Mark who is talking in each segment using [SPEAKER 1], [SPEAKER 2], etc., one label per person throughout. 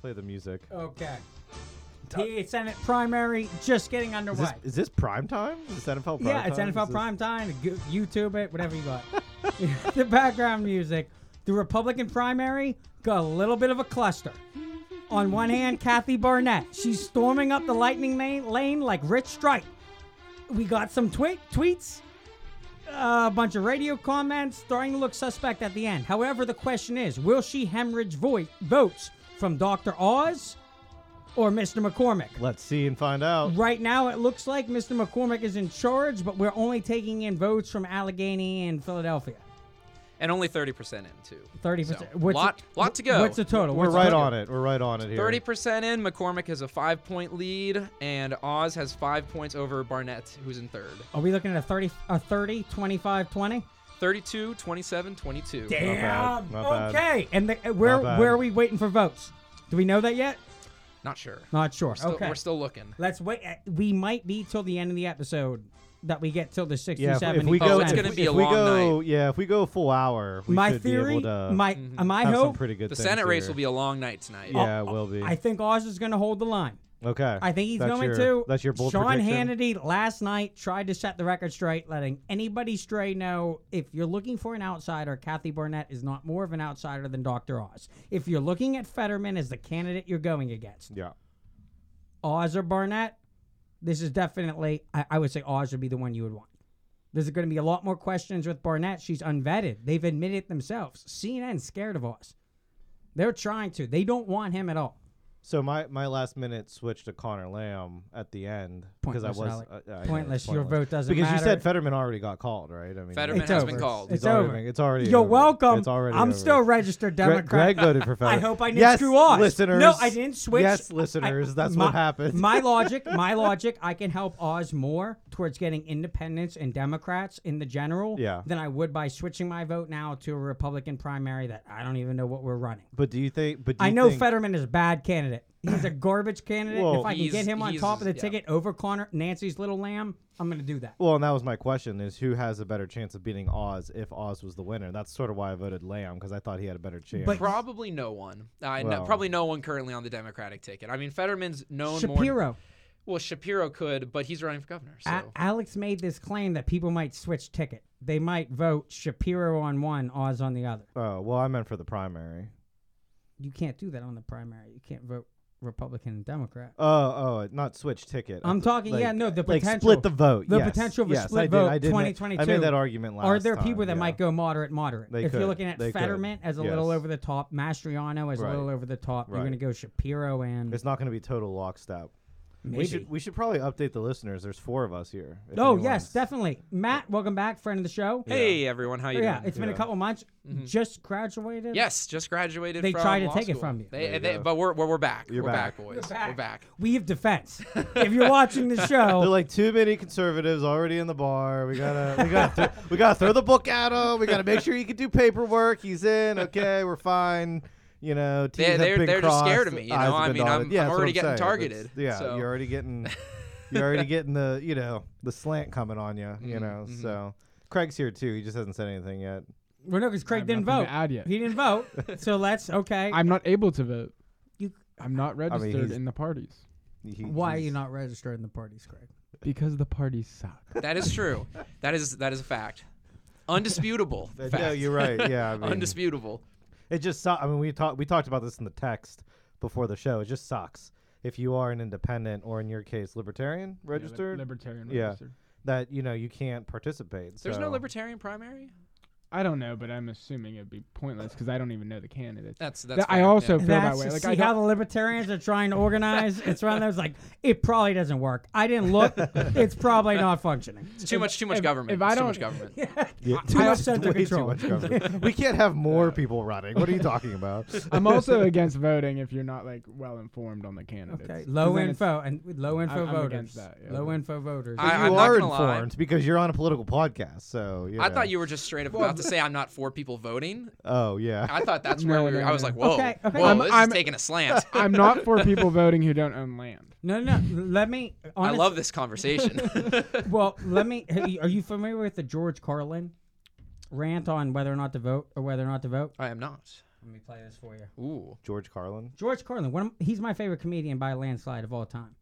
[SPEAKER 1] Play the music.
[SPEAKER 2] Okay. The Senate primary just getting
[SPEAKER 1] Is
[SPEAKER 2] underway.
[SPEAKER 1] this, is this prime time? Is this NFL prime
[SPEAKER 2] yeah, it's
[SPEAKER 1] time?
[SPEAKER 2] NFL
[SPEAKER 1] Is this-
[SPEAKER 2] prime time. Go- YouTube it, whatever you got. the background music. The Republican primary got a little bit of a cluster. On one hand, Kathy Barnett. She's storming up the lightning la- lane like Rich Strike. We got some tweet tweets, uh, a bunch of radio comments, starting to look suspect at the end. However, the question is, will she hemorrhage vo- votes from Dr. Oz or Mr. McCormick?
[SPEAKER 1] Let's see and find out.
[SPEAKER 2] Right now, it looks like Mr. McCormick is in charge, but we're only taking in votes from Allegheny and Philadelphia.
[SPEAKER 3] and only 30% in too.
[SPEAKER 2] 30%.
[SPEAKER 3] So,
[SPEAKER 2] What's
[SPEAKER 3] lot,
[SPEAKER 2] the-
[SPEAKER 3] lot to go.
[SPEAKER 2] What's the total?
[SPEAKER 1] We're
[SPEAKER 2] What's
[SPEAKER 1] right on it. We're right on it here.
[SPEAKER 3] 30% in. McCormick has a five point lead, and Oz has five points over Barnett, who's in third.
[SPEAKER 2] Are we looking at a 30, a 30 25, 20?
[SPEAKER 3] 32, 27, 22.
[SPEAKER 1] bad, not bad.
[SPEAKER 2] okay. And the, uh, where,
[SPEAKER 1] Not bad.
[SPEAKER 2] where are we waiting for votes? Do we know that yet?
[SPEAKER 3] Not sure.
[SPEAKER 2] Not sure.
[SPEAKER 3] Still-
[SPEAKER 2] okay.
[SPEAKER 3] We're still looking.
[SPEAKER 2] Let's wait. uh, We might be till the end of the episode that we get till the 60,
[SPEAKER 1] Yeah, if,
[SPEAKER 2] 70.
[SPEAKER 1] if we
[SPEAKER 3] Oh,
[SPEAKER 1] go,
[SPEAKER 3] it's
[SPEAKER 1] if,
[SPEAKER 3] gonna be
[SPEAKER 1] if
[SPEAKER 3] a
[SPEAKER 1] we
[SPEAKER 3] long
[SPEAKER 1] go, yeah, if we go full hour, we
[SPEAKER 2] my
[SPEAKER 1] should
[SPEAKER 2] theory,
[SPEAKER 1] be able to
[SPEAKER 2] my, uh, my
[SPEAKER 1] have some
[SPEAKER 2] hope,
[SPEAKER 1] pretty good.
[SPEAKER 3] Mm-hmm. The
[SPEAKER 1] things
[SPEAKER 3] Senate race
[SPEAKER 1] here.
[SPEAKER 3] will be a long night tonight.
[SPEAKER 1] Yeah, it will be.
[SPEAKER 2] I think Oz is going to hold the line.
[SPEAKER 1] okay,
[SPEAKER 2] I think he's
[SPEAKER 1] That's
[SPEAKER 2] going
[SPEAKER 1] your-
[SPEAKER 2] to.
[SPEAKER 1] That's your bold
[SPEAKER 2] Sean
[SPEAKER 1] prediction.
[SPEAKER 2] Hannity last night tried to set the record straight, letting anybody stray know if you're looking for an outsider, Kathy Barnett is not more of an outsider than Dr. Oz. If you're looking at Fetterman as the candidate you're going against,
[SPEAKER 1] Yeah,
[SPEAKER 2] Oz or Barnett, this is definitely, I, I would say Oz would be the one you would want. There's going to be a lot more questions with Barnett. She's unvetted. They've admitted themselves. CNN's scared of Oz. They're trying to. They don't want him at all.
[SPEAKER 1] So my, my last minute switch to Connor Lamb at the end because I
[SPEAKER 2] Pointless,
[SPEAKER 1] was
[SPEAKER 2] Alec.
[SPEAKER 1] uh, I know, it's
[SPEAKER 2] Pointless. Your vote doesn't
[SPEAKER 1] because you
[SPEAKER 2] matter.
[SPEAKER 1] said Fetterman already got called, right? I mean,
[SPEAKER 3] Fetterman
[SPEAKER 2] It's
[SPEAKER 3] has
[SPEAKER 2] over.
[SPEAKER 3] been called.
[SPEAKER 2] It's
[SPEAKER 1] He's already
[SPEAKER 2] over.
[SPEAKER 1] been- it's already.
[SPEAKER 2] You're
[SPEAKER 1] over.
[SPEAKER 2] welcome.
[SPEAKER 1] It's already
[SPEAKER 2] I'm
[SPEAKER 1] over.
[SPEAKER 2] still registered
[SPEAKER 1] Greg,
[SPEAKER 2] Democrat.
[SPEAKER 1] Greg voted for Fetterman.
[SPEAKER 2] I hope I didn't
[SPEAKER 1] yes,
[SPEAKER 2] screw off.
[SPEAKER 1] listeners.
[SPEAKER 2] No, I didn't switch.
[SPEAKER 1] Yes,
[SPEAKER 2] I-
[SPEAKER 1] listeners. that's
[SPEAKER 2] my-
[SPEAKER 1] what happened.
[SPEAKER 2] my logic, my logic, I can help Oz more towards getting independents and Democrats in the general
[SPEAKER 1] Yeah.
[SPEAKER 2] than I would by switching my vote now to a Republican primary that I don't even know what we're running.
[SPEAKER 1] but do you think? But do
[SPEAKER 2] I
[SPEAKER 1] you
[SPEAKER 2] know
[SPEAKER 1] think,
[SPEAKER 2] Fetterman is a bad candidate. He's a garbage candidate. and
[SPEAKER 1] Well,
[SPEAKER 2] if I can
[SPEAKER 3] He's-
[SPEAKER 2] get him on
[SPEAKER 3] he's-
[SPEAKER 2] top of the
[SPEAKER 3] yeah.
[SPEAKER 2] ticket over Connor Nancy's little lamb, I'm going to do that.
[SPEAKER 1] Well, and that was my question: is who has a better chance of beating Oz if Oz was the winner? That's sort of why I voted Lamb because I thought he had a better chance.
[SPEAKER 2] But-
[SPEAKER 3] Probably no one. I know
[SPEAKER 1] Well.
[SPEAKER 3] probably no one currently on the Democratic ticket. I mean, Fetterman's known more.
[SPEAKER 2] Shapiro.
[SPEAKER 3] Well, Shapiro could, but he's running for governor. So.
[SPEAKER 2] A- Alex made this claim that people might switch ticket. They might vote Shapiro on one, Oz on the other.
[SPEAKER 1] oh well, I meant for the primary.
[SPEAKER 2] You can't do that on the primary. You can't vote Republican and Democrat.
[SPEAKER 1] Oh, oh, not switch ticket.
[SPEAKER 2] I'm talking- yeah, no, the
[SPEAKER 1] Like
[SPEAKER 2] potential-
[SPEAKER 1] split the vote.
[SPEAKER 2] the
[SPEAKER 1] yes,
[SPEAKER 2] potential of a
[SPEAKER 1] yes,
[SPEAKER 2] split
[SPEAKER 1] I did,
[SPEAKER 2] vote
[SPEAKER 1] I did ma-
[SPEAKER 2] 2022.
[SPEAKER 1] I made that argument last.
[SPEAKER 2] Are there
[SPEAKER 1] time,
[SPEAKER 2] people that
[SPEAKER 1] yeah.
[SPEAKER 2] might go moderate, moderate?
[SPEAKER 1] They
[SPEAKER 2] if you're
[SPEAKER 1] could.
[SPEAKER 2] looking at
[SPEAKER 1] They could.
[SPEAKER 2] Fetterman as a little
[SPEAKER 1] Yes.
[SPEAKER 2] over the top, Mastriano as a
[SPEAKER 1] Right.
[SPEAKER 2] little over the top, you're
[SPEAKER 1] Right.
[SPEAKER 2] going to go Shapiro and
[SPEAKER 1] It's not going to be total lockstep.
[SPEAKER 2] maybe.
[SPEAKER 1] We should we should probably update the listeners. There's four of us here. if
[SPEAKER 2] oh
[SPEAKER 1] anyone's-
[SPEAKER 2] yes, definitely. Matt, welcome back, friend of the show.
[SPEAKER 3] hey everyone, how you
[SPEAKER 2] yeah,
[SPEAKER 3] doing? Mm-hmm.
[SPEAKER 2] it's been a
[SPEAKER 1] Yeah.
[SPEAKER 2] couple months. Just graduated.
[SPEAKER 3] Yes, just graduated.
[SPEAKER 2] They
[SPEAKER 3] from
[SPEAKER 2] tried to
[SPEAKER 3] law
[SPEAKER 2] take it
[SPEAKER 3] school.
[SPEAKER 2] from you.
[SPEAKER 3] They,
[SPEAKER 1] There you
[SPEAKER 3] they-
[SPEAKER 1] go.
[SPEAKER 3] but we're, we're, we're back.
[SPEAKER 1] You're
[SPEAKER 3] we're back,
[SPEAKER 1] back.
[SPEAKER 3] boys.
[SPEAKER 2] We're back.
[SPEAKER 3] We're back.
[SPEAKER 2] We have defense. if you're watching the show,
[SPEAKER 1] They're like too many conservatives already in the bar. We gotta we gotta thro- we gotta throw the book at him. We gotta make sure he can do paperwork. He's in. Okay, we're fine. You know, T's
[SPEAKER 3] They-
[SPEAKER 1] have
[SPEAKER 3] they're-
[SPEAKER 1] been
[SPEAKER 3] they're just scared of
[SPEAKER 1] crossed,
[SPEAKER 3] me, you
[SPEAKER 1] I's
[SPEAKER 3] know?
[SPEAKER 1] have
[SPEAKER 3] I
[SPEAKER 1] been
[SPEAKER 3] mean, I'm-
[SPEAKER 1] dotted. Yeah,
[SPEAKER 3] I'm
[SPEAKER 1] that's what
[SPEAKER 3] already getting
[SPEAKER 1] saying. It's-
[SPEAKER 3] targeted,
[SPEAKER 1] yeah,
[SPEAKER 3] so.
[SPEAKER 1] you're already getting you're already getting the you know the slant coming on you.
[SPEAKER 3] Mm-hmm,
[SPEAKER 1] You know, so Craig's here too. He just hasn't said anything yet.
[SPEAKER 2] Well, no, because Craig
[SPEAKER 4] have
[SPEAKER 2] didn't
[SPEAKER 4] nothing
[SPEAKER 2] vote.
[SPEAKER 4] to add yet.
[SPEAKER 2] He didn't vote, so that's okay.
[SPEAKER 4] I'm not able to vote.
[SPEAKER 2] You-
[SPEAKER 4] I'm not registered
[SPEAKER 1] he's-
[SPEAKER 4] in the parties
[SPEAKER 1] He-
[SPEAKER 2] Why are
[SPEAKER 1] he's-
[SPEAKER 2] you not registered in the parties, Craig?
[SPEAKER 4] because the parties suck.
[SPEAKER 3] That is true. that is that is a fact. Undisputable.
[SPEAKER 1] Uh,
[SPEAKER 3] fact.
[SPEAKER 1] No, you're right. Yeah, I mean,
[SPEAKER 3] Undisputable.
[SPEAKER 1] It just sucks. I mean, we talked we talked about this in the text before the show. It just sucks if you are an independent or, in your case, libertarian registered.
[SPEAKER 4] libertarian.
[SPEAKER 1] Yeah.
[SPEAKER 4] Registered.
[SPEAKER 1] that you know you can't participate.
[SPEAKER 3] There's no
[SPEAKER 1] so-
[SPEAKER 3] libertarian primary.
[SPEAKER 4] I don't know, but I'm assuming it'd be pointless because I don't even know the candidates.
[SPEAKER 3] That's that's.
[SPEAKER 4] I
[SPEAKER 3] fair,
[SPEAKER 4] also
[SPEAKER 3] yeah.
[SPEAKER 4] feel that
[SPEAKER 2] That's
[SPEAKER 4] way. Like
[SPEAKER 2] see
[SPEAKER 4] I
[SPEAKER 2] how
[SPEAKER 4] got,
[SPEAKER 2] the libertarians are trying to organize. it's one of those like it probably doesn't work. I didn't look. it's probably not functioning.
[SPEAKER 3] It's too much. Too much government.
[SPEAKER 4] if I
[SPEAKER 3] It's too
[SPEAKER 4] don't-
[SPEAKER 3] much government.
[SPEAKER 1] Yeah.
[SPEAKER 2] Too much central
[SPEAKER 1] Way too
[SPEAKER 2] control.
[SPEAKER 1] much government. we can't have more people running. What are you talking about?
[SPEAKER 4] I'm also against voting if you're not like well informed on the candidates.
[SPEAKER 2] Okay,
[SPEAKER 4] 'Cause
[SPEAKER 2] low
[SPEAKER 4] then it's-
[SPEAKER 2] info and with low info
[SPEAKER 4] I'm
[SPEAKER 2] voters.
[SPEAKER 4] against that, yeah.
[SPEAKER 2] Low info voters.
[SPEAKER 3] I-
[SPEAKER 1] you
[SPEAKER 3] I'm not
[SPEAKER 1] are
[SPEAKER 3] gonna lie.
[SPEAKER 1] informed because you're on a political podcast. So you
[SPEAKER 3] I
[SPEAKER 1] know.
[SPEAKER 3] thought you were just straight up about to say I'm not for people voting.
[SPEAKER 1] Oh yeah.
[SPEAKER 3] I thought that's
[SPEAKER 4] No,
[SPEAKER 3] where we were.
[SPEAKER 4] no,
[SPEAKER 3] I was
[SPEAKER 4] no.
[SPEAKER 3] like, whoa,
[SPEAKER 2] Okay, okay.
[SPEAKER 3] whoa,
[SPEAKER 2] I'm-
[SPEAKER 3] this
[SPEAKER 4] I'm-
[SPEAKER 3] is taking a slant.
[SPEAKER 4] I'm not for people voting who don't own land.
[SPEAKER 2] No, no, no. Let me.
[SPEAKER 3] I
[SPEAKER 2] Honest,
[SPEAKER 3] love this conversation.
[SPEAKER 2] Well, let me. Are you familiar with the George Carlin rant on whether or not to vote or whether or not to vote?
[SPEAKER 3] I am not.
[SPEAKER 2] Let me play this for you.
[SPEAKER 3] Ooh.
[SPEAKER 1] George Carlin.
[SPEAKER 2] George Carlin, one of, he's my favorite comedian by a landslide of all time.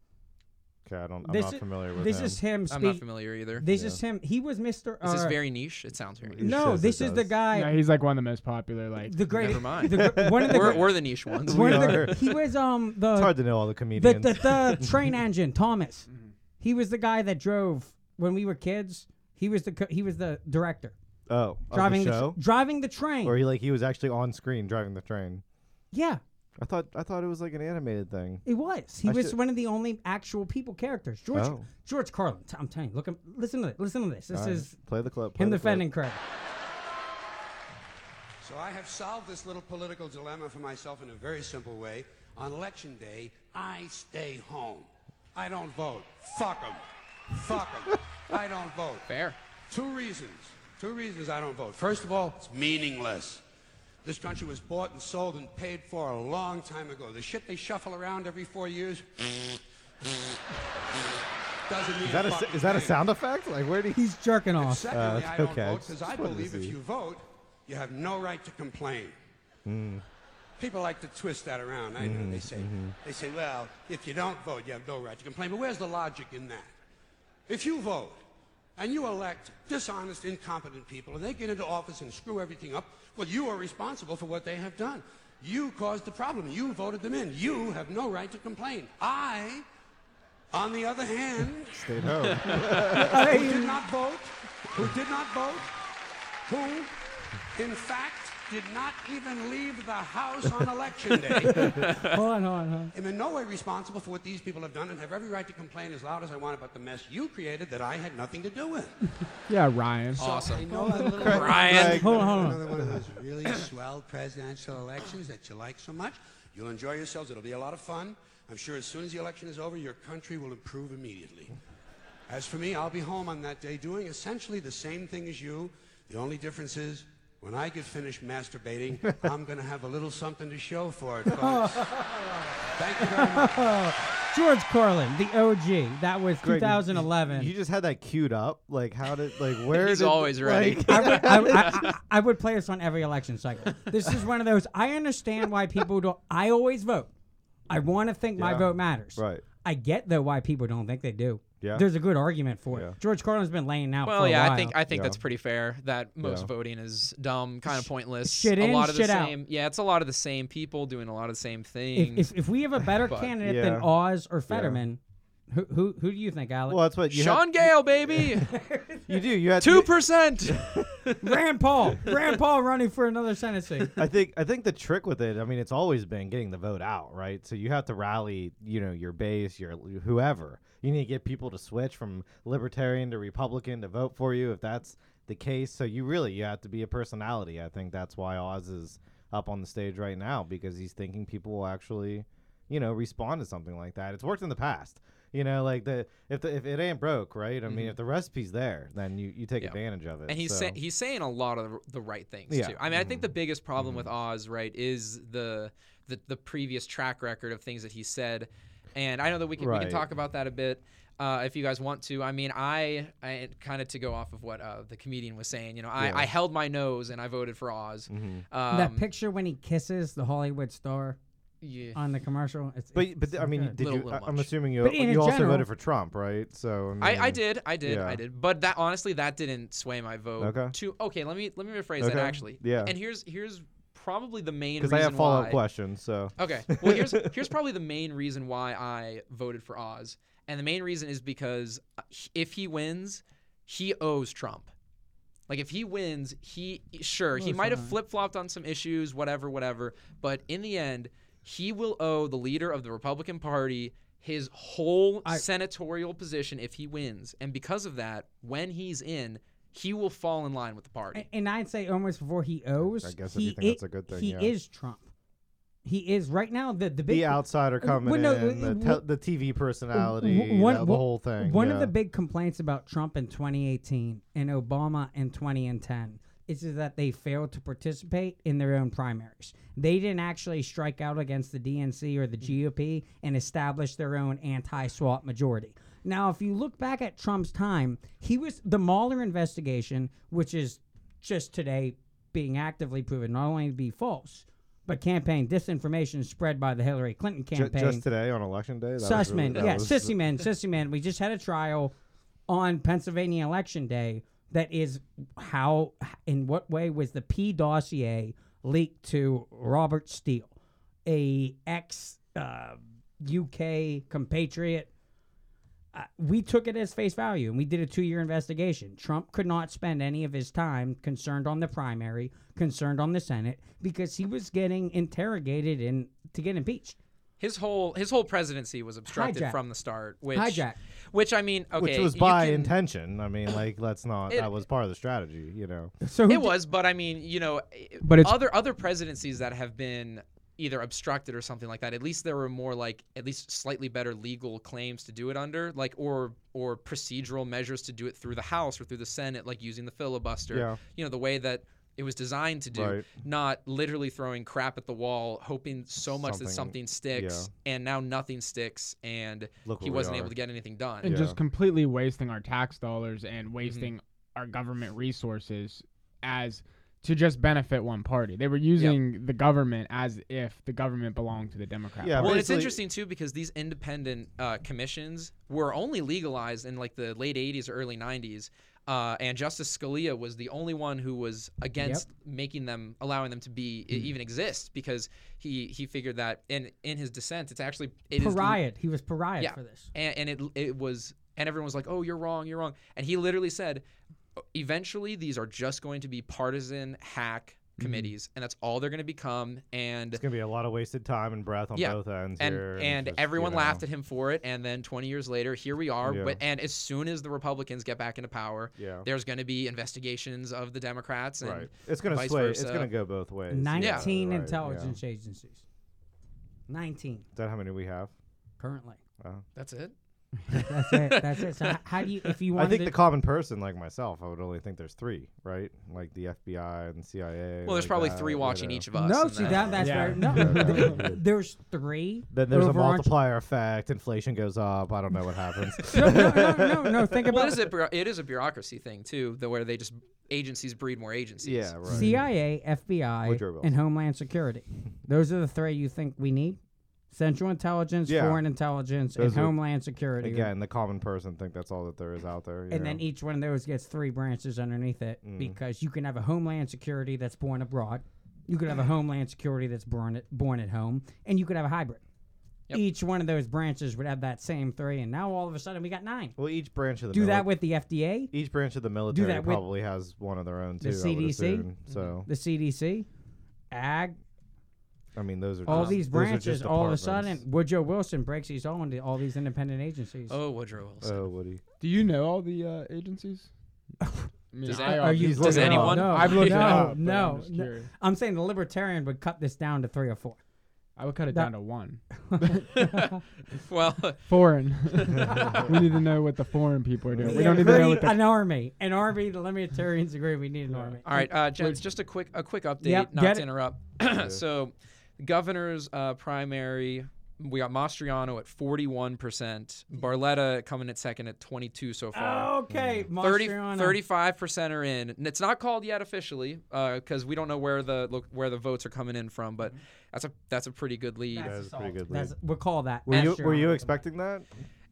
[SPEAKER 1] Okay, I don't. I'm
[SPEAKER 2] This
[SPEAKER 1] not
[SPEAKER 2] is-
[SPEAKER 1] familiar with
[SPEAKER 2] This
[SPEAKER 1] him.
[SPEAKER 2] is him.
[SPEAKER 3] I'm not
[SPEAKER 2] speak-
[SPEAKER 3] familiar either.
[SPEAKER 2] This
[SPEAKER 1] Yeah.
[SPEAKER 2] is him. He was Mr.
[SPEAKER 3] This is
[SPEAKER 2] uh,
[SPEAKER 3] very niche. It sounds very niche.
[SPEAKER 2] no,
[SPEAKER 1] Yes, it
[SPEAKER 2] this is the
[SPEAKER 1] does.
[SPEAKER 2] guy.
[SPEAKER 4] No, he's like one of the most popular. Like
[SPEAKER 2] the great.
[SPEAKER 3] Never mind.
[SPEAKER 2] The, gr- one of the.
[SPEAKER 3] We're,
[SPEAKER 2] gr-
[SPEAKER 3] we're the niche ones.
[SPEAKER 2] one of
[SPEAKER 1] are.
[SPEAKER 2] the he was um
[SPEAKER 1] It's
[SPEAKER 2] the
[SPEAKER 1] hard to know all the
[SPEAKER 2] the,
[SPEAKER 1] comedians.
[SPEAKER 2] the, the train engine Thomas.
[SPEAKER 4] Mm-hmm.
[SPEAKER 2] He was the guy that drove when we were kids. He was the co- he was the director
[SPEAKER 1] oh,
[SPEAKER 2] driving
[SPEAKER 1] of the show,
[SPEAKER 2] tr- driving the train.
[SPEAKER 1] or he like he was actually on screen driving the train.
[SPEAKER 2] yeah,
[SPEAKER 1] I thought I thought it was like an animated thing.
[SPEAKER 2] it was. He
[SPEAKER 1] I
[SPEAKER 2] was
[SPEAKER 1] should-
[SPEAKER 2] one of the only actual people characters. George
[SPEAKER 1] Oh.
[SPEAKER 2] George Carlin. t- I'm telling you. Look, at- listen to this. Listen to this. This
[SPEAKER 1] All right,
[SPEAKER 2] is
[SPEAKER 1] play the clip. play
[SPEAKER 2] him
[SPEAKER 1] the clip.
[SPEAKER 2] defending Craig.
[SPEAKER 5] So I have solved this little political dilemma for myself in a very simple way. On election day, I stay home. I don't vote. Fuck 'em. Fuck 'em. I don't vote.
[SPEAKER 3] Fair.
[SPEAKER 5] Two reasons. Two reasons I don't vote. First of all, it's meaningless. This country was bought and sold and paid for a long time ago. The shit they shuffle around every four years doesn't mean
[SPEAKER 1] Is that a
[SPEAKER 5] fucking
[SPEAKER 1] s- is that a
[SPEAKER 5] thing.
[SPEAKER 1] sound effect? Like where did he?
[SPEAKER 2] He's jerking off.
[SPEAKER 5] Secondly,
[SPEAKER 1] Uh,
[SPEAKER 5] I don't
[SPEAKER 1] okay, I
[SPEAKER 5] vote because
[SPEAKER 1] just
[SPEAKER 5] I
[SPEAKER 1] wanted to
[SPEAKER 5] believe if
[SPEAKER 1] see.
[SPEAKER 5] you vote, you have no right to complain.
[SPEAKER 1] Mm,
[SPEAKER 5] People like to twist that around. I
[SPEAKER 1] Mm-hmm.
[SPEAKER 5] know they say they say, well, if you don't vote, you have no right to complain. But where's the logic in that? If you vote and you elect dishonest, incompetent people, and they get into office and screw everything up, well, you are responsible for what they have done. You caused the problem. You voted them in. You have no right to complain. I, on the other hand
[SPEAKER 1] Stayed home.
[SPEAKER 5] who did not vote, who did not vote, who, in fact, did not even leave the house on election day.
[SPEAKER 2] hold on, hold on, hold on.
[SPEAKER 5] I'm in no way responsible for what these people have done and have every right to complain as loud as I want about the mess you created that I had nothing to do with.
[SPEAKER 4] yeah, Ryan.
[SPEAKER 5] I
[SPEAKER 3] Awesome.
[SPEAKER 5] know a little
[SPEAKER 3] Ryan.
[SPEAKER 1] Craig.
[SPEAKER 2] Hold on, hold on.
[SPEAKER 5] another one of those really swell presidential elections that you like so much. You'll enjoy yourselves. It'll be a lot of fun. I'm sure as soon as the election is over, your country will improve immediately. As for me, I'll be home on that day doing essentially the same thing as you. The only difference is when I get finished masturbating, I'm going to have a little something to show for it, folks. Thank you very much.
[SPEAKER 2] George Carlin, the OG. That was
[SPEAKER 1] Great.
[SPEAKER 2] 2011.
[SPEAKER 1] You just had that queued up. Like how did like where?
[SPEAKER 3] He's
[SPEAKER 1] did,
[SPEAKER 3] always ready.
[SPEAKER 1] like-
[SPEAKER 2] I would, I, would- I- I- I would play this on every election cycle. This is one of those. I understand why people don't. I always vote. I want to think my
[SPEAKER 1] Yeah.
[SPEAKER 2] vote matters.
[SPEAKER 1] Right.
[SPEAKER 2] I get though why people don't think they do.
[SPEAKER 1] Yeah.
[SPEAKER 2] There's a good argument for it.
[SPEAKER 1] Yeah.
[SPEAKER 2] George Carlin's been laying out. for
[SPEAKER 3] Well,
[SPEAKER 2] a
[SPEAKER 3] yeah,
[SPEAKER 2] while.
[SPEAKER 3] I think I think
[SPEAKER 1] Yeah.
[SPEAKER 3] that's pretty fair. That most
[SPEAKER 1] Yeah.
[SPEAKER 3] voting is dumb, kind of pointless.
[SPEAKER 2] shit
[SPEAKER 3] a
[SPEAKER 2] in,
[SPEAKER 3] lot of
[SPEAKER 2] shit
[SPEAKER 3] the
[SPEAKER 2] out.
[SPEAKER 3] same. Yeah, it's a lot of the same people doing a lot of the same
[SPEAKER 2] if,
[SPEAKER 3] things.
[SPEAKER 2] if, if we have a better
[SPEAKER 3] But-
[SPEAKER 2] candidate than
[SPEAKER 1] Yeah.
[SPEAKER 2] Oz or Fetterman, who, who who do you think, Alex?
[SPEAKER 1] well, that's what you
[SPEAKER 3] Sean Gale, baby,
[SPEAKER 1] Had, you do. You had
[SPEAKER 3] two percent.
[SPEAKER 2] Rand Paul. Rand Paul running for another Senate seat.
[SPEAKER 1] I think I think the trick with it, I mean, it's always been getting the vote out, right? So you have to rally, you know, your base, your whoever. You need to get people to switch from libertarian to Republican to vote for you if that's the case. So you really you have to be a personality. I think that's why Oz is up on the stage right now because he's thinking people will actually, you know, respond to something like that. It's worked in the past. You know, like the if the, if it ain't broke, right? I mean, if the recipe's there, then you, you take
[SPEAKER 3] Mm-hmm. Yeah.
[SPEAKER 1] advantage of it.
[SPEAKER 3] And he's
[SPEAKER 1] so.
[SPEAKER 3] say, he's saying a lot of the right things
[SPEAKER 1] Yeah. Mm-hmm.
[SPEAKER 3] too. I mean, I think the biggest problem with Oz, right, is the, the the previous track record of things that he said, and I know that we can we
[SPEAKER 1] Right.
[SPEAKER 3] can talk about that a bit. Uh, if you guys want to, I mean, I, I kind of to go off of what uh, the comedian was saying, you know, I, I held my nose and I voted for Oz.
[SPEAKER 1] Mm-hmm.
[SPEAKER 3] Um,
[SPEAKER 2] that picture when he kisses the Hollywood star
[SPEAKER 3] yeah.
[SPEAKER 2] on the commercial. It's,
[SPEAKER 1] But but
[SPEAKER 2] it's
[SPEAKER 1] I mean,
[SPEAKER 2] good.
[SPEAKER 1] did
[SPEAKER 3] Little-
[SPEAKER 1] you?
[SPEAKER 3] little
[SPEAKER 1] I, am
[SPEAKER 3] much.
[SPEAKER 1] assuming you
[SPEAKER 2] But in
[SPEAKER 1] you also
[SPEAKER 2] general-
[SPEAKER 1] voted for Trump, right? So mean,
[SPEAKER 3] I, I did, I did,
[SPEAKER 1] yeah.
[SPEAKER 3] I did. But that honestly, that didn't sway my vote.
[SPEAKER 1] Okay.
[SPEAKER 3] To okay, let me let me rephrase that
[SPEAKER 1] Okay.
[SPEAKER 3] actually.
[SPEAKER 1] Yeah.
[SPEAKER 3] And here's here's probably the main
[SPEAKER 1] because
[SPEAKER 3] reason
[SPEAKER 1] I have follow up
[SPEAKER 3] why-
[SPEAKER 1] questions. So
[SPEAKER 3] Okay. Well, here's here's probably the main reason why I voted for Oz, and the main reason is because if he wins, he owes Trump. Like if he wins, he sure he might have flip flopped on some issues, whatever, whatever. But in the end, he will owe the leader of the Republican Party his whole senatorial position if he wins, and because of that, when he's in, he will fall in line with the party.
[SPEAKER 2] A- And I'd say almost before he owes.
[SPEAKER 1] I guess if
[SPEAKER 2] he
[SPEAKER 1] you think that's
[SPEAKER 2] i-
[SPEAKER 1] a good thing,
[SPEAKER 2] He
[SPEAKER 1] yeah.
[SPEAKER 2] is Trump. He is right now the the big
[SPEAKER 1] the outsider coming
[SPEAKER 2] Well, no,
[SPEAKER 1] in, the,
[SPEAKER 2] uh,
[SPEAKER 1] tel- the TV personality,
[SPEAKER 2] W-
[SPEAKER 1] you
[SPEAKER 2] one-
[SPEAKER 1] know, the
[SPEAKER 2] one-
[SPEAKER 1] whole thing.
[SPEAKER 2] One of
[SPEAKER 1] yeah.
[SPEAKER 2] the big complaints about Trump in 2018 and Obama in 2010 is is that they failed to participate in their own primaries. They didn't actually strike out against the DNC or the
[SPEAKER 1] Mm-hmm.
[SPEAKER 2] GOP and establish their own anti-swap majority. Now, if you look back at Trump's time, he was the Mueller investigation, which is just today being actively proven not only to be false, but campaign disinformation spread by the Hillary Clinton
[SPEAKER 1] Ju-
[SPEAKER 2] campaign.
[SPEAKER 1] just today on election day. That was really-
[SPEAKER 2] Sussman,
[SPEAKER 1] that
[SPEAKER 2] yeah,
[SPEAKER 1] was-
[SPEAKER 2] Sissyman, Sissyman. We just had a trial on Pennsylvania election day. That is how, in what way was the P dossier leaked to Robert Steele, a ex uh, UK compatriot? Uh, we took it as face value and we did a two year investigation. Trump could not spend any of his time concerned on the primary, concerned on the Senate, because he was getting interrogated and to get impeached.
[SPEAKER 3] His whole his whole presidency was obstructed
[SPEAKER 2] Hijacked.
[SPEAKER 3] from the start. Which
[SPEAKER 2] Hijacked.
[SPEAKER 3] Which I mean, okay,
[SPEAKER 1] Which was
[SPEAKER 3] you
[SPEAKER 1] by
[SPEAKER 3] can-
[SPEAKER 1] intention. I mean, like, let's not.
[SPEAKER 3] It-
[SPEAKER 1] that was part of the strategy, you know.
[SPEAKER 2] So who
[SPEAKER 3] It was, but I mean, you know,
[SPEAKER 4] But it's-
[SPEAKER 3] other other presidencies that have been either obstructed or something like that. At least there were more like at least slightly better legal claims to do it under, like or or procedural measures to do it through the House or through the Senate, like using the filibuster.
[SPEAKER 1] Yeah.
[SPEAKER 3] You know, the way that it was designed to do,
[SPEAKER 1] Right.
[SPEAKER 3] not literally throwing crap at the wall, hoping so much that
[SPEAKER 1] Something-
[SPEAKER 3] something sticks, and now nothing sticks, and
[SPEAKER 1] Look
[SPEAKER 3] he
[SPEAKER 1] where we
[SPEAKER 3] wasn't
[SPEAKER 1] are.
[SPEAKER 3] able to get anything done. Mm-hmm.
[SPEAKER 4] and
[SPEAKER 1] Yeah.
[SPEAKER 4] just completely wasting our tax dollars and wasting our government resources as to just benefit one party. They were using the government as if the government belonged to the Democrat.
[SPEAKER 1] Yeah,
[SPEAKER 4] Party.
[SPEAKER 3] Well, and it's
[SPEAKER 1] Basically-
[SPEAKER 3] interesting too because these independent uh, commissions were only legalized in like the late '80s or early '90s, uh, and Justice Scalia was the only one who was against making them, allowing them to be e-
[SPEAKER 2] Mm-hmm.
[SPEAKER 3] even exist because he he figured that in in his dissent, it's actually it is
[SPEAKER 2] pariah. He was pariah
[SPEAKER 3] Yeah.
[SPEAKER 2] for this.
[SPEAKER 3] and, and it it was and everyone was like, "Oh, you're wrong, you're wrong," and he literally said, "Eventually, these are just going to be partisan hack."
[SPEAKER 2] Mm-hmm.
[SPEAKER 3] Committees, and that's all they're going to become. And
[SPEAKER 1] It's going to be a lot of wasted time and breath on
[SPEAKER 3] Yeah,
[SPEAKER 1] both ends
[SPEAKER 3] and
[SPEAKER 1] here.
[SPEAKER 3] and
[SPEAKER 1] just, you
[SPEAKER 3] everyone
[SPEAKER 1] know.
[SPEAKER 3] laughed at him for it and then 20 years later here we are
[SPEAKER 1] Yeah.
[SPEAKER 3] wi- and as soon as the republicans get back into power
[SPEAKER 1] Yeah.
[SPEAKER 3] there's going to be investigations of the democrats and
[SPEAKER 1] Right. It's going to
[SPEAKER 3] vice
[SPEAKER 1] sway. It's
[SPEAKER 3] versa.
[SPEAKER 1] going to go both ways. yeah,
[SPEAKER 2] 19
[SPEAKER 1] right, yeah.
[SPEAKER 2] intelligence agencies. 19
[SPEAKER 1] Is that how many we have?
[SPEAKER 2] currently.
[SPEAKER 3] that's it
[SPEAKER 2] That's it. That's it. So h- how do you, if you
[SPEAKER 1] I
[SPEAKER 2] want
[SPEAKER 1] think the
[SPEAKER 2] to,
[SPEAKER 1] common person, like myself, I would only think there's three, right? Like the FBI and CIA.
[SPEAKER 3] well there's
[SPEAKER 1] like
[SPEAKER 3] probably
[SPEAKER 1] that,
[SPEAKER 3] three
[SPEAKER 1] you
[SPEAKER 3] watching
[SPEAKER 1] know.
[SPEAKER 3] each of us
[SPEAKER 2] no,
[SPEAKER 3] and
[SPEAKER 2] see
[SPEAKER 3] then-
[SPEAKER 2] that that's
[SPEAKER 4] Yeah.
[SPEAKER 2] very no.
[SPEAKER 1] Yeah.
[SPEAKER 2] th- there's three.
[SPEAKER 1] Then there's a
[SPEAKER 2] overarching-
[SPEAKER 1] multiplier effect. Inflation goes up. I don't know what happens.
[SPEAKER 2] No, no, no, no. Think
[SPEAKER 3] well
[SPEAKER 2] about
[SPEAKER 3] it is, a, bureau- it is a bureaucracy thing too the where they just agencies breed more agencies
[SPEAKER 1] yeah, right.
[SPEAKER 2] CIA,
[SPEAKER 1] Woodrow
[SPEAKER 2] FBI,
[SPEAKER 1] Wilson.
[SPEAKER 2] and Homeland Security. Those are the three you think we need: Central Intelligence,
[SPEAKER 1] Yeah.
[SPEAKER 2] Foreign Intelligence,
[SPEAKER 1] Those
[SPEAKER 2] and
[SPEAKER 1] are-
[SPEAKER 2] Homeland Security.
[SPEAKER 1] Again, the common person think that's all that there is out there. you
[SPEAKER 2] and then
[SPEAKER 1] know? Mm.
[SPEAKER 2] each one of those gets three branches underneath it because you can have a homeland security that's born abroad you could have a homeland security that's born at, born at home and you could have a hybrid
[SPEAKER 3] Yep.
[SPEAKER 2] each one of those branches would have that same three and now all of a sudden we got nine
[SPEAKER 1] well, each branch of the
[SPEAKER 2] do
[SPEAKER 1] mili-
[SPEAKER 2] that with the fda
[SPEAKER 1] each branch of the military
[SPEAKER 2] that with
[SPEAKER 1] probably has one of their own too. I would
[SPEAKER 2] CDC?
[SPEAKER 1] assume. So
[SPEAKER 2] the cdc ag
[SPEAKER 1] I mean, those are
[SPEAKER 2] all
[SPEAKER 1] just-
[SPEAKER 2] these
[SPEAKER 1] those are
[SPEAKER 2] branches
[SPEAKER 1] just
[SPEAKER 2] all of a
[SPEAKER 1] departments.
[SPEAKER 2] sudden woodrow wilson breaks his own to all these independent agencies
[SPEAKER 3] oh woodrow wilson
[SPEAKER 1] Oh, Woody.
[SPEAKER 4] Do you know all the uh, agencies? I mean,
[SPEAKER 3] Does
[SPEAKER 4] I
[SPEAKER 3] any-
[SPEAKER 2] Are you-
[SPEAKER 4] obviously
[SPEAKER 3] Does
[SPEAKER 4] don't.
[SPEAKER 3] anyone?
[SPEAKER 2] No,
[SPEAKER 4] I've looked
[SPEAKER 2] no,
[SPEAKER 4] it up. but
[SPEAKER 2] no,
[SPEAKER 4] I'm, just
[SPEAKER 2] no.
[SPEAKER 4] curious.
[SPEAKER 2] i'm saying the libertarian would cut this down to three or four
[SPEAKER 4] I would cut it
[SPEAKER 2] That-
[SPEAKER 4] down to one.
[SPEAKER 3] well
[SPEAKER 4] Foreign. we need to know what the foreign people are doing. we
[SPEAKER 2] Yeah,
[SPEAKER 4] don't need to
[SPEAKER 2] we
[SPEAKER 4] know
[SPEAKER 2] need
[SPEAKER 4] what the
[SPEAKER 2] an army. An army. The libertarians agree we need an army.
[SPEAKER 3] All right, uh, gents, just a quick a quick update,
[SPEAKER 2] Yep,
[SPEAKER 3] not
[SPEAKER 2] get
[SPEAKER 3] to
[SPEAKER 2] it.
[SPEAKER 3] interrupt. so, governor's uh, primary, we got Mastriano at forty one percent, Barletta coming at second at twenty two so far.
[SPEAKER 2] Okay,
[SPEAKER 3] 30,
[SPEAKER 2] Mastriano.
[SPEAKER 3] 35% are in. And It's not called yet officially because we don't know where the look, where the votes are coming in from, but that's a that's a pretty good lead.
[SPEAKER 1] That's a pretty good lead.
[SPEAKER 2] Mm-hmm. That's, we'll call that.
[SPEAKER 1] Were you, were
[SPEAKER 2] Mastriano.
[SPEAKER 1] you expecting that?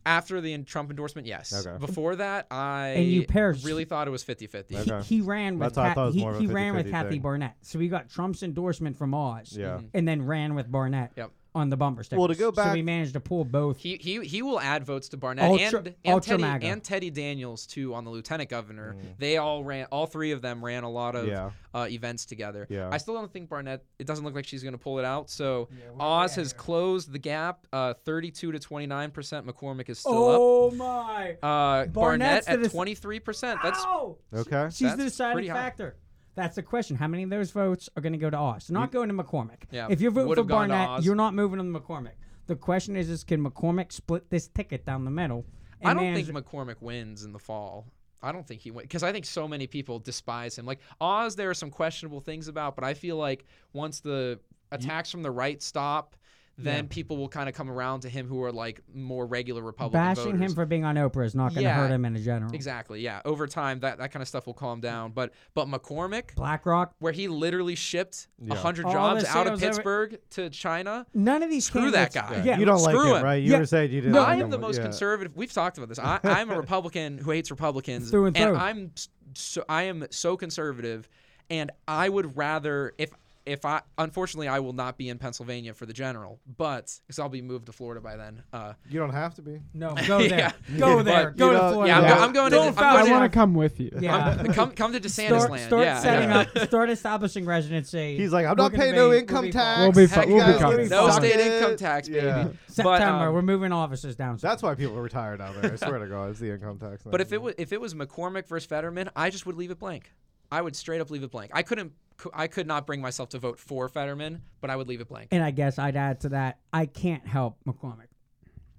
[SPEAKER 3] After the Trump endorsement, yes.
[SPEAKER 1] Okay.
[SPEAKER 3] Before that, I
[SPEAKER 2] And you paired-
[SPEAKER 3] really thought it was 50-50.
[SPEAKER 2] He,
[SPEAKER 1] Okay.
[SPEAKER 2] he ran with
[SPEAKER 1] That's what I
[SPEAKER 2] Kat-
[SPEAKER 1] thought it was
[SPEAKER 2] he,
[SPEAKER 1] more of a
[SPEAKER 2] he ran with
[SPEAKER 1] 50-50
[SPEAKER 2] Kathy
[SPEAKER 1] thing.
[SPEAKER 2] Barnett. So we got Trump's endorsement from Oz.
[SPEAKER 1] Yeah. Mhm.
[SPEAKER 2] And then ran with Barnett.
[SPEAKER 3] Yep.
[SPEAKER 2] On the bumper sticker.
[SPEAKER 1] Well, to go
[SPEAKER 2] so
[SPEAKER 1] back-
[SPEAKER 2] we managed to pull both.
[SPEAKER 3] He, he, he will add votes to Barnett
[SPEAKER 2] Ultra-
[SPEAKER 3] and, and,
[SPEAKER 2] ultra
[SPEAKER 3] Teddy,
[SPEAKER 2] MAGA.
[SPEAKER 3] and Teddy Daniels too on the lieutenant governor. They all ran all three of them ran a lot of
[SPEAKER 1] Mm. Yeah.
[SPEAKER 3] uh, events together.
[SPEAKER 1] Yeah.
[SPEAKER 3] I still don't think Barnett. It doesn't look like she's going to pull it out. So Oz has closed the gap, uh, 32 to 29 percent. McCormick is still
[SPEAKER 2] oh my!
[SPEAKER 3] up. Uh, Barnett
[SPEAKER 2] Barnett's
[SPEAKER 3] at
[SPEAKER 2] the dec-
[SPEAKER 3] 23 percent. That's
[SPEAKER 2] Ow!
[SPEAKER 1] Okay.
[SPEAKER 2] She's the
[SPEAKER 3] That's
[SPEAKER 2] deciding
[SPEAKER 3] pretty high.
[SPEAKER 2] factor. That's the question. How many of those votes are going to go to Oz? They're not going to McCormick.
[SPEAKER 3] Yeah,
[SPEAKER 2] If you're voting for
[SPEAKER 3] would've gone to
[SPEAKER 2] Barnett,
[SPEAKER 3] Oz.
[SPEAKER 2] you're not moving on McCormick. The question is, is can McCormick split this ticket down the middle?
[SPEAKER 3] I don't
[SPEAKER 2] manage-
[SPEAKER 3] think McCormick wins in the fall. I don't think he wins because I think so many people despise him. Like Oz, there are some questionable things about, but I feel like once the attacks from the right stop, then people will kind of come around to him who are like more regular Republican
[SPEAKER 2] Bashing
[SPEAKER 3] voters.
[SPEAKER 2] him for being on Oprah is not going to
[SPEAKER 3] Yeah.
[SPEAKER 2] hurt him in a general.
[SPEAKER 3] Exactly. Yeah. Over time, that, that kind of stuff will calm down. But but McCormick,
[SPEAKER 2] BlackRock.
[SPEAKER 3] where he literally shipped a
[SPEAKER 1] Yeah.
[SPEAKER 3] hundred
[SPEAKER 2] All
[SPEAKER 3] jobs
[SPEAKER 2] this
[SPEAKER 3] out
[SPEAKER 2] shit
[SPEAKER 3] of
[SPEAKER 2] was over-
[SPEAKER 3] Pittsburgh to China.
[SPEAKER 2] None of these
[SPEAKER 3] Screw that
[SPEAKER 2] candidates-
[SPEAKER 3] guy.
[SPEAKER 2] Yeah,
[SPEAKER 1] you don't like
[SPEAKER 3] Screw
[SPEAKER 1] him,
[SPEAKER 3] him.
[SPEAKER 1] right? You
[SPEAKER 2] Yeah.
[SPEAKER 1] were saying you didn't.
[SPEAKER 3] No,
[SPEAKER 1] like
[SPEAKER 3] I am
[SPEAKER 1] him,
[SPEAKER 3] the most
[SPEAKER 1] yeah.
[SPEAKER 3] conservative. We've talked about this. I, I'm a Republican who hates Republicans,
[SPEAKER 2] Through and through.
[SPEAKER 3] I'm so I am so conservative, and I would rather if if I unfortunately I will not be in Pennsylvania for the general, but because I'll be moved to Florida by then. Uh,
[SPEAKER 1] You don't have to be.
[SPEAKER 2] No, go there.
[SPEAKER 3] Yeah.
[SPEAKER 2] Go
[SPEAKER 3] Yeah,
[SPEAKER 2] there.
[SPEAKER 3] but-
[SPEAKER 2] Go
[SPEAKER 1] You
[SPEAKER 2] to
[SPEAKER 1] know-
[SPEAKER 2] Florida.
[SPEAKER 3] yeah, I'm,
[SPEAKER 1] Yeah.
[SPEAKER 3] Go, I'm going
[SPEAKER 2] Don't
[SPEAKER 3] to.
[SPEAKER 2] foul
[SPEAKER 3] I'm
[SPEAKER 4] I
[SPEAKER 3] going
[SPEAKER 4] want
[SPEAKER 2] wanna
[SPEAKER 4] to come with you.
[SPEAKER 2] Yeah.
[SPEAKER 3] to come come to DeSantis
[SPEAKER 2] Start,
[SPEAKER 3] land.
[SPEAKER 2] start
[SPEAKER 3] yeah,
[SPEAKER 2] setting
[SPEAKER 3] yeah.
[SPEAKER 2] up. Start establishing residency.
[SPEAKER 1] He's like, I'm
[SPEAKER 2] We're
[SPEAKER 1] not
[SPEAKER 2] gonna
[SPEAKER 1] paying
[SPEAKER 2] be-
[SPEAKER 1] no
[SPEAKER 2] we'll
[SPEAKER 1] income
[SPEAKER 2] be
[SPEAKER 1] tax.
[SPEAKER 2] fine.
[SPEAKER 4] We'll be fi-
[SPEAKER 1] Heck,
[SPEAKER 4] we'll be
[SPEAKER 1] guys,
[SPEAKER 4] covered.
[SPEAKER 1] let me
[SPEAKER 3] No
[SPEAKER 1] suck
[SPEAKER 3] state
[SPEAKER 1] it.
[SPEAKER 3] income tax, baby.
[SPEAKER 1] Yeah.
[SPEAKER 3] But,
[SPEAKER 2] September.
[SPEAKER 3] um,
[SPEAKER 2] we're moving offices down.
[SPEAKER 1] That's why people retire down there. I swear to God, it's the income tax.
[SPEAKER 3] But if
[SPEAKER 1] thing.
[SPEAKER 3] it was if it was McCormick versus Fetterman, I just would leave it blank. I would straight up leave it blank. I couldn't. I could not bring myself to vote for Fetterman, but I would leave it blank.
[SPEAKER 2] and I guess I'd add to that, I can't help McCormick.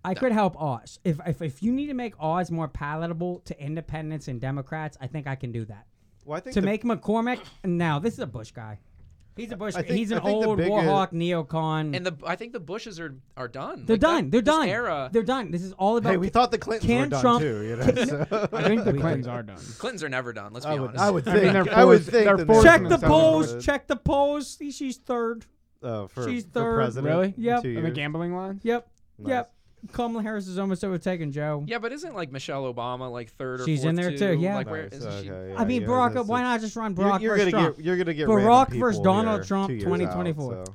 [SPEAKER 2] I could help Oz. If, if if you need to make Oz more palatable to independents and Democrats, I think I can do that.
[SPEAKER 1] well, I think
[SPEAKER 2] To
[SPEAKER 1] the-
[SPEAKER 2] make McCormick, now this is a Bush guy. He's a Bush.
[SPEAKER 1] I think-
[SPEAKER 2] he's an
[SPEAKER 1] I think the
[SPEAKER 2] old
[SPEAKER 1] big-
[SPEAKER 2] war hawk neocon.
[SPEAKER 3] And the I think the Bushes are are done.
[SPEAKER 2] they're
[SPEAKER 3] Like, that-
[SPEAKER 2] done. they're
[SPEAKER 3] this
[SPEAKER 2] done.
[SPEAKER 3] Era.
[SPEAKER 2] They're done. This is all about.
[SPEAKER 1] hey, we thought the Clintons
[SPEAKER 2] Can
[SPEAKER 1] were done
[SPEAKER 2] Trump-
[SPEAKER 1] too. You know, so-
[SPEAKER 4] I think the Clintons are done.
[SPEAKER 3] Clintons are never done. Let's be
[SPEAKER 1] I would,
[SPEAKER 3] honest.
[SPEAKER 1] I would
[SPEAKER 4] I mean,
[SPEAKER 1] think.
[SPEAKER 4] they're
[SPEAKER 1] I would
[SPEAKER 4] forced-
[SPEAKER 1] think
[SPEAKER 4] they're
[SPEAKER 1] that
[SPEAKER 4] forced
[SPEAKER 1] they're
[SPEAKER 2] check
[SPEAKER 4] Bush
[SPEAKER 1] gonna
[SPEAKER 2] the
[SPEAKER 4] is
[SPEAKER 1] stop
[SPEAKER 2] polls.
[SPEAKER 1] voting,
[SPEAKER 2] Check the polls. See, She's third.
[SPEAKER 1] Uh, for,
[SPEAKER 2] She's
[SPEAKER 1] for
[SPEAKER 2] third.
[SPEAKER 1] president.
[SPEAKER 4] Really?
[SPEAKER 1] in
[SPEAKER 2] Yep.
[SPEAKER 1] two
[SPEAKER 4] On the
[SPEAKER 1] years.
[SPEAKER 4] gambling lines?
[SPEAKER 2] Yep.
[SPEAKER 1] Nice.
[SPEAKER 2] Yep. Kamala Harris is almost overtaken Joe.
[SPEAKER 3] Yeah, but isn't like Michelle Obama like third or
[SPEAKER 2] She's
[SPEAKER 3] fourth
[SPEAKER 2] in there, too, yeah.
[SPEAKER 3] Like where
[SPEAKER 1] Nice,
[SPEAKER 3] is
[SPEAKER 1] okay,
[SPEAKER 3] she?
[SPEAKER 1] yeah,
[SPEAKER 2] I mean,
[SPEAKER 1] yeah,
[SPEAKER 2] Barack.
[SPEAKER 1] that's-
[SPEAKER 2] Why not just run
[SPEAKER 1] You're,
[SPEAKER 2] Barack
[SPEAKER 1] you're
[SPEAKER 2] versus
[SPEAKER 1] gonna
[SPEAKER 2] Trump?
[SPEAKER 1] get you're gonna get
[SPEAKER 2] Barack
[SPEAKER 1] random
[SPEAKER 2] versus
[SPEAKER 1] people
[SPEAKER 2] Donald
[SPEAKER 1] here
[SPEAKER 2] Trump,
[SPEAKER 1] two years
[SPEAKER 2] 2024.
[SPEAKER 1] Out, so.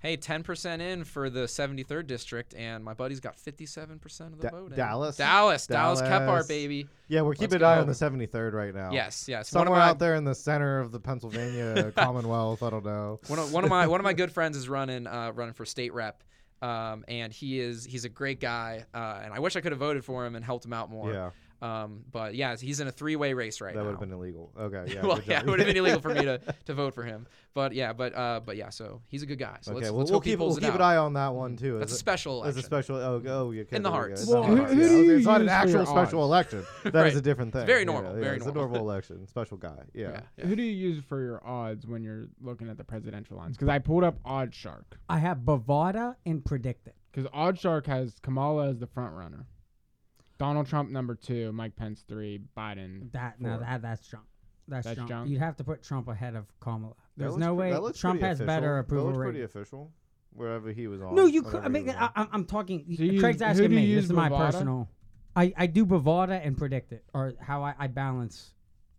[SPEAKER 3] Hey, ten percent in for the seventy third district, and my buddy's got fifty seven percent of the
[SPEAKER 1] Da-
[SPEAKER 3] vote. in.
[SPEAKER 1] Dallas?
[SPEAKER 3] Dallas, Dallas,
[SPEAKER 1] Dallas.
[SPEAKER 3] Kepar, baby.
[SPEAKER 1] Yeah, we're keeping an
[SPEAKER 3] go.
[SPEAKER 1] eye on the 73rd right now.
[SPEAKER 3] Yes, yes. One of
[SPEAKER 1] Somewhere
[SPEAKER 3] my-
[SPEAKER 1] out there in the center of the Pennsylvania Commonwealth, I don't know.
[SPEAKER 3] One of, one of my one of my good friends is running uh, running for state rep, um, and he is he's a great guy, uh, and I wish I could have voted for him and helped him out more.
[SPEAKER 1] Yeah.
[SPEAKER 3] Um, but yeah, he's in a three way race right
[SPEAKER 1] That
[SPEAKER 3] now.
[SPEAKER 1] would have been illegal. Okay, yeah.
[SPEAKER 3] well,
[SPEAKER 1] good
[SPEAKER 3] yeah, it
[SPEAKER 1] job.
[SPEAKER 3] would have been illegal for me to, to vote for him. But yeah, but uh, but yeah, so he's a good guy. So
[SPEAKER 1] okay,
[SPEAKER 3] let's,
[SPEAKER 1] we'll,
[SPEAKER 3] let's
[SPEAKER 1] we'll
[SPEAKER 3] hope he
[SPEAKER 1] keep, we'll
[SPEAKER 3] pulls it
[SPEAKER 1] keep
[SPEAKER 3] out. Mm-hmm.
[SPEAKER 1] an eye on that one too.
[SPEAKER 3] That's
[SPEAKER 1] As
[SPEAKER 3] a special
[SPEAKER 1] As a
[SPEAKER 3] election.
[SPEAKER 1] special, oh, oh, yeah, okay,
[SPEAKER 3] In the
[SPEAKER 1] there we go.
[SPEAKER 3] hearts.
[SPEAKER 1] It's
[SPEAKER 3] Well,
[SPEAKER 1] not
[SPEAKER 4] who-
[SPEAKER 1] hard,
[SPEAKER 4] who
[SPEAKER 1] yeah.
[SPEAKER 4] do
[SPEAKER 1] Okay,
[SPEAKER 4] you
[SPEAKER 1] It's not an
[SPEAKER 4] use for
[SPEAKER 1] actual
[SPEAKER 4] your
[SPEAKER 1] special
[SPEAKER 4] odds?
[SPEAKER 1] election. That is
[SPEAKER 3] Right.
[SPEAKER 1] a different thing.
[SPEAKER 3] very
[SPEAKER 1] you know,
[SPEAKER 3] normal,
[SPEAKER 1] yeah,
[SPEAKER 3] very
[SPEAKER 1] It's a
[SPEAKER 3] normal.
[SPEAKER 1] normal election. Special guy. Yeah.
[SPEAKER 3] Yeah, yeah.
[SPEAKER 4] Who do you use for your odds when you're looking at the presidential lines? Because I pulled up Odd Shark.
[SPEAKER 2] I have Bovada and predict it.
[SPEAKER 4] Because Odd Shark has Kamala as the front runner, Donald Trump number two, Mike Pence three, Biden.
[SPEAKER 2] That no,
[SPEAKER 4] Four.
[SPEAKER 2] that that's junk. That's,
[SPEAKER 4] That's
[SPEAKER 2] junk.
[SPEAKER 4] junk?
[SPEAKER 2] You'd have to put Trump ahead of Kamala.
[SPEAKER 1] That
[SPEAKER 2] There's
[SPEAKER 1] looks
[SPEAKER 2] no
[SPEAKER 1] pre-
[SPEAKER 2] way
[SPEAKER 1] that looks
[SPEAKER 2] Trump
[SPEAKER 1] pretty
[SPEAKER 2] has
[SPEAKER 1] official.
[SPEAKER 2] better
[SPEAKER 1] That
[SPEAKER 2] approval
[SPEAKER 1] looks pretty
[SPEAKER 2] rating.
[SPEAKER 1] official. Wherever he was on.
[SPEAKER 2] No, you. Could,
[SPEAKER 1] whenever
[SPEAKER 2] I
[SPEAKER 1] he
[SPEAKER 2] mean,
[SPEAKER 1] was
[SPEAKER 2] I,
[SPEAKER 1] on.
[SPEAKER 2] I'm, I'm talking.
[SPEAKER 4] you
[SPEAKER 2] Craig's
[SPEAKER 4] use- who
[SPEAKER 2] asking
[SPEAKER 4] do you
[SPEAKER 2] me. This
[SPEAKER 4] use
[SPEAKER 2] is my
[SPEAKER 4] Bovada?
[SPEAKER 2] personal. I, I do Bovada and predict it, or how I, I balance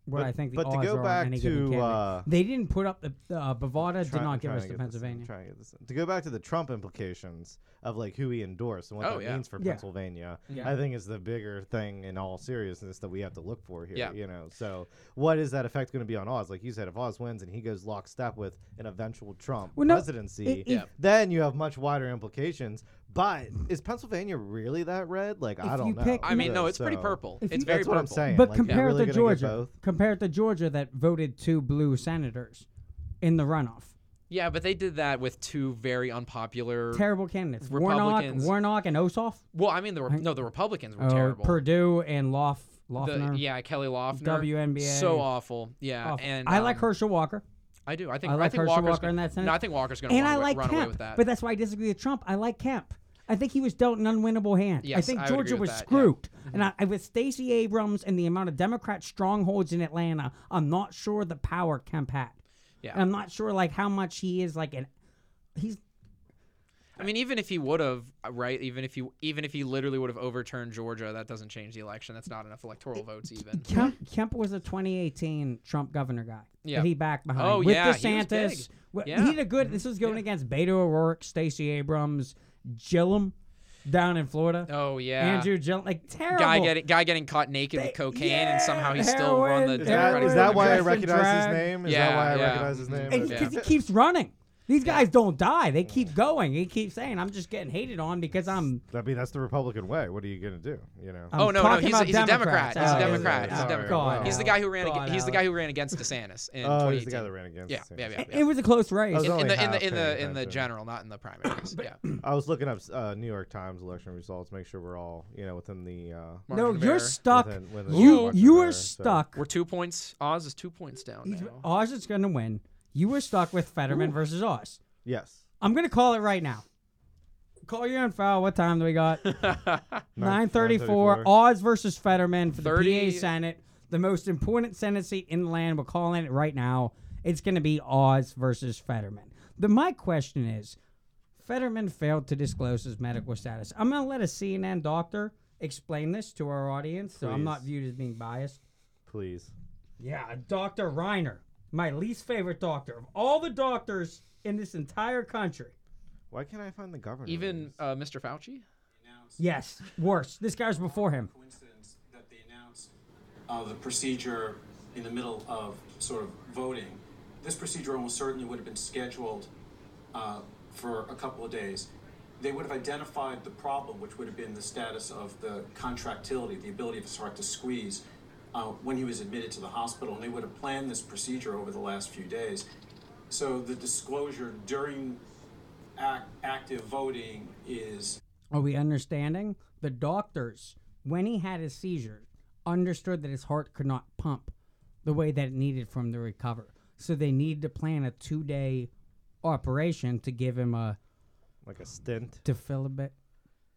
[SPEAKER 2] what
[SPEAKER 1] But-
[SPEAKER 2] I think the
[SPEAKER 1] but to
[SPEAKER 2] odds
[SPEAKER 1] go
[SPEAKER 2] are
[SPEAKER 1] back
[SPEAKER 2] on any given
[SPEAKER 1] to,
[SPEAKER 2] candidate.
[SPEAKER 1] uh,
[SPEAKER 2] they didn't put up the the, uh, Bovada.
[SPEAKER 1] Try-
[SPEAKER 2] did
[SPEAKER 1] I'm
[SPEAKER 2] not give
[SPEAKER 1] trying
[SPEAKER 2] us
[SPEAKER 1] to
[SPEAKER 2] the
[SPEAKER 1] get this in,
[SPEAKER 2] Pennsylvania.
[SPEAKER 1] trying to get this in. To go back to the Trump implications of like who he endorsed and what
[SPEAKER 3] Oh,
[SPEAKER 1] that
[SPEAKER 3] yeah.
[SPEAKER 1] means for
[SPEAKER 2] Yeah.
[SPEAKER 1] Pennsylvania,
[SPEAKER 2] Yeah.
[SPEAKER 1] I think is the bigger thing in all seriousness that we have to look for here.
[SPEAKER 3] Yeah.
[SPEAKER 1] You know, so what is that effect going to be on Oz? Like you said, if Oz wins and he goes lockstep with an eventual Trump
[SPEAKER 2] Well, no,
[SPEAKER 1] presidency,
[SPEAKER 2] it- it-
[SPEAKER 1] then you have much wider implications. But is Pennsylvania really that red? Like I
[SPEAKER 2] If
[SPEAKER 1] don't
[SPEAKER 2] you
[SPEAKER 1] know.
[SPEAKER 2] pick-
[SPEAKER 3] I mean, no,
[SPEAKER 1] So-
[SPEAKER 3] it's pretty purple.
[SPEAKER 2] If
[SPEAKER 3] It's
[SPEAKER 2] you-
[SPEAKER 3] very
[SPEAKER 1] That's
[SPEAKER 3] purple.
[SPEAKER 1] what I'm saying.
[SPEAKER 2] But
[SPEAKER 1] Like, you're
[SPEAKER 2] compare
[SPEAKER 1] really
[SPEAKER 2] it to
[SPEAKER 1] gonna get
[SPEAKER 2] Georgia.
[SPEAKER 1] both?
[SPEAKER 2] Compare it to Georgia that voted two blue senators in the runoff.
[SPEAKER 3] Yeah, but they did that with two very unpopular.
[SPEAKER 2] Terrible candidates. Warnock,
[SPEAKER 3] Republicans.
[SPEAKER 2] Warnock, and Ossoff.
[SPEAKER 3] well, I mean, the Re- no, the Republicans were
[SPEAKER 2] Oh,
[SPEAKER 3] terrible.
[SPEAKER 2] Purdue and Loff.
[SPEAKER 3] the,
[SPEAKER 2] Loffner.
[SPEAKER 3] yeah, Kelly Loeffner.
[SPEAKER 2] WNBA.
[SPEAKER 3] So awful. Yeah,
[SPEAKER 2] Awful.
[SPEAKER 3] and
[SPEAKER 2] I like
[SPEAKER 3] um,
[SPEAKER 2] Herschel Walker.
[SPEAKER 3] I do. I think
[SPEAKER 2] I
[SPEAKER 3] I,
[SPEAKER 2] like
[SPEAKER 3] think
[SPEAKER 2] Herschel
[SPEAKER 3] Walker's
[SPEAKER 2] Walker
[SPEAKER 3] gonna,
[SPEAKER 2] in that Senate.
[SPEAKER 3] No, I think Walker's going to
[SPEAKER 2] And
[SPEAKER 3] run,
[SPEAKER 2] I
[SPEAKER 3] away,
[SPEAKER 2] like
[SPEAKER 3] run away
[SPEAKER 2] Kemp,
[SPEAKER 3] with that.
[SPEAKER 2] but that's why I disagree with Trump. I like Kemp. I think he was dealt an unwinnable hand. I
[SPEAKER 3] Yes,
[SPEAKER 2] think
[SPEAKER 3] I would agree
[SPEAKER 2] Georgia was
[SPEAKER 3] with that, yeah. Mm-hmm.
[SPEAKER 2] screwed, and I, I- with Stacey Abrams and the amount of Democrat strongholds in Atlanta, I'm not sure the power Kemp had.
[SPEAKER 3] Yeah.
[SPEAKER 2] And I'm not sure like how much he is like an. He's
[SPEAKER 3] I mean, even if he would have, right? Even if he, even if he literally would have overturned Georgia, that doesn't change the election. That's not enough electoral votes, even.
[SPEAKER 2] Kemp, Kemp was a 2018 Trump governor guy.
[SPEAKER 3] Yeah.
[SPEAKER 2] that he backed behind.
[SPEAKER 3] Oh,
[SPEAKER 2] with
[SPEAKER 3] yeah, he was
[SPEAKER 2] DeSantis.
[SPEAKER 3] big.
[SPEAKER 2] Wi-
[SPEAKER 3] Yeah.
[SPEAKER 2] he did a good. This was going against Beto O'Rourke, Stacey Abrams, Gillum, down in Florida.
[SPEAKER 3] Oh yeah,
[SPEAKER 2] Andrew Gillum, like terrible
[SPEAKER 3] guy getting guy getting caught naked with cocaine, and somehow he still run the
[SPEAKER 2] heroin,
[SPEAKER 1] Is that,
[SPEAKER 3] Democratic
[SPEAKER 1] is that why I
[SPEAKER 2] Dressed in
[SPEAKER 1] recognize
[SPEAKER 2] drag.
[SPEAKER 1] his name? Is that
[SPEAKER 3] Yeah,
[SPEAKER 1] why I
[SPEAKER 3] yeah.
[SPEAKER 1] recognize his name?
[SPEAKER 2] because
[SPEAKER 1] Okay.
[SPEAKER 2] he keeps running. These guys don't die; they keep going. He keeps saying, "I'm just getting hated on because I'm."
[SPEAKER 1] I mean, that's the Republican way. What are you gonna do? You know.
[SPEAKER 2] I'm
[SPEAKER 3] Oh no, no,
[SPEAKER 2] talking
[SPEAKER 3] he's a,
[SPEAKER 2] about
[SPEAKER 3] he's a Democrat.
[SPEAKER 2] Democrats.
[SPEAKER 3] He's
[SPEAKER 2] Oh,
[SPEAKER 3] a Democrat.
[SPEAKER 1] yeah,
[SPEAKER 3] He's a
[SPEAKER 1] yeah.
[SPEAKER 3] Democrat.
[SPEAKER 1] God,
[SPEAKER 3] He's the
[SPEAKER 2] Alex.
[SPEAKER 3] guy who ran. ag-
[SPEAKER 2] God,
[SPEAKER 3] He's the
[SPEAKER 2] Alex.
[SPEAKER 3] guy who ran against DeSantis in
[SPEAKER 1] oh,
[SPEAKER 3] 2018.
[SPEAKER 1] he's the guy that ran against.
[SPEAKER 3] Yeah, yeah,
[SPEAKER 1] the Sanders.
[SPEAKER 3] yeah,
[SPEAKER 2] It,
[SPEAKER 3] yeah.
[SPEAKER 2] it was a close race.
[SPEAKER 1] was
[SPEAKER 3] In, in
[SPEAKER 1] only
[SPEAKER 3] the in
[SPEAKER 1] half
[SPEAKER 3] the in
[SPEAKER 1] paying
[SPEAKER 3] the in the
[SPEAKER 1] attention.
[SPEAKER 3] general, not in the primaries. yeah.
[SPEAKER 1] I was looking up uh, New York Times election results, make sure we're all you know within the. Uh,
[SPEAKER 2] no,
[SPEAKER 3] Margin of
[SPEAKER 2] you're
[SPEAKER 3] error.
[SPEAKER 2] stuck.
[SPEAKER 1] Within- within
[SPEAKER 2] you
[SPEAKER 1] margin
[SPEAKER 2] you
[SPEAKER 1] of
[SPEAKER 2] are
[SPEAKER 1] error, so-
[SPEAKER 2] stuck.
[SPEAKER 3] We're two points. Oz is two points down
[SPEAKER 2] He's-
[SPEAKER 3] now.
[SPEAKER 2] Oz is going to win. You were stuck with Fetterman versus Oz.
[SPEAKER 1] Yes.
[SPEAKER 2] I'm going to call it right now. Call your own foul. What time do we got?
[SPEAKER 1] Nine-
[SPEAKER 2] 934.
[SPEAKER 1] 9:34.
[SPEAKER 2] Oz versus Fetterman for the PA
[SPEAKER 3] 30
[SPEAKER 2] Senate. The most important Senate seat in the land. We're calling it right now. It's going to be Oz versus Fetterman. The, my question is Fetterman failed to disclose his medical status. I'm going to let a CNN doctor explain this to our audience so I'm not
[SPEAKER 1] Please.
[SPEAKER 2] viewed as being biased.
[SPEAKER 1] Please.
[SPEAKER 2] Yeah, Dr. Reiner, my least favorite doctor of all the doctors in this entire country.
[SPEAKER 1] Why can't I find the governor?
[SPEAKER 3] Even
[SPEAKER 1] names?
[SPEAKER 3] uh, Mr. Fauci.
[SPEAKER 2] Yes, worse. This guy's before him.
[SPEAKER 6] coincidence that they announced uh, the procedure in the middle of sort of voting. This procedure almost certainly would have been scheduled uh, for a couple of days. They would have identified the problem, which would have been the status of the contractility, the ability of a sort to squeeze, uh, when he was admitted to the hospital, and they would have planned this procedure over the last few days. So the disclosure during ac active voting is
[SPEAKER 2] Are we understanding? The doctors, when he had his seizure, understood that his heart could not pump the way that it needed for him to recover. So they needed to plan a two day operation to give him a
[SPEAKER 1] like a stint.
[SPEAKER 2] defibrillate.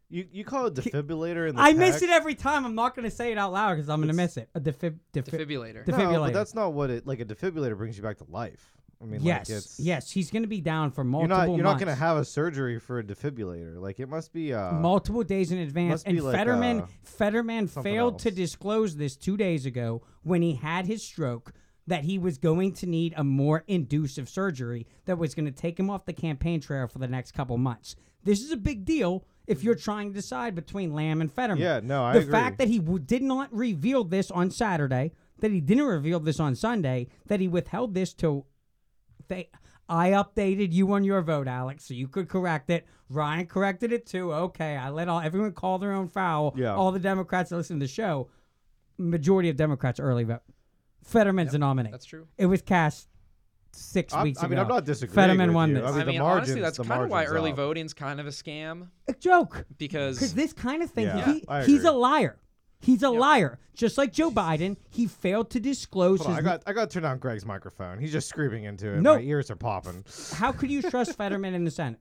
[SPEAKER 1] You you call it defibrillator in the
[SPEAKER 2] I miss
[SPEAKER 1] text?
[SPEAKER 2] it every time. I'm not going to say it out loud because I'm going to miss it. A defib. defib-
[SPEAKER 3] Defibrillator.
[SPEAKER 2] Defib-
[SPEAKER 1] No,
[SPEAKER 2] defibrillator.
[SPEAKER 1] but that's not what it like. A defibrillator brings you back to life. I mean,
[SPEAKER 2] yes,
[SPEAKER 1] like it's,
[SPEAKER 2] yes. He's going to be down for
[SPEAKER 1] You're
[SPEAKER 2] multiple
[SPEAKER 1] not you're not
[SPEAKER 2] months.
[SPEAKER 1] gonna have a surgery for a defibrillator. Like it must be uh
[SPEAKER 2] multiple days in advance.
[SPEAKER 1] Must be
[SPEAKER 2] And
[SPEAKER 1] like,
[SPEAKER 2] Fetterman
[SPEAKER 1] uh,
[SPEAKER 2] Fetterman failed to
[SPEAKER 1] else.
[SPEAKER 2] disclose this two days ago when he had his stroke that he was going to need a more inducive surgery that was going to take him off the campaign trail for the next couple months. This is a big deal if you're trying to decide between Lamb and Fetterman.
[SPEAKER 1] Yeah, no, I
[SPEAKER 2] the
[SPEAKER 1] agree.
[SPEAKER 2] fact that he w- did not reveal this on Saturday, that he didn't reveal this on Sunday, that he withheld this till they I updated you on your vote, Alex, so you could correct it. Ryan corrected it too. Okay, I let all everyone call their own foul.
[SPEAKER 1] Yeah.
[SPEAKER 2] All the Democrats that listen to the show, majority of Democrats early vote. Fetterman's a nominee.
[SPEAKER 3] That's true.
[SPEAKER 2] It was cast 6
[SPEAKER 1] I'm-
[SPEAKER 2] weeks
[SPEAKER 1] I mean,
[SPEAKER 2] ago.
[SPEAKER 1] I'm not disagreeing
[SPEAKER 2] Fetterman
[SPEAKER 1] with
[SPEAKER 2] won
[SPEAKER 1] you.
[SPEAKER 2] this.
[SPEAKER 1] I mean,
[SPEAKER 3] I
[SPEAKER 1] the
[SPEAKER 3] mean, honestly,
[SPEAKER 1] margins-
[SPEAKER 3] that's
[SPEAKER 1] the
[SPEAKER 3] kind of why
[SPEAKER 1] margins
[SPEAKER 3] early
[SPEAKER 1] up.
[SPEAKER 3] voting's kind of a scam
[SPEAKER 2] a joke. Because
[SPEAKER 3] because
[SPEAKER 2] this kind of thing,
[SPEAKER 1] Yeah, I
[SPEAKER 2] he, he's
[SPEAKER 1] agree.
[SPEAKER 2] a liar. He's a liar. Just like Joe Biden, he failed to disclose
[SPEAKER 1] Hold on, I
[SPEAKER 2] his
[SPEAKER 1] got I got to turn on Greg's microphone. He's just screaming into it.
[SPEAKER 2] No.
[SPEAKER 1] My ears are popping.
[SPEAKER 2] How could you trust Fetterman in the Senate?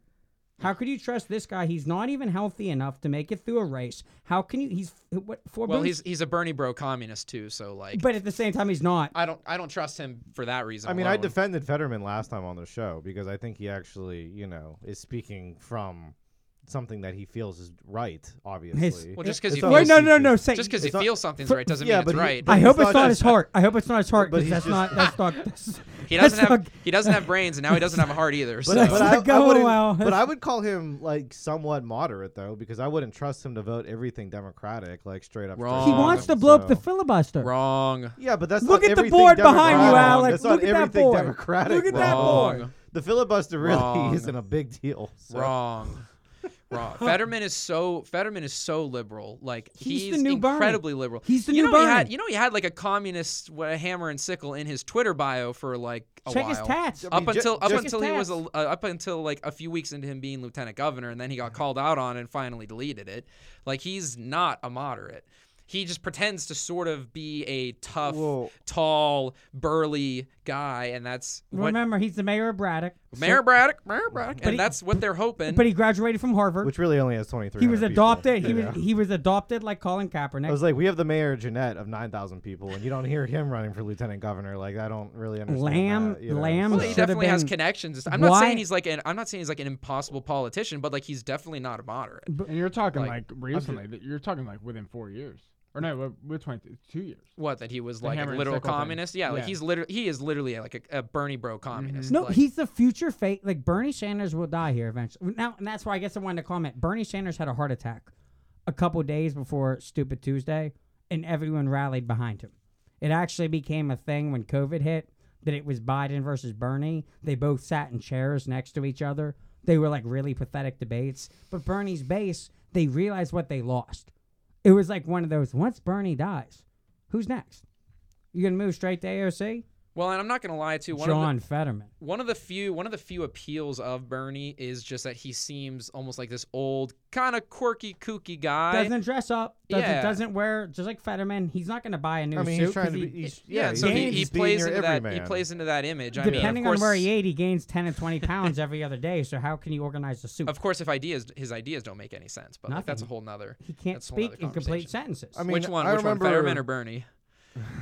[SPEAKER 2] How could you trust this guy? He's not even healthy enough to make it through a race. How can you? He's what four
[SPEAKER 3] well,
[SPEAKER 2] boots?
[SPEAKER 3] he's he's a Bernie bro communist too. So like,
[SPEAKER 2] but at the same time, he's not.
[SPEAKER 3] I don't I don't trust him for that reason.
[SPEAKER 1] I mean, I
[SPEAKER 3] alone.
[SPEAKER 1] defended Fetterman last time on the show because I think he actually, you know, is speaking from something that he feels is right. Obviously,
[SPEAKER 3] Well, just because
[SPEAKER 1] It's
[SPEAKER 3] you
[SPEAKER 1] all-
[SPEAKER 3] feel
[SPEAKER 2] Wait, no, no, no.
[SPEAKER 1] It's
[SPEAKER 2] Say,
[SPEAKER 3] just because you
[SPEAKER 1] not-
[SPEAKER 3] feel something's
[SPEAKER 2] for-
[SPEAKER 3] right doesn't
[SPEAKER 1] yeah,
[SPEAKER 3] mean it's
[SPEAKER 1] but he-
[SPEAKER 3] right.
[SPEAKER 1] but
[SPEAKER 2] I
[SPEAKER 1] he-
[SPEAKER 2] hope
[SPEAKER 1] he's
[SPEAKER 2] it's
[SPEAKER 1] not
[SPEAKER 2] not his
[SPEAKER 1] just-
[SPEAKER 2] heart. I hope it's not his heart
[SPEAKER 1] But
[SPEAKER 2] because
[SPEAKER 1] he's
[SPEAKER 2] that's not that's not. That's,
[SPEAKER 3] he doesn't
[SPEAKER 2] that's
[SPEAKER 3] have
[SPEAKER 2] not-
[SPEAKER 3] he doesn't have brains, and now he doesn't have a heart either. So
[SPEAKER 2] That's not going
[SPEAKER 1] wouldn't-
[SPEAKER 2] well.
[SPEAKER 1] but I would call him like somewhat moderate though, because I wouldn't trust him to vote everything Democratic, like straight up. straight
[SPEAKER 3] Wrong.
[SPEAKER 2] he
[SPEAKER 1] down,
[SPEAKER 2] wants to blow up the
[SPEAKER 1] so-
[SPEAKER 2] filibuster.
[SPEAKER 3] wrong.
[SPEAKER 1] yeah, but that's
[SPEAKER 2] Look
[SPEAKER 1] not
[SPEAKER 2] at the
[SPEAKER 1] everything
[SPEAKER 2] board behind you,
[SPEAKER 1] Democratic.
[SPEAKER 2] Alex.
[SPEAKER 1] That's not
[SPEAKER 2] Look at that
[SPEAKER 1] everything
[SPEAKER 2] board.
[SPEAKER 1] Democratic.
[SPEAKER 2] Look at that
[SPEAKER 1] wrong.
[SPEAKER 3] board.
[SPEAKER 1] The filibuster really
[SPEAKER 3] Wrong.
[SPEAKER 1] isn't a big deal. so-
[SPEAKER 3] Wrong. Wrong. Fetterman is so Fetterman is so liberal. Like
[SPEAKER 2] He's
[SPEAKER 3] he's,
[SPEAKER 2] the new Bernie.
[SPEAKER 3] incredibly liberal.
[SPEAKER 2] He's the
[SPEAKER 3] you
[SPEAKER 2] new
[SPEAKER 3] know he
[SPEAKER 2] Bernie.
[SPEAKER 3] Had, you know he had like a communist with a hammer and sickle in his Twitter bio for like a
[SPEAKER 2] Check
[SPEAKER 3] while.
[SPEAKER 2] his tats.
[SPEAKER 1] I mean,
[SPEAKER 3] Up
[SPEAKER 1] ju-
[SPEAKER 3] until up
[SPEAKER 1] just-
[SPEAKER 3] until he was a,
[SPEAKER 2] Check
[SPEAKER 3] uh, up until like a few weeks into him being lieutenant governor, and then he got called out on and finally deleted it. Like he's not a moderate. He just pretends to sort of be a tough,
[SPEAKER 1] Well-
[SPEAKER 3] tall, burly guy, and that's what
[SPEAKER 2] Remember, he's the mayor of Braddock.
[SPEAKER 3] Mayor Braddock, Mayor Braddock, and
[SPEAKER 2] he-
[SPEAKER 3] that's what they're hoping.
[SPEAKER 2] But he graduated from Harvard.
[SPEAKER 1] Which really only has twenty three.
[SPEAKER 2] he was adopted. He was he was adopted like Colin Kaepernick.
[SPEAKER 1] I was like, we have the mayor Jeanette of nine thousand people, and you don't hear him running for lieutenant governor. Like, I don't really understand.
[SPEAKER 2] Lamb-
[SPEAKER 1] that, you know,
[SPEAKER 2] Lamb
[SPEAKER 1] so-
[SPEAKER 3] Well, he
[SPEAKER 2] should've
[SPEAKER 3] definitely has
[SPEAKER 2] been-
[SPEAKER 3] connections. I'm not
[SPEAKER 2] Why-
[SPEAKER 3] saying he's like an I'm not saying he's like an impossible politician, but like he's definitely not a moderate.
[SPEAKER 4] And you're talking like,
[SPEAKER 3] Like,
[SPEAKER 4] recently. that You're talking like within four years, or no, wi- with twenty two years.
[SPEAKER 3] What that he was like a
[SPEAKER 4] hammer and
[SPEAKER 3] literal
[SPEAKER 4] sickle thing.
[SPEAKER 3] communist? Yeah, like
[SPEAKER 4] Yeah.
[SPEAKER 3] he's literally he is literally like a, a Bernie bro communist.
[SPEAKER 2] No,
[SPEAKER 3] like,
[SPEAKER 2] he's the future fate. Like Bernie Sanders will die here eventually. Now, and that's why I guess I wanted to comment. Bernie Sanders had a heart attack a couple days before Stupid Tuesday, and everyone rallied behind him. It actually became a thing when COVID hit that it was Biden versus Bernie. They both sat in chairs next to each other. They were like really pathetic debates. But Bernie's base, they realized what they lost. It was like one of those once Bernie dies, who's next? You gonna move straight to AOC?
[SPEAKER 3] Well, and I'm not gonna lie too. One of the-
[SPEAKER 2] John Fetterman.
[SPEAKER 3] one of the few one of the few appeals of Bernie is just that he seems almost like this old kind of quirky kooky guy.
[SPEAKER 2] Doesn't dress up. Doesn't,
[SPEAKER 3] Yeah.
[SPEAKER 2] doesn't wear just like Fetterman. He's not going to buy a new
[SPEAKER 1] I mean,
[SPEAKER 2] suit.
[SPEAKER 1] he's trying
[SPEAKER 2] 'cause
[SPEAKER 1] to
[SPEAKER 2] he-
[SPEAKER 1] be. He's,
[SPEAKER 3] yeah,
[SPEAKER 1] he's
[SPEAKER 3] so he,
[SPEAKER 1] being-
[SPEAKER 3] he
[SPEAKER 1] he's being
[SPEAKER 3] plays
[SPEAKER 1] your
[SPEAKER 3] into that he
[SPEAKER 1] everyman.
[SPEAKER 3] plays into that image. I mean, of
[SPEAKER 2] depending on
[SPEAKER 3] course,
[SPEAKER 2] where he ate, he gains ten to twenty pounds every other day. So how can he organize the suit?
[SPEAKER 3] of course, if ideas his ideas don't make any sense, but like, that's a
[SPEAKER 2] Nothing.
[SPEAKER 3] whole nother.
[SPEAKER 2] he can't
[SPEAKER 3] that's a whole nother
[SPEAKER 2] speak in complete
[SPEAKER 3] conversation.
[SPEAKER 2] sentences.
[SPEAKER 1] I mean,
[SPEAKER 3] which one?
[SPEAKER 1] I
[SPEAKER 3] Which
[SPEAKER 1] remember,
[SPEAKER 3] one? Fetterman or Bernie?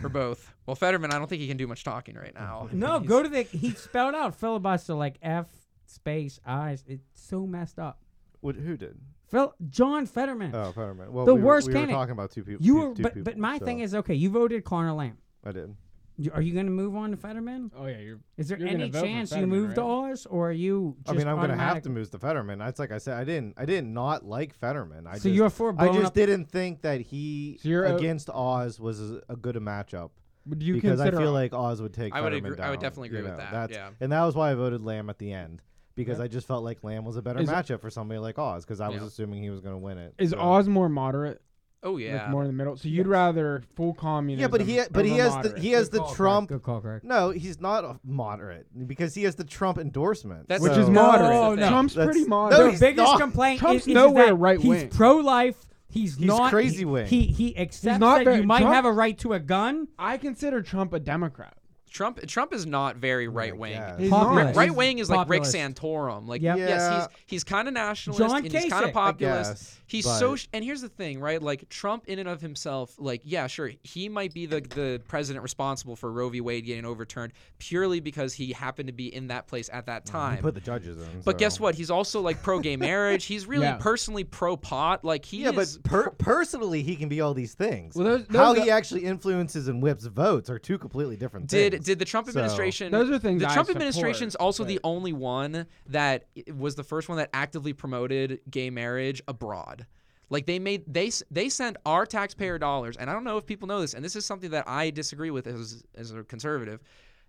[SPEAKER 3] or both? Well, Fetterman, I don't think he can do much talking right now.
[SPEAKER 2] no,
[SPEAKER 3] He's-
[SPEAKER 2] go to the. He spelled out filibuster like F space eyes. It's so messed up.
[SPEAKER 1] What, who did?
[SPEAKER 2] Phil John Fetterman.
[SPEAKER 1] Oh, Fetterman. Well,
[SPEAKER 2] The
[SPEAKER 1] we were-
[SPEAKER 2] worst
[SPEAKER 1] We were
[SPEAKER 2] candidate.
[SPEAKER 1] talking about two people.
[SPEAKER 2] you
[SPEAKER 1] two-
[SPEAKER 2] were,
[SPEAKER 1] two
[SPEAKER 2] but
[SPEAKER 1] people,
[SPEAKER 2] but my
[SPEAKER 1] so
[SPEAKER 2] thing is okay. You voted Connor Lamb.
[SPEAKER 1] I did.
[SPEAKER 2] You- Are you going to move on to Fetterman?
[SPEAKER 4] Oh yeah, you're.
[SPEAKER 2] Is there
[SPEAKER 4] You're gonna
[SPEAKER 2] any
[SPEAKER 4] vote for
[SPEAKER 2] chance you
[SPEAKER 4] Fetterman,
[SPEAKER 2] move to
[SPEAKER 4] right?
[SPEAKER 2] Oz, or are you?
[SPEAKER 1] I
[SPEAKER 2] Just
[SPEAKER 1] mean, I'm gonna have
[SPEAKER 2] automatic-
[SPEAKER 1] to move to Fetterman. That's like I said. I didn't. I didn't not like Fetterman. I
[SPEAKER 2] So
[SPEAKER 1] just,
[SPEAKER 2] you're for
[SPEAKER 1] I
[SPEAKER 2] blowing
[SPEAKER 1] just
[SPEAKER 2] up-
[SPEAKER 1] didn't think that he
[SPEAKER 4] So you're o-
[SPEAKER 1] against Oz was a a good a matchup.
[SPEAKER 4] Do you
[SPEAKER 1] because I
[SPEAKER 4] consider
[SPEAKER 1] feel like Oz would take.
[SPEAKER 3] I would
[SPEAKER 1] Fetterman
[SPEAKER 3] agree- I would
[SPEAKER 1] down,
[SPEAKER 3] definitely
[SPEAKER 1] you
[SPEAKER 3] agree with
[SPEAKER 1] know,
[SPEAKER 3] that,
[SPEAKER 1] That's,
[SPEAKER 3] yeah.
[SPEAKER 1] and that was why I voted Lamb at the end because I just felt like Lamb was a better
[SPEAKER 4] Is-
[SPEAKER 1] matchup for somebody like Oz because I was
[SPEAKER 3] Yeah.
[SPEAKER 1] assuming he was going to win it.
[SPEAKER 4] is
[SPEAKER 1] so.
[SPEAKER 4] Oz more moderate?
[SPEAKER 3] Oh
[SPEAKER 4] like,
[SPEAKER 3] yeah.
[SPEAKER 4] more in the middle. So you'd rather full communism?
[SPEAKER 1] Yeah, but he but he
[SPEAKER 4] over
[SPEAKER 1] has the
[SPEAKER 4] moderate.
[SPEAKER 1] he has the
[SPEAKER 2] Call, Craig.
[SPEAKER 1] Trump.
[SPEAKER 2] Good call, Craig.
[SPEAKER 1] No, he's not a moderate because he has the Trump endorsement,
[SPEAKER 3] That's-
[SPEAKER 4] which
[SPEAKER 1] so-
[SPEAKER 4] is
[SPEAKER 3] No,
[SPEAKER 4] moderate.
[SPEAKER 2] no, no.
[SPEAKER 4] Trump's
[SPEAKER 1] That's-
[SPEAKER 4] pretty
[SPEAKER 1] no,
[SPEAKER 4] moderate.
[SPEAKER 1] No,
[SPEAKER 2] Their
[SPEAKER 1] he's
[SPEAKER 2] biggest
[SPEAKER 1] not.
[SPEAKER 2] complaint
[SPEAKER 4] Trump's
[SPEAKER 2] is, is
[SPEAKER 4] nowhere
[SPEAKER 2] that
[SPEAKER 4] right
[SPEAKER 2] he's
[SPEAKER 4] wing.
[SPEAKER 2] pro-life. He's,
[SPEAKER 1] He's
[SPEAKER 2] not
[SPEAKER 1] crazy
[SPEAKER 2] he,
[SPEAKER 1] wing.
[SPEAKER 2] He he accepts
[SPEAKER 4] not
[SPEAKER 2] that
[SPEAKER 4] very-
[SPEAKER 2] you might
[SPEAKER 4] Trump-
[SPEAKER 2] have a right to a gun.
[SPEAKER 4] I consider Trump a Democrat.
[SPEAKER 3] Trump Trump is not very right wing.
[SPEAKER 1] Oh God.
[SPEAKER 4] He's
[SPEAKER 2] Populist.
[SPEAKER 4] not.
[SPEAKER 3] Right wing is like Rick
[SPEAKER 2] Populist.
[SPEAKER 3] Santorum. Like
[SPEAKER 2] Yep.
[SPEAKER 3] yes,
[SPEAKER 1] Yeah.
[SPEAKER 3] he's he's kind of nationalist
[SPEAKER 2] John
[SPEAKER 3] and he's kind
[SPEAKER 2] Kasich,
[SPEAKER 3] of populist.
[SPEAKER 1] guess,
[SPEAKER 3] he's
[SPEAKER 1] but-
[SPEAKER 3] so and here's the thing, right? Like Trump in and of himself, like yeah, sure, he might be the the president responsible for Roe v. Wade getting overturned purely because he happened to be in that place at that time.
[SPEAKER 1] Put the judges in.
[SPEAKER 3] but
[SPEAKER 1] so.
[SPEAKER 3] guess what? He's also like pro gay marriage. He's really
[SPEAKER 4] Yeah.
[SPEAKER 3] personally pro pot. Like he
[SPEAKER 1] Yeah,
[SPEAKER 3] is
[SPEAKER 1] but per- personally, he can be all these things.
[SPEAKER 4] Well, those-
[SPEAKER 1] How
[SPEAKER 4] those
[SPEAKER 1] he actually influences and whips votes are two completely different
[SPEAKER 3] Did
[SPEAKER 1] things.
[SPEAKER 3] did the Trump
[SPEAKER 1] So-
[SPEAKER 3] administration?
[SPEAKER 4] Those are things
[SPEAKER 3] The
[SPEAKER 4] I
[SPEAKER 3] Trump
[SPEAKER 4] support,
[SPEAKER 3] administration's also the
[SPEAKER 4] but-
[SPEAKER 3] only one that i- was the first one that actively promoted gay marriage abroad. Like they made they s- they sent our taxpayer dollars, and I don't know if people know this, and this is something that I disagree with as as a conservative.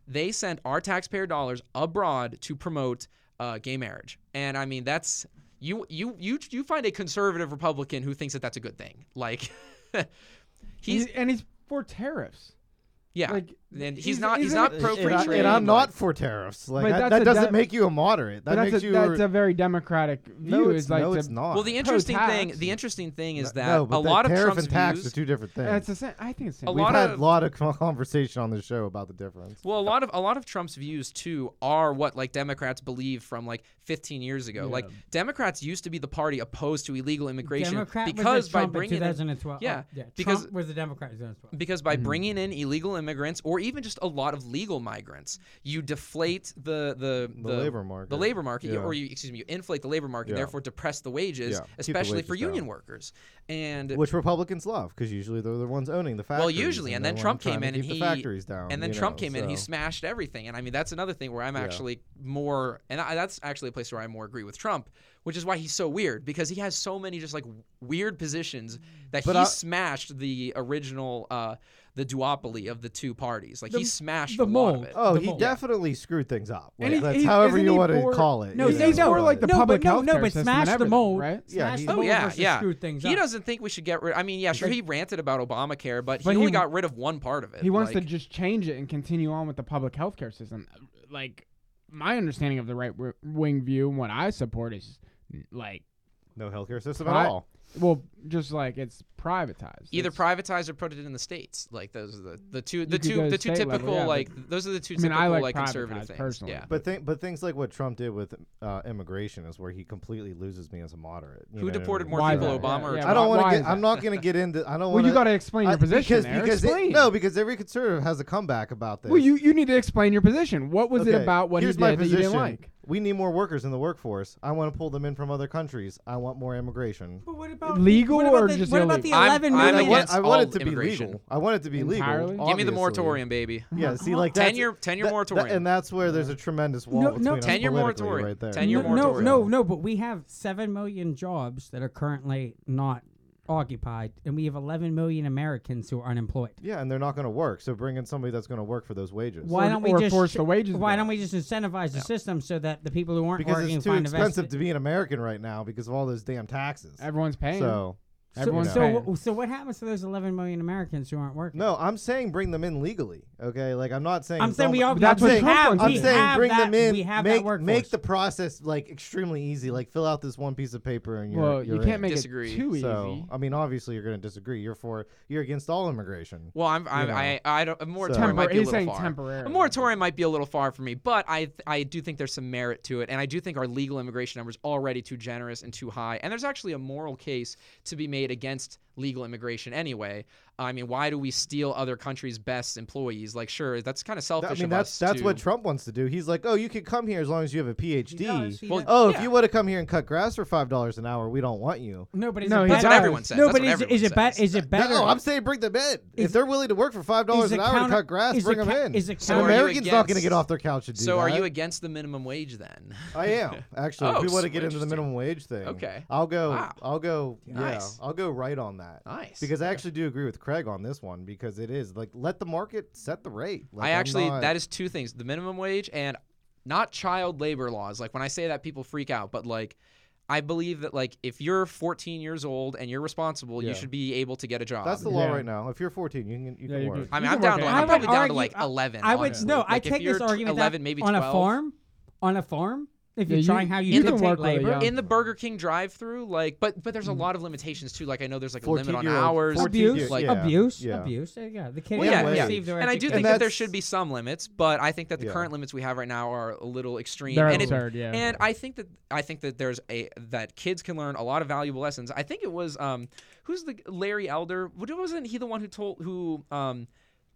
[SPEAKER 3] They sent our taxpayer dollars abroad to promote uh, gay marriage, and I mean that's you you you you find a conservative Republican who thinks that that's a good thing. Like he's
[SPEAKER 4] He's, and he's for tariffs.
[SPEAKER 3] yeah,
[SPEAKER 4] like,
[SPEAKER 3] and he's,
[SPEAKER 4] he's-
[SPEAKER 3] not he's,
[SPEAKER 4] he's
[SPEAKER 3] not
[SPEAKER 4] a-
[SPEAKER 3] pro free
[SPEAKER 1] and, I,
[SPEAKER 3] trade.
[SPEAKER 1] and I'm
[SPEAKER 3] like-
[SPEAKER 1] not for tariffs. Like
[SPEAKER 4] But
[SPEAKER 1] that,
[SPEAKER 4] that's
[SPEAKER 1] that
[SPEAKER 4] a
[SPEAKER 1] doesn't
[SPEAKER 4] dem-
[SPEAKER 1] make you a moderate.
[SPEAKER 4] But
[SPEAKER 1] That
[SPEAKER 4] that's
[SPEAKER 1] makes
[SPEAKER 4] a,
[SPEAKER 1] you.
[SPEAKER 4] that's a very democratic view.
[SPEAKER 1] no, it's,
[SPEAKER 4] is like
[SPEAKER 1] no,
[SPEAKER 4] the,
[SPEAKER 1] it's not.
[SPEAKER 3] Well, the interesting thing,
[SPEAKER 4] pro-tax.
[SPEAKER 3] the interesting thing is
[SPEAKER 1] No,
[SPEAKER 3] that
[SPEAKER 1] but
[SPEAKER 3] a
[SPEAKER 1] that
[SPEAKER 3] lot of
[SPEAKER 1] tariff
[SPEAKER 3] Trump's
[SPEAKER 1] and tax
[SPEAKER 3] views,
[SPEAKER 1] are two different things.
[SPEAKER 4] That's the same. I think it's the
[SPEAKER 3] A
[SPEAKER 4] same.
[SPEAKER 1] We've
[SPEAKER 3] lot
[SPEAKER 1] had a
[SPEAKER 3] of-
[SPEAKER 1] lot of conversation on the show about the difference.
[SPEAKER 3] well, a lot of a lot of Trump's views too are what like Democrats believe from like 15 years ago. Like Democrats used to be the party opposed to illegal immigration
[SPEAKER 2] Democrat was
[SPEAKER 3] because
[SPEAKER 2] a
[SPEAKER 3] by
[SPEAKER 2] Trump in
[SPEAKER 3] bringing in,
[SPEAKER 2] 2012.
[SPEAKER 3] yeah,
[SPEAKER 2] oh, yeah.
[SPEAKER 3] because-
[SPEAKER 2] Trump was the Democrat in 2012.
[SPEAKER 3] because by
[SPEAKER 1] Mm-hmm.
[SPEAKER 3] bringing in illegal immigrants or even just a lot of legal migrants, you deflate the the,
[SPEAKER 1] The labor market.
[SPEAKER 3] the labor market,
[SPEAKER 1] Yeah.
[SPEAKER 3] or you excuse me, you inflate the labor market,
[SPEAKER 1] Yeah.
[SPEAKER 3] therefore depress the wages,
[SPEAKER 1] Yeah, keep the
[SPEAKER 3] especially for
[SPEAKER 1] wages down.
[SPEAKER 3] union workers. And
[SPEAKER 1] which Republicans love because usually they're the ones owning the
[SPEAKER 3] Well,
[SPEAKER 1] factories.
[SPEAKER 3] usually, and
[SPEAKER 1] they're
[SPEAKER 3] then
[SPEAKER 1] the
[SPEAKER 3] Trump
[SPEAKER 1] ones trying
[SPEAKER 3] came
[SPEAKER 1] to
[SPEAKER 3] in and
[SPEAKER 1] keep
[SPEAKER 3] he
[SPEAKER 1] the factories down.
[SPEAKER 3] and then
[SPEAKER 1] you
[SPEAKER 3] Trump
[SPEAKER 1] know,
[SPEAKER 3] came in and he
[SPEAKER 1] so.
[SPEAKER 3] smashed everything. And I mean, that's another thing where I'm actually more, and I, that's actually a place where I more agree with Trump, which is why he's so weird because he has so many just like w- weird positions that
[SPEAKER 1] But
[SPEAKER 3] he
[SPEAKER 1] I-
[SPEAKER 3] smashed the original uh the duopoly of the two parties. Like he smashed
[SPEAKER 2] the
[SPEAKER 3] a lot of
[SPEAKER 2] mold.
[SPEAKER 3] it.
[SPEAKER 1] Oh,
[SPEAKER 2] the
[SPEAKER 1] he
[SPEAKER 2] mold.
[SPEAKER 1] definitely screwed things up.
[SPEAKER 4] And
[SPEAKER 1] Like,
[SPEAKER 4] he-
[SPEAKER 1] that's
[SPEAKER 4] he-
[SPEAKER 1] however
[SPEAKER 4] isn't
[SPEAKER 1] you
[SPEAKER 4] he
[SPEAKER 1] want to
[SPEAKER 4] for-
[SPEAKER 1] call it.
[SPEAKER 2] No,
[SPEAKER 1] you
[SPEAKER 2] they
[SPEAKER 1] know,
[SPEAKER 4] he's
[SPEAKER 2] don't-
[SPEAKER 4] more
[SPEAKER 1] but-
[SPEAKER 4] like the
[SPEAKER 2] No, but
[SPEAKER 4] public
[SPEAKER 2] no,
[SPEAKER 4] health
[SPEAKER 2] no,
[SPEAKER 4] care
[SPEAKER 2] but
[SPEAKER 4] system
[SPEAKER 2] smash
[SPEAKER 4] and
[SPEAKER 2] the
[SPEAKER 4] everything,
[SPEAKER 2] mold.
[SPEAKER 4] right?
[SPEAKER 2] Smash
[SPEAKER 3] Oh
[SPEAKER 2] the
[SPEAKER 3] yeah,
[SPEAKER 2] mold
[SPEAKER 3] yeah.
[SPEAKER 2] Screwed things
[SPEAKER 3] he
[SPEAKER 2] up.
[SPEAKER 3] doesn't think we should get rid. I mean, yeah, sure, he ranted about Obamacare, but,
[SPEAKER 4] But
[SPEAKER 3] he
[SPEAKER 4] he w-
[SPEAKER 3] only got rid of one part of it.
[SPEAKER 4] He wants
[SPEAKER 3] Like,
[SPEAKER 4] to just change it and continue on with the public health care system. Like my understanding of the right wi- wing view and what I support is like
[SPEAKER 1] no healthcare system
[SPEAKER 4] pri-
[SPEAKER 1] at all.
[SPEAKER 4] Well, just like it's privatized.
[SPEAKER 3] either
[SPEAKER 4] It's-
[SPEAKER 3] privatize or put it in the states. Like those are the, the two the
[SPEAKER 4] could
[SPEAKER 3] two
[SPEAKER 4] go
[SPEAKER 3] the two
[SPEAKER 4] state level,
[SPEAKER 3] typical
[SPEAKER 4] yeah, but-
[SPEAKER 3] like those are the two
[SPEAKER 4] I mean, I
[SPEAKER 3] typical
[SPEAKER 4] like
[SPEAKER 3] conservative
[SPEAKER 4] privatized
[SPEAKER 3] things.
[SPEAKER 4] personally,
[SPEAKER 3] Yeah.
[SPEAKER 1] But think, but things like what Trump did with uh, immigration is where he completely loses me as a moderate. you
[SPEAKER 3] Who
[SPEAKER 1] know what I
[SPEAKER 3] deported
[SPEAKER 1] mean?
[SPEAKER 3] more
[SPEAKER 4] Why is
[SPEAKER 3] people,
[SPEAKER 4] that? Yeah,
[SPEAKER 3] Obama or Trump?
[SPEAKER 4] yeah,
[SPEAKER 1] I don't
[SPEAKER 4] Why-
[SPEAKER 1] want
[SPEAKER 4] why
[SPEAKER 1] to
[SPEAKER 4] is
[SPEAKER 1] get. I'm not going to get into. I don't
[SPEAKER 4] Well,
[SPEAKER 1] want.
[SPEAKER 4] you got to explain your position
[SPEAKER 1] because
[SPEAKER 4] there.
[SPEAKER 1] because it-
[SPEAKER 4] explain.
[SPEAKER 1] no because every conservative has a comeback about this.
[SPEAKER 4] Well, you you need to explain your position. What was it
[SPEAKER 1] Okay,
[SPEAKER 4] about what
[SPEAKER 1] here's
[SPEAKER 4] he
[SPEAKER 1] my
[SPEAKER 4] did that you
[SPEAKER 1] position.
[SPEAKER 4] didn't like?
[SPEAKER 1] We need more workers in the workforce. I want to pull them in from other countries. I want more immigration.
[SPEAKER 2] But what about
[SPEAKER 4] Legal
[SPEAKER 2] what about
[SPEAKER 4] or
[SPEAKER 2] the,
[SPEAKER 4] just
[SPEAKER 2] what about the
[SPEAKER 4] illegal?
[SPEAKER 3] I'm-
[SPEAKER 2] 11
[SPEAKER 3] I'm
[SPEAKER 1] I
[SPEAKER 2] million-
[SPEAKER 1] want,
[SPEAKER 3] against
[SPEAKER 1] I want
[SPEAKER 3] all
[SPEAKER 1] it to be
[SPEAKER 3] immigration.
[SPEAKER 1] legal. I want it to be
[SPEAKER 4] Entirely?
[SPEAKER 1] legal.
[SPEAKER 3] Give me the
[SPEAKER 1] obviously.
[SPEAKER 3] moratorium, baby.
[SPEAKER 1] Yeah, see, like
[SPEAKER 3] Ten
[SPEAKER 1] that's-
[SPEAKER 3] year- ten year
[SPEAKER 1] that- that-
[SPEAKER 3] moratorium.
[SPEAKER 1] and that's where there's a tremendous wall
[SPEAKER 2] No, no,
[SPEAKER 1] between us
[SPEAKER 3] 10 year
[SPEAKER 1] politically
[SPEAKER 3] moratorium.
[SPEAKER 1] right there.
[SPEAKER 3] 10 year
[SPEAKER 2] no, no,
[SPEAKER 3] moratorium.
[SPEAKER 2] no, no, but we have 7 million jobs that are currently not occupied, and we have 11 million Americans who are unemployed.
[SPEAKER 1] Yeah, and they're not going to work. So bring in somebody that's going to work for those wages.
[SPEAKER 2] Why
[SPEAKER 4] Or-
[SPEAKER 2] don't we
[SPEAKER 4] or
[SPEAKER 2] just
[SPEAKER 4] force the wages
[SPEAKER 2] Why
[SPEAKER 4] down.
[SPEAKER 2] don't we just incentivize the system so that the people who aren't
[SPEAKER 1] Because
[SPEAKER 2] working
[SPEAKER 1] it's too
[SPEAKER 2] find a
[SPEAKER 1] expensive
[SPEAKER 2] vested-
[SPEAKER 1] to be an American right now because of all those damn taxes.
[SPEAKER 4] Everyone's paying.
[SPEAKER 1] So
[SPEAKER 4] Everyone's
[SPEAKER 2] so,
[SPEAKER 4] paying.
[SPEAKER 2] wh- so what happens to those 11 million Americans who aren't working?
[SPEAKER 1] No, I'm saying bring them in legally. Okay, like I'm not saying.
[SPEAKER 2] I'm saying
[SPEAKER 1] oh,
[SPEAKER 2] we all.
[SPEAKER 4] that's
[SPEAKER 2] we
[SPEAKER 4] what Trump
[SPEAKER 2] have,
[SPEAKER 4] wants
[SPEAKER 1] I'm
[SPEAKER 2] we
[SPEAKER 4] to do.
[SPEAKER 1] saying
[SPEAKER 2] have
[SPEAKER 1] bring
[SPEAKER 2] that,
[SPEAKER 1] them in.
[SPEAKER 2] We have
[SPEAKER 1] make
[SPEAKER 2] that workforce.
[SPEAKER 1] make the process like extremely easy. Like fill out this one piece of paper and you're.
[SPEAKER 4] well,
[SPEAKER 1] you're
[SPEAKER 4] you can't
[SPEAKER 1] in.
[SPEAKER 4] make
[SPEAKER 3] Disagree.
[SPEAKER 4] it too easy.
[SPEAKER 1] So I mean, obviously you're going to disagree. You're for you're against all immigration.
[SPEAKER 3] Well, I'm, I'm
[SPEAKER 1] know.
[SPEAKER 3] I, I don't. A moratorium
[SPEAKER 1] Tempor-
[SPEAKER 3] might be a
[SPEAKER 4] he's
[SPEAKER 3] little
[SPEAKER 4] saying
[SPEAKER 3] far.
[SPEAKER 4] temporarily.
[SPEAKER 3] A moratorium might be a little far for me, but I th- I do think there's some merit to it, and I do think our legal immigration numbers already too generous and too high, and there's actually a moral case to be made against legal immigration anyway. I mean, why do we steal other countries' best employees? Like, sure, that's kind of selfish.
[SPEAKER 1] I mean,
[SPEAKER 3] of
[SPEAKER 1] that's
[SPEAKER 3] us
[SPEAKER 1] that's
[SPEAKER 3] to-
[SPEAKER 1] what Trump wants to do. He's like, oh, you could come here as long as you have a PhD.
[SPEAKER 2] does, he Well, does.
[SPEAKER 1] oh, if
[SPEAKER 3] yeah.
[SPEAKER 1] you would have come here and cut grass for five dollars an hour, we don't want you.
[SPEAKER 2] No, but is
[SPEAKER 4] No,
[SPEAKER 2] it
[SPEAKER 4] he
[SPEAKER 2] better?
[SPEAKER 4] That's what does. everyone
[SPEAKER 3] says.
[SPEAKER 2] No,
[SPEAKER 3] That's
[SPEAKER 2] but
[SPEAKER 3] what
[SPEAKER 2] is,
[SPEAKER 3] everyone
[SPEAKER 2] is it
[SPEAKER 3] says.
[SPEAKER 2] better? Is it better?
[SPEAKER 1] No, I'm saying bring them in. if they're willing to work for five dollars
[SPEAKER 2] is
[SPEAKER 1] an
[SPEAKER 2] it
[SPEAKER 1] hour and
[SPEAKER 2] counter-
[SPEAKER 1] cut grass,
[SPEAKER 2] is
[SPEAKER 1] bring
[SPEAKER 2] it
[SPEAKER 1] them
[SPEAKER 2] ca-
[SPEAKER 1] in.
[SPEAKER 2] is it
[SPEAKER 1] An
[SPEAKER 2] counter- So are you
[SPEAKER 1] American's not going to
[SPEAKER 3] against-
[SPEAKER 1] get off their couch and do
[SPEAKER 3] So,
[SPEAKER 1] that.
[SPEAKER 3] are you against the minimum wage then?
[SPEAKER 1] I am actually.
[SPEAKER 3] Oh,
[SPEAKER 1] if we want
[SPEAKER 3] so
[SPEAKER 1] to get into the
[SPEAKER 3] interesting.
[SPEAKER 1] minimum wage thing,
[SPEAKER 3] Okay.
[SPEAKER 1] I'll go.
[SPEAKER 3] Wow.
[SPEAKER 1] I'll go.
[SPEAKER 3] Nice.
[SPEAKER 1] Yeah, I'll go right on that.
[SPEAKER 3] Nice.
[SPEAKER 1] Because I actually do agree with Craig on this one because it is like let the market set the rate. Like,
[SPEAKER 3] I
[SPEAKER 1] I'm
[SPEAKER 3] actually
[SPEAKER 1] not-
[SPEAKER 3] that is two things: the minimum wage and not child labor laws. Like when I say that, people freak out, but like. I believe that like if you're 14 years old and you're responsible,
[SPEAKER 1] Yeah.
[SPEAKER 3] you should be able to get a job.
[SPEAKER 1] that's the law
[SPEAKER 4] Yeah.
[SPEAKER 1] right now. If you're 14, you can you
[SPEAKER 4] Yeah,
[SPEAKER 1] can
[SPEAKER 4] you
[SPEAKER 1] work.
[SPEAKER 4] can-
[SPEAKER 3] I mean,
[SPEAKER 4] You
[SPEAKER 3] I'm
[SPEAKER 4] work
[SPEAKER 3] down to
[SPEAKER 4] it
[SPEAKER 3] like,
[SPEAKER 4] out.
[SPEAKER 3] I'm
[SPEAKER 4] I
[SPEAKER 2] would
[SPEAKER 3] probably down to
[SPEAKER 2] argue-
[SPEAKER 3] like
[SPEAKER 2] I-
[SPEAKER 3] 11.
[SPEAKER 2] I would
[SPEAKER 3] honestly.
[SPEAKER 2] no. I
[SPEAKER 3] Like, if
[SPEAKER 2] take
[SPEAKER 3] you're
[SPEAKER 2] this
[SPEAKER 3] t-
[SPEAKER 2] argument that
[SPEAKER 3] 11, maybe
[SPEAKER 2] on
[SPEAKER 3] 12.
[SPEAKER 2] a farm, on a farm. If
[SPEAKER 4] Yeah,
[SPEAKER 2] you're
[SPEAKER 4] you-
[SPEAKER 2] trying how
[SPEAKER 4] you
[SPEAKER 2] you
[SPEAKER 4] can
[SPEAKER 2] dictate
[SPEAKER 4] work really
[SPEAKER 2] labor,
[SPEAKER 4] young.
[SPEAKER 3] In the Burger King drive-through, like, but but
[SPEAKER 1] Mm.
[SPEAKER 3] there's a lot of limitations too. Like I know there's like a limit on
[SPEAKER 1] 14-year-old
[SPEAKER 3] hours,
[SPEAKER 1] 14
[SPEAKER 2] abuse,
[SPEAKER 1] years,
[SPEAKER 3] like,
[SPEAKER 1] yeah.
[SPEAKER 2] abuse,
[SPEAKER 1] yeah.
[SPEAKER 2] abuse. There you go. The kid
[SPEAKER 1] Well,
[SPEAKER 2] hasn't
[SPEAKER 1] yeah, yeah.
[SPEAKER 2] received their
[SPEAKER 3] And I do
[SPEAKER 2] education.
[SPEAKER 3] think that there
[SPEAKER 1] that's-
[SPEAKER 3] should be some limits, but I think that the
[SPEAKER 1] Yeah.
[SPEAKER 3] current limits we have right now are a little extreme.
[SPEAKER 4] They're
[SPEAKER 3] and it-
[SPEAKER 4] absurd, yeah.
[SPEAKER 3] And I think that I think that there's a that kids can learn a lot of valuable lessons. I think it was um who's the Larry Elder? What- Wasn't he the one who told who um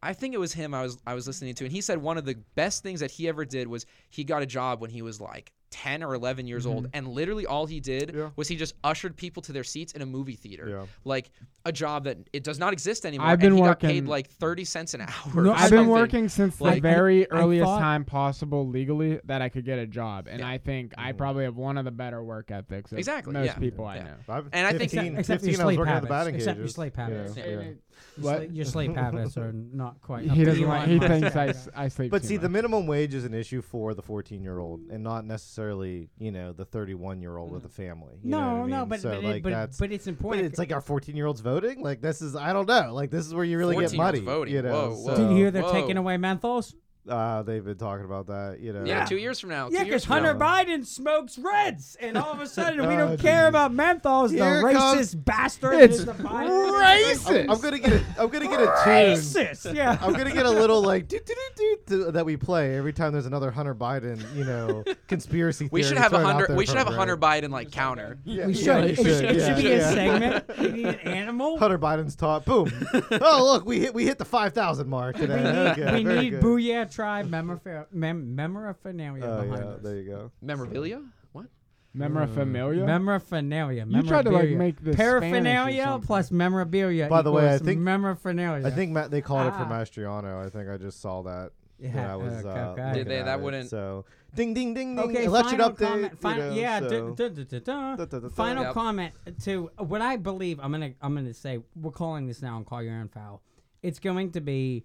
[SPEAKER 3] I think it was him I was I was listening to and he said one of the best things that he ever did was he got a job when he was like 10 or 11 years old and literally all he did
[SPEAKER 1] Mm-hmm. Yeah.
[SPEAKER 3] was he just ushered people to their seats in a movie theater.
[SPEAKER 1] Yeah.
[SPEAKER 3] Like a job that it does not exist anymore
[SPEAKER 4] I've been
[SPEAKER 3] and he got
[SPEAKER 4] working-
[SPEAKER 3] paid like 30 cents an hour.
[SPEAKER 2] No,
[SPEAKER 3] or
[SPEAKER 4] I've been
[SPEAKER 3] something.
[SPEAKER 4] working since the
[SPEAKER 3] Like-
[SPEAKER 4] very
[SPEAKER 2] I
[SPEAKER 4] earliest
[SPEAKER 2] thought-
[SPEAKER 4] time possible legally that I could get a job, and
[SPEAKER 3] Yeah.
[SPEAKER 4] I think I probably have one of the better work ethics. Of
[SPEAKER 3] Exactly,
[SPEAKER 4] most
[SPEAKER 3] yeah.
[SPEAKER 4] people I
[SPEAKER 3] Yeah.
[SPEAKER 4] know.
[SPEAKER 1] I've-
[SPEAKER 3] And I think-
[SPEAKER 1] 15,
[SPEAKER 2] Except- except
[SPEAKER 1] 15,
[SPEAKER 2] your
[SPEAKER 1] I was
[SPEAKER 2] sleep
[SPEAKER 1] working at the
[SPEAKER 2] habits.
[SPEAKER 1] batting
[SPEAKER 2] Except your
[SPEAKER 1] cages.
[SPEAKER 2] sleep habits.
[SPEAKER 1] Yeah.
[SPEAKER 4] And
[SPEAKER 1] yeah.
[SPEAKER 4] it- What?
[SPEAKER 2] Your sleep habits are not quite. up
[SPEAKER 4] He
[SPEAKER 2] to
[SPEAKER 4] doesn't
[SPEAKER 2] you
[SPEAKER 4] want.
[SPEAKER 2] on
[SPEAKER 4] He
[SPEAKER 2] my
[SPEAKER 4] thinks
[SPEAKER 2] side.
[SPEAKER 4] I, s- I sleep.
[SPEAKER 1] But
[SPEAKER 4] too
[SPEAKER 1] see, the
[SPEAKER 4] much.
[SPEAKER 1] minimum wage is an issue for the 14 year old and not necessarily, you know, the 31 year old with a family. You know what
[SPEAKER 2] No,
[SPEAKER 1] I mean?
[SPEAKER 2] no, but
[SPEAKER 1] so,
[SPEAKER 2] but,
[SPEAKER 1] like,
[SPEAKER 2] it, but,
[SPEAKER 1] that's,
[SPEAKER 2] but it's
[SPEAKER 1] But
[SPEAKER 2] important.
[SPEAKER 1] it's like our 14 year olds voting. Like this is I don't know. Like this is where you really get
[SPEAKER 3] 14-year-olds
[SPEAKER 1] muddy.
[SPEAKER 3] voting.
[SPEAKER 1] You know.
[SPEAKER 3] Whoa, whoa.
[SPEAKER 1] So,
[SPEAKER 2] did you hear they're
[SPEAKER 3] Whoa.
[SPEAKER 2] taking away menthols?
[SPEAKER 1] uh, they've been talking about that. You know.
[SPEAKER 3] Yeah, two years from now. two
[SPEAKER 2] Yeah,
[SPEAKER 3] years
[SPEAKER 2] because
[SPEAKER 3] from
[SPEAKER 2] Hunter
[SPEAKER 3] now.
[SPEAKER 2] Biden smokes Reds, and all of a sudden we
[SPEAKER 1] Oh,
[SPEAKER 2] don't care
[SPEAKER 1] geez.
[SPEAKER 2] about menthols.
[SPEAKER 1] Here
[SPEAKER 2] the
[SPEAKER 1] comes-
[SPEAKER 2] racist bastard. that
[SPEAKER 4] It's
[SPEAKER 2] is the Biden-
[SPEAKER 1] I'm, I'm gonna get a, I'm gonna get a tune.
[SPEAKER 2] Racist. Yeah.
[SPEAKER 1] I'm gonna get a little like doo, doo, doo, doo, doo, that we play every time there's another Hunter Biden, you know, conspiracy.
[SPEAKER 3] We
[SPEAKER 1] theory
[SPEAKER 3] should have a
[SPEAKER 1] thrown out
[SPEAKER 3] Hunter.
[SPEAKER 1] there
[SPEAKER 3] We should
[SPEAKER 1] for
[SPEAKER 3] have a
[SPEAKER 1] it,
[SPEAKER 3] Hunter
[SPEAKER 1] right?
[SPEAKER 3] Biden like counter.
[SPEAKER 1] Yeah,
[SPEAKER 2] we should.
[SPEAKER 1] yeah,
[SPEAKER 2] it should, it
[SPEAKER 1] yeah,
[SPEAKER 2] should be
[SPEAKER 1] yeah.
[SPEAKER 2] a segment. We need an animal.
[SPEAKER 1] Hunter Biden's taught. Boom. oh look, we hit we hit the five thousand mark today.
[SPEAKER 2] We need,
[SPEAKER 1] Okay,
[SPEAKER 2] we
[SPEAKER 1] very
[SPEAKER 2] need
[SPEAKER 1] good.
[SPEAKER 2] Booyah Tribe memorapher- mem- memoraphernalia
[SPEAKER 1] Oh
[SPEAKER 2] behind
[SPEAKER 1] yeah,
[SPEAKER 2] us.
[SPEAKER 1] there you go.
[SPEAKER 3] Memorabilia? What?
[SPEAKER 4] memorabilia.
[SPEAKER 1] Hmm.
[SPEAKER 2] Memoraphernalia.
[SPEAKER 4] You tried to, like,
[SPEAKER 2] memorabilia.
[SPEAKER 4] make this Spanish or
[SPEAKER 2] paraphernalia
[SPEAKER 4] something.
[SPEAKER 2] plus memorabilia.
[SPEAKER 1] By the way, I
[SPEAKER 2] equals
[SPEAKER 1] think-
[SPEAKER 2] memoraphernalia.
[SPEAKER 1] I think Matt, they called it for
[SPEAKER 2] Ah.
[SPEAKER 1] Mastriano. I think I just saw that. when
[SPEAKER 2] Yeah,
[SPEAKER 1] I was.
[SPEAKER 2] okay,
[SPEAKER 1] Uh,
[SPEAKER 2] okay.
[SPEAKER 1] looking
[SPEAKER 3] Did they-
[SPEAKER 1] at
[SPEAKER 3] that
[SPEAKER 1] it.
[SPEAKER 3] wouldn't-
[SPEAKER 1] So ding ding ding ding.
[SPEAKER 2] Okay,
[SPEAKER 1] election
[SPEAKER 2] final
[SPEAKER 1] update.
[SPEAKER 2] comment.
[SPEAKER 1] you
[SPEAKER 2] Final,
[SPEAKER 1] know,
[SPEAKER 2] yeah, du-
[SPEAKER 1] so-
[SPEAKER 2] du- du- du- du.
[SPEAKER 1] Da- da- da-
[SPEAKER 2] Final
[SPEAKER 3] Yep.
[SPEAKER 2] comment to what I believe. I'm gonna I'm gonna say we're calling this now and call your own foul. It's going to be,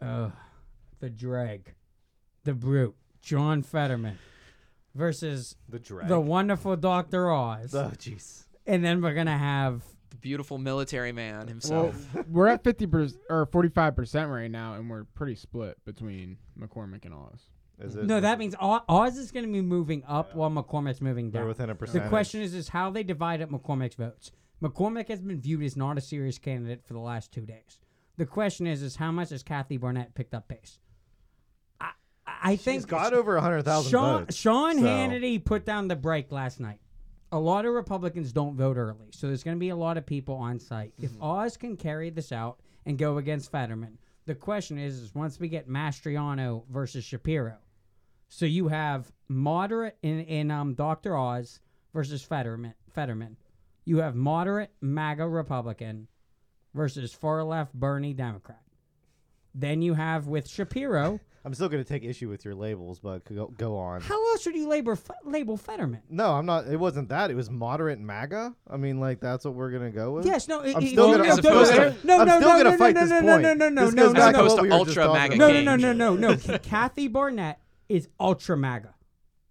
[SPEAKER 2] uh, the drag, the brute, John Fetterman, versus
[SPEAKER 1] the drag.
[SPEAKER 2] the wonderful Doctor Oz,
[SPEAKER 1] oh jeez.
[SPEAKER 2] and then we're gonna have.
[SPEAKER 3] The beautiful military man
[SPEAKER 4] Well,
[SPEAKER 3] himself.
[SPEAKER 4] we're at fifty percent or forty-five percent right now, and we're pretty split between McCormick and Oz.
[SPEAKER 1] Is it?
[SPEAKER 2] No, that means Oz, Oz is gonna be moving up while McCormick's moving
[SPEAKER 1] they're
[SPEAKER 2] down.
[SPEAKER 1] within a
[SPEAKER 2] The
[SPEAKER 1] percentage.
[SPEAKER 2] question is, is how they divide up McCormick's votes. McCormick has been viewed as not a serious candidate for the last two days. The question is, is how much has Kathy Barnett picked up pace? I, I I think
[SPEAKER 1] He's got over hundred thousand
[SPEAKER 2] Sean,
[SPEAKER 1] votes.
[SPEAKER 2] Sean
[SPEAKER 1] so-
[SPEAKER 2] Hannity put down the brake last night. A lot of Republicans don't vote early, so there's going to be a lot of people on site. If Oz can carry this out and go against Fetterman, the question is, is once we get Mastriano versus Shapiro, so you have moderate in, in um, Dr. Oz versus Fetterman. Fetterman, you have moderate MAGA Republican versus far left Bernie Democrat. Then you have with Shapiro.
[SPEAKER 1] I'm still gonna take issue with your labels, but go, go on.
[SPEAKER 2] How else would you labor fe- label Fetterman?
[SPEAKER 1] No, I'm not. It wasn't that. It was moderate MAGA. I mean, like that's what we're gonna go with.
[SPEAKER 2] Yes, no. it-
[SPEAKER 1] I'm
[SPEAKER 2] it-
[SPEAKER 1] still
[SPEAKER 2] it-
[SPEAKER 1] gonna.
[SPEAKER 2] no,
[SPEAKER 1] I'm still
[SPEAKER 2] no,
[SPEAKER 1] gonna-
[SPEAKER 2] no,
[SPEAKER 1] I'm
[SPEAKER 2] no,
[SPEAKER 1] still
[SPEAKER 2] no,
[SPEAKER 1] gonna
[SPEAKER 2] no,
[SPEAKER 1] fight
[SPEAKER 2] no,
[SPEAKER 1] this
[SPEAKER 2] no,
[SPEAKER 1] point.
[SPEAKER 2] no, no, no, no,
[SPEAKER 1] This goes
[SPEAKER 2] no,
[SPEAKER 1] back
[SPEAKER 2] no.
[SPEAKER 1] to
[SPEAKER 2] As
[SPEAKER 1] what
[SPEAKER 3] opposed
[SPEAKER 1] we
[SPEAKER 3] to
[SPEAKER 1] were just
[SPEAKER 3] ultra
[SPEAKER 1] talking
[SPEAKER 3] MAGA
[SPEAKER 1] about.
[SPEAKER 2] No, no, no, no, no, no. Kathy Barnett is ultra MAGA.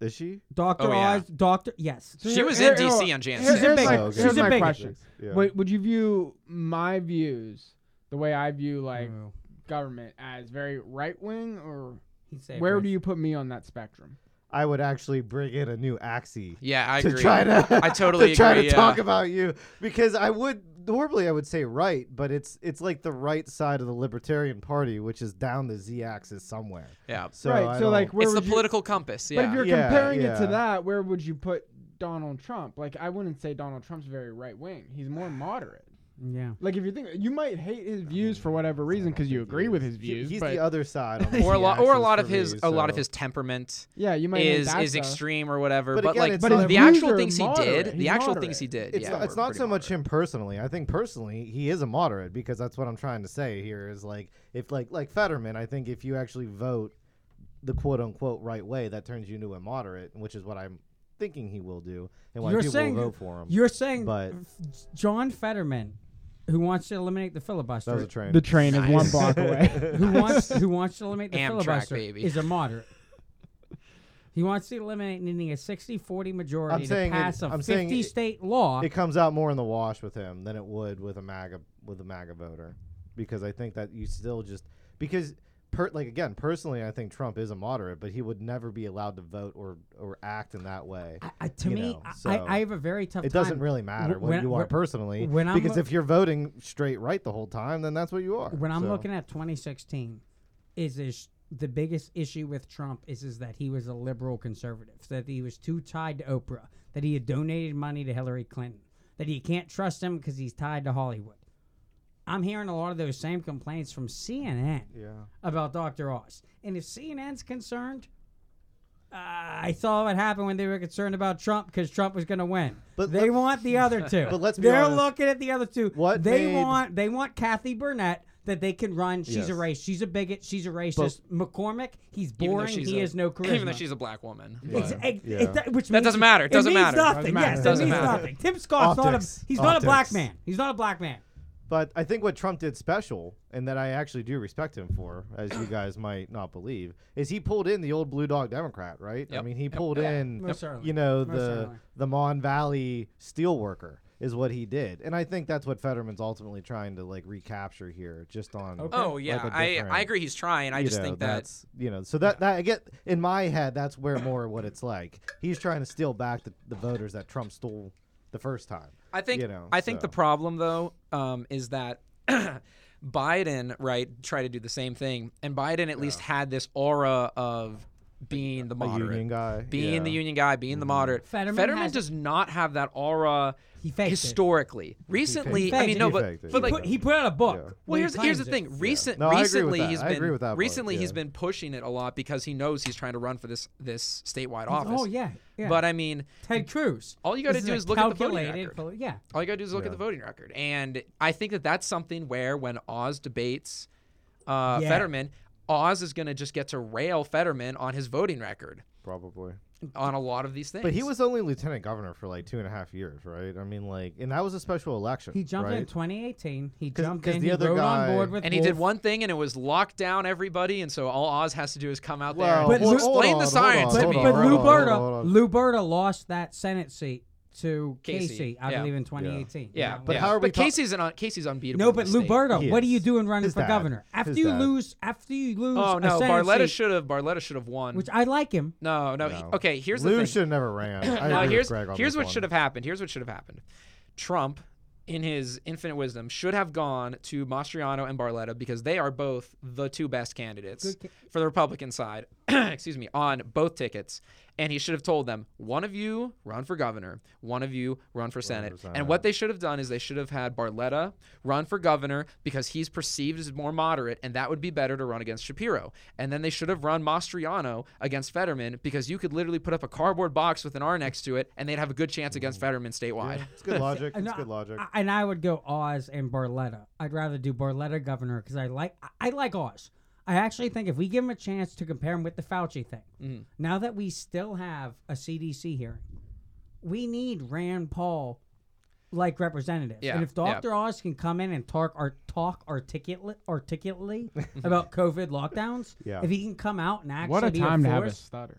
[SPEAKER 1] Is she?
[SPEAKER 2] Doctor
[SPEAKER 3] Oh, yeah.
[SPEAKER 2] Oz, Doctor. Yes.
[SPEAKER 3] She
[SPEAKER 4] Here-
[SPEAKER 3] was
[SPEAKER 4] here-
[SPEAKER 3] in
[SPEAKER 4] here-
[SPEAKER 3] DC on
[SPEAKER 4] here-
[SPEAKER 3] Janssen.
[SPEAKER 4] Here's,
[SPEAKER 2] She's a
[SPEAKER 4] my,
[SPEAKER 2] bigot.
[SPEAKER 4] here's
[SPEAKER 2] She's a
[SPEAKER 4] my
[SPEAKER 2] bigot.
[SPEAKER 4] question.
[SPEAKER 1] Yeah.
[SPEAKER 4] Would, would you view my views, the way I view like
[SPEAKER 2] Oh.
[SPEAKER 4] government, as very right wing, or
[SPEAKER 2] He'd say
[SPEAKER 4] where
[SPEAKER 2] race.
[SPEAKER 4] do you put me on that spectrum?
[SPEAKER 1] I would actually bring in a new axie.
[SPEAKER 3] Yeah, I
[SPEAKER 1] to
[SPEAKER 3] agree.
[SPEAKER 1] try to
[SPEAKER 3] I totally
[SPEAKER 1] to try
[SPEAKER 3] agree.
[SPEAKER 1] to
[SPEAKER 3] yeah.
[SPEAKER 1] talk about you because I would normally I would say right, but it's it's like the right side of the Libertarian Party, which is down the z-axis somewhere.
[SPEAKER 3] Yeah.
[SPEAKER 1] So
[SPEAKER 4] right.
[SPEAKER 1] I
[SPEAKER 4] so
[SPEAKER 1] don't-
[SPEAKER 4] like, where
[SPEAKER 3] It's the
[SPEAKER 4] would you-
[SPEAKER 3] political compass. Yeah.
[SPEAKER 4] But if you're
[SPEAKER 1] Yeah,
[SPEAKER 4] comparing it to
[SPEAKER 1] yeah.
[SPEAKER 4] that, where would you put Donald Trump? Like, I wouldn't say Donald Trump's very right wing. He's more moderate.
[SPEAKER 2] Yeah.
[SPEAKER 4] Like, if you think you might hate his views for whatever reason because you agree with his
[SPEAKER 1] he-
[SPEAKER 4] views,
[SPEAKER 1] he's
[SPEAKER 4] but
[SPEAKER 1] the other side, on the
[SPEAKER 3] or a lot, or a
[SPEAKER 1] Z-axis
[SPEAKER 3] lot
[SPEAKER 1] for
[SPEAKER 3] of his,
[SPEAKER 1] me,
[SPEAKER 3] a lot of
[SPEAKER 1] so-
[SPEAKER 3] his temperament
[SPEAKER 4] yeah, you might hate
[SPEAKER 3] is
[SPEAKER 4] that
[SPEAKER 3] is
[SPEAKER 4] stuff.
[SPEAKER 3] extreme or whatever.
[SPEAKER 1] But
[SPEAKER 3] But,
[SPEAKER 1] again,
[SPEAKER 3] like,
[SPEAKER 1] it's
[SPEAKER 4] But
[SPEAKER 1] not-
[SPEAKER 4] his
[SPEAKER 3] the
[SPEAKER 4] views
[SPEAKER 3] actual
[SPEAKER 4] are
[SPEAKER 3] things he
[SPEAKER 4] moderate.
[SPEAKER 3] did,
[SPEAKER 4] He's
[SPEAKER 3] the actual things he
[SPEAKER 4] moderate.
[SPEAKER 3] did.
[SPEAKER 1] It's
[SPEAKER 3] yeah,
[SPEAKER 1] not, it's
[SPEAKER 3] were
[SPEAKER 1] not
[SPEAKER 3] pretty
[SPEAKER 1] so much
[SPEAKER 3] moderate.
[SPEAKER 1] him personally. I think personally he is a moderate because that's what I'm trying to say here is like if like like Fetterman, I think if you actually vote the quote unquote right way, that turns you into a moderate, which is what I'm thinking he will do and why
[SPEAKER 2] You're
[SPEAKER 1] people
[SPEAKER 2] saying
[SPEAKER 1] will vote for him.
[SPEAKER 2] You're saying
[SPEAKER 1] But-
[SPEAKER 2] f- John Fetterman, who wants to eliminate the filibuster,
[SPEAKER 1] that was a train.
[SPEAKER 4] The train is one
[SPEAKER 3] Nice.
[SPEAKER 4] block away.
[SPEAKER 2] who wants who wants to eliminate the
[SPEAKER 3] Amtrak,
[SPEAKER 2] filibuster,
[SPEAKER 3] baby.
[SPEAKER 2] is a moderate. He wants to eliminate needing a 60-40 majority
[SPEAKER 1] I'm
[SPEAKER 2] to
[SPEAKER 1] saying it-
[SPEAKER 2] pass a
[SPEAKER 1] I'm saying it-
[SPEAKER 2] 50 state law.
[SPEAKER 1] it comes out more in the wash with him than it would with a MAGA with a MAGA voter, because I think that you still just because per, like again personally I think Trump is a moderate, but he would never be allowed to vote or or act in that way.
[SPEAKER 2] I- I- to
[SPEAKER 1] you
[SPEAKER 2] me,
[SPEAKER 1] know,
[SPEAKER 2] I-
[SPEAKER 1] so
[SPEAKER 2] I, I have a very tough.
[SPEAKER 1] It doesn't
[SPEAKER 2] time.
[SPEAKER 1] really matter what
[SPEAKER 2] when-
[SPEAKER 1] you are
[SPEAKER 2] when-
[SPEAKER 1] personally,
[SPEAKER 2] when I'm
[SPEAKER 1] because
[SPEAKER 2] loo-
[SPEAKER 1] if you're voting straight right the whole time, then that's what you are.
[SPEAKER 2] When I'm
[SPEAKER 1] So,
[SPEAKER 2] looking at 2016, is is the biggest issue with Trump is is that he was a liberal conservative, that he was too tied to Oprah, that he had donated money to Hillary Clinton, that you can't trust him because he's tied to Hollywood. I'm hearing a lot of those same complaints from CNN
[SPEAKER 1] yeah,
[SPEAKER 2] about Dr. Oz, and if CNN's concerned. Uh, I saw what happened when they were concerned about Trump because Trump was going to win.
[SPEAKER 1] But
[SPEAKER 2] they
[SPEAKER 1] let-
[SPEAKER 2] want the other two.
[SPEAKER 1] But let's be
[SPEAKER 2] They're
[SPEAKER 1] honest.
[SPEAKER 2] looking at the other two.
[SPEAKER 1] What
[SPEAKER 2] they
[SPEAKER 1] made-
[SPEAKER 2] want they want Kathy Burnett that they can run. She's
[SPEAKER 1] Yes.
[SPEAKER 2] a racist. She's a bigot. She's a racist. McCormick, he's
[SPEAKER 3] Even though
[SPEAKER 2] boring.
[SPEAKER 3] she's
[SPEAKER 2] He
[SPEAKER 3] a-
[SPEAKER 2] has no charisma.
[SPEAKER 3] Even though she's a black woman.
[SPEAKER 2] It's,
[SPEAKER 3] But-
[SPEAKER 2] it,
[SPEAKER 1] Yeah.
[SPEAKER 2] it, do- which
[SPEAKER 3] That
[SPEAKER 2] means-
[SPEAKER 3] doesn't matter. It doesn't
[SPEAKER 2] means
[SPEAKER 3] matter.
[SPEAKER 2] Nothing. yes,
[SPEAKER 4] Doesn't matter.
[SPEAKER 2] it
[SPEAKER 3] Doesn't
[SPEAKER 2] means
[SPEAKER 3] matter.
[SPEAKER 2] nothing. Tim Scott's not a
[SPEAKER 1] Optics.
[SPEAKER 2] he's not a black
[SPEAKER 1] Optics.
[SPEAKER 2] man. He's not a black man.
[SPEAKER 1] but I think what Trump did special, and that I actually do respect him for, as you guys might not believe, is he pulled in the old blue dog Democrat, right? I
[SPEAKER 3] Yep.
[SPEAKER 1] mean, he pulled in,
[SPEAKER 2] Most certainly.
[SPEAKER 1] you know,
[SPEAKER 2] Most
[SPEAKER 1] the
[SPEAKER 2] certainly.
[SPEAKER 1] the Mon Valley steel worker is what he did, and I think that's what Fetterman's ultimately trying to like recapture here, just on
[SPEAKER 3] Oh
[SPEAKER 1] like,
[SPEAKER 3] yeah,
[SPEAKER 1] a
[SPEAKER 3] I I
[SPEAKER 1] different-
[SPEAKER 3] agree. He's trying. I
[SPEAKER 1] you
[SPEAKER 3] just
[SPEAKER 1] know,
[SPEAKER 3] think that
[SPEAKER 1] that's you know so that, that I get in my head that's where more what it's like he's trying to steal back the, the voters that Trump stole the first time
[SPEAKER 3] I think
[SPEAKER 1] you know,
[SPEAKER 3] I think the
[SPEAKER 1] so.
[SPEAKER 3] problem though um, is that Biden right tried to do the same thing, and Biden at least had this aura of being the moderate
[SPEAKER 1] union guy,
[SPEAKER 3] being the
[SPEAKER 1] yeah. Mm-hmm.
[SPEAKER 3] union guy, being the moderate.
[SPEAKER 2] Fetterman has-
[SPEAKER 3] does not have that aura.
[SPEAKER 2] He faked it.
[SPEAKER 3] historically, recently,
[SPEAKER 2] faked
[SPEAKER 3] I mean,
[SPEAKER 2] it.
[SPEAKER 3] no,
[SPEAKER 2] He
[SPEAKER 3] but,
[SPEAKER 1] faked it,
[SPEAKER 3] but like,
[SPEAKER 1] yeah.
[SPEAKER 2] Put- he put out a book.
[SPEAKER 1] Yeah.
[SPEAKER 3] well,
[SPEAKER 2] where he
[SPEAKER 3] here's here's the
[SPEAKER 2] claims
[SPEAKER 3] thing.
[SPEAKER 2] it.
[SPEAKER 3] Recent,
[SPEAKER 1] No, I agree with
[SPEAKER 3] recently
[SPEAKER 1] that.
[SPEAKER 3] he's
[SPEAKER 1] I
[SPEAKER 3] been
[SPEAKER 1] agree with that part,
[SPEAKER 3] recently he's
[SPEAKER 1] yeah.
[SPEAKER 3] been pushing it a lot because he knows he's trying to run for this this statewide office.
[SPEAKER 2] Oh yeah, yeah.
[SPEAKER 3] But I mean,
[SPEAKER 2] Ted Cruz.
[SPEAKER 3] all you gotta
[SPEAKER 2] This
[SPEAKER 3] do
[SPEAKER 2] a
[SPEAKER 3] is look at the voting
[SPEAKER 2] calculated
[SPEAKER 3] record.
[SPEAKER 2] poli- Yeah.
[SPEAKER 3] All you gotta do is look at the voting record, and I think that that's something where when Oz debates uh,
[SPEAKER 2] Yeah.
[SPEAKER 3] Fetterman, Oz is gonna just get to rail Fetterman on his voting record
[SPEAKER 1] probably
[SPEAKER 3] on a lot of these things.
[SPEAKER 1] but he was only lieutenant governor for like two and a half years right I mean like and that was a special election
[SPEAKER 2] He jumped in
[SPEAKER 1] right?
[SPEAKER 2] 2018. He jumped
[SPEAKER 1] 'cause
[SPEAKER 2] in.
[SPEAKER 1] the
[SPEAKER 2] he
[SPEAKER 1] other
[SPEAKER 2] rode
[SPEAKER 1] guy-
[SPEAKER 2] on board with
[SPEAKER 3] and he did
[SPEAKER 2] Wolf.
[SPEAKER 3] one thing, and it was lock down everybody, and so all Oz has to do is come out there. and
[SPEAKER 1] Well,
[SPEAKER 2] But
[SPEAKER 3] just
[SPEAKER 2] Lu-
[SPEAKER 3] explain
[SPEAKER 1] hold
[SPEAKER 3] the
[SPEAKER 1] on,
[SPEAKER 3] science
[SPEAKER 1] hold
[SPEAKER 2] But,
[SPEAKER 3] to
[SPEAKER 1] on,
[SPEAKER 3] me.
[SPEAKER 2] but
[SPEAKER 1] hold
[SPEAKER 2] Lou
[SPEAKER 1] on,
[SPEAKER 2] Berta,
[SPEAKER 1] hold on.
[SPEAKER 2] Lou Berta lost that Senate seat to Casey,
[SPEAKER 3] Casey,
[SPEAKER 2] I
[SPEAKER 3] yeah.
[SPEAKER 2] believe, in 2018.
[SPEAKER 3] yeah,
[SPEAKER 1] But
[SPEAKER 3] yeah.
[SPEAKER 1] how are we
[SPEAKER 3] But
[SPEAKER 1] ta-
[SPEAKER 3] Casey's an un- Casey's unbeatable.
[SPEAKER 2] No,
[SPEAKER 3] in
[SPEAKER 2] but
[SPEAKER 3] the
[SPEAKER 2] Lou
[SPEAKER 3] state.
[SPEAKER 2] Berta,
[SPEAKER 1] He
[SPEAKER 2] what are
[SPEAKER 1] is.
[SPEAKER 2] you doing running
[SPEAKER 1] His
[SPEAKER 2] for
[SPEAKER 1] dad.
[SPEAKER 2] governor? After
[SPEAKER 1] His
[SPEAKER 2] you
[SPEAKER 1] dad.
[SPEAKER 2] lose, after you lose,
[SPEAKER 3] Oh no,
[SPEAKER 2] a Senate
[SPEAKER 3] Barletta
[SPEAKER 2] seat,
[SPEAKER 3] should have Barletta should have won.
[SPEAKER 2] which I like him.
[SPEAKER 3] no, no, he-
[SPEAKER 1] No.
[SPEAKER 3] Okay, here's
[SPEAKER 1] Lou
[SPEAKER 3] the thing.
[SPEAKER 1] should have never ran I
[SPEAKER 3] No,
[SPEAKER 1] agree with
[SPEAKER 3] here's
[SPEAKER 1] Greg on
[SPEAKER 3] here's
[SPEAKER 1] this
[SPEAKER 3] what
[SPEAKER 1] one.
[SPEAKER 3] should have happened. Here's what should have happened. Trump, in his infinite wisdom, should have gone to Mastriano and Barletta because they are both the two best candidates for the Republican side. excuse me, on both tickets, and he should have told them one of you run for governor, one of you run for senate. And what they should have done is they should have had Barletta run for governor because he's perceived as more moderate, and that would be better to run against Shapiro. And then they should have run Mastriano against Fetterman because you could literally put up a cardboard box with an R next to it, and they'd have a good chance against Fetterman statewide.
[SPEAKER 1] Mm. it's good logic
[SPEAKER 2] And
[SPEAKER 1] it's
[SPEAKER 2] I-
[SPEAKER 1] good logic
[SPEAKER 2] I- and I would go Oz and Barletta. I'd rather do Barletta governor because I like I- I like Oz. I actually think if we give him a chance to compare him with the Fauci thing,
[SPEAKER 3] Mm-hmm.
[SPEAKER 2] now that we still have a CDC hearing, we need Rand Paul like representatives.
[SPEAKER 3] Yeah,
[SPEAKER 2] And if
[SPEAKER 3] yeah.
[SPEAKER 2] Dr. Oz can come in and talk or talk articulate, articulately about COVID lockdowns,
[SPEAKER 1] Yeah.
[SPEAKER 2] if he can come out and actually
[SPEAKER 4] What a
[SPEAKER 2] be
[SPEAKER 4] time to have a
[SPEAKER 2] force-
[SPEAKER 4] stutter.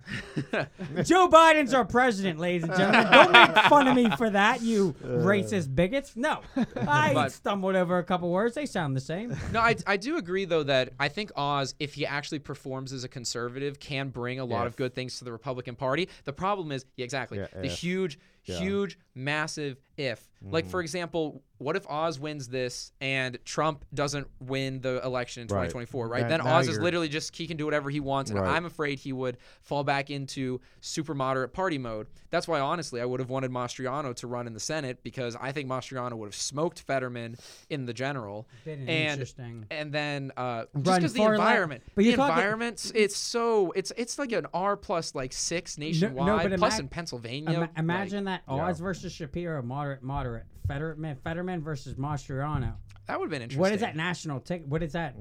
[SPEAKER 2] Joe Biden's our president, ladies and gentlemen. Don't make fun of me for that, you
[SPEAKER 3] Uh,
[SPEAKER 2] racist bigots. No, I
[SPEAKER 3] But-
[SPEAKER 2] stumbled over a couple words. They sound the same.
[SPEAKER 3] No, I, I do agree though that I think Oz, if he actually performs as a conservative, can bring a lot of good things to the Republican Party. The problem is, yeah, exactly,
[SPEAKER 1] Yeah, Mm.
[SPEAKER 3] the
[SPEAKER 1] if.
[SPEAKER 3] huge, huge, massive if. Like for example, what if Oz wins this and Trump doesn't win the election in
[SPEAKER 1] Right.
[SPEAKER 3] 2024? Right,
[SPEAKER 1] That-
[SPEAKER 3] then
[SPEAKER 1] now
[SPEAKER 3] Oz is
[SPEAKER 1] you're-
[SPEAKER 3] literally just he can do whatever he wants, and
[SPEAKER 1] Right.
[SPEAKER 3] I'm afraid he would fall back into super moderate party mode. That's why honestly, I would have wanted Mastriano to run in the Senate because I think Mastriano would have smoked Fetterman in the general.
[SPEAKER 2] Didn't.
[SPEAKER 3] And
[SPEAKER 2] Interesting.
[SPEAKER 3] and then uh, just
[SPEAKER 2] Run
[SPEAKER 3] because the
[SPEAKER 2] far left.
[SPEAKER 3] environment,
[SPEAKER 2] But
[SPEAKER 3] the
[SPEAKER 2] you're talking-
[SPEAKER 3] environment, it's so it's it's like an R plus like six nationwide,
[SPEAKER 2] but
[SPEAKER 3] plus
[SPEAKER 2] ima-
[SPEAKER 3] in Pennsylvania.
[SPEAKER 2] Ima-
[SPEAKER 3] like-
[SPEAKER 2] imagine that Oz versus Shapiro, moderate, moderate. Fetterman, Fetterman versus Mastriano.
[SPEAKER 3] that would have been interesting. Mm-hmm.
[SPEAKER 2] What is that national ticket? What is that?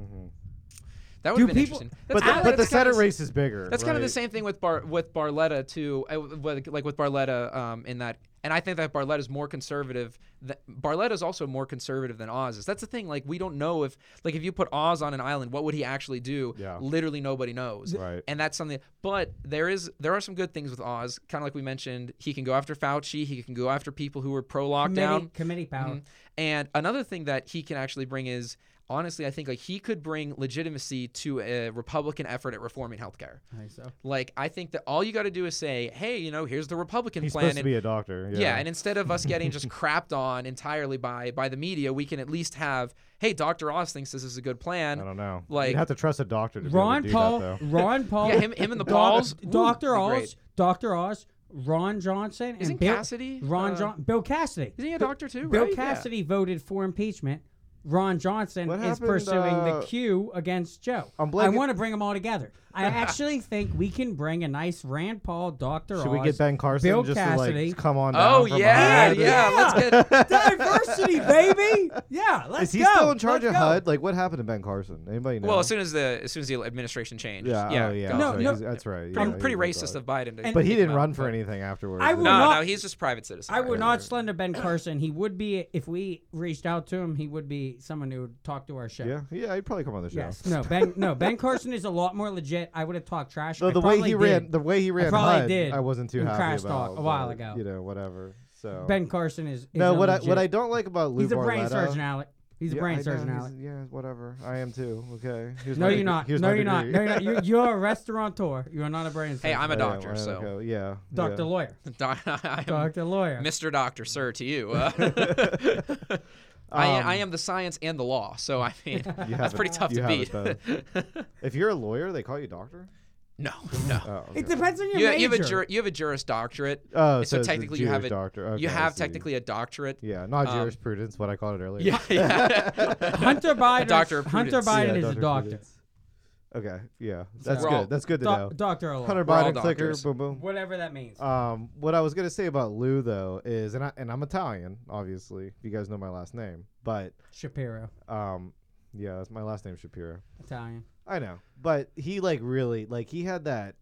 [SPEAKER 3] That would
[SPEAKER 2] Do
[SPEAKER 3] have been
[SPEAKER 2] people-
[SPEAKER 3] interesting.
[SPEAKER 1] But
[SPEAKER 3] kinda
[SPEAKER 1] the,
[SPEAKER 3] like-
[SPEAKER 1] but the
[SPEAKER 3] that's kinda
[SPEAKER 1] Senate
[SPEAKER 3] s-
[SPEAKER 1] race is bigger.
[SPEAKER 3] That's kind of the
[SPEAKER 1] right?
[SPEAKER 3] same thing with Bar with Barletta too, uh, with- like with Barletta um, in that. And I think that Barletta's more conservative. Th- Barletta's also more conservative than Oz is. That's the thing. Like we don't know if, like, if you put Oz on an island, what would he actually do?
[SPEAKER 1] Yeah.
[SPEAKER 3] Literally nobody knows.
[SPEAKER 1] Right.
[SPEAKER 3] And that's something. But there is there are some good things with Oz. Kind of like we mentioned, he can go after Fauci. He can go after people who were Mm-hmm. pro
[SPEAKER 2] Committee,
[SPEAKER 3] lockdown.
[SPEAKER 2] committee power.
[SPEAKER 3] And another thing that he can actually bring is honestly, I think like he could bring legitimacy to a Republican effort at reforming healthcare.
[SPEAKER 2] I think so.
[SPEAKER 3] Like I think that all you got to do is say, "Hey, you know, here's the Republican
[SPEAKER 1] He's
[SPEAKER 3] plan."
[SPEAKER 1] supposed to
[SPEAKER 3] and-
[SPEAKER 1] be a doctor. Yeah.
[SPEAKER 3] yeah. and instead of us getting just crapped on entirely by by the media, we can at least have, "Hey, Dr. Oz thinks this is a good plan."
[SPEAKER 1] I don't know.
[SPEAKER 3] like-
[SPEAKER 1] You'd have to trust a doctor to be able to
[SPEAKER 2] Ron
[SPEAKER 1] do
[SPEAKER 2] Paul,
[SPEAKER 1] that, though.
[SPEAKER 2] Ron Paul,
[SPEAKER 3] Yeah, him- him and the Pauls. Ooh,
[SPEAKER 2] Doctor
[SPEAKER 3] that'd be
[SPEAKER 2] Oz, Doctor Oz, Ron Johnson,
[SPEAKER 3] Isn't
[SPEAKER 2] and Bill,
[SPEAKER 3] Cassidy,
[SPEAKER 2] Ron
[SPEAKER 3] uh,
[SPEAKER 2] John, Bill Cassidy.
[SPEAKER 3] Isn't he a doctor too?
[SPEAKER 2] Bill
[SPEAKER 3] right? Yeah.
[SPEAKER 2] Cassidy voted for impeachment. Ron Johnson
[SPEAKER 1] What
[SPEAKER 2] is
[SPEAKER 1] happened,
[SPEAKER 2] pursuing
[SPEAKER 1] uh,
[SPEAKER 2] the Q against Joe.
[SPEAKER 1] I'm
[SPEAKER 2] I
[SPEAKER 1] blanking-
[SPEAKER 2] want to bring them all together. I actually think we can bring a nice Rand Paul, Doctor Oz,
[SPEAKER 1] Should we get Ben Carson
[SPEAKER 2] Bill
[SPEAKER 1] just
[SPEAKER 2] Cassidy.
[SPEAKER 1] to like come on? down
[SPEAKER 3] Oh
[SPEAKER 1] from
[SPEAKER 3] yeah,
[SPEAKER 1] HUD?
[SPEAKER 3] yeah, Let's get
[SPEAKER 2] diversity, baby. Yeah, let's
[SPEAKER 1] Is he
[SPEAKER 2] go.
[SPEAKER 1] still in charge
[SPEAKER 2] Let's
[SPEAKER 1] of
[SPEAKER 2] go.
[SPEAKER 1] HUD? Like, what happened to Ben Carson? Anybody know?
[SPEAKER 3] well as soon as the as soon as the administration changed.
[SPEAKER 1] yeah,
[SPEAKER 3] yeah,
[SPEAKER 1] oh, yeah.
[SPEAKER 3] gone.
[SPEAKER 2] No,
[SPEAKER 1] so
[SPEAKER 2] no.
[SPEAKER 1] he's- that's right.
[SPEAKER 3] Pretty,
[SPEAKER 1] yeah,
[SPEAKER 3] pretty
[SPEAKER 1] he was
[SPEAKER 3] racist
[SPEAKER 1] on.
[SPEAKER 3] of Biden. to
[SPEAKER 1] But
[SPEAKER 3] kick
[SPEAKER 1] he
[SPEAKER 3] him
[SPEAKER 1] didn't
[SPEAKER 3] out,
[SPEAKER 1] run for
[SPEAKER 3] but-
[SPEAKER 1] anything afterwards.
[SPEAKER 2] I
[SPEAKER 1] did
[SPEAKER 2] will
[SPEAKER 1] he?
[SPEAKER 3] No,
[SPEAKER 2] not-
[SPEAKER 3] no, he's just a private citizen.
[SPEAKER 2] I
[SPEAKER 3] right?
[SPEAKER 2] would not slander Ben Carson. He would be if we reached out to him. He would be someone who would talk to our show.
[SPEAKER 1] Yeah, yeah, he'd probably come on the show.
[SPEAKER 2] Yes. No. Ben. No. Ben Carson is a lot more legit. I would have talked trash.
[SPEAKER 1] Though
[SPEAKER 2] I
[SPEAKER 1] the way
[SPEAKER 2] probably
[SPEAKER 1] he ran,
[SPEAKER 2] did.
[SPEAKER 1] the way he ran
[SPEAKER 2] probably
[SPEAKER 1] HUD,
[SPEAKER 2] did
[SPEAKER 1] I wasn't too
[SPEAKER 2] in
[SPEAKER 1] happy
[SPEAKER 2] Crash
[SPEAKER 1] about
[SPEAKER 2] Talk a while
[SPEAKER 1] but,
[SPEAKER 2] ago.
[SPEAKER 1] You know, whatever. So
[SPEAKER 2] Ben Carson is. is
[SPEAKER 1] no, what I
[SPEAKER 2] illegit.
[SPEAKER 1] what I don't like about Lou
[SPEAKER 2] He's a brain
[SPEAKER 1] Barletta-
[SPEAKER 2] surgeon, Alec. He's a
[SPEAKER 1] Yeah, I
[SPEAKER 2] brain
[SPEAKER 1] know,
[SPEAKER 2] surgeon,
[SPEAKER 1] he's-
[SPEAKER 2] Alec.
[SPEAKER 1] Yeah, whatever. I am too. Okay. Here's
[SPEAKER 2] No,
[SPEAKER 1] my
[SPEAKER 2] you're
[SPEAKER 1] deg-
[SPEAKER 2] not.
[SPEAKER 1] here's
[SPEAKER 2] No,
[SPEAKER 1] my
[SPEAKER 2] you're not. No,
[SPEAKER 1] degree.
[SPEAKER 2] you're not. You're, you're a restaurateur. You are not a brain surgeon.
[SPEAKER 3] Hey, I'm a
[SPEAKER 1] I am,
[SPEAKER 3] doctor,
[SPEAKER 1] I am,
[SPEAKER 3] so
[SPEAKER 1] okay, yeah,
[SPEAKER 2] Doctor
[SPEAKER 1] yeah.
[SPEAKER 2] lawyer.
[SPEAKER 3] Doc- I am
[SPEAKER 2] Doctor lawyer.
[SPEAKER 3] Mr. Doctor, sir, to you. Uh, I, am, I am the science and the law, so I mean,
[SPEAKER 1] You
[SPEAKER 3] that's
[SPEAKER 1] Um, have it-
[SPEAKER 3] pretty tough
[SPEAKER 1] you
[SPEAKER 3] to
[SPEAKER 1] have
[SPEAKER 3] beat.
[SPEAKER 1] it, If you're a lawyer, they call you doctor.
[SPEAKER 3] no, no.
[SPEAKER 1] Oh, okay.
[SPEAKER 2] It depends on your
[SPEAKER 3] You,
[SPEAKER 2] major.
[SPEAKER 3] you have a jur- you have a Juris Doctorate.
[SPEAKER 1] Oh,
[SPEAKER 3] so,
[SPEAKER 1] so it's a
[SPEAKER 3] technically you have
[SPEAKER 1] Jewish
[SPEAKER 3] a
[SPEAKER 1] doctor. Okay,
[SPEAKER 3] you
[SPEAKER 1] I
[SPEAKER 3] have
[SPEAKER 1] see.
[SPEAKER 3] technically a doctorate. Um,
[SPEAKER 1] yeah, not jurisprudence, what I called it earlier.
[SPEAKER 3] Yeah, yeah.
[SPEAKER 2] Hunter Biden.
[SPEAKER 3] Doctor of
[SPEAKER 2] Hunter
[SPEAKER 3] Prudence.
[SPEAKER 2] Biden
[SPEAKER 1] Yeah,
[SPEAKER 2] is a doctor.
[SPEAKER 1] jurisprudence. Okay, yeah, that's
[SPEAKER 3] We're
[SPEAKER 1] good.
[SPEAKER 3] all-
[SPEAKER 1] that's good to know.
[SPEAKER 2] Doctor of law.
[SPEAKER 1] Hunter
[SPEAKER 3] all
[SPEAKER 1] Biden clicker,
[SPEAKER 3] doctors.
[SPEAKER 1] boom boom.
[SPEAKER 2] Whatever that means.
[SPEAKER 1] Um, what I was gonna say about Lou though is, and I and I'm Italian, obviously. You guys know my last name, but
[SPEAKER 2] Shapiro,
[SPEAKER 1] um, yeah, that's my last name Shapiro.
[SPEAKER 2] Italian.
[SPEAKER 1] I know, but he like really like he had that.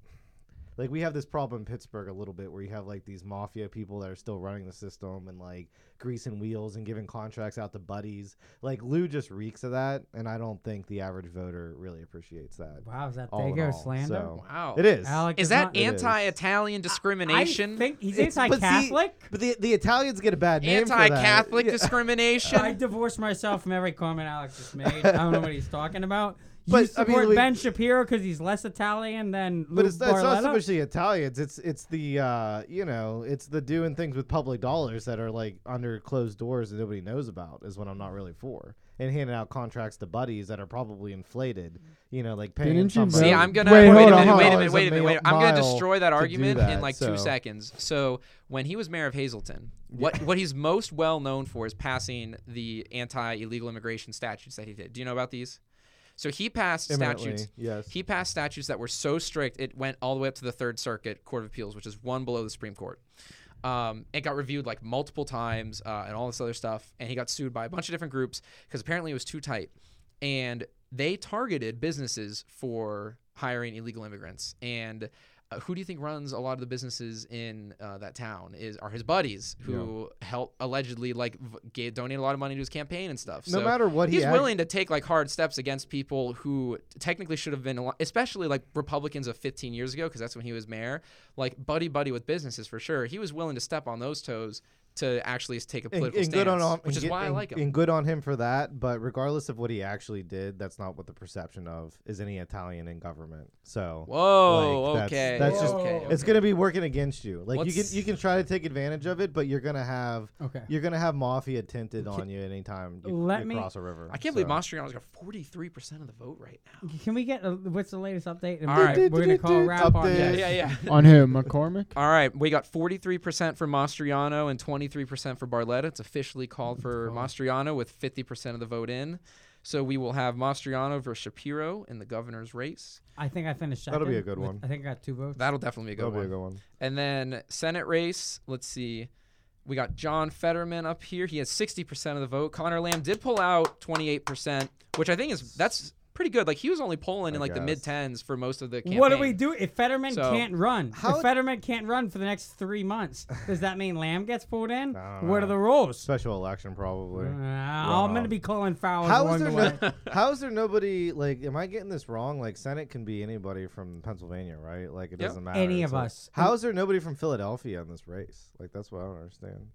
[SPEAKER 1] Like we have this problem in Pittsburgh a little bit where you have like these mafia people that are still running the system and like greasing wheels and giving contracts out to buddies. Like Lou just reeks of that, and I don't think the average voter really appreciates that.
[SPEAKER 2] Wow, is that
[SPEAKER 1] all
[SPEAKER 2] there
[SPEAKER 1] in
[SPEAKER 2] go
[SPEAKER 1] all.
[SPEAKER 2] slander?
[SPEAKER 1] So,
[SPEAKER 3] Wow.
[SPEAKER 1] it is.
[SPEAKER 2] Alec
[SPEAKER 3] Is
[SPEAKER 2] does
[SPEAKER 3] that
[SPEAKER 2] not-
[SPEAKER 1] It is.
[SPEAKER 3] anti-Italian discrimination?
[SPEAKER 2] I think he's
[SPEAKER 1] It's- but see-
[SPEAKER 2] anti-Catholic.
[SPEAKER 1] But, the the Italians get a bad name. for that.
[SPEAKER 3] Anti-Catholic
[SPEAKER 1] Yeah.
[SPEAKER 3] discrimination.
[SPEAKER 2] I divorce myself from every comment Alex just made. I don't know what he's talking about. You
[SPEAKER 1] But, I mean,
[SPEAKER 2] support
[SPEAKER 1] we-
[SPEAKER 2] Ben Shapiro because he's less Italian than Lou
[SPEAKER 1] But it's, it's not so
[SPEAKER 2] Barletta?
[SPEAKER 1] much the Italians. It's it's the uh, you know it's the doing things with public dollars that are like under closed doors and nobody knows about is what I'm not really for. And handing out contracts to buddies that are probably inflated. You know, like paying.
[SPEAKER 4] Didn't you
[SPEAKER 1] somebody-
[SPEAKER 3] See,
[SPEAKER 4] Well,
[SPEAKER 3] I'm gonna
[SPEAKER 4] wait,
[SPEAKER 3] wait,
[SPEAKER 4] hold
[SPEAKER 3] a
[SPEAKER 4] on,
[SPEAKER 3] minute,
[SPEAKER 4] hold
[SPEAKER 3] wait
[SPEAKER 4] on.
[SPEAKER 3] a minute, wait a minute, wait a minute. I'm gonna
[SPEAKER 1] Mile
[SPEAKER 3] destroy that
[SPEAKER 1] to do
[SPEAKER 3] argument in
[SPEAKER 1] that,
[SPEAKER 3] like two
[SPEAKER 1] so-
[SPEAKER 3] seconds. So when he was mayor of Hazleton, what what he's most well known for is passing the anti illegal immigration statutes that he did. Do you know about these? So he passed
[SPEAKER 1] Imminently,
[SPEAKER 3] statutes.
[SPEAKER 1] yes.
[SPEAKER 3] He passed statutes that were so strict it went all the way up to the Third Circuit Court of Appeals, which is one below the Supreme Court. Um, it got reviewed like multiple times uh, and all this other stuff, and he got sued by a bunch of different groups because apparently it was too tight, and they targeted businesses for hiring illegal immigrants and. uh, who do you think runs a lot of the businesses in uh, that town? Is are his buddies who help allegedly like v- gave, donate a lot of money to his campaign and stuff.
[SPEAKER 1] No
[SPEAKER 3] So
[SPEAKER 1] matter what he
[SPEAKER 3] he's
[SPEAKER 1] act-
[SPEAKER 3] willing to take like hard steps against people who technically should have been, a lot, especially like Republicans of 15 years ago, because that's when he was mayor. Like buddy buddy with businesses for sure. He was willing to step on those toes to actually take a
[SPEAKER 1] And,
[SPEAKER 3] political
[SPEAKER 1] and
[SPEAKER 3] stance,
[SPEAKER 1] good on him,
[SPEAKER 3] which
[SPEAKER 1] and
[SPEAKER 3] is
[SPEAKER 1] good-
[SPEAKER 3] why I
[SPEAKER 1] and-
[SPEAKER 3] like him.
[SPEAKER 1] And good on him for that. But regardless of what he actually did, that's not what the perception of is any Italian in government. So
[SPEAKER 3] Whoa,
[SPEAKER 1] like,
[SPEAKER 3] okay,
[SPEAKER 1] that's, that's just
[SPEAKER 3] okay,
[SPEAKER 1] it's
[SPEAKER 3] okay.
[SPEAKER 1] gonna be working against you. Like you
[SPEAKER 3] What's-
[SPEAKER 1] can you can try to take advantage of it, but you're gonna have
[SPEAKER 2] Okay.
[SPEAKER 1] you're gonna have mafia tinted on you anytime you,
[SPEAKER 2] Let
[SPEAKER 1] you
[SPEAKER 2] me-
[SPEAKER 1] cross a river.
[SPEAKER 3] I can't believe
[SPEAKER 1] so.
[SPEAKER 3] Mastriano's got 43% of the vote right now.
[SPEAKER 2] Can we get a, what's the latest update? And
[SPEAKER 3] All
[SPEAKER 2] we're-
[SPEAKER 3] right.
[SPEAKER 2] we're gonna call a wrap on
[SPEAKER 1] Update.
[SPEAKER 3] Yeah,
[SPEAKER 2] that.
[SPEAKER 3] yeah, yeah.
[SPEAKER 4] on who? McCormick?
[SPEAKER 3] All right, we got 43% for Mastriano and 23% for Barletta. It's officially called for Mastriano with 50% of the vote in. So we will have Mastriano versus Shapiro in the governor's race.
[SPEAKER 2] I think I finished. Second
[SPEAKER 1] That'll be a good
[SPEAKER 2] with-
[SPEAKER 1] one.
[SPEAKER 2] I think I got two votes.
[SPEAKER 3] That'll definitely be a
[SPEAKER 1] That'll
[SPEAKER 3] good,
[SPEAKER 1] be
[SPEAKER 3] one.
[SPEAKER 1] a good one.
[SPEAKER 3] And then Senate race, let's see. We got John Fetterman up here. He has 60% of the vote. Connor Lamb did pull out 28%, which I think is that's pretty good. Like he was only polling in like the
[SPEAKER 1] guess.
[SPEAKER 3] mid 10s for most of the campaign.
[SPEAKER 2] What do we do if Fetterman
[SPEAKER 3] So-
[SPEAKER 2] can't run?
[SPEAKER 1] How-
[SPEAKER 2] if Fetterman can't run for the next three months, does that mean Lamb gets pulled in?
[SPEAKER 1] I don't
[SPEAKER 2] What are
[SPEAKER 1] know.
[SPEAKER 2] the rules?
[SPEAKER 1] Uh, Special election probably.
[SPEAKER 2] Uh, I'm gonna be calling fouls
[SPEAKER 1] How
[SPEAKER 2] along
[SPEAKER 1] is there
[SPEAKER 2] the way.
[SPEAKER 1] no, how is there nobody like am I getting this wrong? Like Senate can be anybody from Pennsylvania, right? Like it
[SPEAKER 3] Yep.
[SPEAKER 1] doesn't matter.
[SPEAKER 2] Any of
[SPEAKER 1] like-
[SPEAKER 2] us.
[SPEAKER 1] how is there nobody from Philadelphia in this race? Like that's what I don't understand.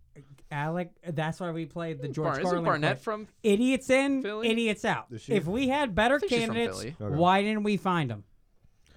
[SPEAKER 2] Alec, that's why we played the George
[SPEAKER 3] Bar-
[SPEAKER 2] Carlin.
[SPEAKER 3] isn't Hmm, Barnett
[SPEAKER 2] clip.
[SPEAKER 3] from
[SPEAKER 2] idiots in,
[SPEAKER 3] Philly?
[SPEAKER 2] idiots out.
[SPEAKER 1] Is she?
[SPEAKER 2] If we had better
[SPEAKER 3] think she's from
[SPEAKER 2] candidates,
[SPEAKER 3] Philly.
[SPEAKER 1] Okay.
[SPEAKER 2] why didn't we find them?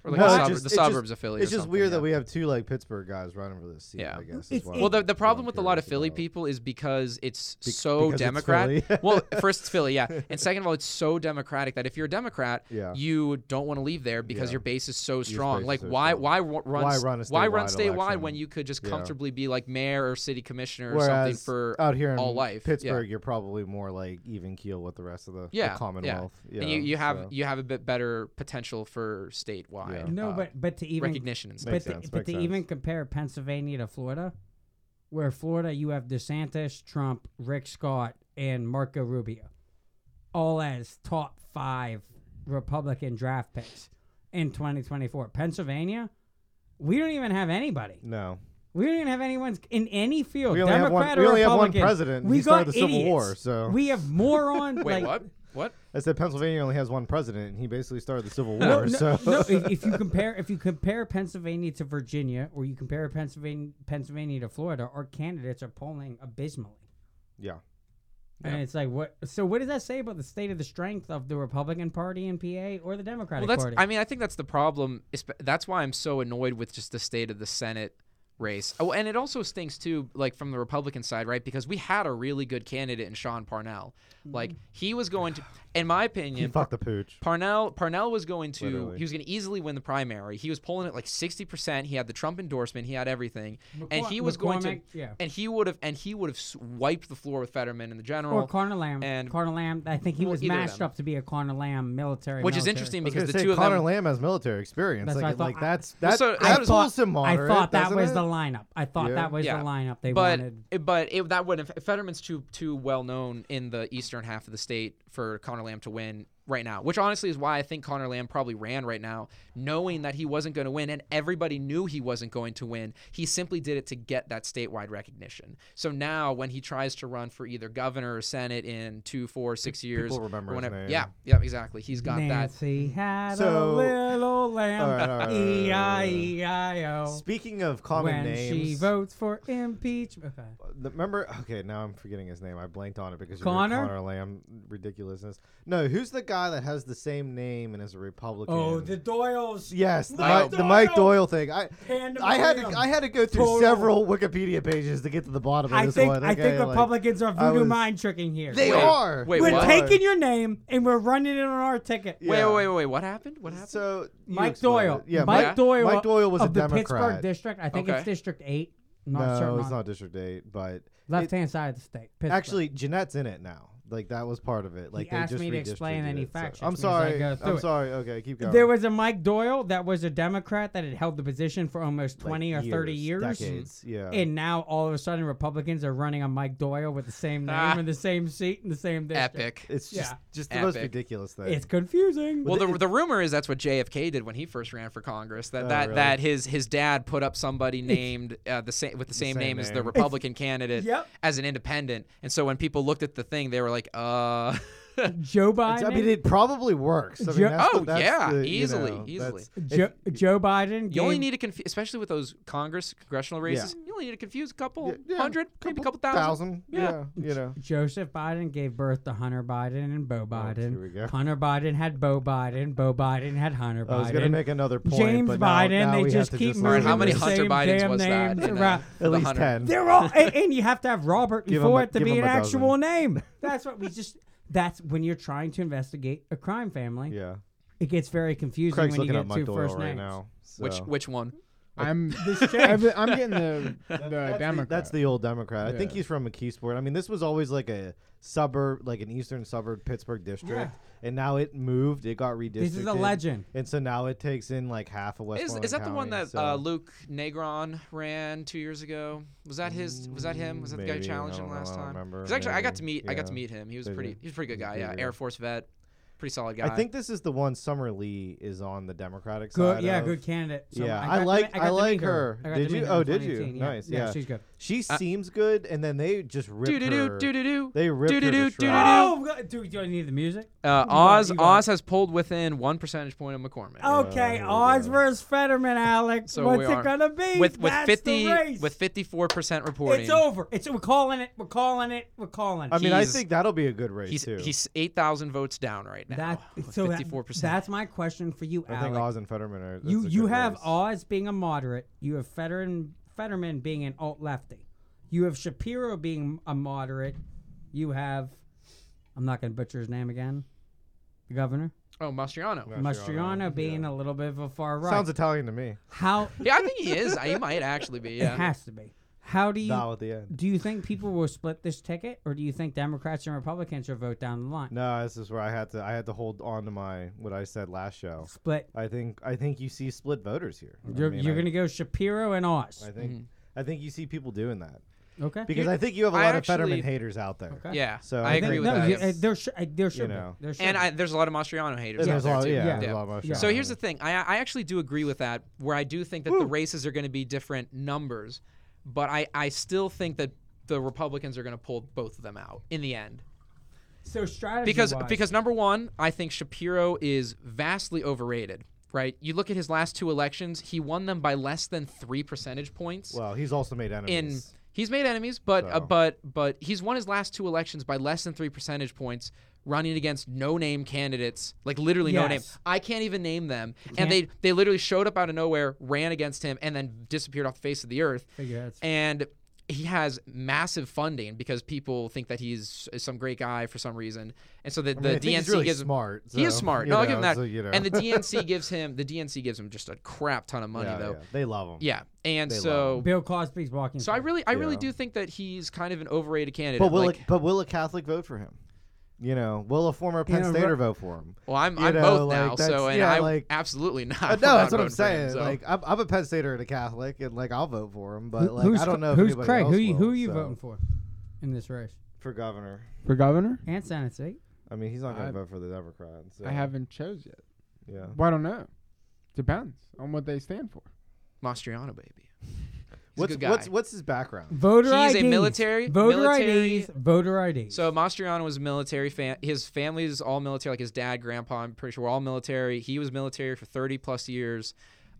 [SPEAKER 3] or like
[SPEAKER 1] No,
[SPEAKER 3] the,
[SPEAKER 1] it
[SPEAKER 3] suburb-
[SPEAKER 1] just-
[SPEAKER 3] the
[SPEAKER 1] it just-
[SPEAKER 3] suburbs of Philly? or
[SPEAKER 1] It's just
[SPEAKER 3] something,
[SPEAKER 1] weird
[SPEAKER 3] yeah.
[SPEAKER 1] that we have two like Pittsburgh guys running for this seat.
[SPEAKER 3] Yeah.
[SPEAKER 1] I guess.
[SPEAKER 2] It's-
[SPEAKER 1] is what
[SPEAKER 2] it-
[SPEAKER 1] I'm-
[SPEAKER 3] Well, the, the
[SPEAKER 1] what
[SPEAKER 3] problem
[SPEAKER 1] I'm
[SPEAKER 3] with a lot of
[SPEAKER 1] curious
[SPEAKER 3] Philly
[SPEAKER 1] about.
[SPEAKER 3] people is because it's so
[SPEAKER 1] because it's
[SPEAKER 3] Democrat.
[SPEAKER 1] Philly.
[SPEAKER 3] well, first it's Philly, yeah, and second of all, it's so Democratic that if you're a Democrat,
[SPEAKER 1] Yeah.
[SPEAKER 3] you don't want to leave there because
[SPEAKER 1] Yeah.
[SPEAKER 3] your base is so strong.
[SPEAKER 1] base
[SPEAKER 3] Like,
[SPEAKER 1] is so
[SPEAKER 3] why,
[SPEAKER 1] strong.
[SPEAKER 3] why wa- run,
[SPEAKER 1] Why
[SPEAKER 3] s-
[SPEAKER 1] run a
[SPEAKER 3] why run
[SPEAKER 1] statewide
[SPEAKER 3] statewide
[SPEAKER 1] election?
[SPEAKER 3] when you could just
[SPEAKER 1] Yeah.
[SPEAKER 3] comfortably be like mayor or city commissioner or something
[SPEAKER 1] Whereas
[SPEAKER 3] for
[SPEAKER 1] out here in
[SPEAKER 3] all life? Yeah.
[SPEAKER 1] Pittsburgh, you're probably more like even keel with the rest of the, the
[SPEAKER 3] yeah,
[SPEAKER 1] Commonwealth.
[SPEAKER 3] yeah. and you, you have
[SPEAKER 1] so.
[SPEAKER 3] you have a bit better potential for statewide.
[SPEAKER 1] Yeah.
[SPEAKER 2] No,
[SPEAKER 3] uh,
[SPEAKER 2] but but to even
[SPEAKER 3] recognition and stuff.
[SPEAKER 2] but,
[SPEAKER 1] Makes
[SPEAKER 2] to,
[SPEAKER 1] sense,
[SPEAKER 2] but
[SPEAKER 1] makes
[SPEAKER 2] to
[SPEAKER 1] sense.
[SPEAKER 2] even compare Pennsylvania to Florida, where Florida you have DeSantis, Trump, Rick Scott, and Marco Rubio, all as top five Republican draft picks in 2024. Pennsylvania, we don't even have anybody.
[SPEAKER 1] no.
[SPEAKER 2] We don't even have anyone's in any field.
[SPEAKER 1] We only have one-
[SPEAKER 2] Democrat
[SPEAKER 1] we
[SPEAKER 2] or
[SPEAKER 1] only have one
[SPEAKER 2] Republican.
[SPEAKER 1] president.
[SPEAKER 2] We
[SPEAKER 1] He
[SPEAKER 2] got
[SPEAKER 1] started the Civil
[SPEAKER 2] idiots.
[SPEAKER 1] War, so-
[SPEAKER 2] we have morons.
[SPEAKER 3] Wait,
[SPEAKER 2] like,
[SPEAKER 3] what? What?
[SPEAKER 1] I said Pennsylvania only has one president, and he basically started the Civil War.
[SPEAKER 2] No, no,
[SPEAKER 1] so
[SPEAKER 2] no, if, if you compare if you compare Pennsylvania to Virginia or you compare Pennsylvania Pennsylvania to Florida, our candidates are polling abysmally.
[SPEAKER 1] yeah,
[SPEAKER 2] And it's like what so what does that say about the state of the strength of the Republican Party in PA or the Democratic
[SPEAKER 3] well, that's,
[SPEAKER 2] Party?
[SPEAKER 3] I mean, I think that's the problem. esp- That's why I'm so annoyed with just the state of the Senate race. Oh, and it also stinks too, like from the Republican side, right? Because we had a really good candidate in Sean Parnell.
[SPEAKER 2] Mm-hmm.
[SPEAKER 3] Like he was going to, in my
[SPEAKER 1] he
[SPEAKER 3] opinion,
[SPEAKER 1] fucked the pooch.
[SPEAKER 3] Parnell Parnell was going to
[SPEAKER 1] Literally.
[SPEAKER 3] he was going to easily win the primary. He was polling at like 60%. He had the Trump endorsement, he had everything. and he was going to
[SPEAKER 2] McCormick, yeah.
[SPEAKER 3] and he would have and he would have s- wiped the floor with Fetterman and the general.
[SPEAKER 2] or Connor Lamb.
[SPEAKER 3] and-
[SPEAKER 2] Connor Lamb, I think he
[SPEAKER 3] Well,
[SPEAKER 2] was
[SPEAKER 3] either of
[SPEAKER 2] mashed
[SPEAKER 3] them.
[SPEAKER 2] up to be a Connor Lamb military.
[SPEAKER 3] which is
[SPEAKER 2] military.
[SPEAKER 3] interesting
[SPEAKER 1] I was
[SPEAKER 3] because
[SPEAKER 1] gonna
[SPEAKER 3] the
[SPEAKER 1] say,
[SPEAKER 3] two of
[SPEAKER 1] Connor
[SPEAKER 3] them
[SPEAKER 1] Lamb has military experience.
[SPEAKER 2] That's
[SPEAKER 1] like,
[SPEAKER 2] what I
[SPEAKER 1] it- like
[SPEAKER 2] thought.
[SPEAKER 1] that's
[SPEAKER 3] Well,
[SPEAKER 1] that,
[SPEAKER 3] so I
[SPEAKER 1] that
[SPEAKER 3] thought-
[SPEAKER 1] pulls him moderate.
[SPEAKER 2] I thought that
[SPEAKER 1] doesn't
[SPEAKER 2] was
[SPEAKER 1] it?
[SPEAKER 2] the lineup. I thought
[SPEAKER 1] Yeah.
[SPEAKER 2] that was
[SPEAKER 3] Yeah.
[SPEAKER 2] the lineup they
[SPEAKER 3] but
[SPEAKER 2] wanted.
[SPEAKER 3] it- but it, that would have Fetterman's too too well known in the eastern half of the state for Connor Lamb to win right now, which honestly is why I think Connor Lamb probably ran right now, knowing that he wasn't going to win, and everybody knew he wasn't going to win. He simply did it to get that statewide recognition. So now when he tries to run for either governor or senate in two, four, six years,
[SPEAKER 1] people remember
[SPEAKER 3] or
[SPEAKER 1] his
[SPEAKER 3] whenever,
[SPEAKER 1] name.
[SPEAKER 3] yeah, yeah, exactly, he's got that.
[SPEAKER 2] Nancy had a
[SPEAKER 1] So-
[SPEAKER 2] little lamb.
[SPEAKER 1] All right, all right, all right, all right,
[SPEAKER 2] E
[SPEAKER 1] all
[SPEAKER 2] I
[SPEAKER 1] right.
[SPEAKER 2] E I O.
[SPEAKER 1] Speaking of common
[SPEAKER 2] When
[SPEAKER 1] names,
[SPEAKER 2] she votes for impeachment. Okay.
[SPEAKER 1] the- remember? Okay, now I'm forgetting his name. I blanked on it because you
[SPEAKER 2] Connor?
[SPEAKER 1] Connor Lamb ridiculousness. No, who's the guy that has the same name and is a Republican?
[SPEAKER 2] Oh, the Doyles.
[SPEAKER 1] Yes, the,
[SPEAKER 3] Mike
[SPEAKER 1] Mike, the Mike Doyle thing. I I had to,
[SPEAKER 2] Pandemonium.
[SPEAKER 1] I had to go through
[SPEAKER 2] Total.
[SPEAKER 1] several Wikipedia pages to get to the bottom of
[SPEAKER 2] I
[SPEAKER 1] this
[SPEAKER 2] think
[SPEAKER 1] one.
[SPEAKER 2] I
[SPEAKER 1] okay?
[SPEAKER 2] think
[SPEAKER 1] Like,
[SPEAKER 2] Republicans are
[SPEAKER 1] I
[SPEAKER 2] voodoo
[SPEAKER 1] was-
[SPEAKER 2] mind tricking here.
[SPEAKER 1] They
[SPEAKER 3] Wait,
[SPEAKER 1] are.
[SPEAKER 3] wait,
[SPEAKER 2] we're
[SPEAKER 3] what?
[SPEAKER 2] taking your name and we're running it on our ticket.
[SPEAKER 1] Yeah.
[SPEAKER 3] Wait, wait, wait, wait, what happened? What happened?
[SPEAKER 1] So you
[SPEAKER 2] Mike
[SPEAKER 1] explain
[SPEAKER 2] Doyle.
[SPEAKER 1] it. Yeah,
[SPEAKER 2] Mike
[SPEAKER 3] Yeah.
[SPEAKER 2] Doyle.
[SPEAKER 1] Mike Doyle was
[SPEAKER 2] of
[SPEAKER 1] a
[SPEAKER 2] the Pittsburgh
[SPEAKER 1] Democrat.
[SPEAKER 2] district. I think
[SPEAKER 3] Okay.
[SPEAKER 2] it's District Eight. Not certain
[SPEAKER 1] no, it's
[SPEAKER 2] on-
[SPEAKER 1] not District Eight, but
[SPEAKER 2] Left hand side of the state. Pittsburgh.
[SPEAKER 1] actually Jeanette's in it now. Like that was part of it. Like they
[SPEAKER 2] asked
[SPEAKER 1] just
[SPEAKER 2] me to explain
[SPEAKER 1] redistributed
[SPEAKER 2] any
[SPEAKER 1] it, so-
[SPEAKER 2] fact checks
[SPEAKER 1] I'm
[SPEAKER 2] me as I
[SPEAKER 1] sorry.
[SPEAKER 2] go through
[SPEAKER 1] I'm
[SPEAKER 2] it.
[SPEAKER 1] sorry. Okay, keep going.
[SPEAKER 2] There was a Mike Doyle that was a Democrat that had held the position for almost 20 or 30 years.
[SPEAKER 3] Mm-hmm.
[SPEAKER 1] decades. Yeah.
[SPEAKER 2] And now all of a sudden Republicans are running on Mike Doyle with the same name and the same seat and the same district.
[SPEAKER 3] Ah. Epic.
[SPEAKER 1] it's just
[SPEAKER 2] yeah.
[SPEAKER 1] just the most
[SPEAKER 3] Epic.
[SPEAKER 1] ridiculous thing.
[SPEAKER 2] It's confusing.
[SPEAKER 3] Well, the, the rumor is that's what JFK did when he first ran for Congress. That
[SPEAKER 1] Oh,
[SPEAKER 3] that,
[SPEAKER 1] really?
[SPEAKER 3] that his his dad put up somebody named uh, the same with the same,
[SPEAKER 1] same
[SPEAKER 3] name, as the
[SPEAKER 1] name.
[SPEAKER 3] Republican candidate
[SPEAKER 2] Yep.
[SPEAKER 3] as an independent. And so when people looked at the thing, they were like, "Uh,
[SPEAKER 2] Joe Biden.
[SPEAKER 1] I mean, it probably works. I mean,
[SPEAKER 2] Jo-
[SPEAKER 1] that's the-
[SPEAKER 3] Oh,
[SPEAKER 1] that's
[SPEAKER 3] yeah,
[SPEAKER 1] the, you
[SPEAKER 3] easily,
[SPEAKER 1] know,
[SPEAKER 3] easily.
[SPEAKER 1] that's-
[SPEAKER 2] Joe, Joe Biden.
[SPEAKER 3] you only
[SPEAKER 2] gave-
[SPEAKER 3] need to confuse, especially with those Congress congressional races. You only need to confuse a couple
[SPEAKER 1] yeah,
[SPEAKER 3] hundred, maybe a couple thousand.
[SPEAKER 1] Yeah. you know. Oh,
[SPEAKER 2] Joseph Biden gave birth to Hunter Biden and Bo Biden.
[SPEAKER 1] here we go.
[SPEAKER 2] Hunter Biden had Bo Biden. Bo Biden had Hunter Biden.
[SPEAKER 1] I was gonna make another point,
[SPEAKER 2] James
[SPEAKER 1] but now-
[SPEAKER 2] Biden.
[SPEAKER 1] now
[SPEAKER 2] they
[SPEAKER 1] we
[SPEAKER 2] just
[SPEAKER 1] have to
[SPEAKER 2] keep
[SPEAKER 1] just
[SPEAKER 2] moving.
[SPEAKER 1] learn
[SPEAKER 3] Alright, how
[SPEAKER 1] Even
[SPEAKER 3] many
[SPEAKER 2] the
[SPEAKER 3] Hunter
[SPEAKER 2] same
[SPEAKER 3] Bidens
[SPEAKER 2] damn
[SPEAKER 3] was that?
[SPEAKER 2] names
[SPEAKER 3] in, uh,
[SPEAKER 2] around.
[SPEAKER 3] the
[SPEAKER 1] At least
[SPEAKER 3] 100?
[SPEAKER 1] ten.
[SPEAKER 2] They're all, and, and you have to have Robert
[SPEAKER 1] Give 'em
[SPEAKER 2] before
[SPEAKER 1] a-
[SPEAKER 2] it to
[SPEAKER 1] give
[SPEAKER 2] be
[SPEAKER 1] 'em
[SPEAKER 2] an
[SPEAKER 1] a dozen.
[SPEAKER 2] actual name. That's what we just. That's when you're trying to investigate a crime family.
[SPEAKER 1] Yeah.
[SPEAKER 2] It gets very confusing
[SPEAKER 1] Craig's
[SPEAKER 2] when you
[SPEAKER 1] looking up
[SPEAKER 2] get two
[SPEAKER 1] Mike
[SPEAKER 2] first
[SPEAKER 1] Doyle right
[SPEAKER 2] names.
[SPEAKER 1] now.
[SPEAKER 3] Which
[SPEAKER 1] so-
[SPEAKER 3] which one?
[SPEAKER 4] I'm I've been- I'm getting the the
[SPEAKER 1] that's
[SPEAKER 4] Democrat.
[SPEAKER 1] The, that's the old Democrat. I think
[SPEAKER 4] Yeah.
[SPEAKER 1] he's from McKeesport. I mean, this was always like a suburb, like an eastern suburb Pittsburgh district, and now it moved. It got redistricted.
[SPEAKER 2] This is a legend.
[SPEAKER 1] And so now it takes in like half of
[SPEAKER 3] Is,
[SPEAKER 1] Westmoreland
[SPEAKER 3] is that the one
[SPEAKER 1] County,
[SPEAKER 3] that
[SPEAKER 1] so-
[SPEAKER 3] uh, Luke Negron ran two years ago? Was that his? Was that him? Was that the guy who
[SPEAKER 1] Maybe,
[SPEAKER 3] challenged
[SPEAKER 1] I
[SPEAKER 3] him
[SPEAKER 1] don't know,
[SPEAKER 3] last
[SPEAKER 1] I don't
[SPEAKER 3] time?
[SPEAKER 1] remember,
[SPEAKER 3] Because actually, I got
[SPEAKER 1] maybe,
[SPEAKER 3] to meet. I got to
[SPEAKER 1] yeah.
[SPEAKER 3] meet him. He was
[SPEAKER 1] Did
[SPEAKER 3] pretty.
[SPEAKER 1] you?
[SPEAKER 3] He was a pretty good
[SPEAKER 1] He's a
[SPEAKER 3] guy.
[SPEAKER 1] pretty
[SPEAKER 3] Yeah,
[SPEAKER 1] good
[SPEAKER 3] Air
[SPEAKER 1] guy.
[SPEAKER 3] Force vet, pretty solid guy.
[SPEAKER 1] I think this is the one Summer Lee is on the Democratic
[SPEAKER 2] Good,
[SPEAKER 1] side.
[SPEAKER 2] yeah,
[SPEAKER 1] of.
[SPEAKER 2] good candidate. So
[SPEAKER 1] yeah,
[SPEAKER 2] got
[SPEAKER 1] I
[SPEAKER 2] to
[SPEAKER 1] like
[SPEAKER 2] meet-
[SPEAKER 1] I,
[SPEAKER 2] got to meet
[SPEAKER 1] like her.
[SPEAKER 2] I got
[SPEAKER 1] Did
[SPEAKER 2] to meet
[SPEAKER 1] you?
[SPEAKER 2] her
[SPEAKER 1] Oh,
[SPEAKER 2] in
[SPEAKER 1] did you?
[SPEAKER 2] 2018, yeah.
[SPEAKER 1] Nice.
[SPEAKER 2] Yeah,
[SPEAKER 1] Yeah.
[SPEAKER 2] she's good. Uh,
[SPEAKER 1] She seems good, and then they just
[SPEAKER 3] Do
[SPEAKER 1] ripped
[SPEAKER 3] do do
[SPEAKER 1] her.
[SPEAKER 3] do do do.
[SPEAKER 1] They ripped her to
[SPEAKER 3] Do-do-do-do-do-do.
[SPEAKER 1] shreds.
[SPEAKER 2] Oh, God, dude, do I need the music?
[SPEAKER 3] Uh,
[SPEAKER 2] You got-
[SPEAKER 3] Oz
[SPEAKER 2] you got-
[SPEAKER 3] Oz has pulled within one percentage point of McCormick.
[SPEAKER 2] Okay,
[SPEAKER 1] here we
[SPEAKER 2] Oz
[SPEAKER 1] go.
[SPEAKER 2] versus Fetterman, Alex.
[SPEAKER 3] so
[SPEAKER 2] What's
[SPEAKER 3] we
[SPEAKER 2] it
[SPEAKER 3] are
[SPEAKER 2] gonna be?
[SPEAKER 3] with with
[SPEAKER 2] That's the
[SPEAKER 3] fifty
[SPEAKER 2] race.
[SPEAKER 3] with fifty four percent reporting.
[SPEAKER 2] It's over. It's we're calling it. We're calling it. We're calling it.
[SPEAKER 1] I mean, I
[SPEAKER 3] He's-
[SPEAKER 1] think that'll be a good race
[SPEAKER 3] He's
[SPEAKER 1] too.
[SPEAKER 3] he's eight thousand votes down right now.
[SPEAKER 2] that
[SPEAKER 3] with
[SPEAKER 2] so that-
[SPEAKER 3] 54%.
[SPEAKER 2] that's my question for you,
[SPEAKER 1] I
[SPEAKER 2] Alex.
[SPEAKER 1] think Oz and Fetterman are.
[SPEAKER 2] you
[SPEAKER 1] that's a
[SPEAKER 2] you
[SPEAKER 1] good
[SPEAKER 2] have
[SPEAKER 1] race.
[SPEAKER 2] Oz being a moderate. You have Fetterman Fetterman being an alt lefty. You have Shapiro being a moderate. You have I'm not gonna butcher his name again. The governor
[SPEAKER 3] oh, Mastriano.
[SPEAKER 2] Mastriano being a little bit of a far right.
[SPEAKER 1] Sounds Italian to me.
[SPEAKER 2] How
[SPEAKER 3] Yeah, I think he is. He might actually be.
[SPEAKER 2] it
[SPEAKER 3] Yeah.
[SPEAKER 2] has to be. How do you
[SPEAKER 1] Now at the end.
[SPEAKER 2] Do you think people will split this ticket, or do you think Democrats and Republicans will vote down the line?
[SPEAKER 1] No, this is where I had to I had to hold on to my what I said last show.
[SPEAKER 2] Split.
[SPEAKER 1] I think I think you see split voters here. I
[SPEAKER 2] You're,
[SPEAKER 1] mean,
[SPEAKER 2] you're
[SPEAKER 1] I-
[SPEAKER 2] going to go Shapiro and Oz.
[SPEAKER 1] I think I think you see people doing that
[SPEAKER 2] Okay.
[SPEAKER 1] because I think you have a
[SPEAKER 3] Mm-hmm. I
[SPEAKER 1] lot of
[SPEAKER 3] actually-
[SPEAKER 1] Fetterman haters out there.
[SPEAKER 2] Okay.
[SPEAKER 3] Yeah.
[SPEAKER 1] So
[SPEAKER 3] I,
[SPEAKER 1] I
[SPEAKER 3] agree
[SPEAKER 1] think-
[SPEAKER 3] with
[SPEAKER 2] no,
[SPEAKER 3] that.
[SPEAKER 2] you- uh, there, sh- uh, there should
[SPEAKER 1] You
[SPEAKER 2] be.
[SPEAKER 1] know.
[SPEAKER 2] There should
[SPEAKER 3] and
[SPEAKER 2] be.
[SPEAKER 3] I, there's a lot of Mastriano haters
[SPEAKER 1] And
[SPEAKER 3] out
[SPEAKER 1] there's
[SPEAKER 3] there
[SPEAKER 1] all-
[SPEAKER 3] too.
[SPEAKER 1] yeah,
[SPEAKER 2] Yeah.
[SPEAKER 1] there's a lot of
[SPEAKER 2] Yeah.
[SPEAKER 1] Mastriano
[SPEAKER 3] So here's the
[SPEAKER 1] haters.
[SPEAKER 3] thing. I, I actually do agree with that, where I do think that the races are going to be different numbers, but I, I still think that the Republicans are going to pull both of them out in the end.
[SPEAKER 2] so strategy
[SPEAKER 3] Because because number one, I think Shapiro is vastly overrated. Right? You look at his last two elections; he won them by less than three percentage points.
[SPEAKER 1] Well, he's also made
[SPEAKER 3] in
[SPEAKER 1] enemies.
[SPEAKER 3] he's made enemies, but uh,
[SPEAKER 1] So-
[SPEAKER 3] but but he's won his last two elections by less than three percentage points, running against no name candidates, like literally no name.
[SPEAKER 2] Yes.
[SPEAKER 3] I can't even name them, and they they literally showed up out of nowhere, ran against him, and then disappeared off the face of the earth.
[SPEAKER 2] Figure that's-
[SPEAKER 3] And he has massive funding because people think that he's some great guy for some reason, and so the,
[SPEAKER 1] mean, I
[SPEAKER 3] the
[SPEAKER 1] think he's
[SPEAKER 3] DNC
[SPEAKER 1] really
[SPEAKER 3] gives him
[SPEAKER 1] smart,
[SPEAKER 3] he is
[SPEAKER 1] so,
[SPEAKER 3] smart.
[SPEAKER 1] you
[SPEAKER 3] No, I'll
[SPEAKER 1] know,
[SPEAKER 3] give him that.
[SPEAKER 1] so, you know.
[SPEAKER 3] And the DNC gives him the DNC gives him just a crap ton of money
[SPEAKER 1] yeah,
[SPEAKER 3] though.
[SPEAKER 1] yeah. They love him.
[SPEAKER 3] Mm-hmm. Yeah, and
[SPEAKER 1] They love
[SPEAKER 3] so
[SPEAKER 2] Bill Cosby's walking.
[SPEAKER 3] so I
[SPEAKER 2] through.
[SPEAKER 3] really, I really
[SPEAKER 1] Yeah.
[SPEAKER 3] do think that he's kind of an overrated candidate.
[SPEAKER 1] But will
[SPEAKER 3] like,
[SPEAKER 1] a, but will a Catholic vote for him? You know, will a former Penn
[SPEAKER 2] know,
[SPEAKER 1] Stater
[SPEAKER 2] Ru-
[SPEAKER 1] vote for him?
[SPEAKER 3] well, I'm,
[SPEAKER 1] you
[SPEAKER 3] I'm
[SPEAKER 1] know,
[SPEAKER 3] both
[SPEAKER 1] like,
[SPEAKER 3] now. So
[SPEAKER 1] that's-
[SPEAKER 3] and
[SPEAKER 1] yeah,
[SPEAKER 3] I
[SPEAKER 1] like-
[SPEAKER 3] absolutely not.
[SPEAKER 1] Uh,
[SPEAKER 3] I'm
[SPEAKER 1] no,
[SPEAKER 3] not
[SPEAKER 1] that's what I'm
[SPEAKER 3] voting for him,
[SPEAKER 1] saying.
[SPEAKER 3] so.
[SPEAKER 1] Like, I'm, I'm a Penn Stater and a Catholic, and like I'll vote for him, but
[SPEAKER 2] Who-
[SPEAKER 1] like
[SPEAKER 2] who's
[SPEAKER 1] I don't
[SPEAKER 2] Cra-
[SPEAKER 1] know. if
[SPEAKER 2] who's
[SPEAKER 1] anybody
[SPEAKER 2] Craig?
[SPEAKER 1] Else
[SPEAKER 2] Who you,
[SPEAKER 1] will,
[SPEAKER 2] who are you
[SPEAKER 1] so.
[SPEAKER 2] voting for in this race?
[SPEAKER 1] for governor?
[SPEAKER 4] for governor.
[SPEAKER 2] And Senate seat.
[SPEAKER 1] I mean, he's not going
[SPEAKER 4] I-
[SPEAKER 1] to vote for the Democrats. So,
[SPEAKER 4] I haven't chose yet.
[SPEAKER 1] Yeah.
[SPEAKER 4] Well, I don't know. Depends on what they stand for.
[SPEAKER 3] Mastriano, baby. He's
[SPEAKER 1] What's
[SPEAKER 3] a good guy.
[SPEAKER 1] what's what's his background?
[SPEAKER 2] Voter
[SPEAKER 3] He's a
[SPEAKER 2] IDs.
[SPEAKER 3] military-
[SPEAKER 2] Voter
[SPEAKER 3] military-
[SPEAKER 2] IDs. Voter IDs.
[SPEAKER 3] so Mastriano was a military fan. His family is all military. Like his dad, grandpa, I'm pretty sure, were all military. He was military for 30 plus years.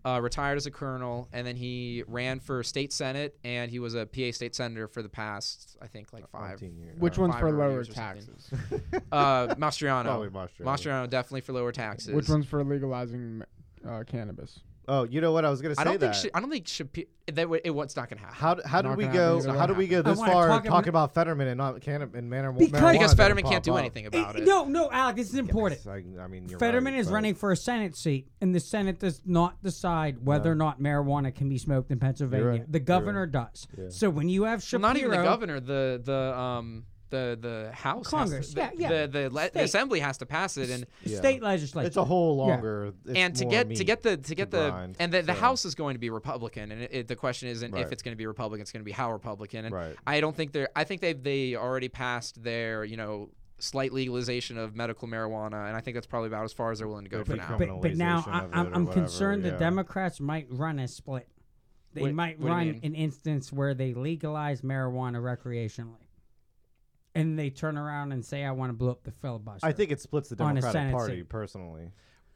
[SPEAKER 3] Uh, retired as a colonel, and then he ran for state senate, and he was a PA state senator for the past, I think, like five,
[SPEAKER 1] 15 years.
[SPEAKER 4] Which
[SPEAKER 1] Uh,
[SPEAKER 4] one's for
[SPEAKER 3] five
[SPEAKER 4] lower
[SPEAKER 3] years or something.
[SPEAKER 4] taxes?
[SPEAKER 3] uh, Mastriano.
[SPEAKER 1] Probably Mastriano.
[SPEAKER 3] Mastriano definitely for lower taxes.
[SPEAKER 4] Which one's for legalizing uh, cannabis?
[SPEAKER 1] Oh, you know what? I was going to say
[SPEAKER 3] I don't
[SPEAKER 1] that.
[SPEAKER 3] think. Sh- I don't think Shapiro. That w- it, what's not gonna happen.
[SPEAKER 1] how d- how did
[SPEAKER 4] Not
[SPEAKER 1] we
[SPEAKER 4] gonna
[SPEAKER 1] go?
[SPEAKER 4] happen.
[SPEAKER 1] How did we go
[SPEAKER 2] I
[SPEAKER 1] this
[SPEAKER 2] wanna
[SPEAKER 1] far
[SPEAKER 2] talk ab-
[SPEAKER 1] talking about Fetterman and not cannab and manner
[SPEAKER 2] Because- Eh,
[SPEAKER 1] marijuana
[SPEAKER 3] because
[SPEAKER 1] didn't
[SPEAKER 3] Fetterman
[SPEAKER 1] pop
[SPEAKER 3] can't do
[SPEAKER 1] up?
[SPEAKER 3] anything about it.
[SPEAKER 2] No, no, Alex, this is important.
[SPEAKER 1] Yes, I, I mean, you're
[SPEAKER 2] Fetterman
[SPEAKER 1] right,
[SPEAKER 2] is
[SPEAKER 1] but-
[SPEAKER 2] running for a Senate seat, and the Senate does not decide whether or not marijuana can be smoked in Pennsylvania.
[SPEAKER 1] right.
[SPEAKER 2] The governor does. So when you have Shapiro,
[SPEAKER 3] Well, not even the governor. The the um the the House, has
[SPEAKER 2] Congress,
[SPEAKER 3] to, the,
[SPEAKER 2] yeah, yeah.
[SPEAKER 3] the the, le-
[SPEAKER 2] State.
[SPEAKER 3] the Assembly has to pass it, and
[SPEAKER 1] Yeah.
[SPEAKER 2] State legislature.
[SPEAKER 1] It's a whole longer. it's
[SPEAKER 3] and to
[SPEAKER 1] more
[SPEAKER 3] get to
[SPEAKER 1] meat
[SPEAKER 3] get the to get the
[SPEAKER 1] grind,
[SPEAKER 3] and the, the
[SPEAKER 1] so-
[SPEAKER 3] House is going to be Republican, and it, it- the question isn't
[SPEAKER 1] Right.
[SPEAKER 3] if it's going to be Republican, it's going to be how Republican. And
[SPEAKER 1] Right.
[SPEAKER 3] I don't think they're. I think they they already passed their you know slight legalization of medical marijuana, and I think that's probably about as far as they're willing to go for
[SPEAKER 1] Pretty
[SPEAKER 3] now.
[SPEAKER 1] common.
[SPEAKER 2] but, but now
[SPEAKER 1] criminalization
[SPEAKER 2] I,
[SPEAKER 1] of it
[SPEAKER 2] I'm,
[SPEAKER 1] or
[SPEAKER 2] I'm
[SPEAKER 1] whatever,
[SPEAKER 2] concerned the
[SPEAKER 1] yeah.
[SPEAKER 2] Democrats might run a split. They
[SPEAKER 3] What-
[SPEAKER 2] might
[SPEAKER 3] what do you
[SPEAKER 2] run
[SPEAKER 3] mean?
[SPEAKER 2] an instance where they legalize marijuana recreationally, and they turn around and say, "I want to blow up the filibuster."
[SPEAKER 1] I think it splits the
[SPEAKER 2] on a
[SPEAKER 1] Democratic
[SPEAKER 2] Senate
[SPEAKER 1] Party
[SPEAKER 2] seat.
[SPEAKER 1] personally.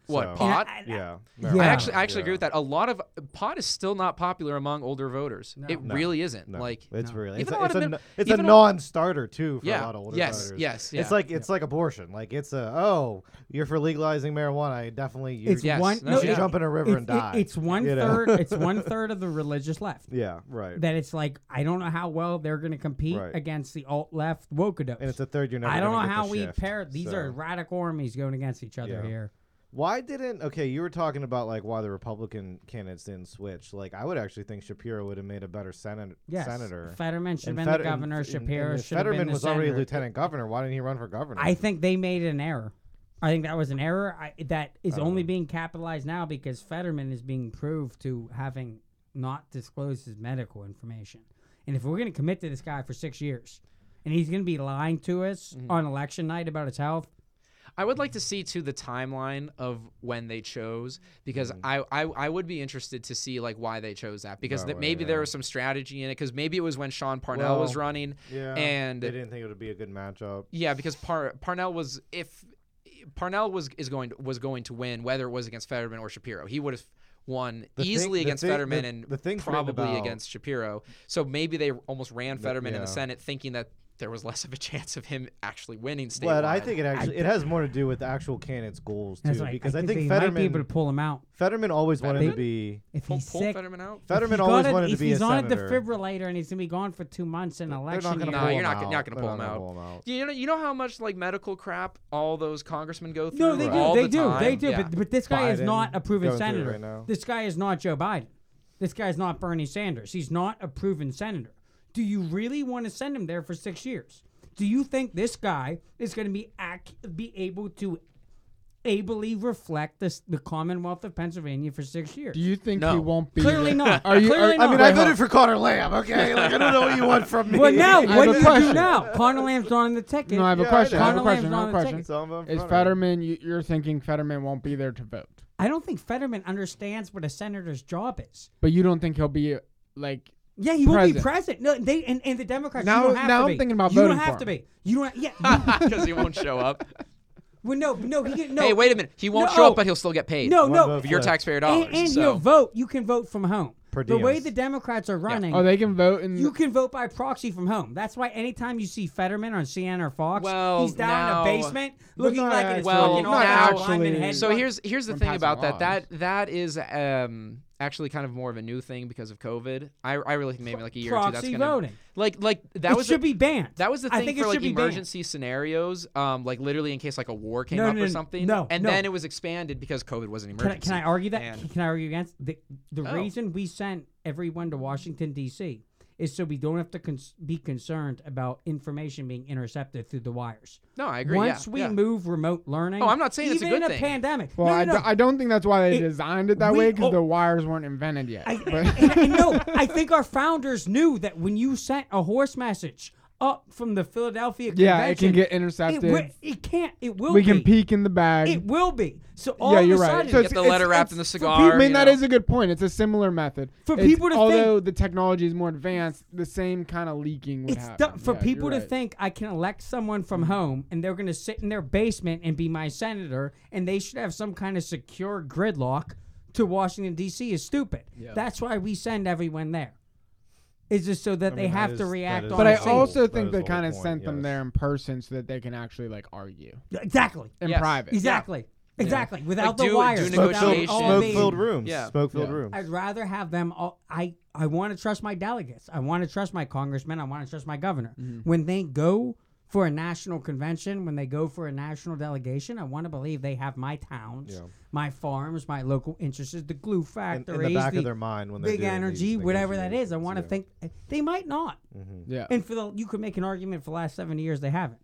[SPEAKER 3] What,
[SPEAKER 1] So-
[SPEAKER 3] pot?
[SPEAKER 2] And I- I-
[SPEAKER 1] Yeah.
[SPEAKER 2] Yeah.
[SPEAKER 3] I actually I actually
[SPEAKER 1] Yeah.
[SPEAKER 3] agree with that. A lot of pot is still not popular among older voters. It
[SPEAKER 1] No.
[SPEAKER 3] really isn't.
[SPEAKER 1] No,
[SPEAKER 3] Like
[SPEAKER 1] it's
[SPEAKER 2] no.
[SPEAKER 1] really
[SPEAKER 3] Even
[SPEAKER 1] it's
[SPEAKER 3] a
[SPEAKER 1] a,
[SPEAKER 3] lot
[SPEAKER 1] it's
[SPEAKER 3] of
[SPEAKER 1] a,
[SPEAKER 3] mid-
[SPEAKER 1] n- it's a
[SPEAKER 3] even a-
[SPEAKER 1] non-starter too for
[SPEAKER 3] yeah,
[SPEAKER 1] a lot of older
[SPEAKER 3] yes,
[SPEAKER 1] voters.
[SPEAKER 3] yes, yeah.
[SPEAKER 1] It's like it's like abortion. Like it's a oh, you're for legalizing marijuana. I definitely you
[SPEAKER 2] it's
[SPEAKER 3] Yes,
[SPEAKER 2] one.
[SPEAKER 3] no
[SPEAKER 2] no,
[SPEAKER 1] should
[SPEAKER 3] doubt.
[SPEAKER 2] it-
[SPEAKER 1] jump in a river
[SPEAKER 2] it's-
[SPEAKER 1] and
[SPEAKER 2] it-
[SPEAKER 1] die.
[SPEAKER 2] it's one
[SPEAKER 1] you know?
[SPEAKER 2] third. it's one third of the religious left.
[SPEAKER 1] yeah, right.
[SPEAKER 2] That it's like I don't know how well they're going to compete
[SPEAKER 1] Right.
[SPEAKER 2] against the alt left woke
[SPEAKER 1] and it's a third you're never.
[SPEAKER 2] I don't know
[SPEAKER 1] gonna get
[SPEAKER 2] how
[SPEAKER 1] the
[SPEAKER 2] we
[SPEAKER 1] shift,
[SPEAKER 2] pair. These are
[SPEAKER 1] so.
[SPEAKER 2] radical armies going against each other
[SPEAKER 1] Yeah.
[SPEAKER 2] here.
[SPEAKER 1] Why didn't okay? You were talking about like why the Republican candidates didn't switch. Like I would actually think Shapiro would have made a better senate,
[SPEAKER 2] Yes,
[SPEAKER 1] senator.
[SPEAKER 2] Fetterman should have been
[SPEAKER 1] And Fed-
[SPEAKER 2] the
[SPEAKER 1] and-
[SPEAKER 2] governor.
[SPEAKER 1] and-
[SPEAKER 2] Shapiro
[SPEAKER 1] and if
[SPEAKER 2] should have been
[SPEAKER 1] Fetterman
[SPEAKER 2] the
[SPEAKER 1] was
[SPEAKER 2] senator.
[SPEAKER 1] already lieutenant governor. Why didn't he run for governor?
[SPEAKER 2] I think they made an error. I think that was an error I, that is only being capitalized now because Fetterman is being proved to having not disclosed his medical information. And if we're going to commit to this guy for six years, and he's going to be lying to us
[SPEAKER 1] Mm-hmm.
[SPEAKER 2] on election night about his health,
[SPEAKER 3] I would like to see to the timeline of when they chose because
[SPEAKER 1] Mm.
[SPEAKER 3] I, I I would be interested to see like why they chose that because
[SPEAKER 1] Why-
[SPEAKER 3] that
[SPEAKER 1] why,
[SPEAKER 3] maybe there
[SPEAKER 1] yeah.
[SPEAKER 3] was some strategy in it because maybe it was when Sean Parnell was
[SPEAKER 1] Well,
[SPEAKER 3] running
[SPEAKER 1] yeah,
[SPEAKER 3] and
[SPEAKER 1] they didn't think it would be a good matchup.
[SPEAKER 3] yeah because Par- Parnell was if Parnell was is going was going to win whether it was against Fetterman or Shapiro he would have won
[SPEAKER 1] The thing-
[SPEAKER 3] easily
[SPEAKER 1] the
[SPEAKER 3] against
[SPEAKER 1] thing-
[SPEAKER 3] Fetterman
[SPEAKER 1] the-
[SPEAKER 3] and
[SPEAKER 1] the thing's written
[SPEAKER 3] probably
[SPEAKER 1] about-
[SPEAKER 3] against Shapiro so maybe they almost ran Fetterman in
[SPEAKER 1] yeah.
[SPEAKER 3] the Senate thinking that there was less of a chance of him actually winning statewide.
[SPEAKER 1] But I think it actually it has more to do with the actual candidates' goals too,
[SPEAKER 2] that's why
[SPEAKER 1] because I think,
[SPEAKER 2] they
[SPEAKER 1] Fetterman
[SPEAKER 2] might be able to pull him out
[SPEAKER 1] Fetterman always wanted to
[SPEAKER 3] Fetterman?
[SPEAKER 1] be
[SPEAKER 2] if
[SPEAKER 3] pull,
[SPEAKER 2] he's
[SPEAKER 3] pull
[SPEAKER 2] sick.
[SPEAKER 3] Fetterman out.
[SPEAKER 1] Fetterman
[SPEAKER 2] He's
[SPEAKER 1] always
[SPEAKER 2] got a-
[SPEAKER 1] wanted to
[SPEAKER 2] if
[SPEAKER 1] be
[SPEAKER 2] he's
[SPEAKER 1] a
[SPEAKER 2] on
[SPEAKER 1] senator.
[SPEAKER 2] a defibrillator and he's going to be gone for two months in
[SPEAKER 1] They're not
[SPEAKER 2] election
[SPEAKER 1] going to
[SPEAKER 2] year.
[SPEAKER 3] Nah,
[SPEAKER 1] pull
[SPEAKER 3] you're
[SPEAKER 1] him
[SPEAKER 3] not-
[SPEAKER 1] out.
[SPEAKER 3] you're not gonna
[SPEAKER 1] They're
[SPEAKER 3] pull him
[SPEAKER 1] gonna
[SPEAKER 3] out.
[SPEAKER 1] him out.
[SPEAKER 3] You know, you know how much like medical crap all those congressmen go through.
[SPEAKER 2] No, they do.
[SPEAKER 3] all
[SPEAKER 2] They
[SPEAKER 3] the
[SPEAKER 2] do.
[SPEAKER 3] time?
[SPEAKER 2] They do.
[SPEAKER 3] Yeah.
[SPEAKER 2] But, but this guy is
[SPEAKER 1] Biden
[SPEAKER 2] not a proven
[SPEAKER 1] going through it
[SPEAKER 2] senator.
[SPEAKER 1] right now.
[SPEAKER 2] this guy is not Joe Biden. This guy is not Bernie Sanders. He's not a proven senator. Do you really want to send him there for six years? Do you think this guy is going to be ac- be able to ably reflect this, the Commonwealth of Pennsylvania for six years?
[SPEAKER 4] Do you think he
[SPEAKER 3] No.
[SPEAKER 4] won't be?
[SPEAKER 2] Clearly not.
[SPEAKER 4] Are you?
[SPEAKER 2] Clearly
[SPEAKER 4] are-
[SPEAKER 2] not.
[SPEAKER 1] I mean,
[SPEAKER 4] wait,
[SPEAKER 1] I
[SPEAKER 4] hold-
[SPEAKER 1] voted for Connor Lamb. Okay, like I don't know what you want from me.
[SPEAKER 2] well, now
[SPEAKER 4] have
[SPEAKER 2] what do
[SPEAKER 4] a
[SPEAKER 2] you do
[SPEAKER 4] question.
[SPEAKER 2] now? Connor Lamb's not on the ticket.
[SPEAKER 4] No, I have a
[SPEAKER 1] Yeah, I
[SPEAKER 4] question. I have
[SPEAKER 2] know.
[SPEAKER 4] a question. I have
[SPEAKER 2] Connor
[SPEAKER 4] a
[SPEAKER 2] Lamb's
[SPEAKER 4] question.
[SPEAKER 1] So I'm
[SPEAKER 4] Is
[SPEAKER 1] in front of him.
[SPEAKER 4] Fetterman? You, you're thinking Fetterman won't be there to vote,
[SPEAKER 2] I don't think Fetterman understands what a senator's job is.
[SPEAKER 4] but you don't think he'll be like?
[SPEAKER 2] Yeah, he will be
[SPEAKER 4] President.
[SPEAKER 2] president. No, they and, and the Democrats.
[SPEAKER 4] Now-
[SPEAKER 2] you don't have
[SPEAKER 4] now
[SPEAKER 2] to
[SPEAKER 4] I'm
[SPEAKER 2] be.
[SPEAKER 4] thinking about
[SPEAKER 2] you
[SPEAKER 4] voting
[SPEAKER 2] don't have
[SPEAKER 4] for
[SPEAKER 2] to
[SPEAKER 4] him.
[SPEAKER 2] be. You don't. Yeah. You,
[SPEAKER 3] because he won't show up.
[SPEAKER 2] well, no, no, he, can- no.
[SPEAKER 3] Hey, wait a minute. He won't show
[SPEAKER 2] No.
[SPEAKER 3] up, but he'll still get paid.
[SPEAKER 2] No,
[SPEAKER 1] One
[SPEAKER 2] no.
[SPEAKER 1] vote
[SPEAKER 3] of your
[SPEAKER 1] flipped.
[SPEAKER 3] taxpayer dollars.
[SPEAKER 2] And, and
[SPEAKER 3] so.
[SPEAKER 2] you'll vote. You can vote from home.
[SPEAKER 1] Per
[SPEAKER 2] the way
[SPEAKER 1] diems.
[SPEAKER 2] the Democrats are running,
[SPEAKER 4] Oh, they can vote in.
[SPEAKER 2] you can vote by proxy from home. That's why anytime you see Fetterman on CNN or Fox,
[SPEAKER 3] Well,
[SPEAKER 2] he's down
[SPEAKER 3] now-
[SPEAKER 2] in a basement looking
[SPEAKER 1] not
[SPEAKER 2] like an
[SPEAKER 1] actually-
[SPEAKER 2] well,
[SPEAKER 3] Well, now-
[SPEAKER 4] actually-
[SPEAKER 2] head.
[SPEAKER 3] So here's here's the
[SPEAKER 4] from
[SPEAKER 3] thing
[SPEAKER 4] passing
[SPEAKER 3] about
[SPEAKER 4] laws.
[SPEAKER 3] that. That that is um actually kind of more of a new thing because of COVID. I, I really think maybe like a year or two that's
[SPEAKER 2] Proxy
[SPEAKER 3] gonna
[SPEAKER 2] voting.
[SPEAKER 3] like like that
[SPEAKER 2] it
[SPEAKER 3] was
[SPEAKER 2] should
[SPEAKER 3] a-
[SPEAKER 2] be banned.
[SPEAKER 3] That was the
[SPEAKER 2] I
[SPEAKER 3] thing
[SPEAKER 2] think
[SPEAKER 3] for
[SPEAKER 2] it
[SPEAKER 3] like
[SPEAKER 2] should be banned.
[SPEAKER 3] emergency scenarios, um, like literally in case like a war came
[SPEAKER 2] No,
[SPEAKER 3] up
[SPEAKER 2] no,
[SPEAKER 3] or
[SPEAKER 2] no,
[SPEAKER 3] something.
[SPEAKER 2] no,
[SPEAKER 3] and
[SPEAKER 2] no.
[SPEAKER 3] then it was expanded because COVID was an
[SPEAKER 2] Can I,
[SPEAKER 3] emergency.
[SPEAKER 2] can I argue that?
[SPEAKER 3] And-
[SPEAKER 2] can I argue against the the
[SPEAKER 3] Oh.
[SPEAKER 2] reason we sent everyone to Washington D.C. is so we don't have to cons- be concerned about information being intercepted through the wires.
[SPEAKER 3] no, I agree.
[SPEAKER 2] Once
[SPEAKER 3] yeah,
[SPEAKER 2] we
[SPEAKER 3] yeah.
[SPEAKER 2] move remote learning,
[SPEAKER 3] Oh, I'm not saying
[SPEAKER 2] even
[SPEAKER 3] it's a
[SPEAKER 2] in
[SPEAKER 3] good
[SPEAKER 2] a
[SPEAKER 3] thing.
[SPEAKER 2] pandemic.
[SPEAKER 4] well,
[SPEAKER 2] no,
[SPEAKER 4] I,
[SPEAKER 2] no,
[SPEAKER 4] do-
[SPEAKER 2] no.
[SPEAKER 4] I don't think that's why they
[SPEAKER 2] It-
[SPEAKER 4] designed it that
[SPEAKER 2] we-
[SPEAKER 4] way because
[SPEAKER 2] oh.
[SPEAKER 4] the wires weren't invented yet.
[SPEAKER 2] I-
[SPEAKER 4] but
[SPEAKER 2] and, and no, I think our founders knew that when you sent a horse message up from the Philadelphia convention,
[SPEAKER 4] yeah, it can get
[SPEAKER 2] it,
[SPEAKER 4] intercepted.
[SPEAKER 2] wi- it can't. It will.
[SPEAKER 4] we can
[SPEAKER 2] be.
[SPEAKER 4] peek in the bag.
[SPEAKER 2] It will be. So all
[SPEAKER 4] yeah,
[SPEAKER 2] of
[SPEAKER 4] you're
[SPEAKER 2] a
[SPEAKER 4] right.
[SPEAKER 2] sudden,
[SPEAKER 4] So
[SPEAKER 3] Get the letter wrapped in the
[SPEAKER 4] for
[SPEAKER 3] cigar,
[SPEAKER 4] people- I mean,
[SPEAKER 3] you
[SPEAKER 4] that
[SPEAKER 3] know?
[SPEAKER 4] is a good point. It's a similar method
[SPEAKER 2] For
[SPEAKER 4] It's-
[SPEAKER 2] people to think-
[SPEAKER 4] although the technology is more advanced, the same kind of leaking would
[SPEAKER 2] It's
[SPEAKER 4] happen.
[SPEAKER 2] dumb for
[SPEAKER 4] Yeah,
[SPEAKER 2] people to
[SPEAKER 4] you're right.
[SPEAKER 2] think I can elect someone from
[SPEAKER 1] Mm-hmm.
[SPEAKER 2] home and they're going to sit in their basement and be my senator and they should have some kind of secure gridlock to Washington D.C. is stupid. That's why we send everyone there. Is just so that they
[SPEAKER 1] mean, that
[SPEAKER 2] have
[SPEAKER 1] is-
[SPEAKER 2] to
[SPEAKER 1] that
[SPEAKER 2] react
[SPEAKER 1] is
[SPEAKER 2] on
[SPEAKER 4] But I
[SPEAKER 2] the scene.
[SPEAKER 4] also
[SPEAKER 1] That
[SPEAKER 4] think
[SPEAKER 1] is
[SPEAKER 4] they
[SPEAKER 1] the whole
[SPEAKER 4] kind of
[SPEAKER 1] point,
[SPEAKER 4] sent them
[SPEAKER 1] yes.
[SPEAKER 4] there in person so that they can actually like argue
[SPEAKER 2] exactly
[SPEAKER 4] in
[SPEAKER 3] Yes.
[SPEAKER 4] private.
[SPEAKER 2] exactly exactly without
[SPEAKER 3] Like,
[SPEAKER 2] the
[SPEAKER 3] do- do
[SPEAKER 2] wires without
[SPEAKER 3] negotiations.
[SPEAKER 2] it all being-
[SPEAKER 1] Smoke-filled rooms.
[SPEAKER 3] Yeah.
[SPEAKER 1] Smoke-filled
[SPEAKER 4] Yeah.
[SPEAKER 1] rooms.
[SPEAKER 2] I'd rather have them all. I,
[SPEAKER 1] Mm-hmm.
[SPEAKER 2] I want to trust my delegates. I want to trust my congressmen. I want to trust my governor. When they go for a national convention, when they go for a national delegation, I want to believe they have my towns,
[SPEAKER 1] Yeah.
[SPEAKER 2] my farms, my local interests, the glue
[SPEAKER 1] in
[SPEAKER 2] factories,
[SPEAKER 1] the back of their mind when they're
[SPEAKER 2] big
[SPEAKER 1] doing these
[SPEAKER 2] energy, whatever that is. I
[SPEAKER 1] negotiations,
[SPEAKER 2] want to
[SPEAKER 1] yeah.
[SPEAKER 2] think eh, they might not.
[SPEAKER 4] Yeah.
[SPEAKER 2] And for the you could make an argument for the last seventy years they haven't.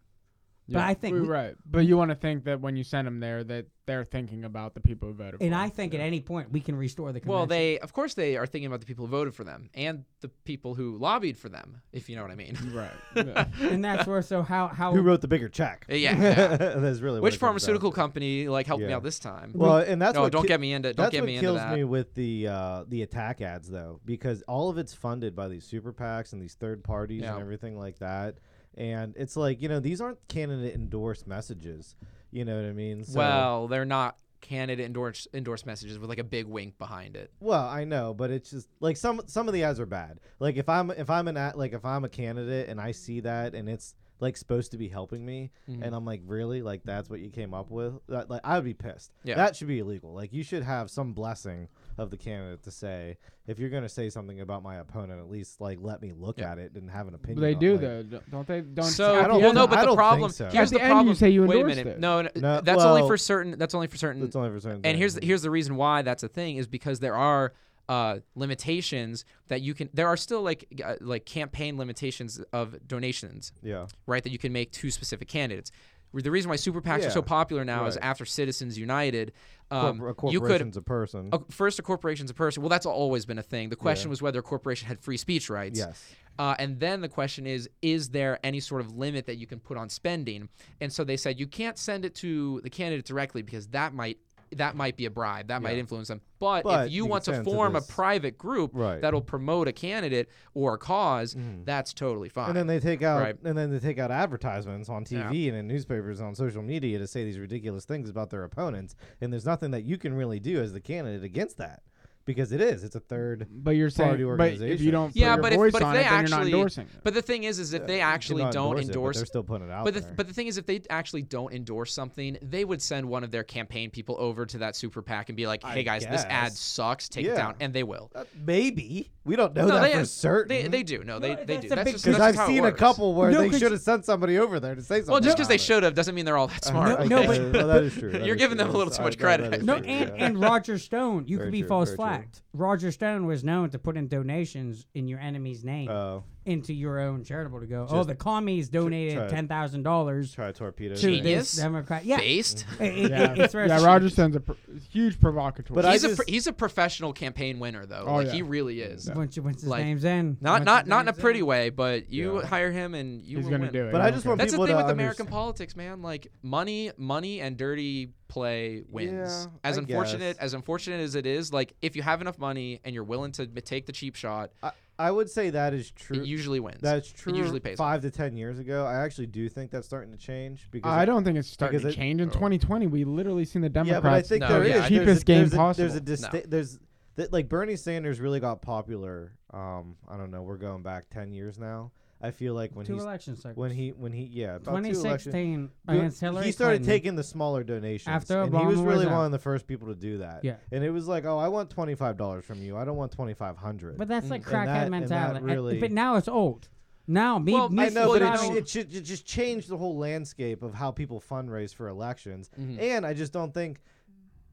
[SPEAKER 2] But
[SPEAKER 4] Yeah.
[SPEAKER 2] I think
[SPEAKER 4] Well,
[SPEAKER 2] we-
[SPEAKER 4] right. But you want to think that when you send them there, that they're thinking about the people who voted.
[SPEAKER 2] And
[SPEAKER 4] for
[SPEAKER 2] I
[SPEAKER 4] 'em.
[SPEAKER 2] think at any point we can restore the convention.
[SPEAKER 3] Well, they of course they are thinking about the people who voted for them and the people who lobbied for them, if you know what I mean.
[SPEAKER 4] Right. Yeah.
[SPEAKER 2] and that's where so how how
[SPEAKER 1] Who wrote the bigger check?
[SPEAKER 3] Yeah, yeah.
[SPEAKER 1] that's really what
[SPEAKER 3] Which
[SPEAKER 1] it comes down to.
[SPEAKER 3] pharmaceutical company like helped me
[SPEAKER 1] Yeah.
[SPEAKER 3] out this time?
[SPEAKER 1] Well, and that's
[SPEAKER 3] no,
[SPEAKER 1] what
[SPEAKER 3] don't
[SPEAKER 1] ki-
[SPEAKER 3] get me into don't
[SPEAKER 1] that's
[SPEAKER 3] get
[SPEAKER 1] what
[SPEAKER 3] me into
[SPEAKER 1] kills
[SPEAKER 3] that.
[SPEAKER 1] me with the uh, the attack ads though, because all of it's funded by these super PACs and these third parties
[SPEAKER 3] Yeah.
[SPEAKER 1] and everything like that. And it's like you know these aren't candidate endorsed messages. You know what I mean? So,
[SPEAKER 3] Well, they're not candidate endorse endorse messages with like a big wink behind it.
[SPEAKER 1] Well, I know, but it's just like some some of the ads are bad. Like if I'm if I'm an ad, like if I'm a candidate and I see that and it's like supposed to be helping me,
[SPEAKER 3] Mm-hmm.
[SPEAKER 1] and I'm like, really, like that's what you came up with? That- Like I would be pissed.
[SPEAKER 3] Yeah.
[SPEAKER 1] that should be illegal. Like you should have some blessing of the candidate to say if you're going to say something about my opponent, at least like let me look at it and have an opinion.
[SPEAKER 4] But they
[SPEAKER 1] on,
[SPEAKER 4] do
[SPEAKER 1] like-
[SPEAKER 4] though, don't- don't they? Don't
[SPEAKER 3] So
[SPEAKER 1] I don't
[SPEAKER 3] well, no,
[SPEAKER 1] think-
[SPEAKER 3] but
[SPEAKER 1] I
[SPEAKER 3] the
[SPEAKER 1] don't think
[SPEAKER 3] problem
[SPEAKER 1] so.
[SPEAKER 3] here's
[SPEAKER 4] At the
[SPEAKER 3] the
[SPEAKER 4] end, you
[SPEAKER 3] problem.
[SPEAKER 4] say you
[SPEAKER 3] Wait a
[SPEAKER 4] endorsed
[SPEAKER 3] minute.
[SPEAKER 4] it.
[SPEAKER 3] No, no,
[SPEAKER 1] No,
[SPEAKER 3] that's only
[SPEAKER 1] well-
[SPEAKER 3] for certain. That's only for certain.
[SPEAKER 1] That's only for certain.
[SPEAKER 3] and here's the,
[SPEAKER 1] things.
[SPEAKER 3] here's the reason why that's a thing is because there are uh, limitations that you can. There are still like g- uh, like campaign limitations of donations,
[SPEAKER 1] yeah.
[SPEAKER 3] right? That you can make to specific candidates. Re- The reason why super PACs are so
[SPEAKER 1] Yeah,
[SPEAKER 3] popular now is
[SPEAKER 1] right.
[SPEAKER 3] after Citizens United, um,
[SPEAKER 1] Corpor- a
[SPEAKER 3] you could
[SPEAKER 1] corporation's a person.
[SPEAKER 3] a, first a corporation's a person. Well, that's always been a thing. The question was whether a corporation had free speech rights.
[SPEAKER 1] Yes.
[SPEAKER 3] Uh, and then the question is, is there any sort of limit that you can put on spending? And so they said you can't send it to the candidate directly because that might that might be a bribe. That might influence them. But,
[SPEAKER 1] But
[SPEAKER 3] if
[SPEAKER 1] you
[SPEAKER 3] you
[SPEAKER 1] can
[SPEAKER 3] want to
[SPEAKER 1] send to
[SPEAKER 3] form a
[SPEAKER 1] this-
[SPEAKER 3] private group
[SPEAKER 1] Right. Mm-hmm.
[SPEAKER 3] that'll promote a candidate or a because, that's totally fine.
[SPEAKER 1] And then they take out
[SPEAKER 3] Right.
[SPEAKER 1] and then they take out advertisements on TV and in newspapers and on social media to say these ridiculous things about their opponents. And there's nothing that you can really do as the candidate against that because it is it's a third.
[SPEAKER 4] But you're
[SPEAKER 1] party
[SPEAKER 4] saying, but if you
[SPEAKER 1] organization.
[SPEAKER 4] don't, put
[SPEAKER 3] yeah,
[SPEAKER 4] your
[SPEAKER 3] but
[SPEAKER 4] voice
[SPEAKER 3] if, but if
[SPEAKER 4] on
[SPEAKER 3] they
[SPEAKER 4] it, then you're not
[SPEAKER 3] actually,
[SPEAKER 4] endorsing it.
[SPEAKER 3] but the thing is, is if they actually
[SPEAKER 1] cannot
[SPEAKER 3] don't
[SPEAKER 1] endorse it, but
[SPEAKER 3] endorse,
[SPEAKER 1] they're still putting it out
[SPEAKER 3] But the,
[SPEAKER 1] there.
[SPEAKER 3] but the thing is, if they actually don't endorse something, they would send one of their campaign people over to that super PAC and be like, "Hey guys, this ad
[SPEAKER 1] guess.
[SPEAKER 3] sucks. Take it
[SPEAKER 1] Yeah.
[SPEAKER 3] down," and they will.
[SPEAKER 1] Uh, maybe we don't know
[SPEAKER 3] no,
[SPEAKER 1] that
[SPEAKER 3] they
[SPEAKER 1] for
[SPEAKER 3] have-
[SPEAKER 1] certain.
[SPEAKER 3] They, they do. No, they, they
[SPEAKER 2] that's
[SPEAKER 3] do.
[SPEAKER 2] a
[SPEAKER 3] That's
[SPEAKER 2] big
[SPEAKER 3] just
[SPEAKER 1] because
[SPEAKER 3] that's
[SPEAKER 1] I've
[SPEAKER 3] how it
[SPEAKER 1] seen a
[SPEAKER 3] works.
[SPEAKER 1] couple where
[SPEAKER 2] No,
[SPEAKER 1] they
[SPEAKER 2] 'cause-
[SPEAKER 1] should have sent somebody over there to say something.
[SPEAKER 3] Well, just because
[SPEAKER 1] about
[SPEAKER 3] they
[SPEAKER 1] it.
[SPEAKER 3] should have doesn't mean they're all that smart.
[SPEAKER 1] Uh,
[SPEAKER 2] No,
[SPEAKER 1] okay,
[SPEAKER 2] but-
[SPEAKER 1] that is true. that
[SPEAKER 3] You're
[SPEAKER 1] is
[SPEAKER 3] giving
[SPEAKER 1] true.
[SPEAKER 3] them a little
[SPEAKER 1] That's-
[SPEAKER 3] too much
[SPEAKER 1] that- that
[SPEAKER 3] credit.
[SPEAKER 1] is
[SPEAKER 2] No,
[SPEAKER 1] true,
[SPEAKER 2] and,
[SPEAKER 1] yeah.
[SPEAKER 2] and Roger Stone, you
[SPEAKER 1] Very
[SPEAKER 2] could be
[SPEAKER 1] true,
[SPEAKER 2] false
[SPEAKER 1] very true.
[SPEAKER 2] flagged. Roger Stone was known to put in donations in your enemy's name
[SPEAKER 1] Oh,
[SPEAKER 2] into your own charitable to go. oh, the commies donated
[SPEAKER 1] try to-
[SPEAKER 2] ten thousand dollars
[SPEAKER 1] try torpedoes.
[SPEAKER 2] to
[SPEAKER 1] it.
[SPEAKER 2] this
[SPEAKER 3] Genius.
[SPEAKER 2] Democrat. Yeah,
[SPEAKER 3] Based.
[SPEAKER 2] It- it-
[SPEAKER 4] yeah,
[SPEAKER 2] it's very-
[SPEAKER 4] yeah, Roger Stone's a pro- huge provocateur.
[SPEAKER 1] But I
[SPEAKER 3] He's a
[SPEAKER 1] just-
[SPEAKER 3] pro- he's a professional campaign winner though.
[SPEAKER 4] Oh,
[SPEAKER 3] like
[SPEAKER 4] yeah.
[SPEAKER 3] he really is.
[SPEAKER 2] Once, you- once his
[SPEAKER 3] Like,
[SPEAKER 2] name's in,
[SPEAKER 3] Not
[SPEAKER 2] once
[SPEAKER 3] not
[SPEAKER 2] his
[SPEAKER 3] not in a
[SPEAKER 2] name's
[SPEAKER 3] pretty way, but you
[SPEAKER 1] Yeah.
[SPEAKER 3] hire him and you
[SPEAKER 4] he's
[SPEAKER 3] will
[SPEAKER 4] gonna
[SPEAKER 3] win.
[SPEAKER 4] do it.
[SPEAKER 1] But
[SPEAKER 4] he
[SPEAKER 1] I
[SPEAKER 4] don't
[SPEAKER 1] just
[SPEAKER 4] care.
[SPEAKER 1] want
[SPEAKER 3] That's the
[SPEAKER 1] people
[SPEAKER 3] thing
[SPEAKER 1] to
[SPEAKER 3] with American
[SPEAKER 1] understand-
[SPEAKER 3] politics, man. Like money, money and dirty play wins.
[SPEAKER 1] Yeah,
[SPEAKER 3] as
[SPEAKER 1] I
[SPEAKER 3] unfortunate
[SPEAKER 1] guess.
[SPEAKER 3] as unfortunate as it is, like if you have enough money and you're willing to m- take the cheap shot,
[SPEAKER 1] I, I would say that is true.
[SPEAKER 3] it usually wins.
[SPEAKER 1] That's true.
[SPEAKER 3] usually pays
[SPEAKER 1] five to ten years ago. I actually do think that's starting to change because
[SPEAKER 4] I don't think it's starting to
[SPEAKER 1] because it- Oh.
[SPEAKER 4] change. In 2020, we literally seen the Democrats.
[SPEAKER 1] Yeah, but I think
[SPEAKER 3] No,
[SPEAKER 1] there
[SPEAKER 3] yeah,
[SPEAKER 1] is
[SPEAKER 3] I-
[SPEAKER 1] There's
[SPEAKER 4] cheapest
[SPEAKER 1] a-
[SPEAKER 4] game
[SPEAKER 1] there's
[SPEAKER 4] possible.
[SPEAKER 1] A, there's a dist- there's that like Bernie Sanders really got popular. Um, I don't know. We're going back ten years now. I feel like when
[SPEAKER 2] Two
[SPEAKER 1] he's
[SPEAKER 2] election cycles.
[SPEAKER 1] when he when he yeah about two elections-
[SPEAKER 2] 2016
[SPEAKER 1] you-
[SPEAKER 2] against Hillary
[SPEAKER 1] he started
[SPEAKER 2] Clinton.
[SPEAKER 1] taking the smaller donations
[SPEAKER 2] After
[SPEAKER 1] and he was
[SPEAKER 2] Obama was
[SPEAKER 1] really
[SPEAKER 2] out.
[SPEAKER 1] one of the first people to do that.
[SPEAKER 2] Yeah.
[SPEAKER 1] and it was like, oh, I want twenty five dollars from you. I don't want twenty five hundred.
[SPEAKER 2] But that's like
[SPEAKER 1] Mm. And that-
[SPEAKER 2] crackhead
[SPEAKER 1] and that
[SPEAKER 2] mentality. And-
[SPEAKER 1] really-
[SPEAKER 2] but now it's old. Now me,
[SPEAKER 3] Well,
[SPEAKER 2] me
[SPEAKER 1] I know, but
[SPEAKER 3] you
[SPEAKER 1] it,
[SPEAKER 3] know-
[SPEAKER 1] sh- it should it just change the whole landscape of how people fundraise for elections.
[SPEAKER 3] Mm-hmm.
[SPEAKER 1] And I just don't think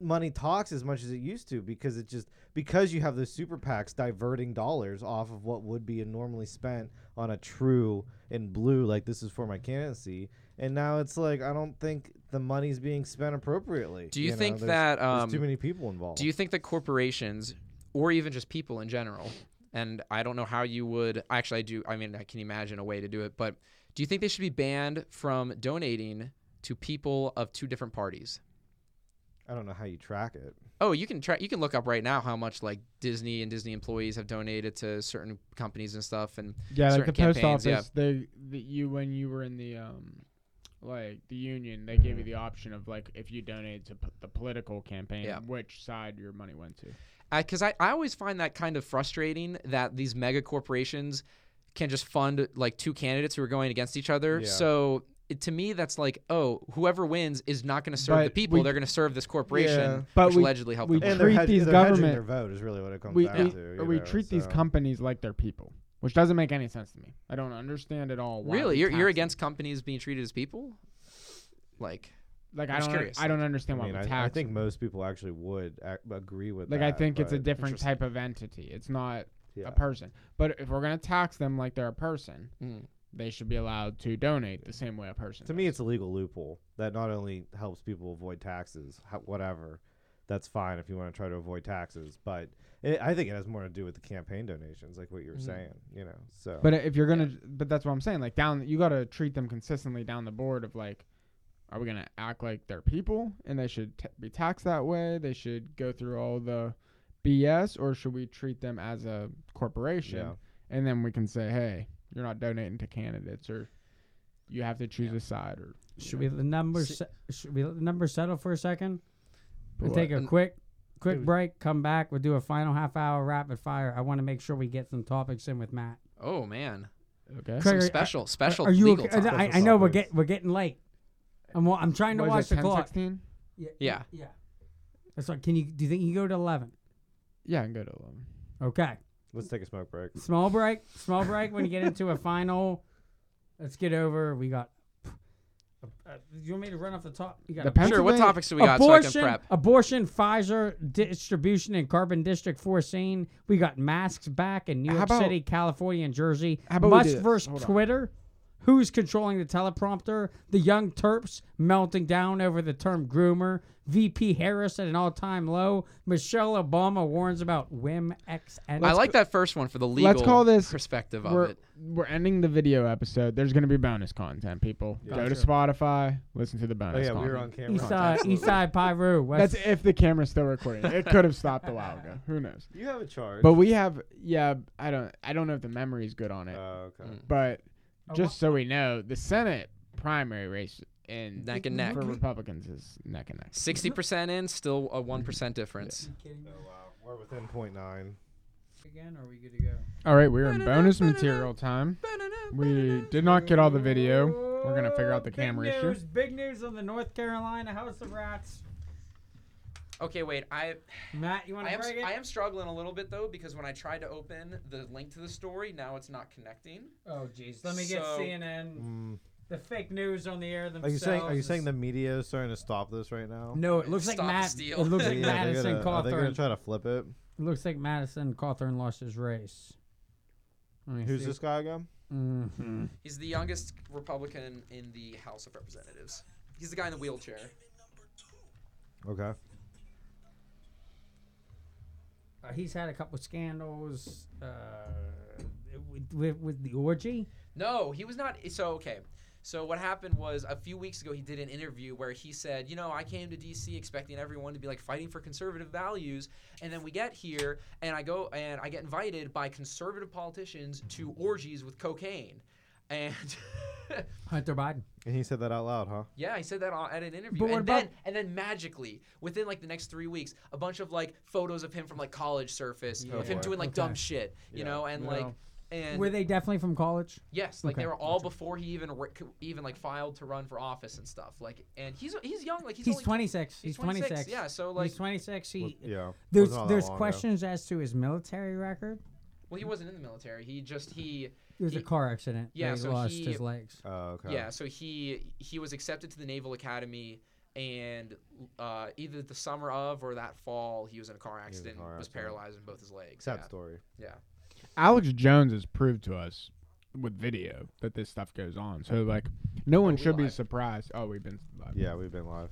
[SPEAKER 1] money talks as much as it used to because it just because you have the super PACs diverting dollars off of what would be normally spent on a true and blue like this is for my candidacy. And now it's like I don't think the money's being spent appropriately.
[SPEAKER 3] Do you
[SPEAKER 1] know,
[SPEAKER 3] think
[SPEAKER 1] there's-
[SPEAKER 3] that, um,
[SPEAKER 1] there's too many people involved?
[SPEAKER 3] Do you think that corporations or even just people in general, and I don't know how you would actually I do I mean I can imagine a way to do it, but do you think they should be banned from donating to people of two different parties?
[SPEAKER 1] I don't know how you track it.
[SPEAKER 3] Oh, you can track. You can look up right now how much like Disney and Disney employees have donated to certain companies and stuff, and
[SPEAKER 4] Yeah, like
[SPEAKER 3] certain
[SPEAKER 4] the post
[SPEAKER 3] campaigns,
[SPEAKER 4] office.
[SPEAKER 3] yeah.
[SPEAKER 4] They the, you when you were in the um, like the union, they
[SPEAKER 3] Mm.
[SPEAKER 4] gave you the option of like if you donated to p- the political campaign,
[SPEAKER 3] Yeah.
[SPEAKER 4] which side your money went to.
[SPEAKER 3] because I, I always find that kind of frustrating that these mega corporations can just fund like two candidates who are going against each other.
[SPEAKER 1] Yeah.
[SPEAKER 3] So it, to me, that's like, oh, whoever wins is not going to serve the
[SPEAKER 4] But
[SPEAKER 3] people;
[SPEAKER 4] we-
[SPEAKER 3] they're going to serve this corporation,
[SPEAKER 1] Yeah.
[SPEAKER 4] But
[SPEAKER 3] which
[SPEAKER 4] we-
[SPEAKER 3] allegedly helped
[SPEAKER 4] we
[SPEAKER 3] them.
[SPEAKER 1] And
[SPEAKER 3] win.
[SPEAKER 1] they're,
[SPEAKER 4] treat
[SPEAKER 1] hedg-
[SPEAKER 4] these
[SPEAKER 1] they're hedging
[SPEAKER 4] government-
[SPEAKER 1] their vote is really what it comes
[SPEAKER 4] We
[SPEAKER 1] down
[SPEAKER 4] we,
[SPEAKER 1] to.
[SPEAKER 4] or
[SPEAKER 1] you
[SPEAKER 4] we
[SPEAKER 1] know,
[SPEAKER 4] treat these
[SPEAKER 1] so.
[SPEAKER 4] companies like they're people. which doesn't make any sense to me. I don't understand at all. Why
[SPEAKER 3] Really,
[SPEAKER 4] we
[SPEAKER 3] you're you're
[SPEAKER 4] tax
[SPEAKER 3] against companies being treated as people? Like,
[SPEAKER 4] them. Like I
[SPEAKER 3] I'm just
[SPEAKER 4] don't.
[SPEAKER 3] curious.
[SPEAKER 4] I don't understand
[SPEAKER 1] I
[SPEAKER 4] why
[SPEAKER 1] mean,
[SPEAKER 4] we
[SPEAKER 1] I,
[SPEAKER 4] tax.
[SPEAKER 1] I think
[SPEAKER 4] them.
[SPEAKER 1] most people actually would ac- agree with
[SPEAKER 4] Like
[SPEAKER 1] that.
[SPEAKER 4] I think it's a
[SPEAKER 1] but-
[SPEAKER 4] different
[SPEAKER 3] Interesting.
[SPEAKER 4] type of entity. It's not
[SPEAKER 1] yeah.
[SPEAKER 4] a person. But if we're gonna tax them like they're a person,
[SPEAKER 3] Mm.
[SPEAKER 4] they should be allowed to donate the same way a person.
[SPEAKER 1] To me,
[SPEAKER 4] does.
[SPEAKER 1] it's a legal loophole that not only helps people avoid taxes, ho- whatever. That's fine if you want to try to avoid taxes, but it, I think it has more to do with the campaign donations, like what
[SPEAKER 2] Mm-hmm.
[SPEAKER 1] you were saying. You know, so
[SPEAKER 4] But if you're gonna, but that's what I'm saying. Like down, you gotta treat them consistently down the board of like, are we gonna act like they're people and they should t- be taxed that way? They should go through all the BS, or should we treat them as a corporation?
[SPEAKER 1] Yeah.
[SPEAKER 4] And then we can say, hey, you're not donating to candidates, or you have to choose a side, or
[SPEAKER 2] Should we let the numbers? se- should we let the numbers settle for a second? We'll
[SPEAKER 4] What?
[SPEAKER 2] take a
[SPEAKER 3] An-
[SPEAKER 2] quick, quick break. Come back. We'll do a final half hour rapid fire. I want to make sure we get some topics in with Matt.
[SPEAKER 3] oh man,
[SPEAKER 4] okay. uh,
[SPEAKER 2] Craig,
[SPEAKER 3] some
[SPEAKER 2] are-
[SPEAKER 3] special special
[SPEAKER 2] Are you?
[SPEAKER 3] legal
[SPEAKER 2] Okay? I, I-
[SPEAKER 3] topics.
[SPEAKER 2] I know we're
[SPEAKER 1] topics.
[SPEAKER 2] get we're getting late. I'm wa- I'm trying to
[SPEAKER 4] What
[SPEAKER 2] watch
[SPEAKER 4] is it,
[SPEAKER 2] the
[SPEAKER 4] 10,
[SPEAKER 2] clock.
[SPEAKER 4] 16?
[SPEAKER 3] Yeah.
[SPEAKER 2] Yeah. That's what. Can you? Do you think you can go to eleven?
[SPEAKER 4] Yeah, I can go to eleven.
[SPEAKER 2] Okay.
[SPEAKER 1] let's take a smoke break.
[SPEAKER 2] Small break. Small break. When you get into a final, let's get over. We got. Uh, you want me to run off the top? You got
[SPEAKER 4] The
[SPEAKER 2] a-
[SPEAKER 4] Pennsylvania,
[SPEAKER 3] Sure, what topics do we got
[SPEAKER 2] abortion,
[SPEAKER 3] so I can prep?
[SPEAKER 2] abortion, Pfizer distribution in Carbon District 4 scene. We got masks back in New
[SPEAKER 4] How
[SPEAKER 2] York
[SPEAKER 4] about-
[SPEAKER 2] City, California, and Jersey.
[SPEAKER 4] How about we do
[SPEAKER 2] Musk
[SPEAKER 4] this?
[SPEAKER 2] versus
[SPEAKER 4] Hold on.
[SPEAKER 2] Twitter. Who's controlling the teleprompter? The young Terps melting down over the term groomer. VP Harris at an all-time low. Michelle Obama warns about whim X and
[SPEAKER 3] I like that first one for the legal
[SPEAKER 4] let's call this-
[SPEAKER 3] perspective of
[SPEAKER 4] we're,
[SPEAKER 3] it.
[SPEAKER 4] we're ending the video episode. There's going to be bonus content, people. Go to Spotify, listen to the
[SPEAKER 1] Oh
[SPEAKER 4] bonus
[SPEAKER 1] yeah, we
[SPEAKER 4] content.
[SPEAKER 1] were on camera.
[SPEAKER 2] Eastside
[SPEAKER 1] Absolutely.
[SPEAKER 2] Uh, Eastside Pyru. West-
[SPEAKER 4] That's if the camera's still recording. It could have stopped a while ago. Who knows?
[SPEAKER 1] You have a charge.
[SPEAKER 4] But we have yeah, I don't I don't know if the memory's good on it.
[SPEAKER 1] Oh, okay.
[SPEAKER 4] but just so we know, the Senate primary race in
[SPEAKER 3] Neck and neck.
[SPEAKER 4] for Republicans is neck and neck.
[SPEAKER 3] Sixty percent in, still a one percent difference.
[SPEAKER 1] Oh, wow. We're within point nine.
[SPEAKER 2] Again, are we good to go?
[SPEAKER 4] All right, we're in bonus material time. We did not get all the video. We're going to figure out the
[SPEAKER 2] Big
[SPEAKER 4] camera issue.
[SPEAKER 2] news, Big news on the North Carolina House of Rats.
[SPEAKER 3] Okay, wait. I
[SPEAKER 2] Matt, you want
[SPEAKER 3] I
[SPEAKER 2] to
[SPEAKER 3] am,
[SPEAKER 2] break it?
[SPEAKER 3] I am struggling a little bit though because when I tried to open the link to the story, now it's not connecting.
[SPEAKER 2] oh, jeez. Let me get
[SPEAKER 3] So-
[SPEAKER 2] CNN.
[SPEAKER 1] Mm.
[SPEAKER 2] The fake news on the air
[SPEAKER 1] Are
[SPEAKER 2] themselves.
[SPEAKER 1] you saying? Are you saying
[SPEAKER 2] is-
[SPEAKER 1] the media is starting to stop this right now?
[SPEAKER 2] No, it looks like
[SPEAKER 3] Stop the
[SPEAKER 2] Matt. It
[SPEAKER 3] steal.
[SPEAKER 2] looks like
[SPEAKER 1] Yeah, they're
[SPEAKER 2] Madison
[SPEAKER 1] gonna- are they
[SPEAKER 2] Cawthorn.
[SPEAKER 1] gonna try to flip it?
[SPEAKER 2] it looks like Madison Cawthorn lost his race. Let me
[SPEAKER 1] Who's
[SPEAKER 2] see.
[SPEAKER 1] this guy again?
[SPEAKER 2] hmm
[SPEAKER 3] He's the youngest Republican in the House of Representatives. He's the guy in the wheelchair.
[SPEAKER 1] Okay.
[SPEAKER 2] Uh, he's had a couple scandals uh, with, with, with the orgy.
[SPEAKER 3] No, he was not. So okay. So what happened was a few weeks ago he did an interview where he said, you know, I came to D.C. expecting everyone to be like fighting for conservative values, and then we get here and I go and I get invited by conservative politicians to orgies with cocaine, and.
[SPEAKER 2] Hunter Biden.
[SPEAKER 1] And he said that out loud, huh?
[SPEAKER 3] Yeah, he said that on, at an interview.
[SPEAKER 2] But what
[SPEAKER 3] and
[SPEAKER 2] about-
[SPEAKER 3] then and then magically, within like the next three weeks, a bunch of like photos of him from like college surface, of him
[SPEAKER 1] boy.
[SPEAKER 3] doing like dumb
[SPEAKER 2] Okay.
[SPEAKER 3] shit, you
[SPEAKER 1] Yeah.
[SPEAKER 3] know, and like and
[SPEAKER 2] Were they definitely from college?
[SPEAKER 3] yes, like
[SPEAKER 2] Okay,
[SPEAKER 3] they were all before he even re- co- even like filed to run for office and stuff. Like and he's he's young, like he's,
[SPEAKER 2] He's
[SPEAKER 3] only
[SPEAKER 2] 26. He's
[SPEAKER 3] he's
[SPEAKER 2] 26.
[SPEAKER 3] Yeah, so
[SPEAKER 2] He's
[SPEAKER 3] like
[SPEAKER 2] 26. He,
[SPEAKER 1] Yeah.
[SPEAKER 2] There's
[SPEAKER 1] Wasn't all that
[SPEAKER 2] there's
[SPEAKER 1] long ago.
[SPEAKER 2] questions as to his military record.
[SPEAKER 3] well he wasn't in the military. He just he
[SPEAKER 2] It was a
[SPEAKER 3] He-
[SPEAKER 2] car accident.
[SPEAKER 3] yeah,
[SPEAKER 2] where he
[SPEAKER 3] so
[SPEAKER 2] lost
[SPEAKER 3] he-
[SPEAKER 2] his legs.
[SPEAKER 1] Oh, okay.
[SPEAKER 3] Yeah, so he he was accepted to the Naval Academy, and uh, either the summer of or that fall, he was in a car
[SPEAKER 1] was in a
[SPEAKER 3] accident,
[SPEAKER 1] car
[SPEAKER 3] was
[SPEAKER 1] accident.
[SPEAKER 3] paralyzed in both his legs.
[SPEAKER 1] Sad
[SPEAKER 3] yeah.
[SPEAKER 1] story.
[SPEAKER 3] Yeah.
[SPEAKER 4] Alex Jones has proved to us with video that this stuff goes on. So like no one
[SPEAKER 3] we
[SPEAKER 4] should be
[SPEAKER 3] live?
[SPEAKER 4] surprised. Oh, we've been live.
[SPEAKER 1] Yeah, we've been live.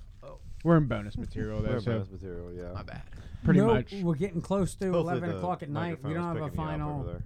[SPEAKER 4] We're in bonus material
[SPEAKER 1] We're
[SPEAKER 4] though, so
[SPEAKER 1] bonus material. Yeah.
[SPEAKER 3] Oh. My bad.
[SPEAKER 4] pretty
[SPEAKER 2] no,
[SPEAKER 4] much
[SPEAKER 2] We're getting close to
[SPEAKER 1] Hopefully
[SPEAKER 2] 11
[SPEAKER 1] the
[SPEAKER 2] o'clock at night. We don't
[SPEAKER 1] microphone
[SPEAKER 2] have a
[SPEAKER 1] is picking you up over
[SPEAKER 2] final.
[SPEAKER 1] there.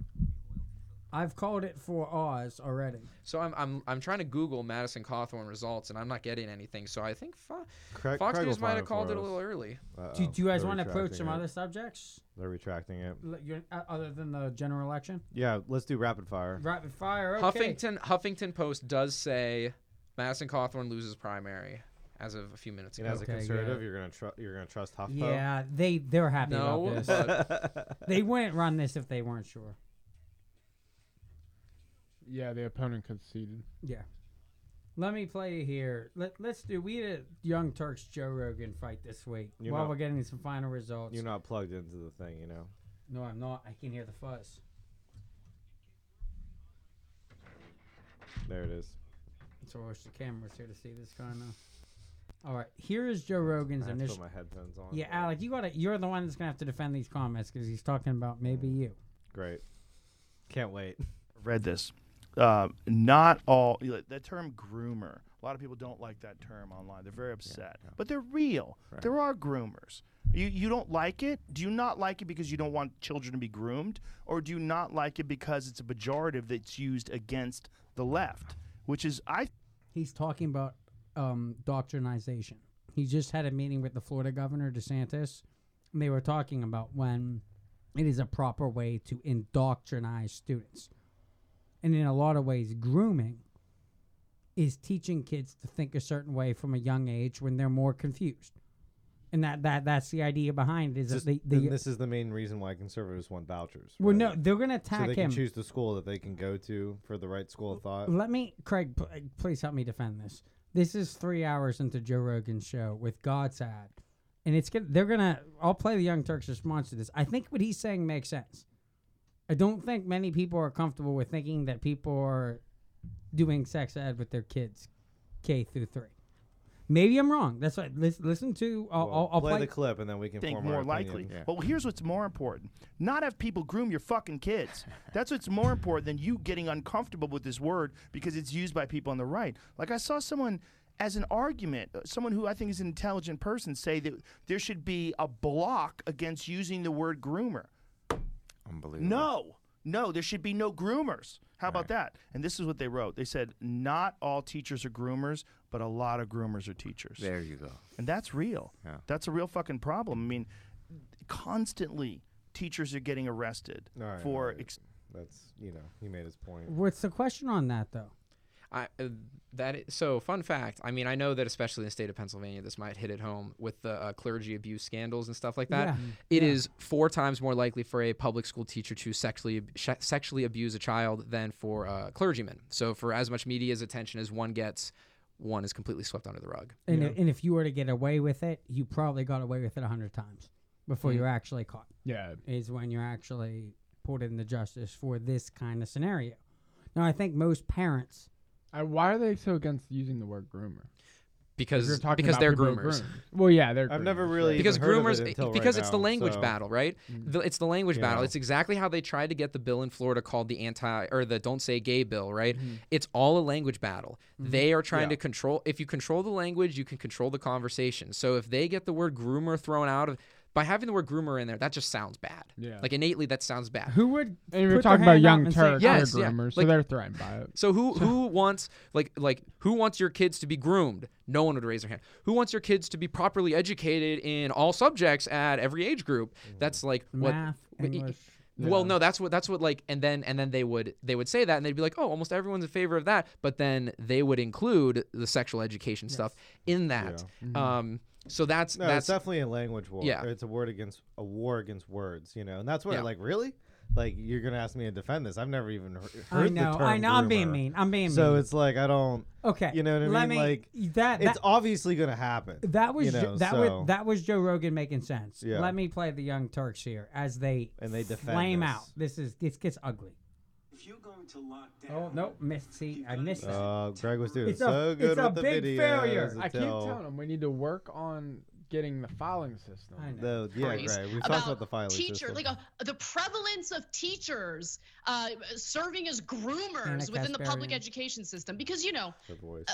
[SPEAKER 2] I've called it for Oz already.
[SPEAKER 3] So I'm I'm I'm trying to Google Madison Cawthorn results, and I'm not getting anything. So I think Fo-
[SPEAKER 1] Craig,
[SPEAKER 3] Fox
[SPEAKER 1] Craig will
[SPEAKER 3] News might
[SPEAKER 1] find
[SPEAKER 3] have called
[SPEAKER 1] for
[SPEAKER 3] it a little
[SPEAKER 1] us.
[SPEAKER 3] early.
[SPEAKER 2] Do,
[SPEAKER 1] Uh-oh,
[SPEAKER 2] do you guys
[SPEAKER 1] they're
[SPEAKER 2] want to approach
[SPEAKER 1] retracting
[SPEAKER 2] some
[SPEAKER 1] it.
[SPEAKER 2] other subjects
[SPEAKER 1] They're retracting it.
[SPEAKER 2] L- you're- uh, other than the general election?
[SPEAKER 1] Yeah, let's do rapid fire.
[SPEAKER 2] Rapid fire. Okay.
[SPEAKER 3] Huffington Huffington Post does say Madison Cawthorn loses primary as of a few minutes
[SPEAKER 1] And
[SPEAKER 3] ago.
[SPEAKER 1] as a
[SPEAKER 2] Okay, yeah.
[SPEAKER 1] conservative, you're gonna tru- you're gonna trust Huffpo.
[SPEAKER 2] Yeah, they they're happy
[SPEAKER 3] No,
[SPEAKER 2] about this.
[SPEAKER 3] but
[SPEAKER 2] they wouldn't run this if they weren't sure.
[SPEAKER 4] Yeah, the opponent conceded.
[SPEAKER 2] Yeah. Let me play you here. Let, let's do. We did a Young Turks Joe Rogan fight this week
[SPEAKER 1] You're
[SPEAKER 2] while
[SPEAKER 1] not-
[SPEAKER 2] we're getting some final results.
[SPEAKER 1] You're not plugged into the thing, you know.
[SPEAKER 2] No, I'm not. I can hear the fuzz.
[SPEAKER 1] There it is.
[SPEAKER 2] Let's watch the cameras here to see this guy now. All right, here is Joe Rogan's
[SPEAKER 1] I have to
[SPEAKER 2] initial.
[SPEAKER 1] put my headphones on.
[SPEAKER 2] Yeah, Alec, you gotta. You're the one that's gonna have to defend these comments because he's talking about maybe you.
[SPEAKER 1] Great. Can't wait.
[SPEAKER 7] read this. Uh, not all that term groomer. A lot of people don't like that term online. They're very upset, but they're real. There are groomers. You you don't like it? Do you not like it because you don't want children to be groomed, or do you not like it because it's a pejorative that's used against the left, which is I
[SPEAKER 2] He's talking about um, doctrinization. He just had a meeting with the Florida governor DeSantis, and they were talking about when it is a proper way to indoctrinate students, and in a lot of ways, grooming is teaching kids to think a certain way from a young age when they're more confused, and that that that's the idea behind it. Is
[SPEAKER 1] Just,
[SPEAKER 2] that they,
[SPEAKER 1] then
[SPEAKER 2] they
[SPEAKER 1] this is the main reason why conservatives want vouchers.
[SPEAKER 2] well
[SPEAKER 1] right?
[SPEAKER 2] no they're gonna
[SPEAKER 1] so
[SPEAKER 2] attack
[SPEAKER 1] they
[SPEAKER 2] him.
[SPEAKER 1] can choose the school that they can go to for the right school of thought.
[SPEAKER 2] Let me, Craig, p- uh, please help me defend this. This is three hours into Joe Rogan's show with God's ad, and it's good. They're gonna. I'll play the Young Turks' response to this. I think what he's saying makes sense. I don't think many people are comfortable with thinking that people are doing sex ed with their kids, K through three. Maybe I'm wrong. That's right. Listen, listen to. I'll,
[SPEAKER 1] Well,
[SPEAKER 2] I'll, I'll
[SPEAKER 1] play,
[SPEAKER 2] play.
[SPEAKER 1] the clip and then we can
[SPEAKER 7] think
[SPEAKER 1] form
[SPEAKER 7] more
[SPEAKER 1] our
[SPEAKER 7] likely.
[SPEAKER 1] opinions.
[SPEAKER 7] Well, here's what's more important: not have people groom your fucking kids. That's what's more important than you getting uncomfortable with this word because it's used by people on the right. Like I saw someone as an argument, uh, someone who I think is an intelligent person, say that there should be a block against using the word groomer.
[SPEAKER 8] Unbelievable.
[SPEAKER 7] No, no, there should be no groomers. How about that? And this is what they wrote. They said, not all teachers are groomers, but a lot of groomers are teachers.
[SPEAKER 8] There you go.
[SPEAKER 7] And that's real.
[SPEAKER 8] Yeah.
[SPEAKER 7] That's a real fucking problem. I mean, constantly teachers are getting arrested
[SPEAKER 1] All right,
[SPEAKER 7] for.
[SPEAKER 1] all right.
[SPEAKER 7] Ex-
[SPEAKER 1] That's you know he made his point.
[SPEAKER 2] What's the question on that though?
[SPEAKER 3] I uh, that is, so fun fact. I mean, I know that especially in the state of Pennsylvania, this might hit it home with the uh, clergy abuse scandals and stuff like
[SPEAKER 2] Yeah.
[SPEAKER 3] that.
[SPEAKER 2] Mm.
[SPEAKER 3] It is four times more likely for a public school teacher to sexually ab- sh- sexually abuse a child than for a clergyman. So for as much media's attention as one gets, one is completely swept under the rug.
[SPEAKER 2] And, i- and if you were to get away with it, you probably got away with it a hundred times before
[SPEAKER 1] Mm-hmm.
[SPEAKER 2] you're actually caught.
[SPEAKER 4] Yeah.
[SPEAKER 2] is when you're actually pulled into justice for this kind of scenario. Now, I think most parents,
[SPEAKER 4] I, why are they so against using the word groomer?
[SPEAKER 3] Because
[SPEAKER 4] You're talking
[SPEAKER 3] because
[SPEAKER 4] about
[SPEAKER 3] they're
[SPEAKER 4] people who
[SPEAKER 3] groomers.
[SPEAKER 4] groom. Well, yeah, Mm. they're.
[SPEAKER 1] I've never
[SPEAKER 4] groomers,
[SPEAKER 1] really
[SPEAKER 4] right.
[SPEAKER 1] even
[SPEAKER 3] because
[SPEAKER 1] heard of
[SPEAKER 3] groomers
[SPEAKER 1] it
[SPEAKER 3] i-
[SPEAKER 1] until
[SPEAKER 3] because
[SPEAKER 1] right
[SPEAKER 3] it's the
[SPEAKER 1] now,
[SPEAKER 3] language
[SPEAKER 1] so-
[SPEAKER 3] battle right the, it's the language
[SPEAKER 1] You
[SPEAKER 3] battle
[SPEAKER 1] know.
[SPEAKER 3] it's exactly how they tried to get the bill in florida called the anti or the don't say gay bill right
[SPEAKER 4] Mm-hmm.
[SPEAKER 3] it's all a language battle they are trying to control if you control the language you can control the conversation so if they get the word groomer thrown out of by having the word groomer in there that just sounds bad
[SPEAKER 4] Yeah.
[SPEAKER 3] like innately that sounds bad
[SPEAKER 2] who would
[SPEAKER 4] And if you're
[SPEAKER 2] put their
[SPEAKER 4] talking about
[SPEAKER 2] hand up
[SPEAKER 4] young
[SPEAKER 2] and say-
[SPEAKER 4] Turks,
[SPEAKER 3] Yes,
[SPEAKER 4] they're
[SPEAKER 3] yeah.
[SPEAKER 4] groomers, so
[SPEAKER 3] Like-
[SPEAKER 4] they're threatened by it.
[SPEAKER 3] So who who wants like like who wants your kids to be groomed? No one would raise their hand. Who wants your kids to be properly educated in all subjects at every age group?
[SPEAKER 1] Mm.
[SPEAKER 3] That's like what
[SPEAKER 2] Math,
[SPEAKER 3] y- y-
[SPEAKER 2] English.
[SPEAKER 3] Well, no, that's what that's what like and then and then they would they would say that and they'd be like, "Oh, almost everyone's in favor of that." But then they would include the sexual education stuff in that.
[SPEAKER 4] Mm-hmm.
[SPEAKER 3] Um so that's
[SPEAKER 1] No,
[SPEAKER 3] that's
[SPEAKER 1] it's definitely a language war.
[SPEAKER 3] Yeah.
[SPEAKER 1] Or It's a word against a war against words, you know. And that's what
[SPEAKER 3] Yeah.
[SPEAKER 1] like really? Like you're going to ask me to defend this. I've never even heard, heard
[SPEAKER 2] I
[SPEAKER 1] the
[SPEAKER 2] know,
[SPEAKER 1] term
[SPEAKER 2] I know, I'm being
[SPEAKER 1] groomer.
[SPEAKER 2] mean. I'm being
[SPEAKER 1] So
[SPEAKER 2] mean.
[SPEAKER 1] it's like I don't
[SPEAKER 2] okay.
[SPEAKER 1] you know what I
[SPEAKER 2] let
[SPEAKER 1] mean?
[SPEAKER 2] Me,
[SPEAKER 1] Like,
[SPEAKER 2] that, that
[SPEAKER 1] it's obviously going to happen.
[SPEAKER 2] that was
[SPEAKER 1] you
[SPEAKER 2] Jo-
[SPEAKER 1] know,
[SPEAKER 2] that
[SPEAKER 1] so-
[SPEAKER 2] was that was Joe Rogan making sense.
[SPEAKER 1] Yeah.
[SPEAKER 2] Let me play the Young Turks here as they
[SPEAKER 1] And they defend
[SPEAKER 2] flame
[SPEAKER 1] this.
[SPEAKER 2] out. This is this gets ugly.
[SPEAKER 6] If you're going to lock down,
[SPEAKER 2] Oh no, missed. See, I missed that.
[SPEAKER 1] Uh, Greg was doing
[SPEAKER 2] It's a-
[SPEAKER 1] so
[SPEAKER 2] it's
[SPEAKER 1] good
[SPEAKER 2] a
[SPEAKER 1] with the
[SPEAKER 2] big
[SPEAKER 1] videos
[SPEAKER 2] failure.
[SPEAKER 1] to
[SPEAKER 4] I keep
[SPEAKER 1] tell-
[SPEAKER 4] telling them we need to work on getting the filing system.
[SPEAKER 2] I know.
[SPEAKER 1] The, yeah, Greg.
[SPEAKER 9] stories
[SPEAKER 1] We've
[SPEAKER 9] about
[SPEAKER 1] talked about the filing
[SPEAKER 9] teachers,
[SPEAKER 1] system.
[SPEAKER 9] like uh, the prevalence of teachers uh, serving as groomers
[SPEAKER 2] Anna
[SPEAKER 9] within the public
[SPEAKER 2] Kasparian.
[SPEAKER 9] education system, because you know
[SPEAKER 1] Good voice.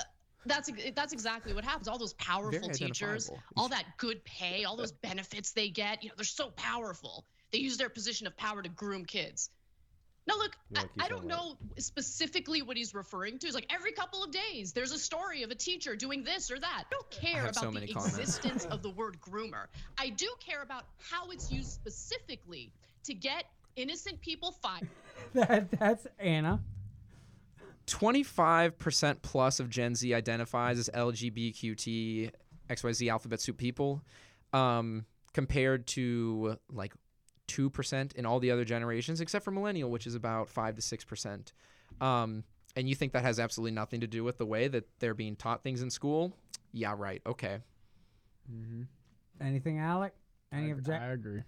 [SPEAKER 9] that's ex- that's exactly what happens. All those powerful teachers,
[SPEAKER 3] identifiable.
[SPEAKER 9] all that good pay, all those benefits they get, you know, they're so powerful. They use their position of power to groom kids. Now, look,
[SPEAKER 1] Yeah,
[SPEAKER 9] I,
[SPEAKER 1] keep
[SPEAKER 9] I
[SPEAKER 1] going
[SPEAKER 9] don't know specifically what he's referring to. It's like every couple of days, there's a story of a teacher doing this or that. I don't care
[SPEAKER 3] have
[SPEAKER 9] about
[SPEAKER 3] so
[SPEAKER 9] the
[SPEAKER 3] many comments.
[SPEAKER 9] existence of the word groomer. I do care about how it's used specifically to get innocent people fired.
[SPEAKER 2] that, that's Anna.
[SPEAKER 3] 25% plus of Gen Z identifies as LGBTQT XYZ alphabet soup people um, compared to like 2% in all the other generations except for millennial which is about 5 to 6%. Um, and you think that has absolutely nothing to do with the way that they're being taught things in school? Yeah, right. Okay.
[SPEAKER 2] Mm-hmm. Anything, Alec? Any
[SPEAKER 4] I,
[SPEAKER 2] objection?
[SPEAKER 4] I agree.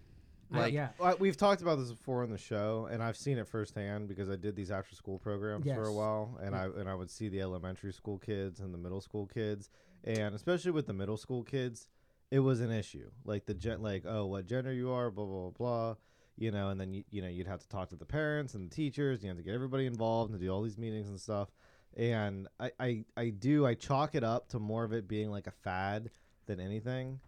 [SPEAKER 2] Not
[SPEAKER 3] Like,
[SPEAKER 2] yet.
[SPEAKER 1] Well, we've talked about this before on the show, and I've seen it firsthand because I did these after school programs for a
[SPEAKER 2] Yes.
[SPEAKER 1] while, and I and I would see the elementary school kids and the middle school kids, and especially with the middle school kids, it was an issue. Like the gen, like oh, what gender you are, blah blah blah. blah. You know, and then you, you know you'd have to talk to the parents and the teachers. You have to get everybody involved and do all these meetings and stuff. And I, I, I do I chalk it up to more of it being like a fad than anything,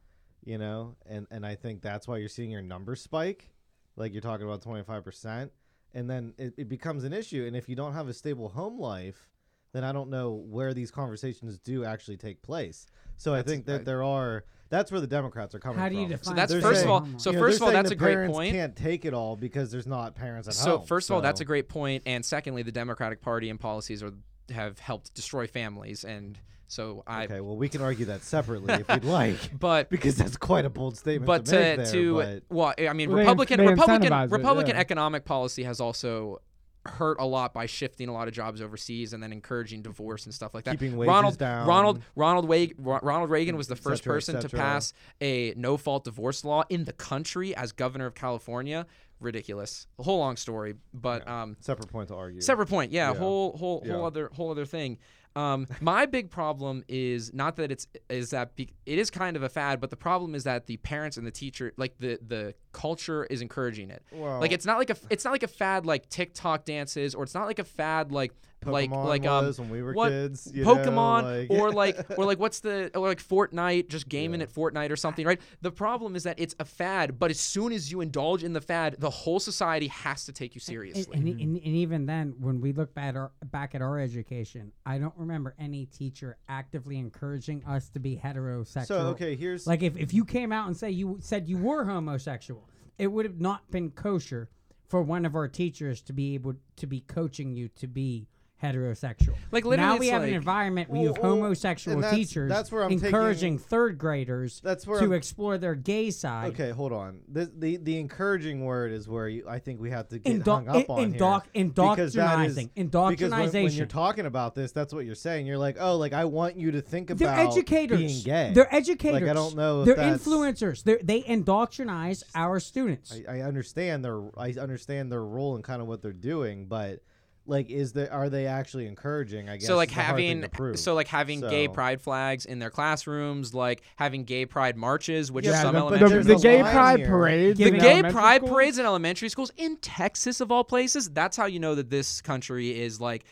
[SPEAKER 1] you know. And and I think that's why you're seeing your numbers spike like you're talking about 25% and then it, it becomes an issue and if you don't have a stable home life then i don't know where these conversations do actually take place so i
[SPEAKER 3] That's-
[SPEAKER 1] think that
[SPEAKER 3] I-
[SPEAKER 1] there are that's where the democrats are coming
[SPEAKER 2] How do you
[SPEAKER 1] from.
[SPEAKER 2] define?
[SPEAKER 3] So that's
[SPEAKER 1] They're
[SPEAKER 3] first
[SPEAKER 1] saying-
[SPEAKER 3] of all. So
[SPEAKER 1] You know,
[SPEAKER 3] first of
[SPEAKER 1] they're
[SPEAKER 3] all,
[SPEAKER 1] saying
[SPEAKER 3] that's
[SPEAKER 1] the
[SPEAKER 3] a great
[SPEAKER 1] parents
[SPEAKER 3] point.
[SPEAKER 1] can't take it all because there's not parents at
[SPEAKER 3] So
[SPEAKER 1] home
[SPEAKER 3] first of all, that's
[SPEAKER 1] so-
[SPEAKER 3] a great point, and secondly, the Democratic Party and policies are have helped destroy families, and so I.
[SPEAKER 1] okay well we can argue that separately if we'd like
[SPEAKER 3] But
[SPEAKER 1] because that's quite a bold statement
[SPEAKER 3] but
[SPEAKER 1] to make
[SPEAKER 3] to,
[SPEAKER 1] there,
[SPEAKER 3] to
[SPEAKER 1] but-
[SPEAKER 3] well, I mean,
[SPEAKER 4] Well, they
[SPEAKER 3] Republican
[SPEAKER 4] in- they
[SPEAKER 3] Republican
[SPEAKER 4] incentivize it,
[SPEAKER 3] Republican
[SPEAKER 4] yeah.
[SPEAKER 3] economic policy has also hurt a lot by shifting a lot of jobs overseas and then encouraging divorce and stuff like that.
[SPEAKER 1] Keeping
[SPEAKER 3] Ronald
[SPEAKER 1] wages down.
[SPEAKER 3] Ronald Ronald Wa- Ro- Ronald Reagan was the first
[SPEAKER 1] cetera, et
[SPEAKER 3] person to
[SPEAKER 1] cetera.
[SPEAKER 3] pass a no-fault divorce law in the country as governor of California. Ridiculous. A whole long story, but um
[SPEAKER 1] separate point to argue
[SPEAKER 3] Separate point, yeah,
[SPEAKER 1] Yeah.
[SPEAKER 3] Whole whole
[SPEAKER 1] Yeah.
[SPEAKER 3] whole other whole other thing. Um, my big problem is not that it's is that be, it is kind of a fad, but the problem is that the parents and the teacher, like the the culture, is encouraging it.
[SPEAKER 1] Well-
[SPEAKER 3] like it's not like a it's not like a fad like TikTok dances, or it's not like a fad like like
[SPEAKER 1] Pokemon
[SPEAKER 3] like um
[SPEAKER 1] was when we were
[SPEAKER 3] what-
[SPEAKER 1] kids, you know,
[SPEAKER 3] Pokemon
[SPEAKER 1] like-
[SPEAKER 3] or like or like what's the or like Fortnite, just gaming at Fortnite or something, right? The problem is that it's a fad, but as soon as you indulge in the fad, the whole society has to take you
[SPEAKER 2] And,
[SPEAKER 3] seriously.
[SPEAKER 2] and, and, and even then, when we look back at, our, back at our education, I don't remember any teacher actively encouraging us to be heterosexual.
[SPEAKER 1] so okay here's
[SPEAKER 2] Like if, if you came out and say you said you were homosexual, it would have not been kosher for one of our teachers to be able to be coaching you to be heterosexual.
[SPEAKER 3] Like, literally,
[SPEAKER 2] now
[SPEAKER 3] it's
[SPEAKER 2] we have an
[SPEAKER 3] like-
[SPEAKER 2] environment where you have
[SPEAKER 1] Well, well,
[SPEAKER 2] homosexual
[SPEAKER 1] and that's-
[SPEAKER 2] teachers
[SPEAKER 1] that's where I'm
[SPEAKER 2] encouraging third graders
[SPEAKER 1] That's where
[SPEAKER 2] to
[SPEAKER 1] I'm-
[SPEAKER 2] explore their gay side.
[SPEAKER 1] Okay, hold on. The the, the encouraging word is where you, I think we have to get
[SPEAKER 2] Indo-
[SPEAKER 1] hung up
[SPEAKER 2] in-
[SPEAKER 1] on
[SPEAKER 2] indoc-
[SPEAKER 1] here. because that is-
[SPEAKER 2] indoctrinizing.
[SPEAKER 1] Because when, when you're
[SPEAKER 2] Indoctrinization.
[SPEAKER 1] talking about this, that's what you're saying. You're like, oh, like I want you to think
[SPEAKER 2] They're
[SPEAKER 1] about
[SPEAKER 2] educators.
[SPEAKER 1] being gay.
[SPEAKER 2] They're educators.
[SPEAKER 1] Like I don't know. If
[SPEAKER 2] They're
[SPEAKER 1] that's,
[SPEAKER 2] influencers. They're, they indoctrinize our students.
[SPEAKER 1] I, I understand their I understand their role and kind of what they're doing, but like, is there are they actually encouraging? I guess
[SPEAKER 3] so like
[SPEAKER 1] is a hard thing
[SPEAKER 3] having
[SPEAKER 1] to prove.
[SPEAKER 3] so like having gay
[SPEAKER 1] So-
[SPEAKER 3] pride flags in their classrooms, like having gay pride marches, which
[SPEAKER 1] Yeah,
[SPEAKER 3] some
[SPEAKER 1] but- but
[SPEAKER 4] The,
[SPEAKER 3] elementary
[SPEAKER 1] there's
[SPEAKER 4] the
[SPEAKER 1] a
[SPEAKER 3] schools
[SPEAKER 4] gay
[SPEAKER 1] line
[SPEAKER 4] pride
[SPEAKER 1] here.
[SPEAKER 4] parades.
[SPEAKER 2] The
[SPEAKER 4] in
[SPEAKER 3] gay
[SPEAKER 4] elementary
[SPEAKER 3] pride
[SPEAKER 4] schools?
[SPEAKER 3] parades in elementary schools in Texas of all places. That's how you know that this country is like,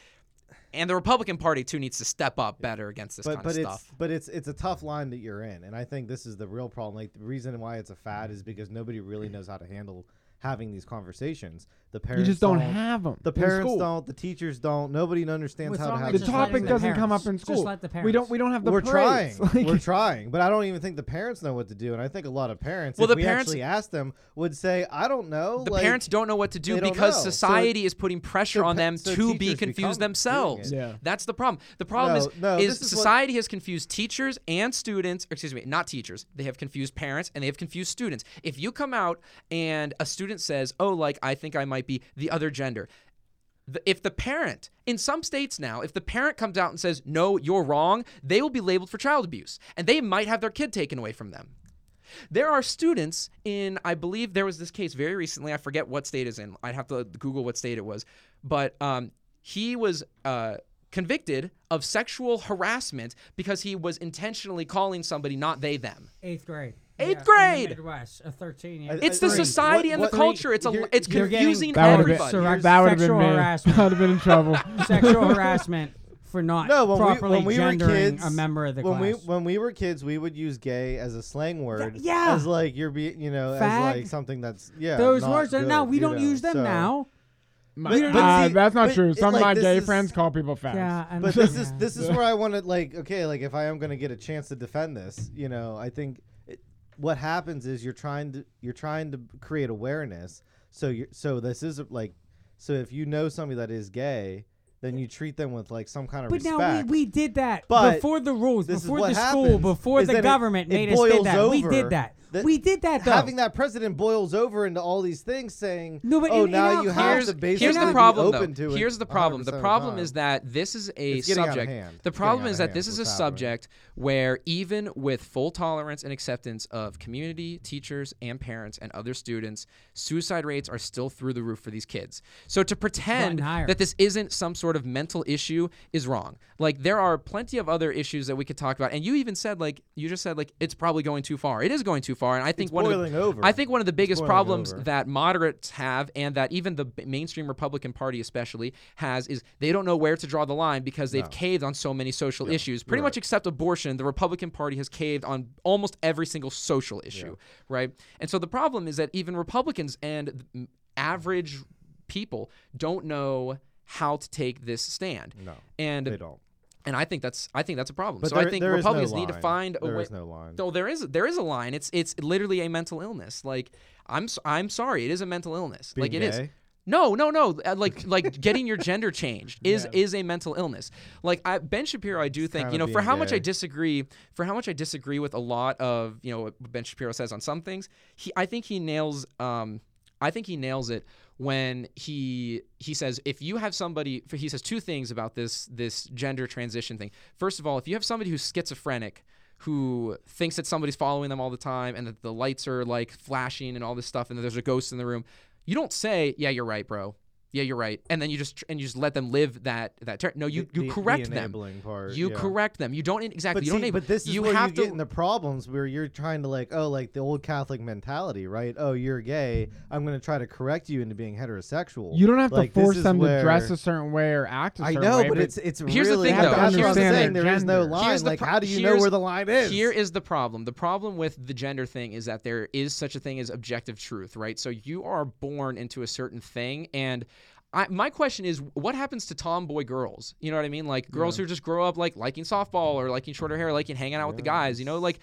[SPEAKER 3] and the Republican Party too needs to step up better against this kind
[SPEAKER 1] but
[SPEAKER 3] of
[SPEAKER 1] it's
[SPEAKER 3] stuff.
[SPEAKER 1] but it's it's a tough line that you're in, and I think this is the real problem. Like the reason why it's a fad is because nobody really knows how to handle having these conversations. The parents
[SPEAKER 4] You just don't have them.
[SPEAKER 1] the parents don't, the teachers don't, nobody understands
[SPEAKER 2] What's
[SPEAKER 1] how to
[SPEAKER 2] wrong with
[SPEAKER 1] have
[SPEAKER 4] The
[SPEAKER 2] Just
[SPEAKER 1] these
[SPEAKER 2] let
[SPEAKER 4] topic
[SPEAKER 2] the
[SPEAKER 1] conversations.
[SPEAKER 4] doesn't come up in
[SPEAKER 2] parents-
[SPEAKER 4] school.
[SPEAKER 2] just let the
[SPEAKER 4] We
[SPEAKER 2] parents.
[SPEAKER 4] don't. We don't have the
[SPEAKER 1] We're
[SPEAKER 4] parades.
[SPEAKER 1] trying.
[SPEAKER 4] Like,
[SPEAKER 1] We're trying, but I don't even think the parents know what to do. And I think a lot of parents,
[SPEAKER 3] Well, the
[SPEAKER 1] if we
[SPEAKER 3] parents-
[SPEAKER 1] actually asked them, would say, "I don't know."
[SPEAKER 3] the
[SPEAKER 1] like,
[SPEAKER 3] parents don't know what to do
[SPEAKER 1] they don't
[SPEAKER 3] because
[SPEAKER 1] know. So it-
[SPEAKER 3] society is putting pressure
[SPEAKER 1] so
[SPEAKER 3] on
[SPEAKER 1] pa-
[SPEAKER 3] them
[SPEAKER 1] so
[SPEAKER 3] to be
[SPEAKER 1] teachers become
[SPEAKER 3] confused
[SPEAKER 1] doing
[SPEAKER 3] themselves.
[SPEAKER 1] it.
[SPEAKER 4] Yeah.
[SPEAKER 3] That's the problem. The problem
[SPEAKER 1] No,
[SPEAKER 3] is,
[SPEAKER 1] no,
[SPEAKER 3] is,
[SPEAKER 1] this is what-
[SPEAKER 3] society has confused teachers and students, or excuse me, not teachers. They have confused parents and they have confused students. If you come out and a student says, "Oh, like I think I might be the other gender." the- If the parent, in some states now, if the parent comes out and says, no, you're wrong, they will be labeled for child abuse and they might have their kid taken away from them. There are students in, I believe there was this case very recently. I forget what state is in. I'd have to Google what state it was. But um, he was uh, convicted of sexual harassment because he was intentionally calling somebody not they them.
[SPEAKER 2] Eighth grade.
[SPEAKER 3] Eighth
[SPEAKER 2] in the
[SPEAKER 3] grade!
[SPEAKER 2] Midwest, a thirteen.
[SPEAKER 1] I-
[SPEAKER 2] year-
[SPEAKER 3] It's the
[SPEAKER 1] Three.
[SPEAKER 3] society
[SPEAKER 1] What-
[SPEAKER 3] and the
[SPEAKER 1] what-
[SPEAKER 3] culture. It's a
[SPEAKER 1] You're-
[SPEAKER 3] it's
[SPEAKER 1] you're
[SPEAKER 2] getting
[SPEAKER 3] confusing
[SPEAKER 4] That would've been-
[SPEAKER 3] everybody.
[SPEAKER 2] Correct.
[SPEAKER 4] That would have been
[SPEAKER 2] Sexual
[SPEAKER 4] me.
[SPEAKER 2] harassment.
[SPEAKER 4] I'd have been in trouble.
[SPEAKER 2] sexual harassment for not
[SPEAKER 1] No, when
[SPEAKER 2] properly
[SPEAKER 1] we, when we were
[SPEAKER 2] gendering
[SPEAKER 1] kids,
[SPEAKER 2] a member of the
[SPEAKER 1] when
[SPEAKER 2] class.
[SPEAKER 1] we when we were kids, we would use "gay" as a slang word.
[SPEAKER 2] yeah.
[SPEAKER 1] as like you're be, you know, as
[SPEAKER 2] Fag.
[SPEAKER 1] like something that's yeah.
[SPEAKER 2] Those
[SPEAKER 1] not
[SPEAKER 2] words,
[SPEAKER 1] good,
[SPEAKER 2] are now we
[SPEAKER 1] you
[SPEAKER 2] don't
[SPEAKER 1] know,
[SPEAKER 2] use them
[SPEAKER 1] so-
[SPEAKER 2] now.
[SPEAKER 1] But- but
[SPEAKER 4] Uh,
[SPEAKER 1] see-
[SPEAKER 4] that's not
[SPEAKER 1] but
[SPEAKER 4] true.
[SPEAKER 1] it-
[SPEAKER 4] Some of
[SPEAKER 1] like,
[SPEAKER 4] my
[SPEAKER 1] this
[SPEAKER 4] gay
[SPEAKER 1] is-
[SPEAKER 4] friends call people fags.
[SPEAKER 2] Yeah, I
[SPEAKER 1] But
[SPEAKER 2] don't-
[SPEAKER 1] this is
[SPEAKER 2] yeah.
[SPEAKER 1] this is where I want to like okay, like if I am going to get a chance to defend this, you know, I think it, what happens is you're trying to you're trying to create awareness. So you are so this is like so if you know somebody that is gay, then you treat them with like some kind of
[SPEAKER 2] But
[SPEAKER 1] respect.
[SPEAKER 2] now we, we did that
[SPEAKER 1] But
[SPEAKER 2] before the rules,
[SPEAKER 1] this is
[SPEAKER 2] before
[SPEAKER 1] what
[SPEAKER 2] the
[SPEAKER 1] happens
[SPEAKER 2] school, before
[SPEAKER 1] is
[SPEAKER 2] the
[SPEAKER 1] that it-
[SPEAKER 2] government
[SPEAKER 1] it
[SPEAKER 2] made us
[SPEAKER 1] boils
[SPEAKER 2] did that. We
[SPEAKER 1] over
[SPEAKER 2] did that.
[SPEAKER 1] that-
[SPEAKER 2] we did that though.
[SPEAKER 1] having that president boils over into all these things saying,
[SPEAKER 2] No, but
[SPEAKER 1] oh,
[SPEAKER 2] in- in
[SPEAKER 1] now
[SPEAKER 2] our
[SPEAKER 1] you have
[SPEAKER 3] Here's,
[SPEAKER 1] to basically
[SPEAKER 3] here's the
[SPEAKER 1] be
[SPEAKER 3] problem,
[SPEAKER 1] open
[SPEAKER 3] though.
[SPEAKER 1] to it
[SPEAKER 3] Here's the problem. The
[SPEAKER 1] 100% of
[SPEAKER 3] problem
[SPEAKER 1] time.
[SPEAKER 3] is that this is a
[SPEAKER 1] It's getting out of
[SPEAKER 3] subject.
[SPEAKER 1] hand. It's
[SPEAKER 3] The
[SPEAKER 1] getting
[SPEAKER 3] problem
[SPEAKER 1] out of
[SPEAKER 3] is that
[SPEAKER 1] hand
[SPEAKER 3] this
[SPEAKER 1] is
[SPEAKER 3] is a
[SPEAKER 1] what's happening.
[SPEAKER 3] subject where even with full tolerance and acceptance of community, teachers, and parents and other students, suicide rates are still through the roof for these kids. So to
[SPEAKER 2] Gotten
[SPEAKER 3] pretend
[SPEAKER 2] higher.
[SPEAKER 3] that this isn't some sort of mental issue is wrong. Like there are plenty of other issues that we could talk about. And you even said like you just said like it's probably going too far. It is going too far. And I think
[SPEAKER 1] It's
[SPEAKER 3] one of
[SPEAKER 1] boiling
[SPEAKER 3] the,
[SPEAKER 1] over.
[SPEAKER 3] I think one of the biggest
[SPEAKER 1] boiling
[SPEAKER 3] problems
[SPEAKER 1] over.
[SPEAKER 3] that that moderates have and that even the b- mainstream Republican Party especially has is they don't know where to draw the line because they've caved on so many social issues. Pretty much except abortion, the Republican Party has caved on almost every single social issue, right? And so the problem is that even Republicans and th- m- average people don't know how to take this stand. No. And
[SPEAKER 1] they don't.
[SPEAKER 3] and I think that's I think that's a problem.
[SPEAKER 1] But
[SPEAKER 3] so
[SPEAKER 1] there-
[SPEAKER 3] I think
[SPEAKER 1] there is no
[SPEAKER 3] Republicans need to
[SPEAKER 1] line.
[SPEAKER 3] find a
[SPEAKER 1] There
[SPEAKER 3] way.
[SPEAKER 1] is no line.
[SPEAKER 3] No, there is there is a line. It's it's literally a mental illness. Like I'm s- I'm sorry, it is a mental illness. like
[SPEAKER 1] Being
[SPEAKER 3] it is.
[SPEAKER 1] gay?
[SPEAKER 3] No, no, no. uh, Like like getting your gender changed is is a mental illness. Like I, Ben Shapiro, I do think you
[SPEAKER 1] kinda
[SPEAKER 3] know for
[SPEAKER 1] being
[SPEAKER 3] how much I
[SPEAKER 1] gay.
[SPEAKER 3] disagree for how much I disagree with a lot of you know what Ben Shapiro says on some things. He I think he nails um I think he nails it when he he says if you have somebody he says two things about this this gender transition thing. First of all, if you have somebody who's schizophrenic who thinks that somebody's following them all the time and that the lights are like flashing and all this stuff and that there's a ghost in the room, you don't say, "Yeah, you're right, bro." Yeah, you're right. And then you just and you just let them live that that ter- no, you
[SPEAKER 1] The- the-
[SPEAKER 3] you
[SPEAKER 1] the
[SPEAKER 3] correct them.
[SPEAKER 1] enabling part,
[SPEAKER 3] you
[SPEAKER 1] yeah.
[SPEAKER 3] correct them. You don't exactly.
[SPEAKER 1] But,
[SPEAKER 3] you
[SPEAKER 1] see,
[SPEAKER 3] don't enable.
[SPEAKER 1] but this is
[SPEAKER 3] you
[SPEAKER 1] where
[SPEAKER 3] have
[SPEAKER 1] you
[SPEAKER 3] to
[SPEAKER 1] get in the problems where you're trying to like, oh, like the old Catholic mentality, right? Oh, you're gay. I'm gonna try to correct you into being heterosexual.
[SPEAKER 4] You don't have
[SPEAKER 1] Like,
[SPEAKER 4] to
[SPEAKER 1] this
[SPEAKER 4] force
[SPEAKER 1] is
[SPEAKER 4] them to
[SPEAKER 1] where-
[SPEAKER 4] dress a certain way or act a
[SPEAKER 1] I
[SPEAKER 4] certain
[SPEAKER 1] know,
[SPEAKER 4] way.
[SPEAKER 1] but, it's it's
[SPEAKER 3] Here's the
[SPEAKER 1] really
[SPEAKER 3] thing,
[SPEAKER 1] have to
[SPEAKER 3] though. Here's the
[SPEAKER 1] understand
[SPEAKER 4] thing.
[SPEAKER 1] there is no
[SPEAKER 4] Gender.
[SPEAKER 1] line.
[SPEAKER 3] Here's the
[SPEAKER 1] Like,
[SPEAKER 3] pro-
[SPEAKER 1] how do you know
[SPEAKER 3] here's-
[SPEAKER 1] where the line is?
[SPEAKER 3] Here is the problem. The problem with the gender thing is that there is such a thing as objective truth, right? So you are born into a certain thing and I, my question is, what happens to tomboy girls? You know what I mean? Like girls who just grow up like liking softball or liking shorter hair, liking hanging out with the guys. You know, like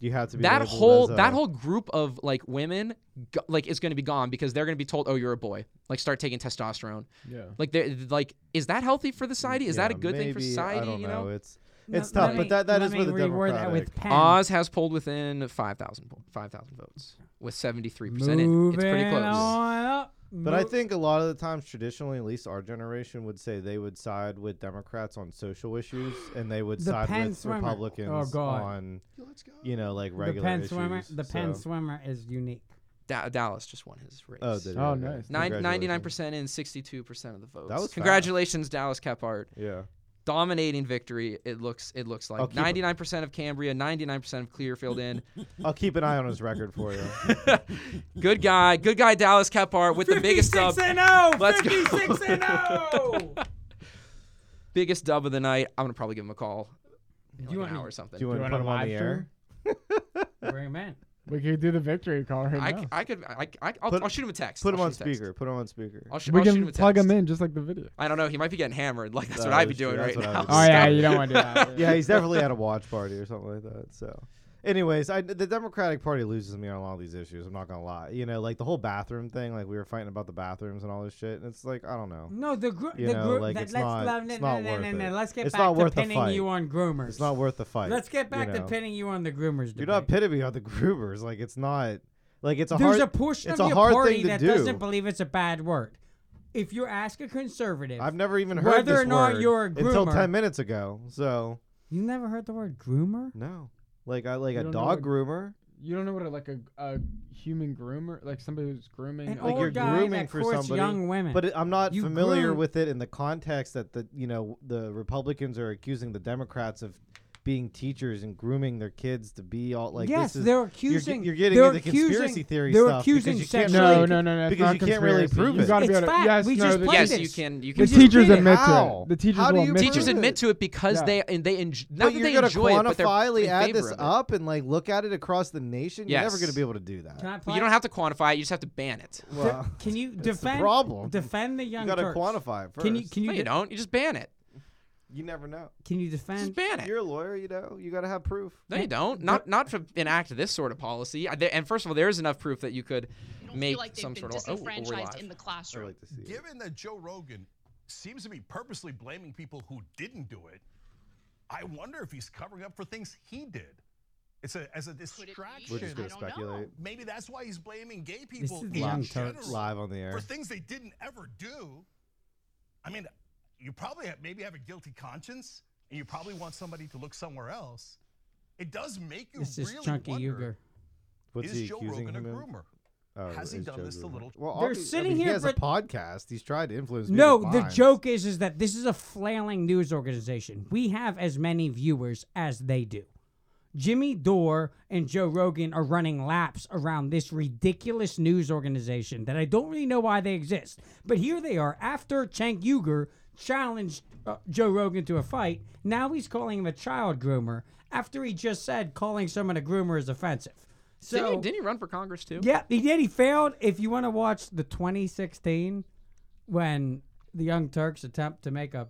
[SPEAKER 1] you have to be
[SPEAKER 3] that
[SPEAKER 1] labeled
[SPEAKER 3] whole
[SPEAKER 1] as a-
[SPEAKER 3] that whole group of like women go, like is going to be gone because they're going to be told oh you're a boy like start taking testosterone
[SPEAKER 4] Yeah.
[SPEAKER 3] like they like is that healthy for the society is that a
[SPEAKER 1] Yeah,
[SPEAKER 3] good thing for
[SPEAKER 1] maybe,
[SPEAKER 3] society
[SPEAKER 1] I don't
[SPEAKER 3] you
[SPEAKER 1] know.
[SPEAKER 3] know
[SPEAKER 1] It's it's
[SPEAKER 2] Let
[SPEAKER 1] tough,
[SPEAKER 2] me-
[SPEAKER 1] but that that
[SPEAKER 2] let
[SPEAKER 1] is
[SPEAKER 2] me
[SPEAKER 1] where the
[SPEAKER 2] reword that
[SPEAKER 1] democratic.
[SPEAKER 2] with pen.
[SPEAKER 3] Oz has pulled within 5,000 po- 5,000 votes with 73%. in. It's pretty
[SPEAKER 2] Moving
[SPEAKER 3] close.
[SPEAKER 2] on up.
[SPEAKER 1] But I
[SPEAKER 2] Mo-
[SPEAKER 1] think a lot of the times, traditionally, at least our generation would say they would side with Democrats on social issues, and they would
[SPEAKER 2] The
[SPEAKER 1] side
[SPEAKER 2] Penn
[SPEAKER 1] with
[SPEAKER 2] swimmer.
[SPEAKER 1] Republicans
[SPEAKER 2] Oh, God.
[SPEAKER 1] on, you know, like
[SPEAKER 2] the
[SPEAKER 1] regular
[SPEAKER 2] Penn
[SPEAKER 1] issues.
[SPEAKER 2] swimmer, the Penn
[SPEAKER 1] so-
[SPEAKER 2] swimmer is unique.
[SPEAKER 3] Da- Dallas just won his race.
[SPEAKER 1] Oh, did
[SPEAKER 4] Oh,
[SPEAKER 1] it, okay.
[SPEAKER 4] nice.
[SPEAKER 3] Nine-
[SPEAKER 1] Congratulations.
[SPEAKER 3] 99% in, 62% of the votes.
[SPEAKER 1] was fast.
[SPEAKER 3] Congratulations, Dallas Kephart.
[SPEAKER 1] Yeah.
[SPEAKER 3] Dominating victory. It looks it looks
[SPEAKER 1] I'll
[SPEAKER 3] like
[SPEAKER 1] keep it-
[SPEAKER 3] 99% of Cambria, 99% of Clearfield in.
[SPEAKER 1] I'll keep an eye on his record for you.
[SPEAKER 3] Good guy. Good guy Dallas Kephart with the biggest sub.
[SPEAKER 2] 56 and 0.
[SPEAKER 3] Let's go.
[SPEAKER 2] 56 and oh! 0.
[SPEAKER 3] Biggest dub of the night. I'm going to probably give him a call in like
[SPEAKER 2] you
[SPEAKER 3] an
[SPEAKER 2] want me-
[SPEAKER 3] hour or something.
[SPEAKER 1] Do you want to
[SPEAKER 4] wanna
[SPEAKER 1] put him on
[SPEAKER 4] live
[SPEAKER 1] the air?
[SPEAKER 2] Bring him in.
[SPEAKER 4] We could do the victory call right
[SPEAKER 3] I,
[SPEAKER 4] now.
[SPEAKER 3] c- I could I, I, I'll,
[SPEAKER 1] Put-
[SPEAKER 3] I'll shoot him a text.
[SPEAKER 1] Put him
[SPEAKER 3] I'll
[SPEAKER 1] on
[SPEAKER 3] shoot him a text.
[SPEAKER 1] speaker. Put him on speaker.
[SPEAKER 3] I'll, sh-
[SPEAKER 4] we
[SPEAKER 3] I'll shoot him
[SPEAKER 4] can
[SPEAKER 3] a
[SPEAKER 4] plug
[SPEAKER 3] text.
[SPEAKER 4] him in just like the video.
[SPEAKER 3] I don't know. He might be getting hammered. Like that's
[SPEAKER 1] That
[SPEAKER 3] what I'd be
[SPEAKER 1] is
[SPEAKER 3] doing
[SPEAKER 1] true. That's
[SPEAKER 3] right
[SPEAKER 1] what I
[SPEAKER 3] now.
[SPEAKER 1] would do.
[SPEAKER 4] Oh yeah,
[SPEAKER 3] Stop.
[SPEAKER 4] you don't want to do that.
[SPEAKER 1] yeah, he's definitely at a watch party or something like that. So, anyways, I, the Democratic Party loses me on a lot of these issues. I'm not gonna lie. You know, like the whole bathroom thing. Like we were fighting about the bathrooms and all this shit. And it's like I don't know.
[SPEAKER 2] No, the group.
[SPEAKER 1] You
[SPEAKER 2] The
[SPEAKER 1] know,
[SPEAKER 2] group.
[SPEAKER 1] like,
[SPEAKER 2] that,
[SPEAKER 1] it's
[SPEAKER 2] let's
[SPEAKER 1] not-
[SPEAKER 2] love-
[SPEAKER 1] it's
[SPEAKER 2] no,
[SPEAKER 1] not
[SPEAKER 2] no, no,
[SPEAKER 1] worth
[SPEAKER 2] no,
[SPEAKER 1] it.
[SPEAKER 2] Let's get
[SPEAKER 1] It's
[SPEAKER 2] back
[SPEAKER 1] not
[SPEAKER 2] to
[SPEAKER 1] worth the
[SPEAKER 2] pinning you
[SPEAKER 1] fight.
[SPEAKER 2] on groomers.
[SPEAKER 1] It's not worth the fight.
[SPEAKER 2] Let's get back
[SPEAKER 1] you
[SPEAKER 2] to
[SPEAKER 1] know?
[SPEAKER 2] pinning you on the groomers.
[SPEAKER 1] You're
[SPEAKER 2] Debate.
[SPEAKER 1] not pitting me on the groomers. Like it's not. Like it's a
[SPEAKER 2] There's
[SPEAKER 1] hard.
[SPEAKER 2] a portion
[SPEAKER 1] it's
[SPEAKER 2] of
[SPEAKER 1] a
[SPEAKER 2] your
[SPEAKER 1] hard
[SPEAKER 2] party
[SPEAKER 1] thing to
[SPEAKER 2] that
[SPEAKER 1] do.
[SPEAKER 2] doesn't believe it's a bad word. If you ask a conservative,
[SPEAKER 1] I've never even heard
[SPEAKER 2] whether
[SPEAKER 1] this
[SPEAKER 2] or not
[SPEAKER 1] word
[SPEAKER 2] you're a
[SPEAKER 1] until
[SPEAKER 2] groomer-
[SPEAKER 1] ten minutes ago. So
[SPEAKER 2] you never heard the word groomer.
[SPEAKER 1] no, like I like
[SPEAKER 4] You
[SPEAKER 1] a
[SPEAKER 4] don't know
[SPEAKER 1] dog
[SPEAKER 4] what-
[SPEAKER 1] groomer.
[SPEAKER 4] You don't know what a, like a, a human groomer, like somebody who's grooming.
[SPEAKER 2] An
[SPEAKER 4] a-
[SPEAKER 1] Like
[SPEAKER 2] old
[SPEAKER 1] you're
[SPEAKER 2] guy that
[SPEAKER 1] grooming for
[SPEAKER 2] courts
[SPEAKER 1] somebody,
[SPEAKER 2] young women.
[SPEAKER 1] but it, I'm not
[SPEAKER 2] You
[SPEAKER 1] familiar
[SPEAKER 2] groom-
[SPEAKER 1] with it in the context that the you know the Republicans are accusing the Democrats of being teachers and grooming their kids to be all like
[SPEAKER 2] yes,
[SPEAKER 1] this is
[SPEAKER 2] they're
[SPEAKER 1] you're ge-
[SPEAKER 2] accusing.
[SPEAKER 1] You're, getting
[SPEAKER 2] they're
[SPEAKER 1] into conspiracy
[SPEAKER 2] accusing-
[SPEAKER 1] theory
[SPEAKER 2] They're
[SPEAKER 1] stuff because
[SPEAKER 2] accusing
[SPEAKER 1] you can't
[SPEAKER 2] sexual-
[SPEAKER 1] really-
[SPEAKER 4] no, no, no, that's
[SPEAKER 1] because
[SPEAKER 4] not
[SPEAKER 1] you can't really
[SPEAKER 4] conspiracy.
[SPEAKER 1] prove
[SPEAKER 4] You
[SPEAKER 1] it.
[SPEAKER 4] gotta be
[SPEAKER 2] It's
[SPEAKER 4] able to-
[SPEAKER 2] fact.
[SPEAKER 4] yes,
[SPEAKER 2] we
[SPEAKER 4] no,
[SPEAKER 2] just
[SPEAKER 4] the-
[SPEAKER 2] played
[SPEAKER 3] Yes,
[SPEAKER 2] this.
[SPEAKER 3] you can. You
[SPEAKER 2] We
[SPEAKER 4] The
[SPEAKER 3] can.
[SPEAKER 2] just
[SPEAKER 4] teachers
[SPEAKER 2] did it.
[SPEAKER 4] admit
[SPEAKER 1] How?
[SPEAKER 4] to it. The teachers
[SPEAKER 1] How do
[SPEAKER 4] will
[SPEAKER 1] you
[SPEAKER 4] admit
[SPEAKER 1] prove
[SPEAKER 3] Teachers
[SPEAKER 4] to it.
[SPEAKER 3] admit to it because
[SPEAKER 4] Yeah.
[SPEAKER 3] they and they enj- not
[SPEAKER 1] But
[SPEAKER 3] that
[SPEAKER 1] you're
[SPEAKER 3] they
[SPEAKER 1] gonna
[SPEAKER 3] enjoy it, but they're
[SPEAKER 1] quantify
[SPEAKER 3] in
[SPEAKER 1] add
[SPEAKER 3] favor
[SPEAKER 1] this
[SPEAKER 3] of it.
[SPEAKER 1] up and like look at it across the nation. You're never
[SPEAKER 3] Yes.
[SPEAKER 1] gonna be able to do that.
[SPEAKER 2] Can I play?
[SPEAKER 3] But you don't have to quantify it. You just have to ban it.
[SPEAKER 2] De-
[SPEAKER 1] Well,
[SPEAKER 2] can you
[SPEAKER 1] the
[SPEAKER 2] defend
[SPEAKER 1] problem.
[SPEAKER 2] defend the young
[SPEAKER 1] you gotta
[SPEAKER 2] Turks?
[SPEAKER 1] quantify it first.
[SPEAKER 2] Can you can you,
[SPEAKER 3] No, you
[SPEAKER 2] de-
[SPEAKER 3] don't. You just ban it.
[SPEAKER 1] you never know.
[SPEAKER 2] can you
[SPEAKER 3] Just
[SPEAKER 2] defend?
[SPEAKER 3] ban it.
[SPEAKER 1] You're a lawyer, you know. You gotta have proof.
[SPEAKER 3] No, you don't. Not not to enact this sort of policy. I- there- And first of all, there is enough proof that you could
[SPEAKER 9] I don't
[SPEAKER 3] make
[SPEAKER 9] feel like they've
[SPEAKER 3] some
[SPEAKER 9] been
[SPEAKER 3] sort of. Oh, we're
[SPEAKER 9] disenfranchised
[SPEAKER 3] live.
[SPEAKER 9] in the
[SPEAKER 1] I
[SPEAKER 9] classroom.
[SPEAKER 1] like to see. it.
[SPEAKER 8] Given that Joe Rogan seems to be purposely blaming people who didn't do it, I wonder if he's covering up for things he did. It's a as a
[SPEAKER 9] Could it be?
[SPEAKER 1] We're
[SPEAKER 8] distraction.
[SPEAKER 1] just gonna
[SPEAKER 9] I don't
[SPEAKER 1] speculate.
[SPEAKER 9] know.
[SPEAKER 8] Maybe that's why he's blaming gay
[SPEAKER 2] is
[SPEAKER 8] people
[SPEAKER 2] long
[SPEAKER 8] in
[SPEAKER 2] Live-
[SPEAKER 8] general
[SPEAKER 2] totes.
[SPEAKER 1] Live on the air.
[SPEAKER 8] for things they didn't ever do. I mean, you probably have, maybe have a guilty conscience, and you probably want somebody to look somewhere else. It does make you
[SPEAKER 2] This is
[SPEAKER 8] really
[SPEAKER 2] Chunky
[SPEAKER 8] wonder:
[SPEAKER 2] Uger.
[SPEAKER 1] What's
[SPEAKER 8] Is
[SPEAKER 1] he
[SPEAKER 8] Joe
[SPEAKER 1] accusing
[SPEAKER 8] Rogan a
[SPEAKER 1] him of?
[SPEAKER 8] groomer?
[SPEAKER 1] Oh,
[SPEAKER 8] Has he
[SPEAKER 1] is
[SPEAKER 8] done
[SPEAKER 1] Joe
[SPEAKER 8] this to
[SPEAKER 1] Rogan-
[SPEAKER 8] little-
[SPEAKER 1] Well,
[SPEAKER 2] They're
[SPEAKER 1] obvi- I
[SPEAKER 2] sitting
[SPEAKER 1] mean, He
[SPEAKER 2] here
[SPEAKER 1] has a
[SPEAKER 2] pret-
[SPEAKER 1] podcast. He's tried to influence.
[SPEAKER 2] No,
[SPEAKER 1] people's
[SPEAKER 2] the
[SPEAKER 1] minds.
[SPEAKER 2] joke is is that this is a flailing news organization. We have as many viewers as they do. Jimmy Dore and Joe Rogan are running laps around this ridiculous news organization that I don't really know why they exist. But here they are after Chank Uger challenged uh, Joe Rogan to a fight. Now he's calling him a child groomer after he just said calling someone a groomer is offensive. So
[SPEAKER 3] didn't, he, didn't he run for Congress too?
[SPEAKER 2] yeah, he did. He failed. If you want to watch the 2016, when the Young Turks attempt to make a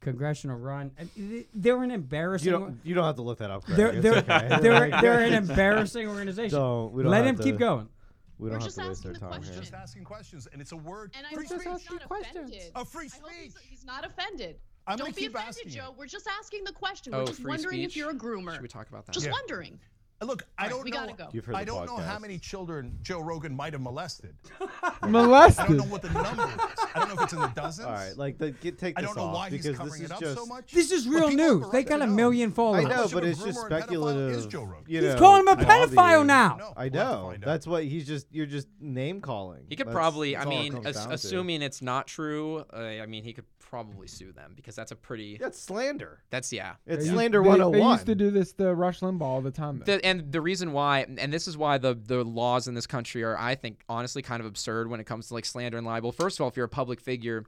[SPEAKER 2] congressional run, and th- they're an embarrassing.
[SPEAKER 1] You don't. You don't have to look that up. Greg.
[SPEAKER 2] they're
[SPEAKER 1] It's
[SPEAKER 2] they're,
[SPEAKER 1] okay.
[SPEAKER 2] they're,
[SPEAKER 1] Like,
[SPEAKER 2] they're an embarrassing organization.
[SPEAKER 1] Don't- we don't
[SPEAKER 2] Let
[SPEAKER 1] have
[SPEAKER 2] him keep
[SPEAKER 1] to-
[SPEAKER 2] going.
[SPEAKER 1] We
[SPEAKER 9] We're
[SPEAKER 1] don't have
[SPEAKER 9] just
[SPEAKER 1] to waste our
[SPEAKER 9] asking the
[SPEAKER 1] time here.
[SPEAKER 9] question.
[SPEAKER 8] Just asking questions, and it's a word.
[SPEAKER 9] And I
[SPEAKER 8] free speech.
[SPEAKER 9] hope he's not offended.
[SPEAKER 8] A free
[SPEAKER 9] I hope he's,
[SPEAKER 8] speech.
[SPEAKER 9] he's not offended.
[SPEAKER 8] I'm gonna
[SPEAKER 9] Don't be
[SPEAKER 8] keep
[SPEAKER 9] offended,
[SPEAKER 8] asking you.
[SPEAKER 9] Joe. We're just asking the question.
[SPEAKER 3] Oh,
[SPEAKER 9] We're just
[SPEAKER 3] free
[SPEAKER 9] wondering if
[SPEAKER 3] speech?
[SPEAKER 9] you're a groomer.
[SPEAKER 3] Should we talk about that?
[SPEAKER 9] Just
[SPEAKER 8] Yeah.
[SPEAKER 9] wondering.
[SPEAKER 8] Look, I don't
[SPEAKER 9] we
[SPEAKER 8] know.
[SPEAKER 9] gotta go.
[SPEAKER 1] You've heard
[SPEAKER 8] I
[SPEAKER 1] the
[SPEAKER 8] don't know how
[SPEAKER 1] podcast.
[SPEAKER 8] many children Joe Rogan might have molested. I don't
[SPEAKER 4] Molested.
[SPEAKER 8] know what the number is. I don't know if it's in the dozens.
[SPEAKER 1] All right, like the, get, take
[SPEAKER 8] I
[SPEAKER 1] this
[SPEAKER 8] don't know
[SPEAKER 1] off
[SPEAKER 8] why
[SPEAKER 1] because
[SPEAKER 8] he's
[SPEAKER 1] this
[SPEAKER 8] covering
[SPEAKER 1] is
[SPEAKER 8] it up
[SPEAKER 1] just.
[SPEAKER 8] so much.
[SPEAKER 2] This is
[SPEAKER 8] but
[SPEAKER 2] real
[SPEAKER 8] people have
[SPEAKER 2] news.
[SPEAKER 8] the
[SPEAKER 2] They
[SPEAKER 8] right
[SPEAKER 2] got
[SPEAKER 8] to
[SPEAKER 2] a
[SPEAKER 8] know.
[SPEAKER 2] million
[SPEAKER 1] I
[SPEAKER 2] followers.
[SPEAKER 8] How
[SPEAKER 1] know,
[SPEAKER 8] much of
[SPEAKER 1] but
[SPEAKER 8] a
[SPEAKER 1] it's just
[SPEAKER 8] groomer and pedophile is
[SPEAKER 1] speculative.
[SPEAKER 8] Joe Rogan?
[SPEAKER 1] you
[SPEAKER 2] He's
[SPEAKER 1] know,
[SPEAKER 2] calling him a
[SPEAKER 1] I all the-
[SPEAKER 2] pedophile now.
[SPEAKER 8] No, we'll
[SPEAKER 1] I
[SPEAKER 8] have to
[SPEAKER 1] know.
[SPEAKER 8] find out.
[SPEAKER 1] That's what he's just. You're just name calling.
[SPEAKER 3] He could
[SPEAKER 1] That's-
[SPEAKER 3] probably. I
[SPEAKER 1] that's all it
[SPEAKER 3] mean,
[SPEAKER 1] comes
[SPEAKER 3] as-
[SPEAKER 1] down to.
[SPEAKER 3] assuming it's not true, uh, I mean, he could probably sue them because that's a pretty.
[SPEAKER 1] that's slander.
[SPEAKER 3] That's yeah.
[SPEAKER 1] It's
[SPEAKER 4] They used-
[SPEAKER 1] slander
[SPEAKER 4] they-
[SPEAKER 1] 101.
[SPEAKER 4] They used to do this to Rush Limbaugh all the time. though.
[SPEAKER 3] The, and the reason why, and this is why the the laws in this country are, I think, honestly, kind of absurd when it comes to like slander and libel. First of all, if you're a public figure,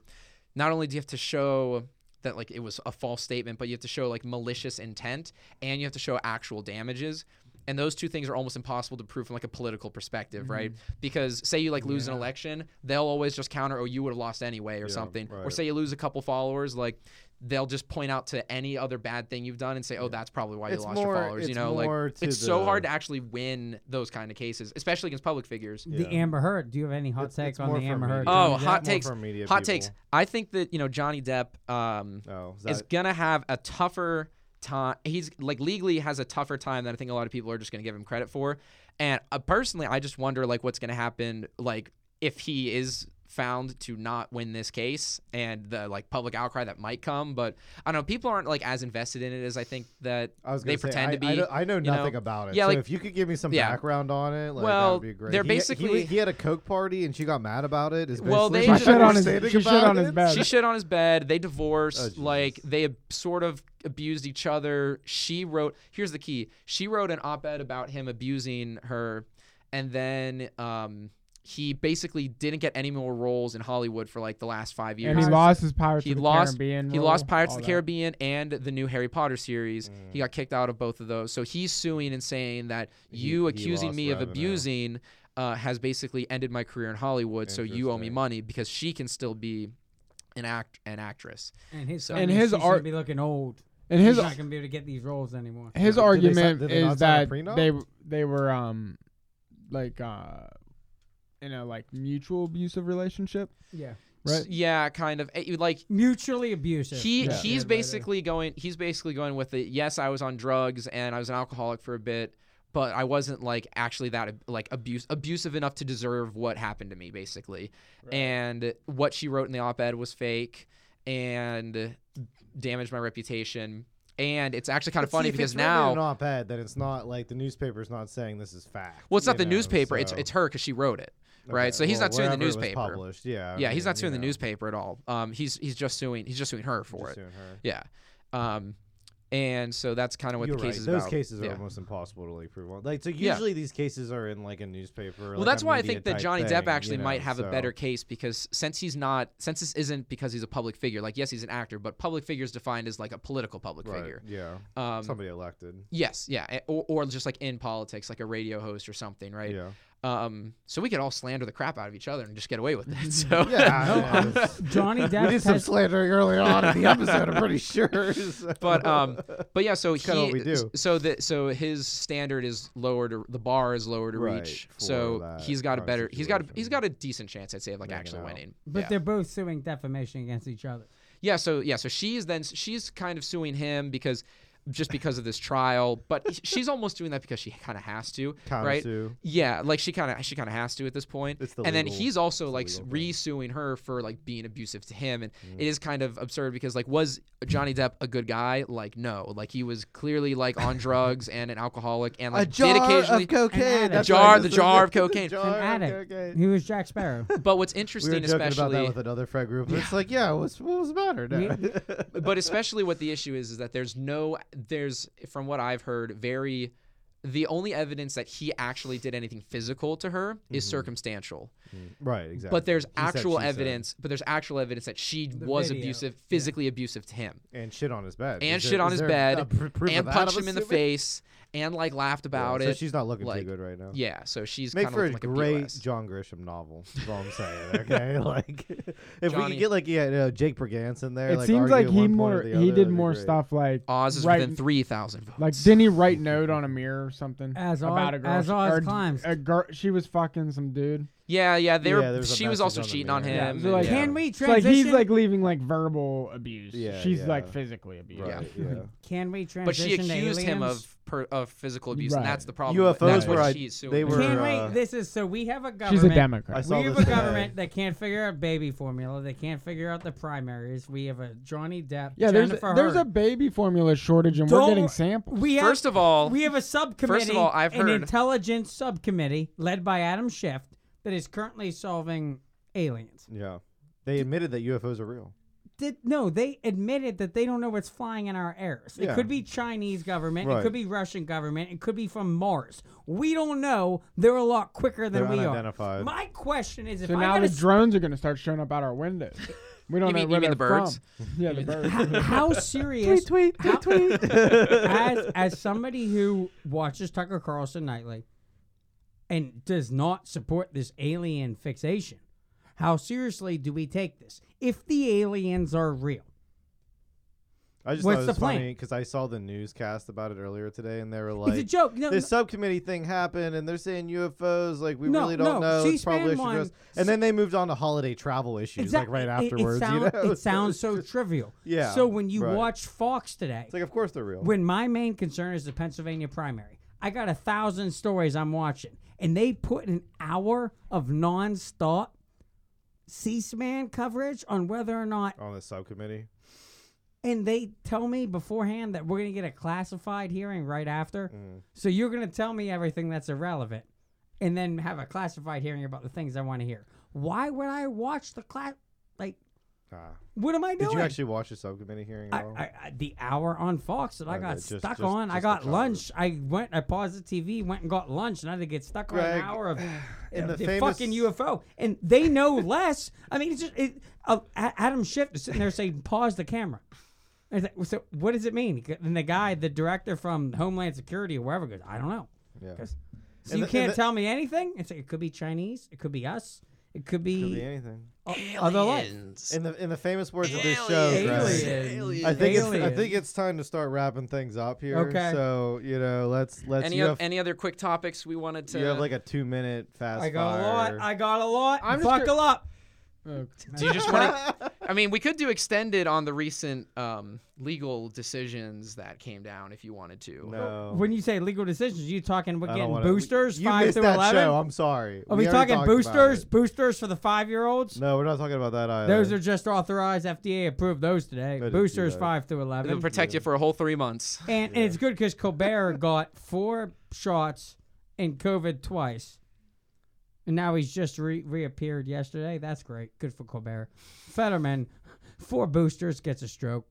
[SPEAKER 3] not only do you have to show that like it was a false statement, but you have to show like malicious intent, and you have to show actual damages. And those two things are almost impossible to prove from like a political perspective,
[SPEAKER 1] Mm-hmm.
[SPEAKER 3] right? Because say you like lose an election, they'll always just counter, "Oh, you would have lost anyway," or something. Or
[SPEAKER 1] right.
[SPEAKER 3] say you lose a couple followers, like they'll just point out to any other bad thing you've done and say, "Oh, that's probably why
[SPEAKER 1] It's
[SPEAKER 3] you lost
[SPEAKER 1] more-
[SPEAKER 3] your followers." You
[SPEAKER 1] it's
[SPEAKER 3] know,
[SPEAKER 1] more
[SPEAKER 3] like
[SPEAKER 1] to
[SPEAKER 3] it's so
[SPEAKER 1] the-
[SPEAKER 3] hard to actually win those kind of cases, especially against public figures.
[SPEAKER 2] The Amber Heard. Do you have any hot
[SPEAKER 1] It's-
[SPEAKER 2] take
[SPEAKER 1] it's
[SPEAKER 2] on
[SPEAKER 1] more
[SPEAKER 2] the
[SPEAKER 1] for
[SPEAKER 2] Amber Heard?
[SPEAKER 1] media.
[SPEAKER 3] Oh,
[SPEAKER 1] Is that
[SPEAKER 3] hot
[SPEAKER 1] more
[SPEAKER 3] takes!
[SPEAKER 1] for media
[SPEAKER 3] Hot
[SPEAKER 1] people?
[SPEAKER 3] takes. I think that you know Johnny Depp um,
[SPEAKER 1] Oh, is
[SPEAKER 3] is
[SPEAKER 1] that-
[SPEAKER 3] gonna have a tougher time. He's like legally has a tougher time than I think a lot of people are just gonna give him credit for. And uh, personally, I just wonder like what's gonna happen like if he is found to not win this case and the like public outcry that might come. But I don't know people aren't like as invested in it as I think that
[SPEAKER 1] I was
[SPEAKER 3] they
[SPEAKER 1] gonna say,
[SPEAKER 3] pretend
[SPEAKER 1] I-
[SPEAKER 3] to be.
[SPEAKER 1] I, don't- I know
[SPEAKER 3] you
[SPEAKER 1] nothing about it.
[SPEAKER 3] Yeah,
[SPEAKER 1] so
[SPEAKER 3] like
[SPEAKER 1] if you could give me some
[SPEAKER 3] yeah.
[SPEAKER 1] background on it, like, that
[SPEAKER 3] Well,
[SPEAKER 1] would be great.
[SPEAKER 3] they're
[SPEAKER 1] He- he-
[SPEAKER 3] basically-
[SPEAKER 1] he, had a coke party and she got mad about it. Is
[SPEAKER 3] Well,
[SPEAKER 1] basically
[SPEAKER 3] they
[SPEAKER 1] my
[SPEAKER 3] just- She shit on
[SPEAKER 4] his-
[SPEAKER 1] understanding
[SPEAKER 4] she shit
[SPEAKER 1] about
[SPEAKER 4] on his
[SPEAKER 1] it?
[SPEAKER 4] bed.
[SPEAKER 3] She shit on his bed. They divorced.
[SPEAKER 1] Oh,
[SPEAKER 3] like
[SPEAKER 1] Jesus.
[SPEAKER 3] they ab- sort of abused each other. She wrote. Here's the key. She wrote an op-ed about him abusing her, and then um, he basically didn't get any more roles in Hollywood for like the last five years.
[SPEAKER 4] and he lost his Pirates
[SPEAKER 3] He
[SPEAKER 4] of the
[SPEAKER 3] lost.
[SPEAKER 4] Caribbean.
[SPEAKER 3] he
[SPEAKER 4] role,
[SPEAKER 3] lost Pirates
[SPEAKER 4] all
[SPEAKER 3] of the
[SPEAKER 4] that.
[SPEAKER 3] Caribbean and the new Harry Potter series.
[SPEAKER 1] Mm.
[SPEAKER 3] He got kicked out of both of those. So he's suing and saying that you
[SPEAKER 1] he
[SPEAKER 3] accusing
[SPEAKER 1] lost
[SPEAKER 3] me of
[SPEAKER 1] revenue.
[SPEAKER 3] abusing uh, has basically ended my career in Hollywood. So you owe me
[SPEAKER 1] Interesting.
[SPEAKER 3] money because she can still be an act an actress.
[SPEAKER 2] And his,
[SPEAKER 4] And
[SPEAKER 2] and his
[SPEAKER 4] his
[SPEAKER 2] going
[SPEAKER 4] art-
[SPEAKER 2] to be looking old.
[SPEAKER 4] And his
[SPEAKER 2] He's not going to be able to get these roles anymore.
[SPEAKER 4] his
[SPEAKER 1] Did they sign-
[SPEAKER 4] argument
[SPEAKER 1] did they not
[SPEAKER 4] is
[SPEAKER 1] sign a
[SPEAKER 4] that
[SPEAKER 1] prenup?
[SPEAKER 4] they they were um like uh in a like mutual abusive relationship,
[SPEAKER 2] Yeah.
[SPEAKER 4] right?
[SPEAKER 3] S- yeah, kind of. Eh, Like
[SPEAKER 2] Mutually abusive.
[SPEAKER 3] he
[SPEAKER 4] Yeah.
[SPEAKER 3] he's basically going he's basically going with the yes I was on drugs and I was an alcoholic for a bit but I wasn't like actually that ab- like abuse abusive enough to deserve what happened to me basically and what she wrote in the op-ed was fake and damaged my reputation and it's actually kind of
[SPEAKER 1] But see,
[SPEAKER 3] funny
[SPEAKER 1] if
[SPEAKER 3] because
[SPEAKER 1] it's really
[SPEAKER 3] now
[SPEAKER 1] an op-ed, then it's not like the newspaper's not saying this is fact.
[SPEAKER 3] well it's not
[SPEAKER 1] you
[SPEAKER 3] the
[SPEAKER 1] know,
[SPEAKER 3] newspaper it's
[SPEAKER 1] so-
[SPEAKER 3] it's her cuz she wrote it right
[SPEAKER 1] okay,
[SPEAKER 3] so he's
[SPEAKER 1] well,
[SPEAKER 3] not suing the
[SPEAKER 1] wherever it was
[SPEAKER 3] newspaper
[SPEAKER 1] Published, yeah. I
[SPEAKER 3] yeah he's
[SPEAKER 1] mean,
[SPEAKER 3] not suing
[SPEAKER 1] you
[SPEAKER 3] the
[SPEAKER 1] know,
[SPEAKER 3] newspaper at all um he's he's just suing he's just suing her for
[SPEAKER 1] just
[SPEAKER 3] it
[SPEAKER 1] suing her.
[SPEAKER 3] Yeah. Um, and so that's kind of what
[SPEAKER 1] You're
[SPEAKER 3] the case
[SPEAKER 1] right.
[SPEAKER 3] is
[SPEAKER 1] Those
[SPEAKER 3] about.
[SPEAKER 1] cases are
[SPEAKER 3] Yeah.
[SPEAKER 1] almost impossible to like prove. on- Like so,
[SPEAKER 3] Yeah.
[SPEAKER 1] usually these cases are in like a newspaper.
[SPEAKER 3] well, that's why I think that Johnny Depp actually might have a better case because since he's not, since this isn't because he's a public figure, like, yes, he's an actor, but public figure is defined as like a political public figure.
[SPEAKER 1] Yeah,
[SPEAKER 3] Um,
[SPEAKER 1] somebody elected.
[SPEAKER 3] Yes, yeah. a- Or, or just like in politics, like a radio host or something, right?
[SPEAKER 1] Yeah.
[SPEAKER 3] Um, so we could all slander the crap out of each other and just get away with
[SPEAKER 2] Mm-hmm.
[SPEAKER 3] it. So
[SPEAKER 1] Yeah. yeah.
[SPEAKER 2] Johnny Depp.
[SPEAKER 1] we did some
[SPEAKER 2] has-
[SPEAKER 1] slandering early on in the episode. I'm pretty sure. So-
[SPEAKER 3] but um but yeah so
[SPEAKER 1] kinda
[SPEAKER 3] he
[SPEAKER 1] what we do.
[SPEAKER 3] so that so his standard is lower to the bar is lower to
[SPEAKER 1] Right,
[SPEAKER 3] reach
[SPEAKER 1] for
[SPEAKER 3] so
[SPEAKER 1] that
[SPEAKER 3] he's got a
[SPEAKER 1] kind of
[SPEAKER 3] better he's got a, he's
[SPEAKER 1] situation.
[SPEAKER 3] got a decent chance i'd say of like
[SPEAKER 1] Making
[SPEAKER 3] actually
[SPEAKER 1] out.
[SPEAKER 3] winning
[SPEAKER 2] But
[SPEAKER 3] yeah.
[SPEAKER 2] they're both suing defamation against each other.
[SPEAKER 3] yeah so yeah so she's then she's kind of suing him because just because of this trial, but she's almost doing that because she kind of has to,
[SPEAKER 1] Kind
[SPEAKER 3] right?
[SPEAKER 1] to.
[SPEAKER 3] Yeah, like she kind of she kind of has to at this point.
[SPEAKER 1] It's the
[SPEAKER 3] and then
[SPEAKER 1] legal-
[SPEAKER 3] he's also
[SPEAKER 1] the
[SPEAKER 3] like
[SPEAKER 1] legal thing. Mm.
[SPEAKER 3] re-suing her for like being abusive to him, and it is kind of absurd because like was Johnny Depp a good guy? Like no, like he was clearly like on drugs and an alcoholic, and like
[SPEAKER 10] a jar
[SPEAKER 3] did occasionally
[SPEAKER 10] of cocaine.
[SPEAKER 2] addict.
[SPEAKER 10] that's
[SPEAKER 3] Jar-
[SPEAKER 10] right.
[SPEAKER 3] the jar of cocaine.
[SPEAKER 2] An
[SPEAKER 1] jar of
[SPEAKER 2] addict.
[SPEAKER 1] cocaine.
[SPEAKER 2] He was Jack Sparrow.
[SPEAKER 3] But what's
[SPEAKER 1] We were
[SPEAKER 3] interesting,
[SPEAKER 1] joking about that
[SPEAKER 3] especially,
[SPEAKER 1] with another friend group. It's like, yeah, what's what was the matter? now?
[SPEAKER 3] but especially what the issue is, is that there's no, there's from what I've heard, very, the only evidence that he actually did anything physical to her is circumstantial.
[SPEAKER 1] right, Mm-hmm. exactly.
[SPEAKER 3] But there's
[SPEAKER 1] He said,
[SPEAKER 3] actual
[SPEAKER 1] she said.
[SPEAKER 3] evidence, but there's actual evidence that she was
[SPEAKER 2] video,
[SPEAKER 3] abusive, physically abusive to him,
[SPEAKER 1] and shit on his bed,
[SPEAKER 3] and
[SPEAKER 1] Is there-
[SPEAKER 3] shit on
[SPEAKER 1] is
[SPEAKER 3] his
[SPEAKER 1] there a
[SPEAKER 3] bed,
[SPEAKER 1] pr- proof of
[SPEAKER 3] and
[SPEAKER 1] that,
[SPEAKER 3] punched
[SPEAKER 1] I'm
[SPEAKER 3] him in the
[SPEAKER 1] assuming?
[SPEAKER 3] face, and like laughed about
[SPEAKER 1] So
[SPEAKER 3] it.
[SPEAKER 1] she's not looking
[SPEAKER 3] like,
[SPEAKER 1] too good right now.
[SPEAKER 3] Yeah, so she's
[SPEAKER 1] Make
[SPEAKER 3] kind
[SPEAKER 1] for
[SPEAKER 3] of
[SPEAKER 1] a
[SPEAKER 3] like
[SPEAKER 1] great
[SPEAKER 3] a BLS.
[SPEAKER 1] John Grisham novel. That's all I'm saying. Okay, like if we
[SPEAKER 3] Johnny.
[SPEAKER 1] could get like yeah, no, Jake Brigance in there.
[SPEAKER 4] It
[SPEAKER 1] like,
[SPEAKER 4] seems
[SPEAKER 1] argue
[SPEAKER 4] like
[SPEAKER 1] at
[SPEAKER 4] he
[SPEAKER 1] one point
[SPEAKER 4] more
[SPEAKER 1] or the other,
[SPEAKER 4] he
[SPEAKER 1] that'd
[SPEAKER 4] did
[SPEAKER 1] be
[SPEAKER 4] more
[SPEAKER 1] great.
[SPEAKER 4] stuff like
[SPEAKER 3] Oz is
[SPEAKER 4] right-
[SPEAKER 3] within three thousand votes.
[SPEAKER 4] Like didn't he write note on a mirror or something
[SPEAKER 2] As Oz-
[SPEAKER 4] about a girl?
[SPEAKER 2] as Oz
[SPEAKER 4] or
[SPEAKER 2] climbs.
[SPEAKER 4] A girl, she was fucking some dude.
[SPEAKER 3] yeah, yeah, they
[SPEAKER 1] Yeah,
[SPEAKER 3] were.
[SPEAKER 1] there was a
[SPEAKER 3] she was
[SPEAKER 1] message
[SPEAKER 3] also
[SPEAKER 1] on the
[SPEAKER 3] cheating on him.
[SPEAKER 1] mirror.
[SPEAKER 4] Yeah,
[SPEAKER 3] and-
[SPEAKER 4] so, like,
[SPEAKER 3] yeah.
[SPEAKER 2] Can we
[SPEAKER 4] It's like
[SPEAKER 2] transition?
[SPEAKER 4] he's like leaving like verbal abuse.
[SPEAKER 1] Yeah,
[SPEAKER 4] She's like
[SPEAKER 1] yeah.
[SPEAKER 4] physically abused.
[SPEAKER 1] Right,
[SPEAKER 3] Yeah.
[SPEAKER 1] yeah.
[SPEAKER 2] Can we transition
[SPEAKER 3] but she
[SPEAKER 2] to
[SPEAKER 3] accused him
[SPEAKER 2] aliens?
[SPEAKER 3] of per, of physical abuse,
[SPEAKER 4] Right.
[SPEAKER 3] and that's the problem.
[SPEAKER 1] UFOs
[SPEAKER 3] that's
[SPEAKER 1] were
[SPEAKER 3] what
[SPEAKER 1] I-
[SPEAKER 3] she's suing.
[SPEAKER 1] they
[SPEAKER 3] for.
[SPEAKER 1] were,
[SPEAKER 2] Can we?
[SPEAKER 1] uh,
[SPEAKER 2] this is so we have a government.
[SPEAKER 4] She's a Democrat.
[SPEAKER 1] I saw
[SPEAKER 2] We have
[SPEAKER 1] this
[SPEAKER 2] a
[SPEAKER 1] today.
[SPEAKER 2] government that can't figure out baby formula. They can't figure out the primaries. We have a Johnny Depp.
[SPEAKER 4] yeah, there's
[SPEAKER 2] Jennifer
[SPEAKER 4] a, there's a
[SPEAKER 2] Hurd.
[SPEAKER 4] baby formula shortage, and
[SPEAKER 2] Don't-
[SPEAKER 4] we're getting samples.
[SPEAKER 2] We have,
[SPEAKER 3] First of all,
[SPEAKER 2] we have a subcommittee.
[SPEAKER 3] all, I've
[SPEAKER 2] an
[SPEAKER 3] heard-
[SPEAKER 2] intelligence subcommittee led by Adam Schiff that is currently solving aliens.
[SPEAKER 1] Yeah, they admitted that UFOs are real.
[SPEAKER 2] Did, no, they admitted that they don't know what's flying in our airs. It
[SPEAKER 1] Yeah.
[SPEAKER 2] could be Chinese government. It
[SPEAKER 1] Right.
[SPEAKER 2] could be Russian government. It could be from Mars. We don't know. They're a lot quicker than
[SPEAKER 1] They're
[SPEAKER 2] we are.
[SPEAKER 1] unidentified.
[SPEAKER 2] My question is, if
[SPEAKER 4] so
[SPEAKER 2] I
[SPEAKER 4] now
[SPEAKER 2] got
[SPEAKER 4] the
[SPEAKER 2] a
[SPEAKER 4] drones are gonna start showing up out our windows. We don't
[SPEAKER 3] You
[SPEAKER 4] know
[SPEAKER 3] mean-
[SPEAKER 4] where
[SPEAKER 3] you mean
[SPEAKER 4] they're
[SPEAKER 3] the birds?
[SPEAKER 4] from. Yeah, the birds.
[SPEAKER 2] how serious tweet tweet tweet as as somebody who watches Tucker Carlson nightly and does not support this alien fixation how seriously do we take this if the aliens are real
[SPEAKER 1] I just
[SPEAKER 2] What's
[SPEAKER 1] thought it
[SPEAKER 2] the
[SPEAKER 1] was
[SPEAKER 2] plan?
[SPEAKER 1] funny because I saw the newscast about it earlier today, and they were
[SPEAKER 2] it's a
[SPEAKER 1] like,
[SPEAKER 2] joke no,
[SPEAKER 1] "This subcommittee thing happened, and they're saying UFOs. Like we
[SPEAKER 2] No,
[SPEAKER 1] really don't
[SPEAKER 2] no,
[SPEAKER 1] know. It's
[SPEAKER 2] C-SPAN
[SPEAKER 1] probably
[SPEAKER 2] won.
[SPEAKER 1] just." And then they moved on to holiday travel issues,
[SPEAKER 2] exact-
[SPEAKER 1] like right
[SPEAKER 2] it- it-
[SPEAKER 1] afterwards.
[SPEAKER 2] it, sound-
[SPEAKER 1] you know?
[SPEAKER 2] it sounds so trivial
[SPEAKER 1] Yeah,
[SPEAKER 2] so when you
[SPEAKER 1] right.
[SPEAKER 2] watch fox today
[SPEAKER 1] It's like, of course they're real.
[SPEAKER 2] when my main concern is the Pennsylvania primary, I got a thousand stories I'm watching, and they put an hour of nonstop C-SPAN coverage on whether or not,
[SPEAKER 1] on the subcommittee.
[SPEAKER 2] and they tell me beforehand that we're gonna get a classified hearing right after.
[SPEAKER 1] Mm.
[SPEAKER 2] So you're gonna tell me everything that's irrelevant, and then have a classified hearing about the things I want to hear. Why would I watch the class? Like,
[SPEAKER 1] Ah.
[SPEAKER 2] what am I
[SPEAKER 1] Did
[SPEAKER 2] doing?
[SPEAKER 1] you actually watch the subcommittee hearing
[SPEAKER 2] I,
[SPEAKER 1] at all?
[SPEAKER 2] I, I, the hour on Fox that I
[SPEAKER 1] Okay,
[SPEAKER 2] got
[SPEAKER 1] just-
[SPEAKER 2] stuck
[SPEAKER 1] just-
[SPEAKER 2] on. I
[SPEAKER 1] just the
[SPEAKER 2] got
[SPEAKER 1] coverage.
[SPEAKER 2] lunch. I went. I paused the TV, went and got lunch, and I had to get stuck on an
[SPEAKER 1] Greg,
[SPEAKER 2] hour of
[SPEAKER 1] in
[SPEAKER 2] of
[SPEAKER 1] the
[SPEAKER 2] the
[SPEAKER 1] famous-
[SPEAKER 2] fucking UFO. And they know less. I mean, it's just it, uh, A- Adam Schiff is sitting there saying, "Pause the camera." And it's like, so what does it mean? And the guy, the director from Homeland Security or wherever, goes, "I don't know."
[SPEAKER 1] yeah.
[SPEAKER 2] Yes. So you
[SPEAKER 1] And the- and
[SPEAKER 2] can't
[SPEAKER 1] the-
[SPEAKER 2] tell me anything. It's like, it could be Chinese. It could be us. It could
[SPEAKER 1] Could be
[SPEAKER 2] be,
[SPEAKER 1] anything.
[SPEAKER 2] o- other life.
[SPEAKER 1] In the in the famous words of this show, Greg,
[SPEAKER 2] Aliens.
[SPEAKER 1] I think it's, I
[SPEAKER 2] Aliens.
[SPEAKER 1] think it's time to start wrapping things up here.
[SPEAKER 2] Okay.
[SPEAKER 1] So you know, let's let's
[SPEAKER 3] any uh,
[SPEAKER 1] you,
[SPEAKER 3] oth-
[SPEAKER 1] have,
[SPEAKER 3] any other quick topics we wanted to?
[SPEAKER 1] you have like a two minute fast.
[SPEAKER 2] I got a lot.
[SPEAKER 1] fire.
[SPEAKER 2] I got a lot.
[SPEAKER 4] I'm just
[SPEAKER 2] Buckle up.
[SPEAKER 1] Mm.
[SPEAKER 3] do you just want to? I mean, we could do extended on the recent um, legal decisions that came down if you wanted to.
[SPEAKER 1] no.
[SPEAKER 2] When you say legal decisions, you talking we're
[SPEAKER 1] Oh. I don't
[SPEAKER 2] getting
[SPEAKER 1] wanna-
[SPEAKER 2] boosters
[SPEAKER 1] you
[SPEAKER 2] five
[SPEAKER 1] missed
[SPEAKER 2] through
[SPEAKER 1] that
[SPEAKER 2] eleven?
[SPEAKER 1] Show. I'm sorry.
[SPEAKER 2] Are we,
[SPEAKER 1] already
[SPEAKER 2] talking
[SPEAKER 1] talked about
[SPEAKER 2] boosters?
[SPEAKER 1] it.
[SPEAKER 2] Boosters for the five year olds?
[SPEAKER 1] No, we're not talking about that either.
[SPEAKER 2] Those are just authorized, FDA approved those today.
[SPEAKER 1] didn't see
[SPEAKER 2] Boosters
[SPEAKER 1] that.
[SPEAKER 2] five through
[SPEAKER 3] They'll
[SPEAKER 2] eleven.
[SPEAKER 3] protect you for a whole three months.
[SPEAKER 2] And, and it's good because Colbert got four shots and COVID twice. And now he's just re- reappeared yesterday. That's great. Good for Colbert. Fetterman, four boosters, gets a stroke.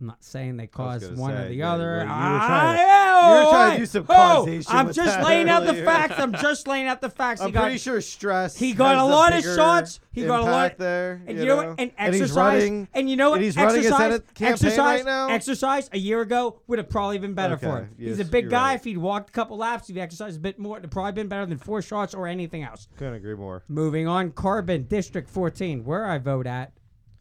[SPEAKER 2] I'm not saying they caused
[SPEAKER 1] gonna
[SPEAKER 2] one or
[SPEAKER 1] say,
[SPEAKER 2] the
[SPEAKER 1] yeah,
[SPEAKER 2] other.
[SPEAKER 1] well, you were
[SPEAKER 2] Ah,
[SPEAKER 1] trying to- you were trying to
[SPEAKER 2] oi,
[SPEAKER 1] do some
[SPEAKER 2] oh,
[SPEAKER 1] causation
[SPEAKER 2] I'm
[SPEAKER 1] with
[SPEAKER 2] just
[SPEAKER 1] that
[SPEAKER 2] laying out the
[SPEAKER 1] earlier.
[SPEAKER 2] facts. I'm just laying out the facts.
[SPEAKER 1] I'm
[SPEAKER 2] he got,
[SPEAKER 1] pretty sure stress.
[SPEAKER 2] he got
[SPEAKER 1] has
[SPEAKER 2] a
[SPEAKER 1] the
[SPEAKER 2] lot of
[SPEAKER 1] bigger
[SPEAKER 2] shots. He got a lot-
[SPEAKER 1] impact there.
[SPEAKER 2] and you know what? And exercise.
[SPEAKER 1] he's running.
[SPEAKER 2] and you know what?
[SPEAKER 1] And he's running
[SPEAKER 2] exercise,
[SPEAKER 1] a Senate campaign
[SPEAKER 2] exercise,
[SPEAKER 1] right now.
[SPEAKER 2] Exercise a year ago would have probably been better for
[SPEAKER 1] Okay,
[SPEAKER 2] him. he's a
[SPEAKER 1] yes,
[SPEAKER 2] big
[SPEAKER 1] you're
[SPEAKER 2] guy.
[SPEAKER 1] right.
[SPEAKER 2] If he'd walked a couple laps, if he exercised a bit more, it'd have probably been better than four shots or anything else.
[SPEAKER 1] Couldn't agree more.
[SPEAKER 2] Moving on, Carbon District 14, where I vote at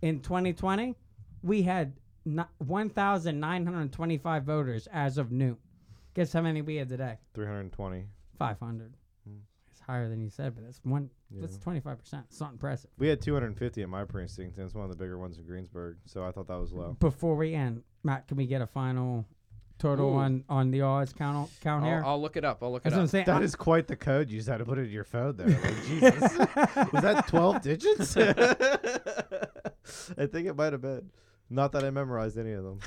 [SPEAKER 2] in 2020, we had ni- 1,925 voters as of noon. Guess how many we had today?
[SPEAKER 1] 320.
[SPEAKER 2] 500.
[SPEAKER 1] Hmm.
[SPEAKER 2] It's higher than you said, but that's one. That's 25%. It's not impressive.
[SPEAKER 1] We had 250 at my precinct, and it's one of the bigger ones in Greensburg. So I thought that was low.
[SPEAKER 2] Before we end, Matt, can we get a final total
[SPEAKER 3] Ooh.
[SPEAKER 2] on on the odds count count here.
[SPEAKER 3] I'll, I'll look it up. I'll look
[SPEAKER 2] That's
[SPEAKER 3] it
[SPEAKER 2] what I'm
[SPEAKER 3] up.
[SPEAKER 2] saying.
[SPEAKER 1] That is quite the code you just had to put in your phone, though. Like, Jesus, was that twelve digits? I think it might have been. Not that I memorized any of them.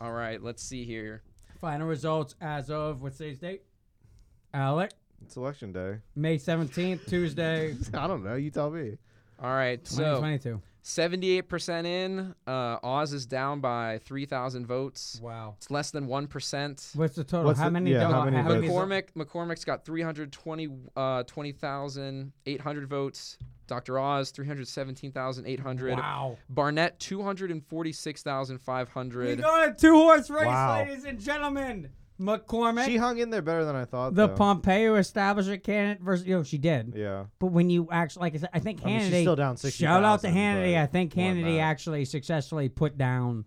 [SPEAKER 3] All right, let's see here.
[SPEAKER 2] Final results as of what's today's date? Alec,
[SPEAKER 1] It's election day.
[SPEAKER 2] May seventeenth, Tuesday,
[SPEAKER 1] I don't know. You tell me.
[SPEAKER 3] All right, so
[SPEAKER 2] twenty two.
[SPEAKER 3] 78% in. Uh, Oz is down by 3,000 votes.
[SPEAKER 2] Wow.
[SPEAKER 3] It's less than 1%.
[SPEAKER 2] What's the total?
[SPEAKER 1] What's
[SPEAKER 2] how
[SPEAKER 1] the-
[SPEAKER 2] many?
[SPEAKER 1] yeah,
[SPEAKER 2] do-
[SPEAKER 1] how many votes?
[SPEAKER 2] is-
[SPEAKER 3] McCormick McCormick's got 320 uh 20,800 votes. Dr. Oz 317,800.
[SPEAKER 2] Wow.
[SPEAKER 3] Barnett 246,500.
[SPEAKER 2] We got a two horse race,
[SPEAKER 1] Wow.
[SPEAKER 2] ladies and gentlemen. McCormick,
[SPEAKER 1] She hung in there better than I thought.
[SPEAKER 2] the
[SPEAKER 1] though.
[SPEAKER 2] Pompeo establishment candidate versus. Yo, she did.
[SPEAKER 1] Yeah.
[SPEAKER 2] But when you actually, like I said, I think
[SPEAKER 1] I mean,
[SPEAKER 2] Hannity.
[SPEAKER 1] she's still down 60,000,
[SPEAKER 2] shout out to Hannity.
[SPEAKER 1] but
[SPEAKER 2] I think
[SPEAKER 1] more than
[SPEAKER 2] Hannity
[SPEAKER 1] that.
[SPEAKER 2] actually successfully put down.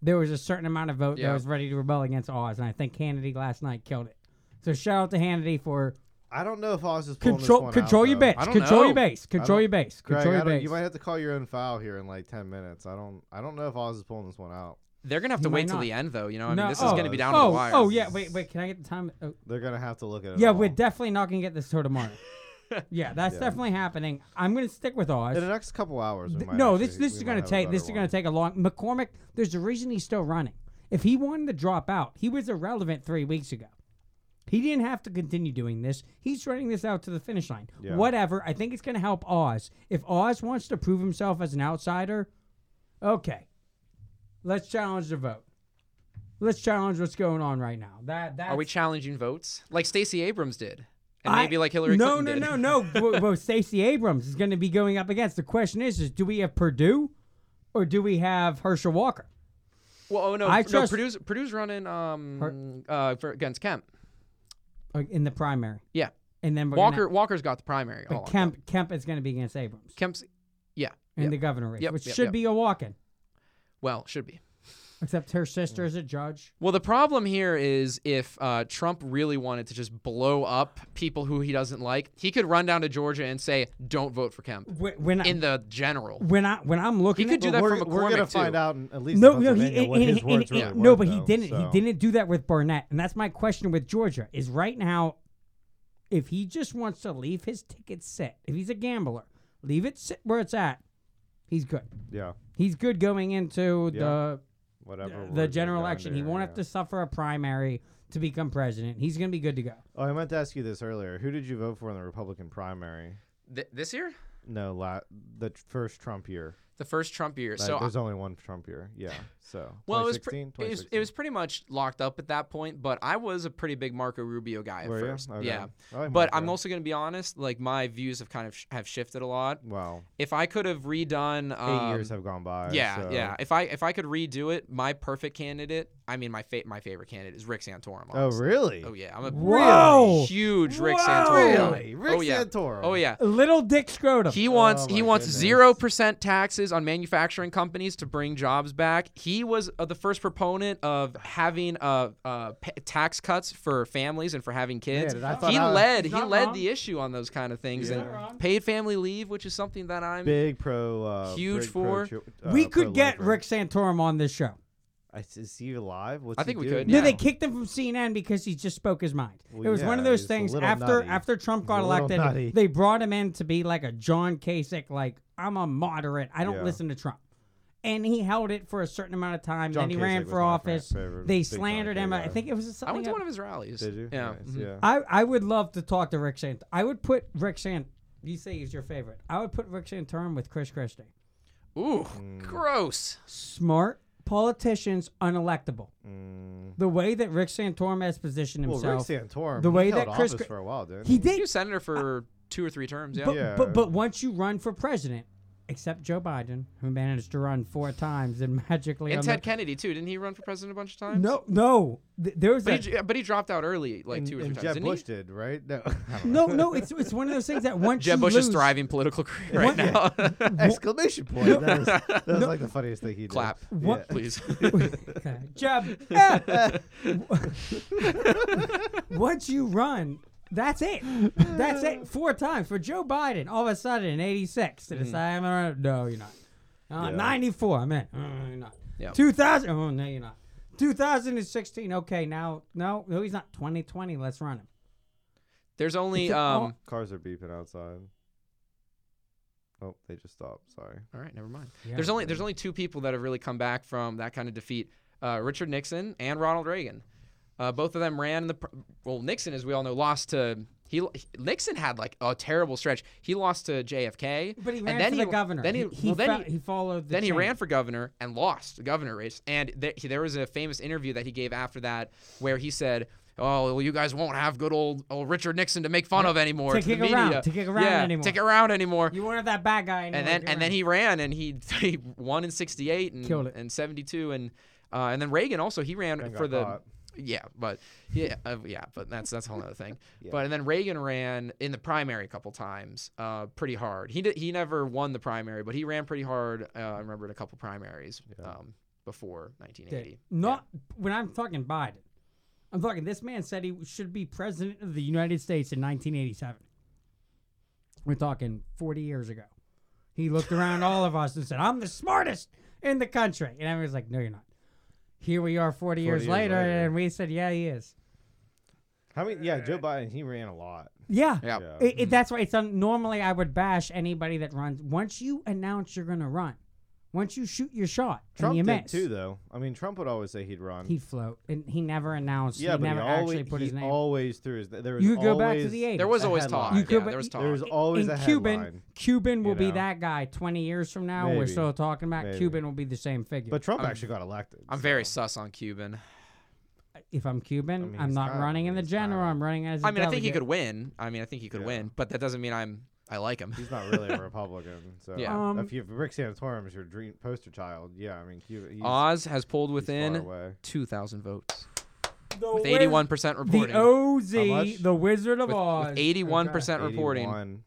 [SPEAKER 2] There was a certain amount of vote that
[SPEAKER 3] Yeah.
[SPEAKER 2] was ready to rebel against Oz, and I think Hannity last night killed it. So shout out to Hannity for
[SPEAKER 1] I don't know if Oz is pulling this
[SPEAKER 2] control
[SPEAKER 1] one
[SPEAKER 2] control
[SPEAKER 1] out,
[SPEAKER 2] your
[SPEAKER 1] though.
[SPEAKER 2] base,
[SPEAKER 3] I don't
[SPEAKER 2] control your
[SPEAKER 3] know.
[SPEAKER 2] base, control
[SPEAKER 1] don't-
[SPEAKER 2] your base,
[SPEAKER 1] Greg,
[SPEAKER 2] control
[SPEAKER 1] I
[SPEAKER 2] your
[SPEAKER 1] don't-
[SPEAKER 2] base.
[SPEAKER 1] you might have to call your own foul here in like ten minutes. I don't. I don't know if Oz is pulling this one out.
[SPEAKER 3] They're going to have
[SPEAKER 2] He
[SPEAKER 3] to
[SPEAKER 2] might
[SPEAKER 3] wait till
[SPEAKER 2] not.
[SPEAKER 3] the end though, you know? I mean,
[SPEAKER 2] No,
[SPEAKER 3] this
[SPEAKER 2] oh,
[SPEAKER 3] is going to be down to the
[SPEAKER 2] oh,
[SPEAKER 3] wire.
[SPEAKER 2] oh yeah, wait, wait, can I get the time? Oh,
[SPEAKER 1] They're gonna have to look at it.
[SPEAKER 2] yeah,
[SPEAKER 1] all.
[SPEAKER 2] we're definitely not gonna get this till tomorrow. yeah, that's
[SPEAKER 1] Yeah.
[SPEAKER 2] definitely happening. I'm gonna stick with Oz.
[SPEAKER 1] in the next couple hours. We
[SPEAKER 2] Th-
[SPEAKER 1] might
[SPEAKER 2] no,
[SPEAKER 1] actually-
[SPEAKER 2] this this
[SPEAKER 1] we
[SPEAKER 2] is
[SPEAKER 1] might
[SPEAKER 2] going
[SPEAKER 1] have
[SPEAKER 2] to
[SPEAKER 1] a
[SPEAKER 2] take this
[SPEAKER 1] better
[SPEAKER 2] is going
[SPEAKER 1] one.
[SPEAKER 2] to take a long. McCormick, there's a reason he's still running. If he wanted to drop out, he was irrelevant three weeks ago. He didn't have to continue doing this. He's running this out to the finish line.
[SPEAKER 1] Yeah.
[SPEAKER 2] Whatever. I think it's going to help Oz. If Oz wants to prove himself as an outsider, okay, let's challenge the vote. Let's challenge what's going on right now. That that
[SPEAKER 3] Are we challenging votes like Stacey Abrams did? And maybe like Hillary
[SPEAKER 2] no,
[SPEAKER 3] Clinton
[SPEAKER 2] no,
[SPEAKER 3] did.
[SPEAKER 2] No, no, no, Well, Stacey Abrams is going to be going up against. The question is, is do we have Purdue or do we have Herschel Walker?
[SPEAKER 3] Well, oh no,
[SPEAKER 2] I
[SPEAKER 3] no,
[SPEAKER 2] trust-
[SPEAKER 3] Purdue's Purdue's running um uh for, against Kemp.
[SPEAKER 2] Or in the primary?
[SPEAKER 3] Yeah.
[SPEAKER 2] And then we're gonna-
[SPEAKER 3] Walker Walker's got the primary. all
[SPEAKER 2] but
[SPEAKER 3] on
[SPEAKER 2] Kemp, Kemp is going to be against Abrams
[SPEAKER 3] Kemp's yeah.
[SPEAKER 2] in
[SPEAKER 3] yeah.
[SPEAKER 2] the governor race,
[SPEAKER 3] Yep,
[SPEAKER 2] which
[SPEAKER 3] yep,
[SPEAKER 2] should
[SPEAKER 3] yep.
[SPEAKER 2] be a walk-in.
[SPEAKER 3] Well, should be.
[SPEAKER 2] Except her sister is a judge.
[SPEAKER 3] Well, the problem here is if uh, Trump really wanted to just blow up people who he doesn't like, he could run down to Georgia and say, "Don't vote for Kemp."
[SPEAKER 2] When, when I,
[SPEAKER 3] In the general,
[SPEAKER 2] when I when I'm
[SPEAKER 3] he
[SPEAKER 2] looking,
[SPEAKER 3] could
[SPEAKER 2] at
[SPEAKER 3] do
[SPEAKER 1] But
[SPEAKER 3] that for
[SPEAKER 1] we're, we're gonna
[SPEAKER 3] McCormick
[SPEAKER 1] find
[SPEAKER 3] too.
[SPEAKER 1] out in, at least
[SPEAKER 2] No,
[SPEAKER 1] in
[SPEAKER 2] no, he,
[SPEAKER 1] Pennsylvania what
[SPEAKER 2] and-
[SPEAKER 1] his
[SPEAKER 2] and-
[SPEAKER 1] words
[SPEAKER 2] and-
[SPEAKER 1] really
[SPEAKER 2] no,
[SPEAKER 1] were,
[SPEAKER 2] but he
[SPEAKER 1] though,
[SPEAKER 2] didn't.
[SPEAKER 1] so.
[SPEAKER 2] He didn't do that with Barnett, and that's my question with Georgia. Is right now, if he just wants to leave his ticket set, if he's a gambler, leave it sit where it's at, he's good.
[SPEAKER 1] Yeah,
[SPEAKER 2] He's good going into
[SPEAKER 1] Yeah.
[SPEAKER 2] the
[SPEAKER 1] whatever. words
[SPEAKER 2] the
[SPEAKER 1] we're
[SPEAKER 2] general
[SPEAKER 1] down
[SPEAKER 2] election. he
[SPEAKER 1] here,
[SPEAKER 2] won't
[SPEAKER 1] yeah.
[SPEAKER 2] have to suffer a primary to become president. He's gonna be good to go.
[SPEAKER 1] Oh, I meant to ask you this earlier. Who did you vote for in the Republican primary?
[SPEAKER 3] Th- this year,
[SPEAKER 1] No, la- the tr- first Trump year.
[SPEAKER 3] the first Trump year.
[SPEAKER 1] Like,
[SPEAKER 3] so
[SPEAKER 1] there's only one Trump year. Yeah. So.
[SPEAKER 3] Well, it was, pre-
[SPEAKER 1] 2016,
[SPEAKER 3] it was it was pretty much locked up at that point, but I was a pretty big Marco Rubio guy at
[SPEAKER 1] Were you?
[SPEAKER 3] first.
[SPEAKER 1] Okay.
[SPEAKER 3] Yeah,
[SPEAKER 1] I like
[SPEAKER 3] but I'm
[SPEAKER 1] Marco.
[SPEAKER 3] also going to be honest. Like my views have kind of sh- have shifted a lot.
[SPEAKER 1] 2016. Wow.
[SPEAKER 3] If I could have redone,
[SPEAKER 1] Eight
[SPEAKER 3] um,
[SPEAKER 1] years have gone by.
[SPEAKER 3] yeah,
[SPEAKER 1] so-
[SPEAKER 3] yeah. If I if I could redo it, my perfect candidate. I mean, my fa- my favorite candidate is Rick Santorum.
[SPEAKER 1] Oh
[SPEAKER 3] honestly.
[SPEAKER 1] really?
[SPEAKER 3] Oh yeah, I'm a
[SPEAKER 2] Whoa!
[SPEAKER 3] huge Rick
[SPEAKER 2] Whoa!
[SPEAKER 3] Santorum. guy.
[SPEAKER 1] Really? Rick
[SPEAKER 3] oh yeah.
[SPEAKER 1] Santorum.
[SPEAKER 3] Oh yeah.
[SPEAKER 2] Little Dick Scrotum.
[SPEAKER 3] He wants
[SPEAKER 1] Oh,
[SPEAKER 3] he
[SPEAKER 1] my
[SPEAKER 3] wants
[SPEAKER 1] goodness.
[SPEAKER 3] zero percent taxes on manufacturing companies to bring jobs back. He was uh, the first proponent of having uh, uh, p- tax cuts for families and for having kids.
[SPEAKER 1] Man, I thought
[SPEAKER 3] he
[SPEAKER 1] I was-
[SPEAKER 3] led
[SPEAKER 2] He's
[SPEAKER 3] he
[SPEAKER 2] not
[SPEAKER 3] led
[SPEAKER 2] wrong.
[SPEAKER 3] the issue on those kind of things
[SPEAKER 1] He's
[SPEAKER 3] and
[SPEAKER 1] not
[SPEAKER 2] wrong.
[SPEAKER 3] paid family leave, which is something that I'm
[SPEAKER 1] Big pro. Uh,
[SPEAKER 3] Huge
[SPEAKER 1] big pro
[SPEAKER 3] for-
[SPEAKER 1] cho- uh,
[SPEAKER 2] we could get
[SPEAKER 1] pro-lifer.
[SPEAKER 2] Rick Santorum on this show.
[SPEAKER 1] I s- Is he alive? What's
[SPEAKER 3] I
[SPEAKER 1] he
[SPEAKER 3] think we
[SPEAKER 1] doing
[SPEAKER 3] could,
[SPEAKER 2] No,
[SPEAKER 1] now?
[SPEAKER 3] Yeah.
[SPEAKER 2] they kicked him from CNN because he just spoke his mind.
[SPEAKER 1] Well,
[SPEAKER 2] it was one
[SPEAKER 1] yeah,
[SPEAKER 2] of those
[SPEAKER 1] he's a
[SPEAKER 2] things
[SPEAKER 1] little
[SPEAKER 2] after
[SPEAKER 1] nutty.
[SPEAKER 2] after Trump
[SPEAKER 1] He's
[SPEAKER 2] got
[SPEAKER 1] a little
[SPEAKER 2] elected,
[SPEAKER 1] nutty.
[SPEAKER 2] they brought him in to be like a John Kasich, like I'm a moderate, I don't
[SPEAKER 1] Yeah.
[SPEAKER 2] listen to Trump. And he held it for a certain amount of time.
[SPEAKER 1] John
[SPEAKER 2] then he ran
[SPEAKER 1] Kasich was
[SPEAKER 2] for
[SPEAKER 1] my
[SPEAKER 2] office.
[SPEAKER 1] favorite-
[SPEAKER 2] They
[SPEAKER 1] big John
[SPEAKER 2] slandered him.
[SPEAKER 1] Kasich
[SPEAKER 2] I
[SPEAKER 1] guy.
[SPEAKER 2] think it was something.
[SPEAKER 3] I went to
[SPEAKER 2] like-
[SPEAKER 3] one of his rallies.
[SPEAKER 1] Did you?
[SPEAKER 3] Yeah.
[SPEAKER 1] Nice,
[SPEAKER 3] mhm.
[SPEAKER 1] yeah.
[SPEAKER 2] I, I would love to talk to Rick Sant. I would put Rick Sant. You say he's your favorite. I would put Rick Santorum with Chris Christie.
[SPEAKER 3] Ooh,
[SPEAKER 1] Mm.
[SPEAKER 3] gross.
[SPEAKER 2] Smart politicians, unelectable. The way that Rick Santorum has positioned
[SPEAKER 1] Mm. Well,
[SPEAKER 2] himself.
[SPEAKER 1] Rick Santorum.
[SPEAKER 2] the
[SPEAKER 1] he
[SPEAKER 2] way
[SPEAKER 1] held
[SPEAKER 2] that Chris
[SPEAKER 1] office
[SPEAKER 2] Cr-
[SPEAKER 1] for a while, didn't
[SPEAKER 2] He
[SPEAKER 1] he?
[SPEAKER 3] He
[SPEAKER 2] did,
[SPEAKER 3] was senator for two or three terms. Yeah.
[SPEAKER 2] but,
[SPEAKER 1] Yeah.
[SPEAKER 2] but but once you run for president, except Joe Biden, who managed to run four times and magically
[SPEAKER 3] And
[SPEAKER 2] on
[SPEAKER 3] Ted
[SPEAKER 2] the,
[SPEAKER 3] Kennedy too. Didn't he run for president a bunch of times?
[SPEAKER 2] no no th- there was
[SPEAKER 3] But he,
[SPEAKER 2] that-
[SPEAKER 3] j- but he dropped out early like
[SPEAKER 1] And,
[SPEAKER 3] two or three
[SPEAKER 1] and
[SPEAKER 3] times.
[SPEAKER 1] Jeb
[SPEAKER 3] didn't
[SPEAKER 1] Bush
[SPEAKER 3] he?
[SPEAKER 1] did, right? No. I don't know.
[SPEAKER 2] no no it's it's one of those things that once
[SPEAKER 3] Jeb
[SPEAKER 2] you
[SPEAKER 3] Bush's
[SPEAKER 2] lose,
[SPEAKER 3] thriving political career right now.
[SPEAKER 1] Exclamation point. That was, that was like the funniest thing he did.
[SPEAKER 3] Clap,
[SPEAKER 1] Yeah.
[SPEAKER 3] please.
[SPEAKER 2] Okay. Ah! Jeb yeah. once you run. That's it. That's it. Four times for Joe Biden. All of a sudden, in '86,
[SPEAKER 3] Mm-hmm.
[SPEAKER 2] to decide I'm gonna run. No, you're not. Uh,
[SPEAKER 1] Yeah.
[SPEAKER 2] '94, I'm in. Uh, you're not.
[SPEAKER 3] Yeah.
[SPEAKER 2] 2000. Oh, no, you're not. 2016. Okay, now no, no, he's not 2020. Let's run him.
[SPEAKER 3] There's only
[SPEAKER 2] Is it all-
[SPEAKER 3] um.
[SPEAKER 1] Cars are beeping outside. Oh, they just stopped. Sorry.
[SPEAKER 3] All right, never mind. There's only there's only two people that have really come back from that kind of defeat: uh, Richard Nixon and Ronald Reagan. Uh, both of them ran in the pr- well. Nixon, as we all know, lost to he. Nixon had like a terrible stretch. He lost to JFK,
[SPEAKER 2] But he ran
[SPEAKER 3] and then
[SPEAKER 2] for
[SPEAKER 3] he,
[SPEAKER 2] the governor.
[SPEAKER 3] Then he,
[SPEAKER 2] he,
[SPEAKER 3] well, then
[SPEAKER 2] fo-
[SPEAKER 3] he,
[SPEAKER 2] he followed. The
[SPEAKER 3] then he
[SPEAKER 2] chain.
[SPEAKER 3] ran for governor and lost the governor race. And there, he, there was a famous interview that he gave after that where he said, "Oh, well, you guys won't have good old, old Richard Nixon to make fun of anymore.
[SPEAKER 2] To
[SPEAKER 3] the
[SPEAKER 2] kick around-
[SPEAKER 3] media.
[SPEAKER 2] to kick around
[SPEAKER 3] yeah,
[SPEAKER 2] anymore."
[SPEAKER 3] To kick around anymore."
[SPEAKER 2] You weren't that bad guy anymore.
[SPEAKER 3] and then
[SPEAKER 2] you're
[SPEAKER 3] and then
[SPEAKER 2] in.
[SPEAKER 3] he ran and he, he won in 68 and
[SPEAKER 2] Killed it.
[SPEAKER 3] and 72 and uh, and then Reagan also he ran
[SPEAKER 1] And got
[SPEAKER 3] for the
[SPEAKER 1] caught.
[SPEAKER 3] yeah but yeah uh, yeah but that's that's a whole other thing but and then Reagan ran in the primary a couple times uh, pretty hard he did, he never won the primary but he ran pretty hard uh, I remember in a couple primaries um, before 1980
[SPEAKER 2] Not when I'm talking Biden. I'm talking this man said he should be president of the United States in 1987. We're talking 40 years ago. He looked around all of us and said, "I'm the smartest in the country," and everyone's like, "No, you're not." Here we are, 40, years,
[SPEAKER 1] years
[SPEAKER 2] later,
[SPEAKER 1] later.
[SPEAKER 2] and we said, "Yeah, he is."
[SPEAKER 1] How many? Yeah, Joe Biden. He ran a lot.
[SPEAKER 2] Yeah,
[SPEAKER 3] yeah,
[SPEAKER 1] Yeah.
[SPEAKER 2] It, it, that's why it's un- normally I would bash anybody that runs. Once you announce you're going to run, once you shoot your shot,
[SPEAKER 1] Trump
[SPEAKER 2] and you
[SPEAKER 1] did
[SPEAKER 2] miss,
[SPEAKER 1] too, though. I mean, Trump would always say he'd run.
[SPEAKER 2] he'd float, and he never announced.
[SPEAKER 1] yeah,
[SPEAKER 2] he
[SPEAKER 1] but
[SPEAKER 2] never
[SPEAKER 1] he
[SPEAKER 2] actually
[SPEAKER 1] always
[SPEAKER 2] put
[SPEAKER 1] he
[SPEAKER 2] his name.
[SPEAKER 1] always threw his. There was
[SPEAKER 2] you go back to
[SPEAKER 1] always-
[SPEAKER 2] the 80s.
[SPEAKER 3] there was
[SPEAKER 1] A
[SPEAKER 3] always
[SPEAKER 1] headline.
[SPEAKER 3] talk
[SPEAKER 2] You
[SPEAKER 3] yeah,
[SPEAKER 2] could-
[SPEAKER 3] there was talk
[SPEAKER 1] There was always
[SPEAKER 2] in
[SPEAKER 1] a
[SPEAKER 2] Cuban,
[SPEAKER 1] headline.
[SPEAKER 2] Cuban will
[SPEAKER 1] you
[SPEAKER 2] be
[SPEAKER 1] know?
[SPEAKER 2] that guy 20 years from now. We're
[SPEAKER 1] Maybe.
[SPEAKER 2] still talking about
[SPEAKER 1] Maybe.
[SPEAKER 2] Cuban will be the same figure.
[SPEAKER 1] But
[SPEAKER 3] Um,
[SPEAKER 1] Trump actually got elected.
[SPEAKER 3] I'm
[SPEAKER 1] so.
[SPEAKER 3] very sus on Cuban
[SPEAKER 2] if I'm Cuban, I
[SPEAKER 1] mean,
[SPEAKER 2] am
[SPEAKER 1] he's
[SPEAKER 2] not
[SPEAKER 1] got-
[SPEAKER 2] running in the
[SPEAKER 1] he's got-
[SPEAKER 2] general. I'm running as. I
[SPEAKER 3] I mean I think he could win I mean I think he could win but that doesn't mean I'm I like him
[SPEAKER 1] He's not really a Republican. So
[SPEAKER 3] Yeah.
[SPEAKER 2] Um,
[SPEAKER 1] if you have Rick Santorum's your dream poster child, yeah, I mean, Cuba. He's,
[SPEAKER 3] Oz has pulled
[SPEAKER 1] he's far
[SPEAKER 3] within
[SPEAKER 1] away.
[SPEAKER 3] 2,000 votes.
[SPEAKER 2] The
[SPEAKER 3] With 81% reporting.
[SPEAKER 2] The OZ,
[SPEAKER 1] How much?
[SPEAKER 2] the Wizard of
[SPEAKER 3] with,
[SPEAKER 2] Oz.
[SPEAKER 3] with 81% reporting.
[SPEAKER 1] 81.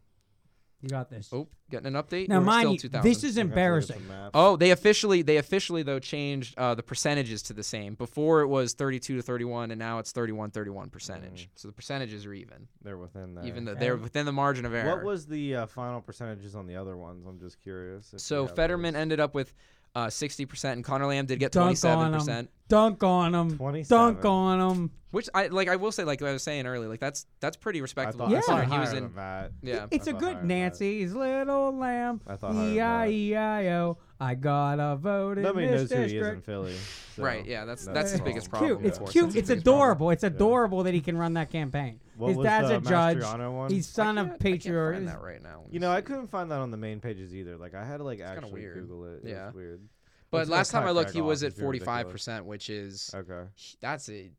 [SPEAKER 2] You got this.
[SPEAKER 3] Oh, getting an update.
[SPEAKER 2] now,
[SPEAKER 3] We're
[SPEAKER 2] mind you,
[SPEAKER 3] still 2,000.
[SPEAKER 2] this is
[SPEAKER 1] I gotta look at the
[SPEAKER 2] embarrassing.
[SPEAKER 1] map.
[SPEAKER 3] Oh, they officially they officially though changed uh, the percentages to the same. Before it was 32 to 31, and now it's 31 31 percentage. So the percentages are even,
[SPEAKER 1] Mm. They're within there.
[SPEAKER 3] even though they're within the margin of error.
[SPEAKER 1] What was the uh, final percentages on the other ones? I'm just curious. if you
[SPEAKER 3] so
[SPEAKER 1] have
[SPEAKER 3] Fetterman
[SPEAKER 1] those.
[SPEAKER 3] ended up with uh, 60%, and Connor Lamb did get
[SPEAKER 2] Dunk on
[SPEAKER 3] 27%.
[SPEAKER 2] him. Dunk on him. Dunk
[SPEAKER 1] 27.
[SPEAKER 2] on him.
[SPEAKER 3] Which I like. I will say, like I was saying earlier, like that's that's pretty
[SPEAKER 1] I
[SPEAKER 3] respectable.
[SPEAKER 1] thought, I thought
[SPEAKER 3] considering he was
[SPEAKER 1] higher
[SPEAKER 3] in.
[SPEAKER 1] than that.
[SPEAKER 3] Yeah.
[SPEAKER 2] It's
[SPEAKER 1] I
[SPEAKER 2] a
[SPEAKER 1] thought higher
[SPEAKER 2] good
[SPEAKER 1] than that.
[SPEAKER 2] Nancy's little lamb.
[SPEAKER 1] I thought higher than
[SPEAKER 2] E I
[SPEAKER 1] that.
[SPEAKER 2] E I O. I got a vote in
[SPEAKER 1] Nobody
[SPEAKER 2] this
[SPEAKER 1] knows who he is in
[SPEAKER 2] district.
[SPEAKER 1] Philly. so
[SPEAKER 3] Right, yeah, that's-
[SPEAKER 1] no
[SPEAKER 3] that's his
[SPEAKER 1] problem.
[SPEAKER 3] biggest
[SPEAKER 2] It's cute.
[SPEAKER 3] problem,
[SPEAKER 2] It's
[SPEAKER 3] yeah.
[SPEAKER 2] cute.
[SPEAKER 3] That's
[SPEAKER 2] It's
[SPEAKER 3] the biggest problem.
[SPEAKER 2] adorable. It's adorable that he can run that campaign.
[SPEAKER 1] What
[SPEAKER 2] His
[SPEAKER 1] was
[SPEAKER 2] dad's
[SPEAKER 1] the
[SPEAKER 2] a judge.
[SPEAKER 1] Mastriano one?
[SPEAKER 2] He's son
[SPEAKER 3] I
[SPEAKER 2] of
[SPEAKER 3] can't- I can't
[SPEAKER 2] patriarch.
[SPEAKER 3] find that right now.
[SPEAKER 1] You know, I couldn't find that on the main pages either. Like, I had to like
[SPEAKER 3] kinda
[SPEAKER 1] actually
[SPEAKER 3] weird.
[SPEAKER 1] Google it. It
[SPEAKER 3] Yeah.
[SPEAKER 1] was weird.
[SPEAKER 3] But
[SPEAKER 1] Let's go
[SPEAKER 3] last time I
[SPEAKER 1] cut
[SPEAKER 3] looked,
[SPEAKER 1] Greg
[SPEAKER 3] he
[SPEAKER 1] off.
[SPEAKER 3] was at
[SPEAKER 1] He's being ridiculous.
[SPEAKER 3] 45 percent, which is
[SPEAKER 1] Okay.
[SPEAKER 3] that's a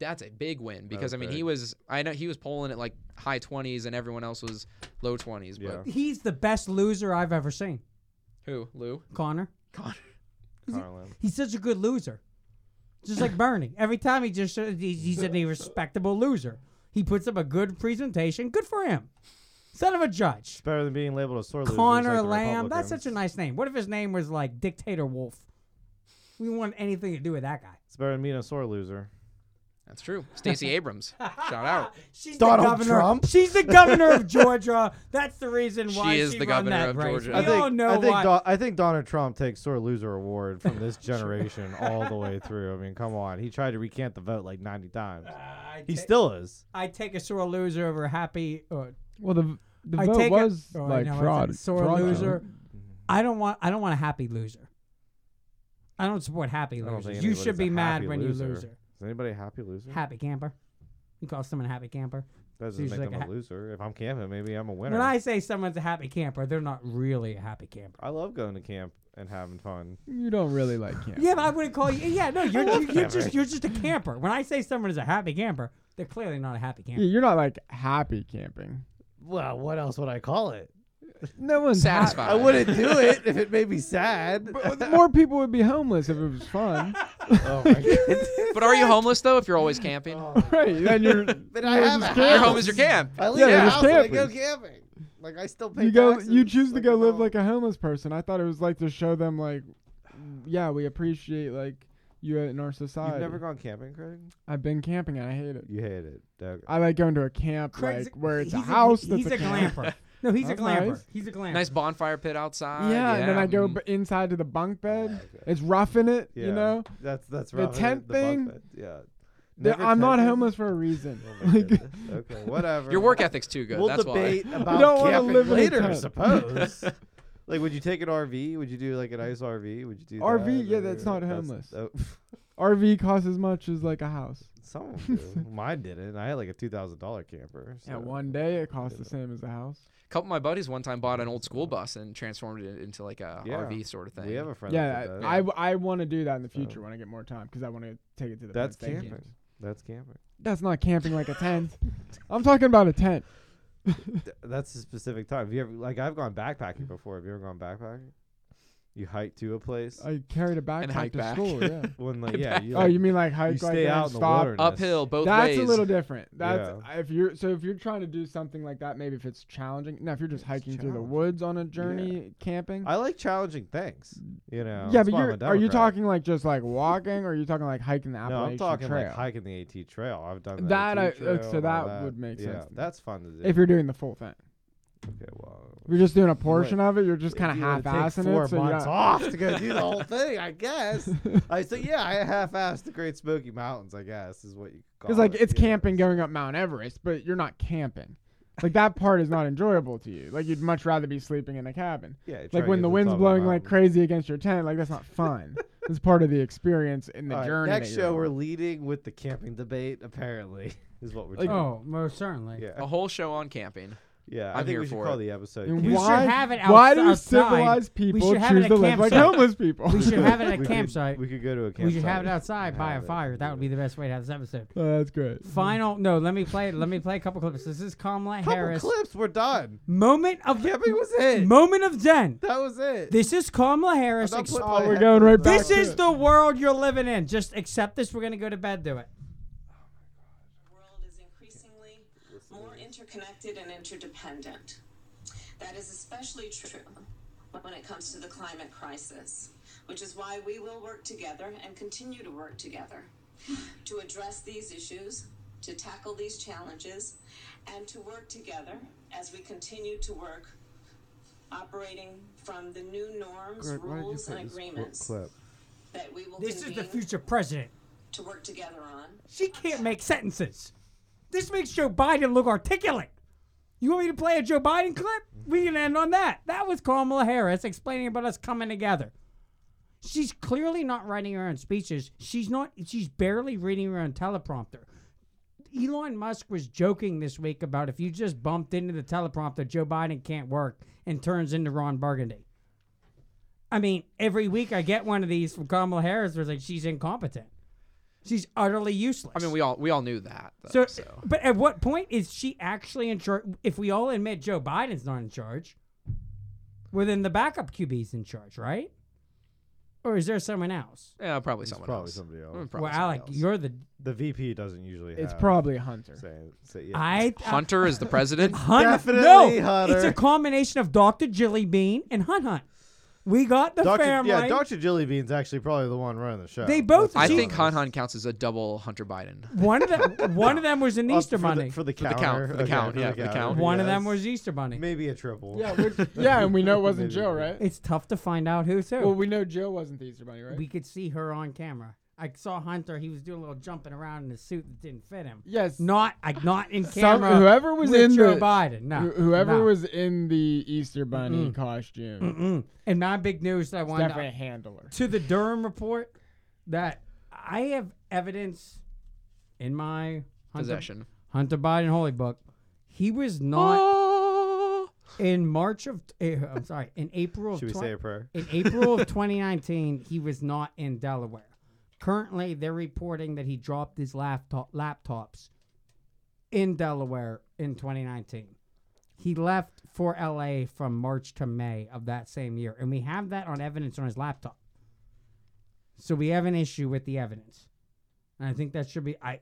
[SPEAKER 3] that's a big win because I mean
[SPEAKER 1] big.
[SPEAKER 3] he was I know he was polling at like high 20s and everyone else was low 20s. But
[SPEAKER 2] He's the best loser I've ever seen.
[SPEAKER 3] who Lou
[SPEAKER 2] Connor.
[SPEAKER 3] Connor?
[SPEAKER 1] Carlin.
[SPEAKER 2] He's such a good loser. Just like Bernie. Every time he just shows he's, he's a respectable loser. He puts up a good presentation. Good for him. Son of a judge.
[SPEAKER 1] It's better than being labeled a sore loser.
[SPEAKER 2] Connor Lamb. That's such a nice name. What if his name was like Dictator Wolf? We don't want anything to do with that guy.
[SPEAKER 1] It's better than being a sore loser.
[SPEAKER 3] That's true. Stacey Abrams. Shout out.
[SPEAKER 2] She's
[SPEAKER 1] Donald
[SPEAKER 2] the governor.
[SPEAKER 1] Trump?
[SPEAKER 2] She's the governor of Georgia. That's the reason why
[SPEAKER 3] She is the
[SPEAKER 2] run
[SPEAKER 3] governor
[SPEAKER 2] that
[SPEAKER 3] of
[SPEAKER 2] race.
[SPEAKER 3] Georgia.
[SPEAKER 2] We
[SPEAKER 3] I
[SPEAKER 1] I think,
[SPEAKER 2] all know
[SPEAKER 1] I think,
[SPEAKER 2] why.
[SPEAKER 1] Do- I think Donald Trump takes sore loser award from this generation all the way through. I mean, come on. He tried to recant the vote like 90 times.
[SPEAKER 2] Uh, I
[SPEAKER 1] He
[SPEAKER 2] ta-
[SPEAKER 1] still is.
[SPEAKER 2] I take a sore loser over a happy. Uh,
[SPEAKER 4] Well, the the
[SPEAKER 2] I
[SPEAKER 4] vote
[SPEAKER 2] take
[SPEAKER 4] was
[SPEAKER 2] a, oh,
[SPEAKER 4] like
[SPEAKER 2] no, I said
[SPEAKER 4] fraud.
[SPEAKER 2] Sore
[SPEAKER 4] fraud
[SPEAKER 2] loser. I don't want. I don't want a happy loser. I don't support happy
[SPEAKER 1] I don't
[SPEAKER 2] losers.
[SPEAKER 1] think
[SPEAKER 2] You
[SPEAKER 1] anybody's
[SPEAKER 2] should
[SPEAKER 1] a
[SPEAKER 2] be mad
[SPEAKER 1] happy
[SPEAKER 2] when
[SPEAKER 1] loser.
[SPEAKER 2] you loser.
[SPEAKER 1] Is anybody a happy loser?
[SPEAKER 2] Happy camper. You call someone a happy camper.
[SPEAKER 1] that doesn't
[SPEAKER 2] He's
[SPEAKER 1] make
[SPEAKER 2] like
[SPEAKER 1] them
[SPEAKER 2] a
[SPEAKER 1] a,
[SPEAKER 2] ha-
[SPEAKER 1] loser. If I'm camping, maybe I'm a winner.
[SPEAKER 2] When I
[SPEAKER 1] I-,
[SPEAKER 2] say someone's a happy camper, they're not really a happy camper.
[SPEAKER 1] love going to camp and having fun.
[SPEAKER 4] You don't really like him.
[SPEAKER 2] Yeah, but I wouldn't call you. Yeah, no, you're you're, you're just you're just a camper. When I say someone is a happy camper, they're clearly not a happy
[SPEAKER 4] Yeah,
[SPEAKER 2] camper.
[SPEAKER 4] you're not like happy camping.
[SPEAKER 1] Well, what else would I call it?
[SPEAKER 4] No one's hap-
[SPEAKER 3] Satisfied.
[SPEAKER 1] do it if it made me sad.
[SPEAKER 4] But More people would be homeless if it was fun.
[SPEAKER 1] oh my god.
[SPEAKER 3] But are you homeless though? If you're always camping,
[SPEAKER 2] Oh.
[SPEAKER 4] right. Then you're
[SPEAKER 1] I
[SPEAKER 4] you're
[SPEAKER 1] have
[SPEAKER 4] just
[SPEAKER 1] a
[SPEAKER 4] camping.
[SPEAKER 3] your home is your camp.
[SPEAKER 1] I
[SPEAKER 4] leave Yeah, the there's house and I go
[SPEAKER 1] camping. Like I still pay
[SPEAKER 4] You go you choose to go live like a homeless person. I thought it was like to show them like yeah, we appreciate like you in our society.
[SPEAKER 1] You've never gone camping, Craig?
[SPEAKER 4] I've been camping and I hate it.
[SPEAKER 1] You hate it. Okay.
[SPEAKER 4] I like going to a camp
[SPEAKER 2] Craig's-
[SPEAKER 4] like where it's a
[SPEAKER 2] he's
[SPEAKER 4] house
[SPEAKER 2] He's
[SPEAKER 4] that's
[SPEAKER 2] a
[SPEAKER 4] camp.
[SPEAKER 2] glamper. No, he's
[SPEAKER 4] That's
[SPEAKER 2] a glamper.
[SPEAKER 4] nice.
[SPEAKER 2] He's a glamper.
[SPEAKER 3] Nice bonfire pit outside.
[SPEAKER 4] yeah, and then I go
[SPEAKER 3] mm.
[SPEAKER 4] b- inside to the bunk bed.
[SPEAKER 1] okay.
[SPEAKER 4] It's rough in it,
[SPEAKER 1] Yeah,
[SPEAKER 4] you know.
[SPEAKER 1] that's that's
[SPEAKER 4] the
[SPEAKER 1] rough, isn't it?
[SPEAKER 4] tent
[SPEAKER 1] The bunk
[SPEAKER 4] thing?
[SPEAKER 1] bed, Yeah,
[SPEAKER 4] The-
[SPEAKER 1] Never
[SPEAKER 4] I'm not
[SPEAKER 1] tent-
[SPEAKER 4] homeless for a reason.
[SPEAKER 1] Oh my
[SPEAKER 4] Like,
[SPEAKER 1] goodness. okay, whatever.
[SPEAKER 3] Your work ethic's too good.
[SPEAKER 1] We'll
[SPEAKER 3] that's
[SPEAKER 1] debate
[SPEAKER 3] why.
[SPEAKER 1] about
[SPEAKER 4] don't wanna
[SPEAKER 1] camping
[SPEAKER 4] live in a
[SPEAKER 1] later, I
[SPEAKER 4] tent.
[SPEAKER 1] suppose. like, would you take an RV? Would you do like an ice RV? Would you do
[SPEAKER 4] RV?
[SPEAKER 1] that,
[SPEAKER 4] Yeah, that's
[SPEAKER 1] or-
[SPEAKER 4] not homeless.
[SPEAKER 1] oh,
[SPEAKER 4] RV costs as much as like a house.
[SPEAKER 1] some of them do. Mine didn't. I had like a two thousand dollar camper. So.
[SPEAKER 4] Yeah, one day it costs the same as a house.
[SPEAKER 3] A couple of my buddies one time bought an old school bus and transformed it into like a
[SPEAKER 1] Yeah.
[SPEAKER 3] RV sort of thing.
[SPEAKER 1] We have a friend. that
[SPEAKER 4] Yeah,
[SPEAKER 1] did that.
[SPEAKER 4] I, I, want to do that in the future when I get more time because I want to take it to the.
[SPEAKER 1] that's
[SPEAKER 4] Penn State
[SPEAKER 1] camping.
[SPEAKER 4] games.
[SPEAKER 1] That's camping.
[SPEAKER 4] That's not camping like a tent. I'm talking about a tent.
[SPEAKER 1] Th- That's a specific time. Have you ever like I've gone backpacking before. Have you ever gone backpacking? You hike to a place.
[SPEAKER 4] I carried a backpack
[SPEAKER 3] hike
[SPEAKER 4] to
[SPEAKER 3] back.
[SPEAKER 4] school. Yeah.
[SPEAKER 1] when like yeah, you,
[SPEAKER 4] oh,
[SPEAKER 1] like,
[SPEAKER 4] you mean like hike
[SPEAKER 1] you
[SPEAKER 4] like
[SPEAKER 1] stay
[SPEAKER 4] that and
[SPEAKER 1] out in the
[SPEAKER 4] stop?
[SPEAKER 1] wilderness.
[SPEAKER 3] Uphill both
[SPEAKER 4] That's
[SPEAKER 3] ways.
[SPEAKER 4] a little different. That's
[SPEAKER 1] Yeah.
[SPEAKER 4] if you're so if you're trying to do something like that, maybe if it's challenging. Now, if you're just hiking through the
[SPEAKER 1] challenging.
[SPEAKER 4] woods on a journey, camping.
[SPEAKER 1] I like challenging things. You know.
[SPEAKER 4] yeah,
[SPEAKER 1] that's
[SPEAKER 4] but
[SPEAKER 1] why I'm
[SPEAKER 4] you're
[SPEAKER 1] a
[SPEAKER 4] are you
[SPEAKER 1] Democrat.
[SPEAKER 4] talking like just like walking, or are you talking like hiking the
[SPEAKER 1] No,
[SPEAKER 4] Appalachian
[SPEAKER 1] I'm talking
[SPEAKER 4] Trail?
[SPEAKER 1] like hiking the AT Trail. I've done the
[SPEAKER 4] That
[SPEAKER 1] AT
[SPEAKER 4] I-
[SPEAKER 1] trail
[SPEAKER 4] so
[SPEAKER 1] and all
[SPEAKER 4] that would make
[SPEAKER 1] yeah,
[SPEAKER 4] sense to me.
[SPEAKER 1] That's fun to do.
[SPEAKER 4] if you're doing the full thing,
[SPEAKER 1] okay, well,
[SPEAKER 4] if you're just doing a portion of it, you're just kind of
[SPEAKER 1] if you wanna
[SPEAKER 4] half assing
[SPEAKER 1] take four
[SPEAKER 4] it. So you're
[SPEAKER 1] months
[SPEAKER 4] not,
[SPEAKER 1] off to go do the whole thing, I guess. I said, yeah, I half-assed the Great Smoky Mountains. I guess is what you could call
[SPEAKER 4] Because like
[SPEAKER 1] it,
[SPEAKER 4] it's
[SPEAKER 1] you know.
[SPEAKER 4] camping going up Mount Everest, but you're not camping. Like that part is not enjoyable to you. Like you'd much rather be sleeping in a cabin.
[SPEAKER 1] Yeah, you try
[SPEAKER 4] Like
[SPEAKER 1] to
[SPEAKER 4] when
[SPEAKER 1] get
[SPEAKER 4] the
[SPEAKER 1] to
[SPEAKER 4] wind's
[SPEAKER 1] top of the
[SPEAKER 4] blowing like
[SPEAKER 1] mountain.
[SPEAKER 4] crazy against your tent, like that's not fun. it's part of the experience in the
[SPEAKER 1] All right,
[SPEAKER 4] journey.
[SPEAKER 1] next
[SPEAKER 4] that
[SPEAKER 1] show,
[SPEAKER 4] you're
[SPEAKER 1] we're
[SPEAKER 4] on.
[SPEAKER 1] leading with the camping debate. Apparently, is what we're
[SPEAKER 4] Like-
[SPEAKER 1] doing.
[SPEAKER 2] Oh, most certainly.
[SPEAKER 1] yeah,
[SPEAKER 3] A whole show on camping.
[SPEAKER 1] yeah. I
[SPEAKER 3] I'm
[SPEAKER 1] think
[SPEAKER 3] here
[SPEAKER 1] we should
[SPEAKER 3] for
[SPEAKER 1] call
[SPEAKER 3] it.
[SPEAKER 1] the episode.
[SPEAKER 4] And
[SPEAKER 1] Camping-
[SPEAKER 2] We
[SPEAKER 4] why,
[SPEAKER 2] should have it
[SPEAKER 4] why do
[SPEAKER 2] outs- outside.
[SPEAKER 4] civilized
[SPEAKER 2] We
[SPEAKER 4] people
[SPEAKER 2] should have it
[SPEAKER 4] choose
[SPEAKER 2] at
[SPEAKER 4] to live like
[SPEAKER 2] campsite.
[SPEAKER 4] homeless people?
[SPEAKER 2] We should have it at a
[SPEAKER 1] we could-
[SPEAKER 2] campsite.
[SPEAKER 1] we could go to a campsite.
[SPEAKER 2] We should have it
[SPEAKER 1] and
[SPEAKER 2] outside by a
[SPEAKER 1] have it.
[SPEAKER 2] fire. That would be the best way to have this episode.
[SPEAKER 4] Oh, that's great.
[SPEAKER 2] Final. No, let me play. Let me play a couple clips. This is Kamala
[SPEAKER 1] Couple
[SPEAKER 2] Harris.
[SPEAKER 1] clips. We're done.
[SPEAKER 2] Moment of
[SPEAKER 1] Camping was it.
[SPEAKER 2] Moment of Zen.
[SPEAKER 1] That was it.
[SPEAKER 2] This is Kamala Harris.
[SPEAKER 1] I'm not
[SPEAKER 2] ex-
[SPEAKER 1] putting
[SPEAKER 4] Oh,
[SPEAKER 1] my
[SPEAKER 4] we're
[SPEAKER 1] head
[SPEAKER 4] going
[SPEAKER 1] in
[SPEAKER 4] right
[SPEAKER 1] the
[SPEAKER 4] back
[SPEAKER 2] this
[SPEAKER 4] to
[SPEAKER 2] is
[SPEAKER 4] it.
[SPEAKER 2] the world you're living in. Just accept this. We're gonna go to bed. Do it.
[SPEAKER 10] world is increasingly more interconnected and interdependent. That is especially true when it comes to the climate crisis, which is why we will work together and continue to work together to address these issues, to tackle these challenges, and to work together as we continue to work operating from the new norms,
[SPEAKER 1] Greg, why did you
[SPEAKER 10] rules,
[SPEAKER 1] put
[SPEAKER 10] and
[SPEAKER 1] this cl-
[SPEAKER 10] agreements
[SPEAKER 1] clip?
[SPEAKER 10] that we will
[SPEAKER 2] This is
[SPEAKER 10] convene
[SPEAKER 2] the future president.
[SPEAKER 10] to work together on.
[SPEAKER 2] She can't make sentences. This makes Joe Biden look articulate. You want me to play a Joe Biden clip? We can end on that. That was Kamala Harris explaining about us coming together. She's clearly not writing her own speeches. She's not. She's barely reading her own teleprompter. Elon Musk was joking this week about if you just bumped into the teleprompter, Joe Biden can't work and turns into Ron Burgundy. I mean, every week I get one of these from Kamala Harris where it's like she's incompetent. She's utterly useless.
[SPEAKER 3] I mean, we all we all knew that.
[SPEAKER 2] So,
[SPEAKER 3] Though, so,
[SPEAKER 2] but at what point is she actually in charge? If we all admit Joe Biden's not in charge, well, then the backup QB's in charge, right? Or is there someone else?
[SPEAKER 3] yeah, probably
[SPEAKER 1] It's
[SPEAKER 3] someone
[SPEAKER 1] probably
[SPEAKER 3] else.
[SPEAKER 1] somebody else.
[SPEAKER 3] Mm, probably
[SPEAKER 2] well,
[SPEAKER 3] somebody
[SPEAKER 2] Alec,
[SPEAKER 3] else.
[SPEAKER 2] you're the
[SPEAKER 1] The VP doesn't usually.
[SPEAKER 4] It's
[SPEAKER 1] have
[SPEAKER 4] probably Hunter.
[SPEAKER 1] Say, say, yeah.
[SPEAKER 2] I
[SPEAKER 3] Hunter is the president.
[SPEAKER 2] Hunt,
[SPEAKER 1] Definitely
[SPEAKER 2] no,
[SPEAKER 1] Hunter.
[SPEAKER 2] It's a combination of Dr. Jilly Bean and Hunt Hunt. We got the
[SPEAKER 1] Dr.
[SPEAKER 2] family.
[SPEAKER 1] Yeah, Dr. Jellybean's actually probably the one running the show.
[SPEAKER 2] They both-
[SPEAKER 1] Let's
[SPEAKER 3] I
[SPEAKER 1] be
[SPEAKER 3] think Han
[SPEAKER 1] honest.
[SPEAKER 3] Han counts as a double Hunter Biden.
[SPEAKER 2] one of them, one of them was an
[SPEAKER 1] Up
[SPEAKER 2] Easter
[SPEAKER 1] Oh, for
[SPEAKER 2] Bunny.
[SPEAKER 1] The, for
[SPEAKER 3] the
[SPEAKER 1] the counter.
[SPEAKER 3] count, for the
[SPEAKER 1] Okay,
[SPEAKER 3] count, yeah, for the count.
[SPEAKER 2] one of
[SPEAKER 1] yes.
[SPEAKER 2] them was Easter Bunny.
[SPEAKER 1] Maybe a triple.
[SPEAKER 4] Yeah, which, yeah, and we know it wasn't
[SPEAKER 1] Maybe.
[SPEAKER 4] Joe, right?
[SPEAKER 2] It's tough to find out who's who.
[SPEAKER 4] Well, we know Joe wasn't the Easter Bunny, right?
[SPEAKER 2] We could see her on camera. I saw Hunter. He was doing a little jumping around in his suit that didn't fit him.
[SPEAKER 4] yes.
[SPEAKER 2] Not, I, not in
[SPEAKER 4] Some-
[SPEAKER 2] camera.
[SPEAKER 4] whoever was
[SPEAKER 2] with
[SPEAKER 4] in
[SPEAKER 2] Joe
[SPEAKER 4] the-
[SPEAKER 2] Biden. No,
[SPEAKER 4] Wh- Whoever
[SPEAKER 2] no.
[SPEAKER 4] was in the Easter Bunny
[SPEAKER 2] Mm.
[SPEAKER 4] costume,
[SPEAKER 2] And my big news that I wanted
[SPEAKER 4] definitely a
[SPEAKER 2] to,
[SPEAKER 4] handler.
[SPEAKER 2] to the Durham report that I have evidence in my Hunter,
[SPEAKER 3] Possession.
[SPEAKER 2] Hunter Biden holy book. He was not in March of. eh, I'm sorry, in April of.
[SPEAKER 1] Should we
[SPEAKER 2] twen-
[SPEAKER 1] say a prayer?
[SPEAKER 2] In April of 2019, he was not in Delaware. Currently, they're reporting that he dropped his laptop laptops in Delaware in 2019. He left for LA from March to May of that same year, and we have that on evidence on his laptop. So we have an issue with the evidence, and I think that should be I
[SPEAKER 3] Do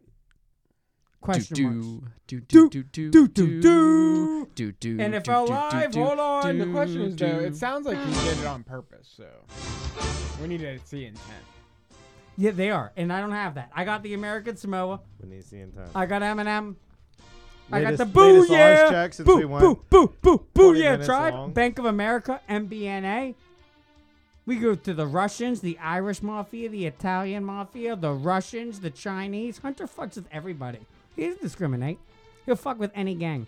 [SPEAKER 2] question marks.
[SPEAKER 3] do do do do do do
[SPEAKER 2] do,
[SPEAKER 3] do do do.
[SPEAKER 2] NFL
[SPEAKER 3] do, do,
[SPEAKER 2] Live,
[SPEAKER 3] do,
[SPEAKER 2] hold on.
[SPEAKER 3] do,
[SPEAKER 4] The question is though,
[SPEAKER 3] do.
[SPEAKER 4] it sounds like he did it on purpose, so we need to see intent.
[SPEAKER 2] Yeah, they are, and I don't have that. I got the American Samoa.
[SPEAKER 1] When he's in time.
[SPEAKER 2] I got Eminem. I got
[SPEAKER 1] Latest-
[SPEAKER 2] the boo
[SPEAKER 1] latest laws
[SPEAKER 2] yeah,
[SPEAKER 1] check since we
[SPEAKER 2] boo
[SPEAKER 1] went
[SPEAKER 2] boo boo boo boo
[SPEAKER 1] 20
[SPEAKER 2] yeah
[SPEAKER 1] minutes
[SPEAKER 2] tribe,
[SPEAKER 1] long.
[SPEAKER 2] Bank of America, MBNA. We go to the Russians, the Irish mafia, the Italian mafia, the Russians, the Chinese. Hunter fucks with everybody. He doesn't discriminate. He'll fuck with any gang.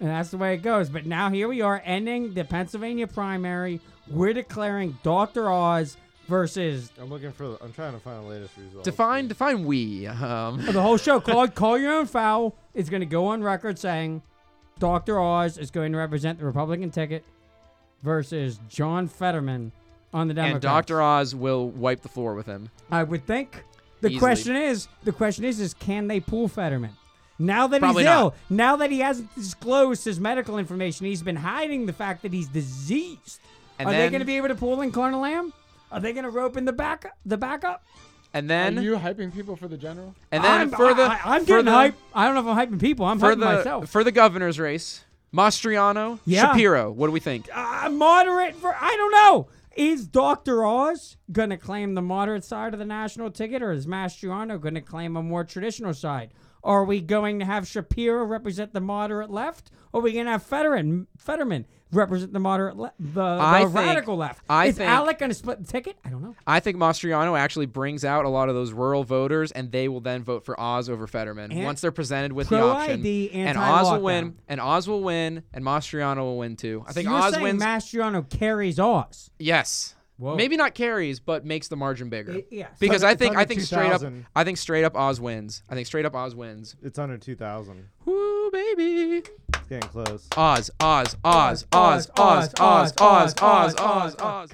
[SPEAKER 2] And that's the way it goes. But now here we are ending the Pennsylvania primary. We're declaring Dr. Oz versus
[SPEAKER 1] I'm looking for. The, I'm trying to find the latest results.
[SPEAKER 3] Define define we. Um,
[SPEAKER 2] for the whole show. Claude, call your own foul is going to go on record saying Dr. Oz is going to represent the Republican ticket versus John Fetterman on the
[SPEAKER 3] and
[SPEAKER 2] Democrats.
[SPEAKER 3] Dr. Oz will wipe the floor with him.
[SPEAKER 2] I would think. The
[SPEAKER 3] Easily.
[SPEAKER 2] question is, the question is, is can they pull Fetterman? Now that
[SPEAKER 3] Probably
[SPEAKER 2] he's
[SPEAKER 3] not.
[SPEAKER 2] ill, now that he hasn't disclosed his medical information, he's been hiding the fact that he's diseased.
[SPEAKER 3] And
[SPEAKER 2] Are they
[SPEAKER 3] then-
[SPEAKER 2] going to be able to pull in Connor Lamb? Are they going to rope in the back the backup?
[SPEAKER 3] And
[SPEAKER 4] Are
[SPEAKER 3] then
[SPEAKER 4] you hyping people for the general?
[SPEAKER 3] and then
[SPEAKER 2] I'm,
[SPEAKER 3] for the
[SPEAKER 2] I, I, am
[SPEAKER 3] for
[SPEAKER 2] getting
[SPEAKER 3] the,
[SPEAKER 2] hype. I don't know if I'm hyping people. I'm
[SPEAKER 3] for
[SPEAKER 2] hyping
[SPEAKER 3] the
[SPEAKER 2] myself.
[SPEAKER 3] for the governor's race. Mastriano,
[SPEAKER 2] Yeah.
[SPEAKER 3] Shapiro. What do we think?
[SPEAKER 2] uh, moderate for I don't know. Is Dr. Oz going to claim the moderate side of the national ticket, or is Mastriano going to claim a more traditional side? Are we going to have Shapiro represent the moderate left? Or are we going to have Fetterman, Fetterman represent the moderate left, the,
[SPEAKER 3] I
[SPEAKER 2] the
[SPEAKER 3] think-
[SPEAKER 2] radical left?
[SPEAKER 3] I
[SPEAKER 2] is
[SPEAKER 3] think-
[SPEAKER 2] Alec going to split the ticket? I don't know.
[SPEAKER 3] I think Mastriano actually brings out a lot of those rural voters, and they will then vote for Oz over Fetterman
[SPEAKER 2] An-
[SPEAKER 3] once they're presented with the
[SPEAKER 2] Pro
[SPEAKER 3] option.
[SPEAKER 2] ID,
[SPEAKER 3] and Oz will
[SPEAKER 2] anti-lockdown.
[SPEAKER 3] win. And Oz will win. And Mastriano will win too. I think
[SPEAKER 2] so you're
[SPEAKER 3] Oz
[SPEAKER 2] saying
[SPEAKER 3] wins.
[SPEAKER 2] Mastriano carries Oz.
[SPEAKER 3] yes.
[SPEAKER 2] Whoa.
[SPEAKER 3] Maybe not carries, but makes the margin bigger.
[SPEAKER 2] I- yes.
[SPEAKER 3] Because
[SPEAKER 1] It's
[SPEAKER 3] I think
[SPEAKER 1] under
[SPEAKER 3] I think straight up
[SPEAKER 1] 2,000.
[SPEAKER 3] I think straight up Oz wins. I think straight up Oz wins.
[SPEAKER 1] It's under 2,000.
[SPEAKER 3] Woo baby.
[SPEAKER 1] It's getting close.
[SPEAKER 3] Oz, Oz, Oz, Oz, Oz, Oz, Oz, Oz, Oz, Oz.